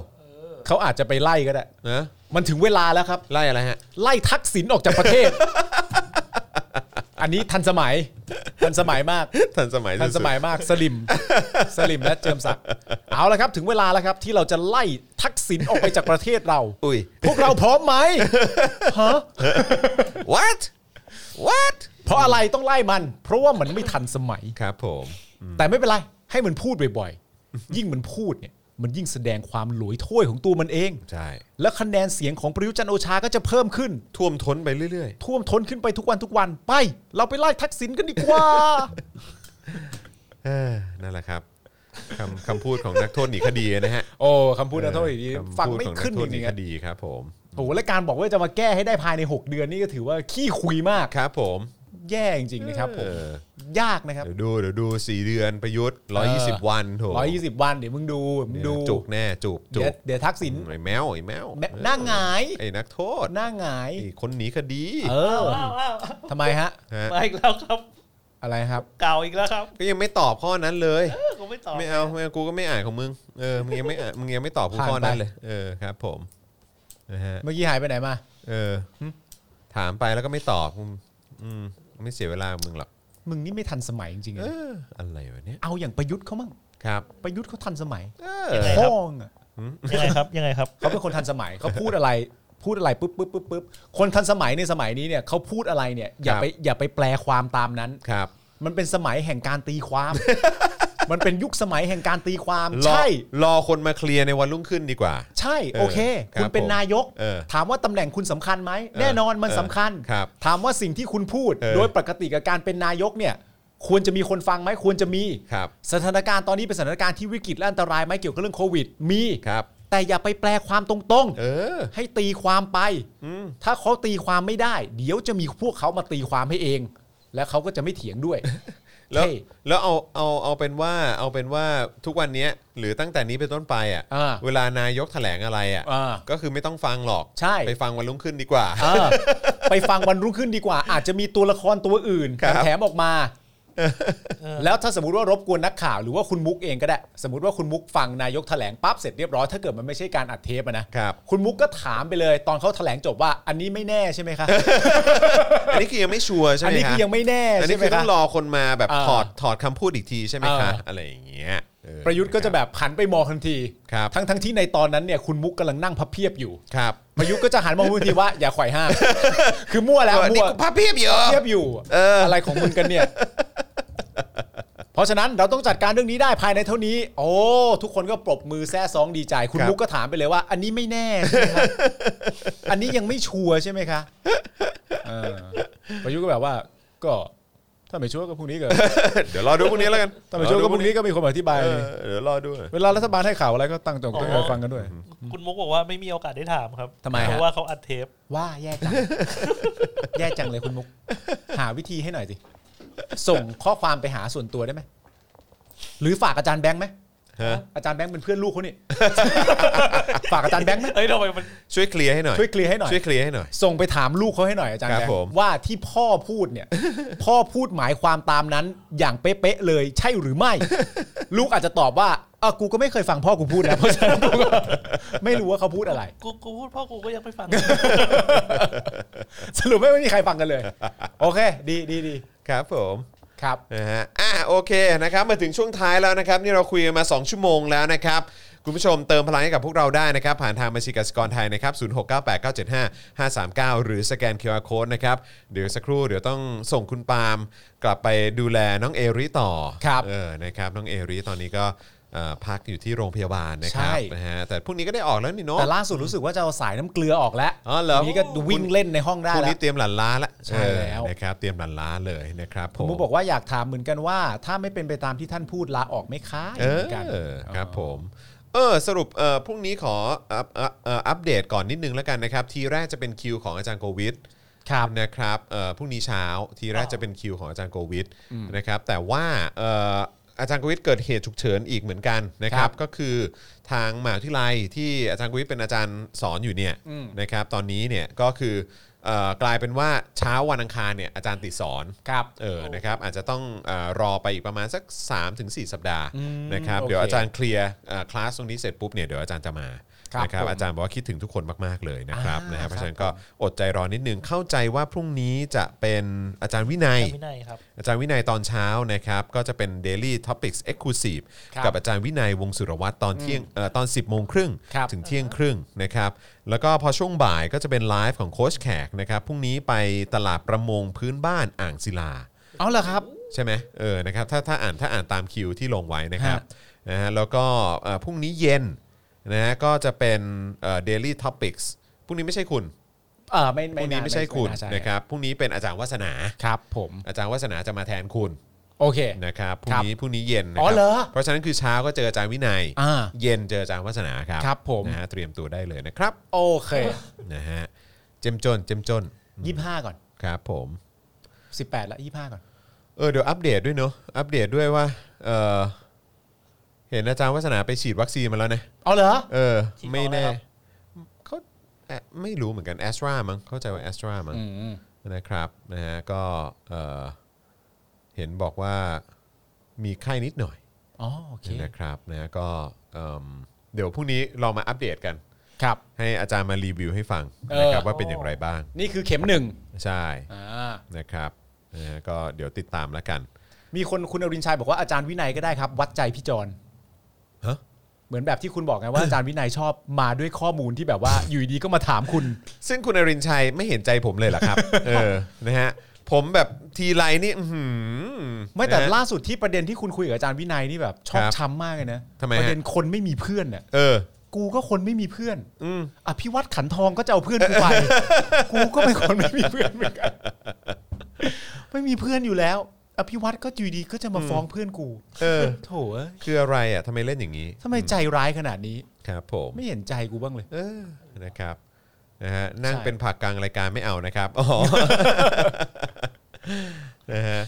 E: เขาอาจจะไปไล่ก็ได้
B: นะ
E: มันถึงเวลาแล้วครับ
B: ไล่อะไรฮะ
E: ไล่ทักษิณออกจากประเทศ อันนี้ทันสมัย ทันสมัยมาก
B: ทันสมัย
E: ทันสมัยมากสลิม สลิมและเจิมศักดิ์เอาละครับ ถึงเวลาแล้วครับ ที่เราจะไล่ทักษิณออกไปจากประเทศเรา
B: อุ้ย
E: พวกเราพร้อมไหม
B: what what
E: เพราะอะไรต้องไล่มัน เพราะว่ามันไม่ทันสมัย
B: ครับผม
E: แต่ไม่เป็นไร ให้มันพูดบ่อยๆ ยิ่งมันพูดเนี่ย มันยิ่งแสดงความหลวยถ้วยของตัวมันเอง
B: ใช่
E: และคะแนนเสียงของประยุทธ์จันทร์โอชาก็จะเพิ่มขึ้น
B: ท่วมท้นไปเรื่อย
E: ท่วมท้นขึ้นไปทุกวันทุกวันไป เราไปไล่ทักษิณกันดีกว่า
B: ๆเออนั่นแหละครับคำคำพูดของนักโทษหนีคดีนะฮะ
E: โอ้คำพูดนะโทษดี
B: เออ
E: ฟังไม่
B: คำพูด
E: ขึ้น
B: ขอก
E: จ
B: โทษหนี
E: ริง
B: ค
E: ๆอะ
B: ดีครับผม
E: โอ้โหและการบอกว่าจะมาแก้ให้ได้ภายใน 6 เดือนนี่ก็ถือว่าขี้คุยมาก
B: ครับผม
E: แย่จริงๆนะครับผ
B: เอ
E: ม
B: อย
E: ากนะครับ
B: เดี๋ยวดูเดี๋ยวดูสี่เดือนประยุทธ์ร้อยยี่สิบวันโถ
E: 120 วันเดี๋ยวมึงดูมึงดู
B: จุกแน่จุกจุ
E: เดี๋ยว
B: ก
E: เดี๋ยวทักษิณ
B: ไอ้แมวไอ้แมว
E: แม่หน้าหงาย
B: ไอ้นักโทษ
E: หน้าหงาย
B: ไอ้คนหนีคดี
E: เออ
D: อ้าวอ้าว
E: ทำไมฮะ
B: ฮะ
D: มาอีกแล้วครับ
E: อะไรครับ
D: เก่าอีกแล้วครับ
B: ก็ยังไม่ตอบข้อนั้นเลย
D: เออก็ไม่ตอบ
B: ไม่เอาไม่เอากูก็ไม่อ่านของมึงเออมึงยังไม่อ่านมึงยังไม่ตอบกูข้อนั้นเลย เออครับ ผมนะฮะ
E: เมื่อกี้หายไปไหนมา
B: เออถามไปแล้วก็ไม่ตอบอืมอืมไม่เสียเวลามึงหรอก
E: มึงนี่ไม่ทันสมัยจริงๆ
B: เอ
E: เลย
B: ออะไรวะเนี่ย
E: เอาอย่างประยุทธ์เขามั่ง
B: ครับ
E: ประยุทธ์เขาทันสมัย
B: เออ
D: ยังไงค
E: พ้
D: รับ
E: องอะ
D: ยังไงครับยังไงครับ
E: เขาเป็นคนทันสมัยเขาพูดอะไรพูดอะไรปุ๊บปุ๊บปุ๊บปุ๊บคนทันสมัยในสมัยนี้เนี่ยเขาพูดอะไรเนี่ยอย่าไปอย่าไปแปลความตามนั้น
B: ครับ
E: มันเป็นสมัยแห่งการตีความ มันเป็นยุคสมัยแห่งการตีความ
B: รอ
E: ใช่
B: รอคนมาเคลียร์ในวันรุ่งขึ้นดีกว่า
E: ใช่
B: เออ
E: โอเค
B: ครับ
E: คุณเป็น
B: ผม
E: นายก
B: เออ
E: ถามว่าตำแหน่งคุณสำคัญไหมแน่นอนมัน
B: เออ
E: สำคัญ
B: ครับ
E: ถามว่าสิ่งที่คุณพูด
B: เออ
E: โดยปกติกับการเป็นนายกเนี่ย ควรจะมีคนฟังไหมควรจะมี
B: ครับ
E: สถานการณ์ตอนนี้เป็นสถานการณ์ที่วิกฤตและอันตรายไหมเกี่ยวกับเรื่องโควิด มี
B: ครับ
E: แต่อย่าไปแปลความตรงๆ
B: เออ
E: ให้ตีความไป
B: อืม
E: ถ้าเขาตีความไม่ได้ เดี๋ยวจะมีพวกเขามาตีความให้เอง แล้วเขาก็จะไม่เถียงด้วย
B: แล้ว
E: เท่
B: แล้วเอาเอาเอาเป็นว่าเอาเป็นว่าทุกวันเนี้ยหรือตั้งแต่นี้เป็นต้นไปอ่ะ
E: อ่า
B: เวลานายกแถลงอะไรอ่ะ
E: อ่า
B: ก็คือไม่ต้องฟังหรอก
E: ใช่
B: ไปฟังวันรุ่งขึ้นดีกว่า
E: เออไปฟังวันรุ่งขึ้นดีกว่า อาจจะมีตัวละครตัวอื่น
B: ครับ
E: แถมออกมา แล้วถ้าสมมติว่ารบกวนนักข่าวหรือว่าคุณมุกเองก็ได้ สมมติว่าคุณมุกฟังนายกแถลงปั๊บเสร็จเรียบร้อยถ้าเกิดมันไม่ใช่การอัดเทปอะนะครับ คุณมุกก็ถามไปเลย ตอนเขาแถลงจบว่า อันนี้ไม่แน่ใช่ไหมคะ
B: อันนี้คือยังไม่ชัวร์ใช่ไห
E: อั
B: ม
E: นนี้
B: ฮะ
E: คือยังไม่แน่
B: อัน
E: ใช่
B: นี้
E: ไหม
B: คือต้อ
E: คะ
B: งรอคนมาแบบ
E: อ่า
B: ถอดถอดคำพูดอีกทีใช่ไหมคะ
E: อ่า
B: อะไรอย่างเงี้ยเออ
E: ประยุทธ์ก็จะแบบหันไปมองทันที
B: ครับ
E: ทั้งทั้งๆที่ในตอนนั้นเนี่ยคุณมุกกำลังนั่งพับเพียบอยู่
B: ครับ
E: ประยุทธ์ก็จะหันมองทันทีว่าอย่าไขว่ ห้างคือมั่วแล้ว
B: อันนี้
E: มั่ว
B: กูภาพเพียบเยอะ
E: เทียบอยู่
B: เอออ
E: อะไรของมึง กันเนี่ย เพราะฉะนั้นเราต้องจัดการเรื่องนี้ได้ภายในเท่านี้ โอ้ทุกคนก็ปรบมือแซ่ซ้องดีใจ คุณ
B: ครับ
E: มุกก็ถามไปเลยว่า อันนี้ไม่แน่ใช่ไหมคะอันนี้ยังไม่ชัวร์ใช่ไหมคะเออประยุทธ์ก็แบบว่า ก็ถ้าไม่ชัวร์ก็พรุ่งนี้ก็
B: เดี๋ยวรอดูพรุ่งนี้แล้วกัน
E: ถ้าไม่ชัวร์ก็พรุ่งนี้ก็มีคนมาอธิบาย
B: เอ
E: เล
B: อยเดี๋ยวรอดู
E: เวลารัฐบาลให้ข่าวอะไรก็ตั้งใจตั้งใจฟังกันด้วย
D: คุณมุกบอกว่าไม่มีโอกาสได้ถามครับ
E: ทำไมฮะ
D: เพราะว่าเขาอัดเทป
E: ว่าแย่จัง แย่จังเลยคุณมุก หาวิธีให้หน่อยสิ ส่งข้อความไปหาส่วนตัวได้ไหม หรือฝากอาจารย์แบงค์ไหม
B: ฮะ
E: อาจารย์แบงค์เป็นเพื่อนลูกเขานี่ ฝากอาจารย์แบง ค์ไหม
D: เอ้ยทำไมมัน
B: ช่วยเคลียร์ให้หน่อย
E: ช่วยเคลียร์ให้หน่อย
B: ช่วยเคลียร์ให้หน่อย
E: ส่งไปถามลูกเขาให้หน่อยอาจารย์
B: ครับ
E: แบง
B: ผม
E: ค์ว่าที่พ่อพูดเนี่ย พ่อพูดหมายความตามนั้นอย่างเป๊ะๆเลย ใช่หรือไม่ ลูกอาจจะตอบว่าเออกูก็ไม่เคยฟังพ่อกูพูดนะเพ ราะฉะนั้นกูก็ไม่รู้ว่าเขาพูดอะไร
D: กูกูพูดพ่อกูก็ยังไม่ฟัง
E: สรุปไม่มีใครฟังกั นเลย โอเค ดีดีดี
B: ครับผม
E: ครับ
B: นะฮะ อ่ะโอเคนะครับ มาถึงช่วงท้ายแล้วนะครับ นี่เราคุยกันมา 2 ชั่วโมงแล้วนะครับ คุณผู้ชมเติมพลังให้กับพวกเราได้นะครับ ผ่านทางบัญชีกสิกรไทยนะครับ 0698975539 หรือสแกน QR Code นะครับ เดี๋ยวสักครู่เดี๋ยวต้องส่งคุณปาล์มกลับไปดูแลน้องเอริต่อ
E: ครับ
B: เออ นะครับ น้องเอริตอนนี้ก็เอ่อพักอยู่ที่โรงพยาบาลนะครับ
E: ใช่
B: นะฮะ แต่พรุ่งนี้ก็ได้ออกแล้วนี่เนาะ
E: แต่ล่าสุดรู้สึกว่าจะเอาสายน้ำเกลือออกแล้ว
B: อ๋อเหรอ
E: ทีนี้ก็วิ่งเล่นในห้องได้
B: พรุ่ง
E: แล้ว
B: นี้เตรียมหลันล้านละ
E: ใช่แล้ว
B: เออนะครับ เตรียมหลันล้านเลยนะครับผม
E: มุกบอกว่าอยากถามเหมือนกันว่า ถ้าไม่เป็นไปตามที่ท่านพูดลาออกไหมคะ
B: เอ
E: เห
B: อ
E: มืนกัน
B: ครับผมเออสรุปเออพรุ่งนี้ขออัปเอ่อเอ่ออัปเดตก่อนนิดนึงแล้วกันนะครับ ทีแรกจะเป็นคิวของอาจารย์โควิด
E: ครับ
B: นะครับเออพรุ่งนี้เช้าทีแรกจะเป็นคิวของอาจารย์โควิดนะครับแต่ว่าเอออาจารย์โควิดเกิดเหตุฉุกเฉินอีกเหมือนกันนะครับก็คือทางมหาวิทยาลัยที่อาจารย์โควิดเป็นอาจารย์สอนอยู่เนี่ยนะครับตอนนี้เนี่ยก็คือเอ่อกลายเป็นว่าเช้าวันอังคารเนี่ยอาจารย์ติดสอน
E: ครับ
B: เออ นะครับ อาจจะต้องเออรอไปอีกประมาณสัก 3-4 สัปดาห์นะครับ
E: โอเค
B: เดี๋ยวอาจารย์เคลียร์เอ่อคลาสตรงนี้เสร็จปุ๊บเนี่ย เดี๋ยวอาจารย์จะมา
E: ครับ
B: นะครับ
E: ผม
B: อาจารย์บอกว่าคิดถึงทุกคนมาก ๆ เลยนะครับ
E: อ่าน
B: นะฮะเพราะ
E: ครับ
B: ฉะนั้นก็อดใจรอนิดนึง เข้าใจว่าพรุ่งนี้จะเป็นอาจารย์วินัย
D: ไม่ได้ครับ
B: อาจารย์วินัยตอนเช้านะครับ ก็จะเป็น Daily Topics Exclusive
E: ครับ
B: กับอาจารย์วินัยวงศ์สุรวัตรตอนเที่ยงเอ่อตอน 10 โมงครึ่ง
E: ครับ
B: ถึงเที่ยงครึ่งนะครับ แล้วก็พอช่วงบ่ายก็จะเป็นไลฟ์ของโค้ชแขกนะครับพรุ่งนี้ไปตลาดประมงพื้นบ้านอ่างศิลา
E: เอาเหรอครับ
B: ใช่ไหมเออ นะครับ ถ้า ถ้าอ่าน ถ้าอ่านตามคิวที่ลงไว้นะครับ
E: ฮะ
B: นะฮะ แล้วก็เอ่อพรุ่งนี้เย็น นะฮะ ก็จะเป็นเอ่อ daily topics พรุ่งนี้ไม่ใช่คุณ
E: เออไม่
B: พรุ่งนี้
E: ไม่า
B: ไม่ใช่คุณ
E: า
B: นะครับ พรุ่งนี้เป็นอาจารย์วัฒนา
E: ครับ ผม
B: อาจารย์วัฒนาจะมาแทนคุณ
E: โอเค
B: นะครับ พรุ่ง
E: ครับ
B: นี้ พรุ่งนี้เย็นนะคบ
E: อ๋อเหรอ
B: เพราะฉะนั้นคือเช้าก็เจออาจารย์วินัย
E: อ่า
B: เย็นเจออาจารย์วัฒนาครับ
E: ครับผม
B: นะฮะ เตรียมตัวได้เลยนะครับ
E: โอเค
B: นะฮะ เจมจน เจมจน
E: ยี่สิบห้าก่อน
B: ครับผม
E: สิบแปดละยี่สิบห้าก่อน
B: เออเดี๋ยวอัปเดตด้วยเนาะอัปเดตด้วยว่าเออเห็นอาจารย์วัฒนาไปฉีดวัคซีนมาแล้วนะ
E: เอาเหรอ
B: เออ
D: ฉีดออก
B: ไม่
D: แล้ว
B: แน่
D: ครับ
B: เขาเอ่อไม่รู้เหมือนกันแอสตรามั้งเข้าใจว่าแอสตรามั้งนะครับนะฮะก็เออเห็นบอกว่ามีไข้นิดหน่อย
E: อ๋อโอเค
B: นะครับนะฮะก็เอิ่มเดี๋ยวพรุ่งนี้เรามาอัปเดตกัน
E: ครับ
B: ให้อาจารย์มารีวิวให้ฟัง
E: เออ
B: นะครับว่าเป็นอย่างไรบ้าง
E: นี่คือเข็มหนึ่ง
B: ใช่
E: อ่า
B: นะครับนะฮะก็เดี๋ยวติดตามแล้วกัน
E: มีคนคุณอรินชัยบอกว่าอาจารย์วินัยก็ได้ครับ วัดใจพี่จร
B: ฮะ
E: เหมือนแบบที่คุณบอกไง ว่าอาจารย์วินัยชอบมาด้วยข้อมูลที่แบบว่า อยู่ดีๆก็มาถามคุณ
B: ซึ่งคุณอรินชัยไม่เห็นใจผมเลยเหรอ ครับ เออ นะฮะ ผมแบบทีไรนี่อื้อหือ
E: ไม่แต่
B: นะฮะ
E: ล่าสุดที่ประเด็นที่คุณคุยกับอาจารย์วินัยนี่แบบชอ
B: ค
E: บ
B: รับ
E: ช้ำมากเลยนะ
B: ทำไมฮะ
E: ประเด็นคนไม่มีเพื่อนน่ะ
B: เออ
E: กูก็คนไม่มีเพื่อน
B: อืม
E: อภิวัตขันทองก็จะเอาเพื่อนกู ไป กูก็เป็นคนไม่มีเพื่อนเหมือน กันไม่มีเพื่อนอยู่แล้ว อภิวัตก็อยู่ดีก็จะมาฟ้องเพื่อนกู
B: เออ
E: โถเอ้ย
B: คืออะไรอ่ะทำไมเล่นอย่างนี้
E: ทำไมใจร้ายขนาดนี้
B: ครับผม
E: ไม่เห็นใจกูบ้างเลย
B: เออนะครับ นะฮะ นั่ง
E: ใช่
B: เป็นผักกลางรายการไม่เอานะครับ อ๋อ นะฮะ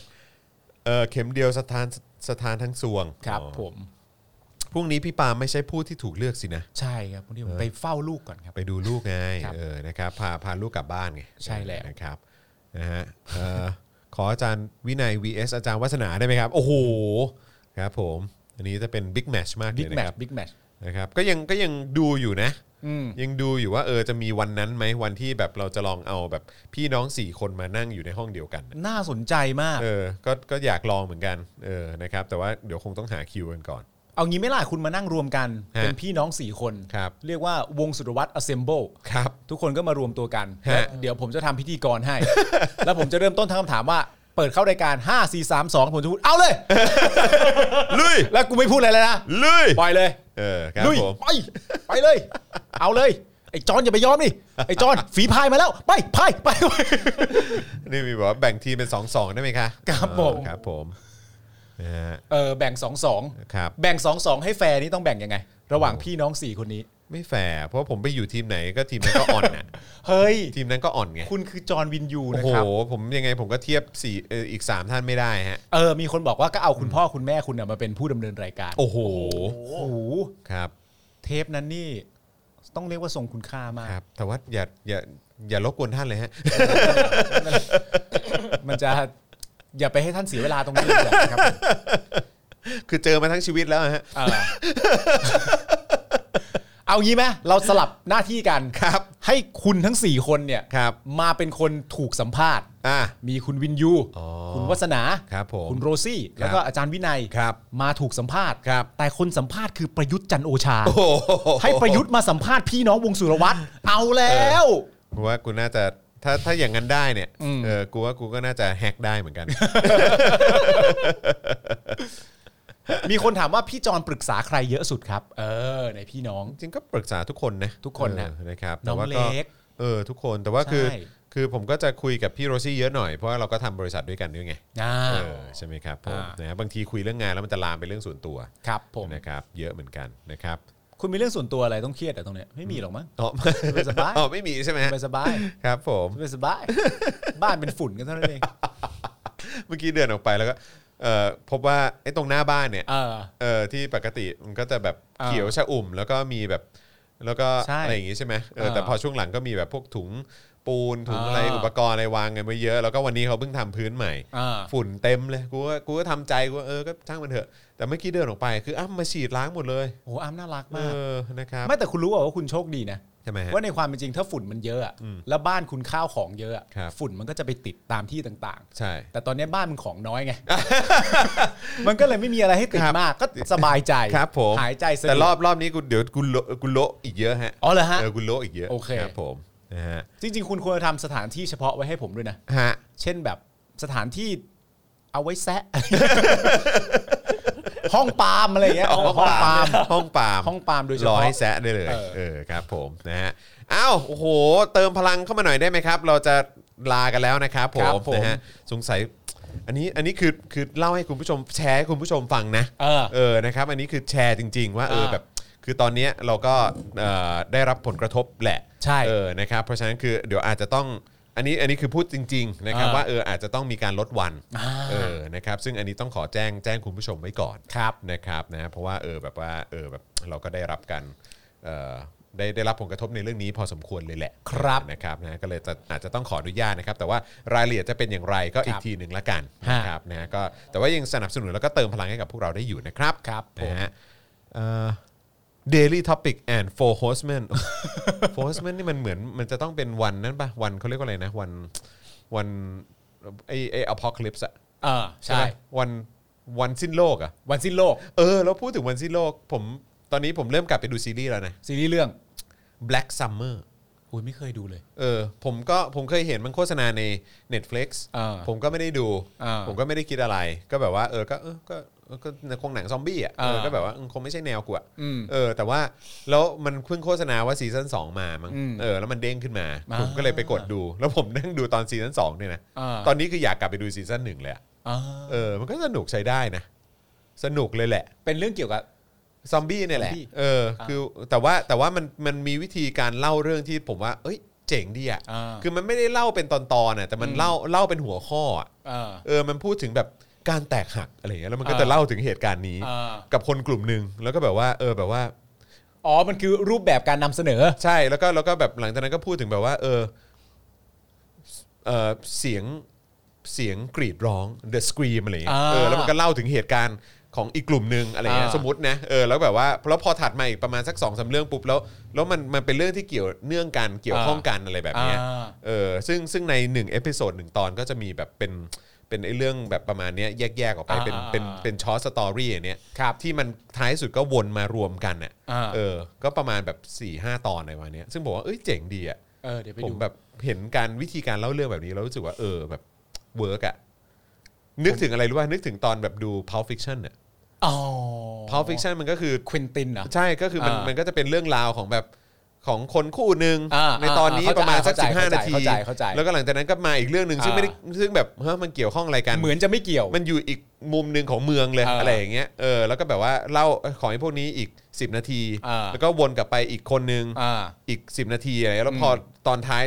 B: เอ่อเข็มเดียวสถานสถานทั้งสวง
E: ครับ
B: อ๋อ
E: ผม
B: พรุ่งนี้พี่ปาล์มไม่ใช่ผู้ที่ถูกเลือกสินะ
E: ใช่ครับวันนี้ผมไปเฝ้าลูกก่อนครับ
B: ไปดูลูกไง
E: ครับ
B: เออนะครับพาพาลูกกลับบ้านไง
E: ใช่แล้ว
B: นะครับนะฮะเอ่อขออาจารย์วินัย vs อาจารย์วัฒนาได้ไหมครับ โอ้โหครับผมอันนี้จะเป็นบิ๊กแมชมากเล
E: บิ๊
B: ย
E: กแม
B: นะค
E: ช
B: รับ
E: บิ๊กแมช
B: นะครับก็ยังก็ยังดูอยู่นะ
E: อืม
B: ยังดูอยู่ว่าเออจะมีวันนั้นไหมวันที่แบบเราจะลองเอาแบบพี่น้อง 4 คนมานั่งอยู่ในห้องเดียวกันน่ะ
E: น่าสนใจมาก
B: เออก็ก็อยากลองเหมือนกันเออนะครับแต่ว่าเดี๋ยวคงต้องหาคิวกันก่อน
E: เอางี้ไหม่ล่ะคุณมานั่งรวมกัน
B: ฮะ
E: เป็นพี่น้อง 4 คน
B: ครับ
E: เรียกว่าวงสุรวัตร assemble
B: ครับ
E: ทุกคนก็มารวมตัวกัน
B: ฮะ
E: แล้วเดี๋ยวผมจะทำพิธีกรให้ แล้วผมจะเริ่มต้นทางคำถามว่า เปิดเข้ารายการ 5 4 3 2 ผมจะพูด เอาเลย
B: ลุย
E: แล้วกูไม่พูดอะไรแล้วนะ
B: ลุย
E: ปล่อยเลย
B: เออครับ
E: ลุย
B: ผม
E: ไปไปเลย เอาเลย ไอ้จอนอย่าไปยอมดิไอ้จอนฝีพายมาแล้ว ไปพายไป
B: นี่มีบอกว่าแบ่งทีมเป็น2อสองได้ไหมคะ
E: ครับผม
B: เออครับผมนะฮะ
E: เออแบ่ง2 2
B: ครับ
E: แบ่ง 2 2 ให้แฟร์นี่ต้องแบ่งยังไง ระหว่างพี่น้อง 4 คนนี้
B: ไม่แฟร์เพราะผมไปอยู่ทีมไหนก็ทีมนั้นก็อ่อน น่ะ
E: เฮ้ย
B: ทีมนั้นก็อ่อนไง
E: คุณคือจอห์นวินยู
B: โอ้
E: นะ
B: โห
E: ครับ
B: ผมยังไงผมก็เทียบสี่เอ่ออีก 3 ท่านไม่ได้ฮะ
E: เออ มีคนบอกว่าก็เอาคุณพ่อคุณแม่คุณน่ะมาเป็นผู้ดำเนินรายการ โอ้
B: โอ้โห
E: โห
B: ครับ
E: เทปนั้นนี่ ต้องเรียกว่าทรงคุณค่ามาก
B: ครับ แต่ว่าอย่าอย่าอย่ารบกวนท่านเลยฮะ
E: มันจะ อย่าไปให้ท่านเสียเวลาตรงนี้เลยครับผม
B: คือเจอมาทั้งชีวิตแล้วฮะ
E: เออเอางี้ไหมเราสลับหน้าที่กัน
B: ครับ
E: ให้คุณทั้ง 4 คนเนี่ย
B: ครับ
E: มาเป็นคนถูกสัมภาษณ์
B: อ่ะ
E: มีคุณวินยู
B: อ๋อ
E: คุณวัฒนา
B: ครับผม
E: คุณโรซี่ แล้วก็อาจารย์วินัย
B: ครับ
E: มาถูกสัมภาษณ์
B: ครับ
E: แต่คนสัมภาษณ์คือประยุทธ์จันทร์โอชา
B: โอ้โห
E: ให้ประยุทธ์มาสัมภาษณ์พี่น้องวงสุรวัตร เอาแล้ว
B: กูว่ากูน่าจะถ้าถ้าอย่างนั้นได้เนี่ยเออกูว่ากูก็น่าจะแฮกได้เหมือนกัน
E: มีคนถามว่าพี่จอนปรึกษาใครเยอะสุดครับ เออ ในพี่น้อง
B: จริงก็ปรึกษาทุกคนนะ
E: ทุกคนนะ
B: เออนะครับ
E: น้อง
B: แต่ว่า
E: เล็ก
B: เออทุกคนแต่ว่าคือ
E: ใช่
B: คือผมก็จะคุยกับพี่โรซี่เยอะหน่อยเพราะว่าเราก็ทำบริษัทด้วยกันด้วยไง
E: อ่า
B: เออใช่ไหมครับผม
E: อ่าน
B: นะบางทีคุยเรื่องงานแล้วมันจะลามไปเรื่องส่วนตัว
E: ครับผม
B: นะครับ เยอะเหมือนกันนะครับ
E: คุณมีเรื่องส่วนตัวอะไรต้องเครียดอะตรงเนี้ยไม่มีหรอกมั้ง
B: อ๋อ
E: สบาย
B: อ๋อไม่มีใช่ไหม
E: สบายสบาย
B: ครับผม
E: สบายสบายบ้านเป็นฝุ่นกันเท่านั้นเอง
B: เมื่อกี้เดินออกไปแล้วก็เอ่อพบว่าไอ้ตรงหน้าบ้านเนี่ย
E: เออ
B: เออที่ปกติมันก็จะแบบ
E: อ่า
B: เขียวชะอุ่ม แล้วก็มีแบบแล้วก็
E: ใช่
B: อะไรอย่างงี้ใช่ไหมเออแต่
E: อ่า
B: พอช่วงหลังก็มีแบบพวกถุงปูนถุงอะไร
E: อ่า
B: อุปกรณ์อะไรวางกันไว้เยอะ แล้วก็วันนี้เขาเพิ่งทำพื้นใหม่
E: เออ
B: ฝุ่นเต็มเลยกูก็กูก็ทำใจกูว่าเออก็ช่างมันเถอะ แต่เมื่อกี้เดินออกไปคืออ้ำมาฉีดล้างหมดเลย
E: โอ้อ้ำน่ารัก
B: เอ
E: มาก
B: อนะครับ
E: ไม่แต่คุณรู้ป่าวว่าคุณโชคดีนะ
B: ใช่ไหมฮะ
E: ว่าในความเป็นจริงถ้าฝุ่นมันเยอะอะแล้วบ้านคุณข้าวของเยอะอะ
B: ครับ
E: ฝุ่นมันก็จะไปติดตามที่ต่างๆ
B: ใช่
E: แต่ตอนนี้บ้านมึงของน้อย ไง มันก็เลยไม่มีอะไรให้ติด
B: ครับ
E: มากก็สบายใจ
B: ครับผม
E: หายใจสะดวก
B: แต่รอบรอบนี้กูเดี๋ยวกูโลกูโละอีกเยอะฮะ
E: อ๋อเหรอฮะ
B: เออกูโละอีกเยอะ
E: โอเค
B: รับผมนะฮะ
E: จริง ๆ คุณควรจะทำสถานที่เฉพาะไว้ให้ผมด้วยนะ
B: ฮะ
E: เช่นแบบสถานที่เอาไว้ แซะ ห้องปาล์มอะไรอย่างเงี้ยห้องปาล์ม
B: ห้องปาล์ม
E: ห้องปาล์มโดยเฉ
B: รอ
E: พาะ
B: ให้แซะได้เลย
E: เออ
B: เออครับผมนะฮะอ้าวโอ้โห เติมพลังเข้ามาหน่อยได้ไหมครับ เราจะลากันแล้วนะครับผมนะฮะสงสัยอันนี้อันนี้คือคือเล่าให้คุณผู้ชมแชร์ให้คุณผู้ชมฟังนะ
E: เออ
B: เออนะครับ อันนี้คือแชร์จริง ๆ ว่าเออ
E: อ่า
B: แบบ คือตอนเนี้ยเราก็เอ่อได้รับผลกระทบแหละ
E: ใช่
B: เออนะครับเพราะฉะนั้นคือเดี๋ยวอาจจะต้องอันนี้อันนี้คือพูดจริง ๆ นะครับ
E: อ่า
B: ว่าเอออาจจะต้องมีการลดวัน
E: อ่า
B: เออนะครับซึ่งอันนี้ต้องขอแจ้งแจ้งคุณผู้ชมไว้ก่อน
E: ครับ
B: นะครับนะเพราะว่าเออแบบว่าเออแบบเราก็ได้รับการเอ่อได้ได้รับผลกระทบในเรื่องนี้พอสมควรเลยแหละ
E: ครับ
B: นะครับนะก็เลยจะอาจจะต้องขออนุญาตนะครับ แต่ว่ารายละเอียดจะเป็นอย่างไรก็อี
E: ค
B: ก
E: รับ
B: ทีหนึ่งละกันนะครับนะก็แต่ว่ายังสนับสนุนแล้วก็เติมพลังให้กับพวกเราได้อยู่นะครับ
E: ครับผม
B: นะฮะเอ่อ Daily Topic and Four Horsemen Four Horsemen นี่มันเหมือนมันจะต้องเป็นวันนั้นปะวันเขาเรียกว่าอะไรนะวันวันไอไออพอคลิปส์อะ
E: เออ
B: ใช่
E: ใช่
B: ปะวันวันสิ้นโลกอะ
E: วันสิ้นโลก
B: เออแล้วพูดถึงวันสิ้นโลกผมตอนนี้ผมเริ่มกลับไปดูซีรีส์แล้วนะ
E: ซีรีส์เรื่อง
B: Black Summer
E: อุ้ยไม่เคยดูเลย
B: เออผมก็ผมเคยเห็นมันโฆษณาใน Netflix
E: อ่า
B: ผมก็ไม่ได้ดู
E: อ่า
B: ผมก็ไม่ได้คิดอะไร ก็แบบว่าเออก็เออก็เออก็คงหนังซอมบี้อ่ะเออ
E: อ่า
B: ก็แบบว่าเออคงไม่ใช่แนวกูอ่ะ
E: อืม
B: เออแต่ว่าแล้วมันเพิ่งโฆษณาว่าซีซั่น2มามั้ง
E: อืม
B: เออแล้วมันเด้งขึ้นมา
E: อ่า
B: ผมก็เลยไปกดดู แล้วผมนั่งดูตอนซีซั่น2เนี่ยนะ
E: อ่า
B: ตอนนี้คืออยากกลับไปดูซีซั่นหนึ่งเลยอะ
E: อ่า
B: เออมันก็สนุกใช้ได้นะสนุกเลยแหละ
E: เป็นเรื่องเกี่ยวกับ
B: ซอมบี้เนี่ยแหละ
E: ซอมบี้
B: เออ คือ แต่ว่า แต่ว่ามัน มันมีวิธีการเล่าเรื่องที่ผมว่า เอ้ย เจ๋งดีอ่ะ
E: อ่า
B: คือมันไม่ได้เล่าเป็นตอนๆน่ะแต่มันเล่าเล่าเป็นหัวข้ออ่ะ
E: เออ
B: เออมันพูดถึงแบบการแตกหักอะไรอย่างเงี้ยแล้วมันก็
E: อ่า
B: จะเล่าถึงเหตุการณ์นี้
E: เออ
B: กับคนกลุ่มหนึ่งแล้วก็แบบว่า เออแบบว่า
E: อ๋อมันคือรูปแบบการนำเสนอ
B: ใช่แล้วก็แล้วก็แบบหลังจากนั้นก็พูดถึงแบบว่า เออเออเสียงเสียงกรีดร้อง the scream อะไรอย่างเงี้ย
E: อ่า
B: เออแล้วมันก็เล่าถึงเหตุการณ์ของอีกกลุ่มหนึ่งอะไรเงี้ย
E: อ่า
B: สมมตินะเออแล้วแบบว่าแล้วพอถัดมาอีกประมาณสักสองสามเรื่องปุ๊บแล้วแล้วมันมันเป็นเรื่องที่เกี่ยวเนื่องกันเกี่ยวข้องกันอะไรแบบเนี้ย
E: อ่า
B: เออซึ่งซึ่งในหนึ่งเอพิโซดหนึ่งตอนก็จะมีแบบเป็นเป็นไอ้เรื่องแบบประมาณเนี้ยแยกๆออกไป
E: อ่า
B: เป็น
E: อ่า
B: เป็นเป็นช็อตสตอรี่อย่างเนี้ย
E: ครับ
B: ที่มันท้ายสุดก็วนมารวมกันอ่ะ
E: อ่า
B: เออ ก็ประมาณแบบ4ี่ห้าตอนในวันนี้ยซึ่งบอกว่าเอ้ยเจ๋งดีอ่ะ
E: เออเดี๋ยวไป
B: ผม
E: ดู
B: แบบเห็นการวิธีการเล่าเรื่องแบบนี้แล้วรู้สึกว่าเออแบบเวิร์กอ่ะนึกถึงอะไรรู้ป่ะนึกถึงตอนแบบดู Pulp Fiction อ่ะ
E: อ๋อ
B: Pulp Fiction มันก็คือ
E: ควินตินเหรอ
B: ใช่ก็คือมัน
E: อ่ามั
B: มันก็จะเป็นเรื่องราวของแบบของคนคู่หนึ่ง
E: อ่า
B: ในตอนนี้
E: อ่า
B: ประมาณสัก
E: เข้าใจ
B: สิบห้านาที
E: เข้าใจเข้าใจ
B: แล้วก็หลังจากนั้นก็มาอีกเรื่องหนึ่งซึ่ง
E: อ่า
B: ไม่ได้ซึ่งแบบเฮ้ยมันเกี่ยวข้องอะไรกัน
E: เหมือนจะไม่เกี่ยว
B: มันอยู่อีกมุมหนึ่งของเมืองเลย
E: อ่า
B: อะไรอย่างเงี้ยเออแล้วก็แบบว่าเล่าของไอ้พวกนี้อีก 10 นาที
E: อ่า
B: แล้วก็วนกลับไปอีกคนนึง
E: อ่า
B: อีก 10 นาทีอะไรแล้วพออตอนท้าย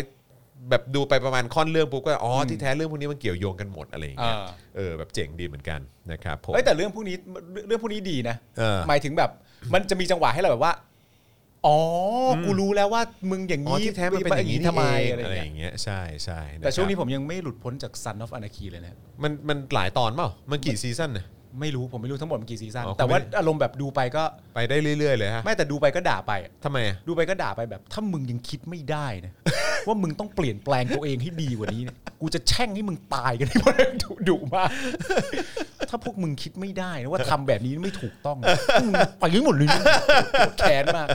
B: แบบดูไปประมาณค่อนเรื่องปุ๊บก็อ๋ออที่แท้เรื่องพวกนี้มันเกี่ยวโยงกันหมดอะไรอย่างเงี้ย
E: อ่า
B: เออแบบเจ๋งดีเหมือนกันนะครับผม
E: เอ้ยแต่เรื่องพวกนี้เรื่องเรื่องพวกนี้ดีนะ
B: เออ
E: หมายถึงแบบมันจะมีจังหวะให้เราแบบว่า อ๋ออกูรู้แล้วว่ามึงอย่าง
B: อ๋อ
E: นี้
B: ที่แท้มันเป็นอย่างนี้
E: ทำ
B: ทำ
E: ไม
B: ไม
E: อะไร
B: อะไรอ
E: เงี้ย
B: ย่างเงี้ยใช่ใช่ะครับ
E: แต่ช่วงนี้ผมยังไม่หลุดพ้นจาก Son of Anarchy เลยนะ
B: มันมันหลายตอนเปล่า มันกี่ซีซั่นเนี่ย
E: ไม่รู้ผมไม่รู้ทั้งหมดมันกี่ซีซั่น
B: อ๋อ
E: แต่ว่า
B: คุณไม่ได้
E: อารมณ์แบบดูไปก็
B: ไปได้เรื่อย ๆ เลยฮะ
E: ไม่แต่ดูไปก็ด่าไปอะ
B: ทำไมอะ
E: ดูไปก็ด่าไปแบบ ถ้ามึงยังคิดไม่ได้นะ ว่ามึงต้องเปลี่ยนแปลงตัวเองให้ดีกว่านี้เนี่ยกูจะแช่งให้มึงตายกัน ให้หมดเลยดุดุมากถ้าพวกมึงคิดไม่ได้นะว่าทำแบบนี้ไม่ถูกต้องนะมึงไปกันหมดเลยนะโกรธแค้นมาก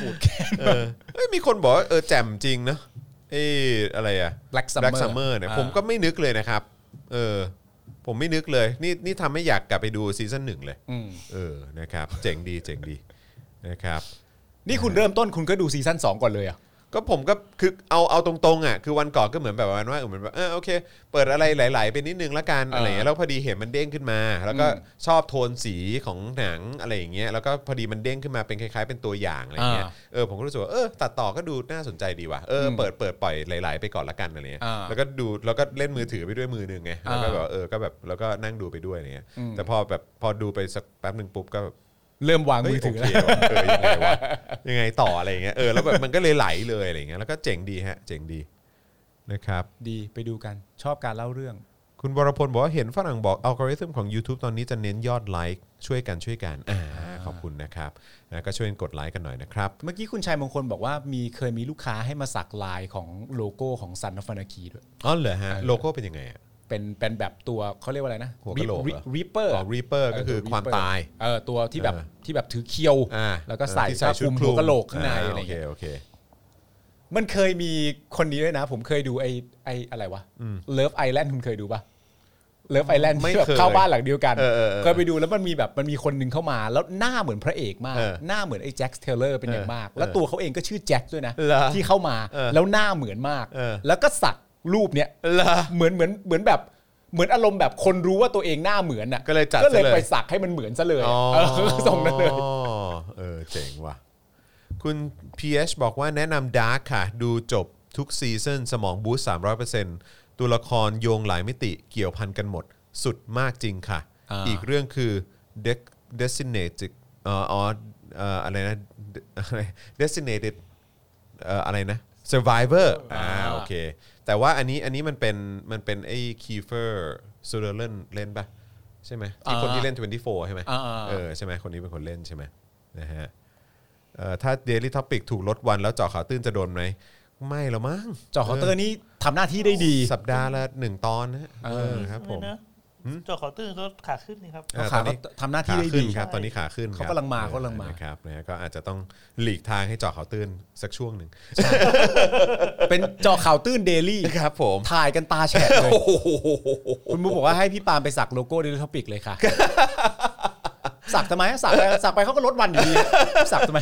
E: โกรธแค้น
B: เออเอ้ยมีคนบอกว่าเออแจ่มจริงนะเอ้ยอะไรอะ
E: Black Summer
B: Black Summer เนี่ย
E: อ่า
B: ผมก็ไม่นึกเลยนะครับ เออ ผมไม่นึกเลย นี่นี่ทำให้อยากกลับไปดูซีซั่นหนึ่งเลย เออนะครับ เจ๋งดีเจ๋งดีนะครับ
E: นี่คุณเริ่มต้นคุณก็ดูซีซั่น2ก่อนเลยอ่ะ
B: ก็ผมก็คือเอาเอาตรงๆอ่ะคือวันก่อนก็เหมือนแบบวันว่าเออเหมือนแบบเออโอเค เปิดอะไรหลาย ๆ ไปนิดนึงละกัน
E: เอออ
B: อะไรเงี้ยแล้วพอดีเห็นมันเด้งขึ้นมา แล้วก็
E: อืม
B: ชอบโทนสีของหนังอะไรอย่างเงี้ยแล้วก็พอดีมันเด้งขึ้นมาเป็นคล้าย ๆ เป็นตัวอย่างอะไรเงี้ย
E: อ่า
B: เออผมก็รู้สึกว่าเออตัดต่อก็ดูน่าสนใจดีว่ะเอออ
E: ม
B: เปิดเปิดปล่อยหลาย ๆ ไปก่อนละกันอะไรเงี้ย
E: อ่า
B: แล้วก็ดูแล้วก็เล่นมือถือไปด้วยมือหนึงไงแล้วก็แบบว่าเออก็แบบแล้วก็นั่งดูไปด้วยอะไรเงี้ย
E: อืม
B: แต่พอแบบพอดูไปสักแป๊บหนึ่งปุ๊บก็แบบ
E: เริ่มวาง
B: เฮ้
E: มื
B: ย
E: อถือ
B: โอ
E: แล้ว
B: เคว่ะเออยังไงวะ ยังไงต่ออะไรอย่างเงี้ยเออแล้วแบบมันก็เลยไหลเลยอะไรอย่างเงี้ยแล้วก็เจ๋งดีฮะ เจ๋งดีนะครับ
E: ดีไปดูกันชอบการเล่าเรื่อง
B: คุณวรพลบอกว่าเห็นฝรั่งบอกอัลกอริทึมของ YouTube ตอนนี้จะเน้นยอดไลค์ช่วยกันช่วยกันอ่าขอบคุณนะครับนะก็ช่วยกันกดไลค์กันหน่อยนะครับ
E: เมื่อกี้คุณชายมงคลบอกว่ามีเคยมีลูกค้าให้มาสักลายของโลโก้ของ Sun of Anarchy ด้วย
B: อ๋อเหรอฮะ
E: เออ
B: โลโก้เป็นยังไงอะ
E: เป็นเป็นแบบตัวเขาเรียกว่าอะไรนะ
B: หัวกะโหลก
E: ริปเปอร์
B: อ๋อรีเปอร์ก็คือความตาย
E: เออตัวที่แบบ
B: เออ
E: ที่แบบถือเคียว
B: อ่า
E: แล้วก็ใส่
B: ที่
E: ผ้าคลุมหัวกะโหลกข้างในอะไร
B: โอเค
E: เงี้ย
B: โอเค
E: มันเคยมีคนนี้ด้วยนะ ผมเคยดูไอ้ไอ้อะไรวะเลิฟไอแลนด์คุณเคยดูปะเลิฟไอแลนด์
B: ไม่
E: ที่แบบ
B: เคย
E: เข้าบ้านหลังเดียวกัน
B: เออเออเออ
E: เคยไปดูแล้วมันมีแบบมันมีคนหนึ่งเข้ามา แล้วหน้าเหมือนพระเอกมาก
B: เออ
E: หน้าเหมือนไอ้แจ็คเทเลอร์เป็นอย่างมาก
B: เออ
E: แล้วตัวเขาเองก็ชื่อแจ็คด้วยนะ
B: เหรอ
E: ที่เข้ามา
B: เออ
E: แล้วหน้าเหมือนมาก
B: เออ
E: แล้วก็สักรูปเนี้ย
B: เหรอ
E: เหมือนเหมือนเหมือนแบบเหมือนอารมณ์แบบคนรู้ว่าตัวเองหน้าเหมือนอ่ะ
B: ก็เลยจัด
E: ก็เล
B: ซะ
E: ย
B: เลย
E: ไปสักให้มันเหมือนซะเลย
B: อ๋อ
E: เออ ส่งนั้นเลย
B: เออเจ๋งว่ะ คุณ PH บอกว่าแนะนำดาร์คค่ะ ดูจบทุกซีซันสมองบูสต์300%ตัวละครโยงหลายมิติเกี่ยวพันกันหมด สุดมากจริงค่ะ
E: อ่า
B: อีกเรื่องคือ De- Designated เอ่ออ๋อเอ่ออะไรนะ De- อะไร Designated เอ่ออะไรนะ Survivor อ่าโอเค แต่ว่าอันนี้อันนี้มันเป็นมันเป็นไอ้คีเฟอร์ซูเดเลนเล่นปะใช่ไหมที่คนที่เล่น 24 ใช่ไหม
E: อ่าๆ
B: เออใช่ไหมคนนี้เป็นคนเล่นใช่ไหมนะฮะเอ่อถ้า Daily Topic ถูกลดวันแล้วเจาะข่าวตื้นจะโดนไหมไม่หรอกมั้ง
E: จอเคาน์เตอร์นี่ทำหน้าที่ได้ดี
B: เออสัปดาห์ละหนึ่งตอนนะเออครับผม
D: นะจอขอตื้นก็ขาขึ้นนี่ครับ
B: อ่า
E: ขาเขาทำหน้าที่
B: ขา
E: ได้
B: ขึ้
E: ดี
B: นครับตอนนี้ขาขึ้นค
E: เขา
B: รับ
E: กำลังมา
B: ออ
E: เขากำลังมา
B: นะครับนะฮะก็อาจจะต้องหลีกทางให้เจาะข่าวตื้นสักช่วงหนึ่ง
E: เป็นจอข่าวตื้นเดลี่
B: ครับผม
E: ถ่ายกันตาแฉะเลยคุณมุกบอกว่าให้พี่ปาล์มไปสักโลโก้เดลิทอปิกเลยค่ะ สักทำไมสักไปสักไปเขาก็ลดวันอยู่ดีสักทำไม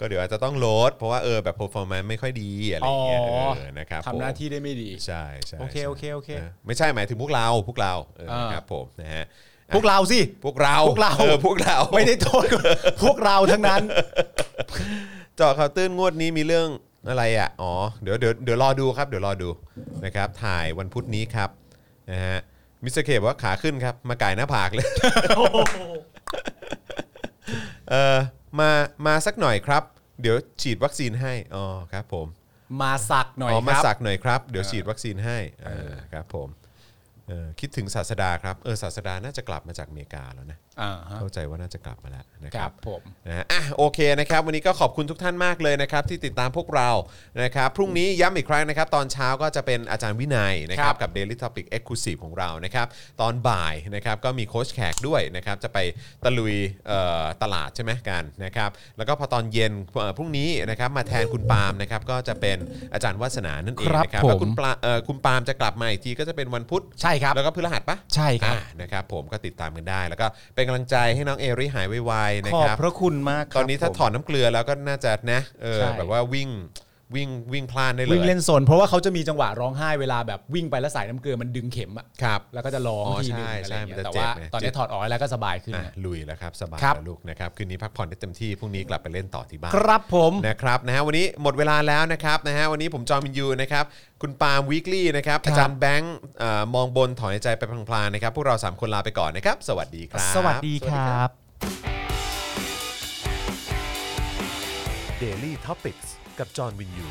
B: ก็เดี๋ยวอาจจะต้องลดเพราะว่าเออแบบ performance ไม่ค่อยดีอะไรอย่างเงี้ยเออนะครับ
E: ทำหน้า
B: ผม
E: ที่ได้ไม่ดี
B: ใช่ใช่
E: โอเค
B: ใช่
E: โอเคโอเค
B: นะไม่ใช่หมายถึงพวกเราพวกเราเออ
E: อ่าน
B: ครับผมนะฮะ
E: พวกเราสิ
B: พวกเรา
E: พวกเรา
B: ออพวกเรา
E: ไม่ได้โทษพวกเราทั้งนั้น
B: เจาะข่าวตื้นงวดนี้มีเรื่อง อะไรอ่ะอ๋อเดี๋ยวเดี๋ยวเดี๋ยวรอดูครับเดี๋ยวรอดูนะครับ ถ่ายวันพุธนี้ครับนะฮะมิสเตอร์เคบอกว่าขาขึ้นครับ มาไก่ายหน้าผากเลย
D: โอ้โห
B: เออมามาสักหน่อยครับ เดี๋ยวฉีดวัคซีนให้อ๋อครับผม
E: มาสักหน่อย
B: อ๋อ
E: ค
B: มา
E: รับ
B: สักหน่อยครับ เดี๋ยวฉีดวัคซีนให้เออครับผมเออคิดถึงศาสดาครับเออศาสดาน่าจะกลับมาจากอเมริกาแล้วนะ
E: อ่าฮะ
B: เข้าใจว่าน่าจะกลับมาแล้วนะค
E: ค
B: รั
E: รับ บผม
B: นะฮะอ่ะโอเคนะครับวันนี้ก็ขอบคุณทุกท่านมากเลยนะครับที่ติดตามพวกเรานะครับพรุ่งนี้ย้ำอีกครั้งนะครับตอนเช้าก็จะเป็นอาจารย์วินัยนะครับกับ Daily Topic Exclusive ของเรานะครับตอนบ่ายนะครับก็มีโค้ชแขกด้วยนะครับจะไปตะลุยเอ่อตลาดใช่ไหมกันนะครับแล้วก็พอตอนเย็นเอ่อพรุ่งนี้นะครับมาแทนคุณปาล์มนะครับก็จะเป็นอาจารย์วัสนานั่นเองนะครับ
C: ครับผม
B: แล้วคุณปลาเอ่อคุณปาล์มจะกลับมาอีกทีก็จะเป็นวันพุธ
C: ใช่ครับ
B: แล้วก็พฤหัสปะ
C: ใช่ครับ
B: อ่านะครับผมก็ติดตามกันได้ แล้วก็เป็นกำลังใจให้น้องเอริหายไวๆนะ
E: ขอบ
B: ครับ
E: พระคุณมากครับ
B: ตอนนี้ถ้า
E: ผม
B: ถอนน้ำเกลือแล้วก็น่าจะนะเออ
E: ใช่
B: แบบว่าวิ่งวิ่งวิ่งพลาดได้เลย
E: วิ่งเล่นสนเพราะว่าเขาจะมีจังหวะร้องไห้เวลาแบบวิ่งไปแล้วสายน้ำเกลือมันดึงเข็มอะ
B: ครับ
E: แล้วก็จะร้อง
B: อ๋อ
E: ทีนึง
B: ใช่
E: อะไรอย่างเงี้ย
B: ใช่มันจะ
E: แต่
B: เจ็บ
E: ว่า
B: ไง
E: ตอนนี้ถอดออกแล้วก็สบายขึ้น
B: อ่ะ
E: นะ
B: ลุยแล้วครับสบาย
E: ครับ
B: แล้วลูกนะครับคืนนี้พักผ่อนได้เต็มที่พรุ่งนี้กลับไปเล่นต่อที่บ้าน
E: ครับผม
B: นะครับนะฮะวันนี้หมดเวลาแล้วนะครับนะฮะวันนี้ผมจอมินยูนะครับคุณปาล์มวีคลี่นะครับอาจารย์แบงค์เอ่อมองบนถอนหายใจไปพลางๆนะครับพวกเราสามคนลาไปก่อนนะครับสวัสดีครับ
C: สวัสดีครับ
A: Daily t o p i c กกับจอห์นวินยู